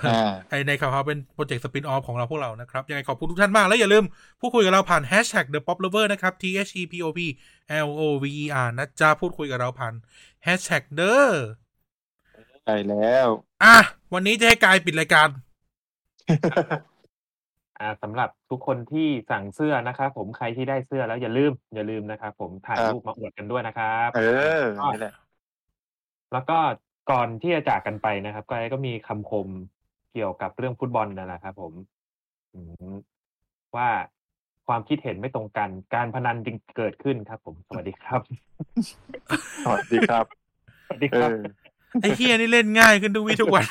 อ่า ไอในข่าวเขาเป็นโปรเจกต์สปินออฟของเราพวกเรานะครับ ยังไงขอบคุณทุกท่านมาก แล้วอย่าลืมพูดคุยกับเราผ่านแฮชแท็ก The Pop Lover นะครับ T H E P O P L O V E R นะจ้าพูดคุยกับเราผ่านแฮชแท็กเด้อ ใช่แล้ว อ่ะวันนี้จะให้กายปิดรายการ อ่าสำหรับทุกคนที่สั่งเสื้อนะครับผมใครที่ได้เสื้อแล้วอย่าลืม อย่าลืมนะครับผมถ่าย ครับ รูปมาอวดกันด้วยนะครับ เออนี่แหละ แล้วก็ก่อนที่จะจากกันไปนะครับก็ก็มีคำคมเกี่ยวกับเรื่องฟุตบอลนั่นแหละครับผมอืมว่าความคิดเห็นไม่ตรงกัน การพนันจึงเกิดขึ้นครับ ผมสวัสดีครับ สวัสดีครับ สวัสดี เอ ครับ อ ไอ้เฮียนี่เล่นง่ายขึ้นทุกวีทุกวัน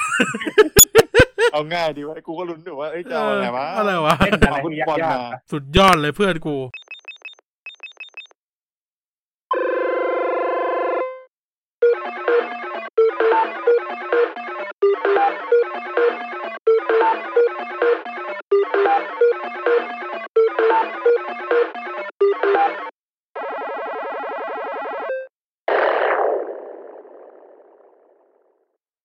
เอาง่ายดีวะกูก็ลุ้นอยู่ว่าเอ้ยจะเอาอะไรวะ เอออะไรวะ เล่นอะไร เอาฟุต ที่ย บอล าก มา ๆครับ สุดยอดเลยเพื่อนกู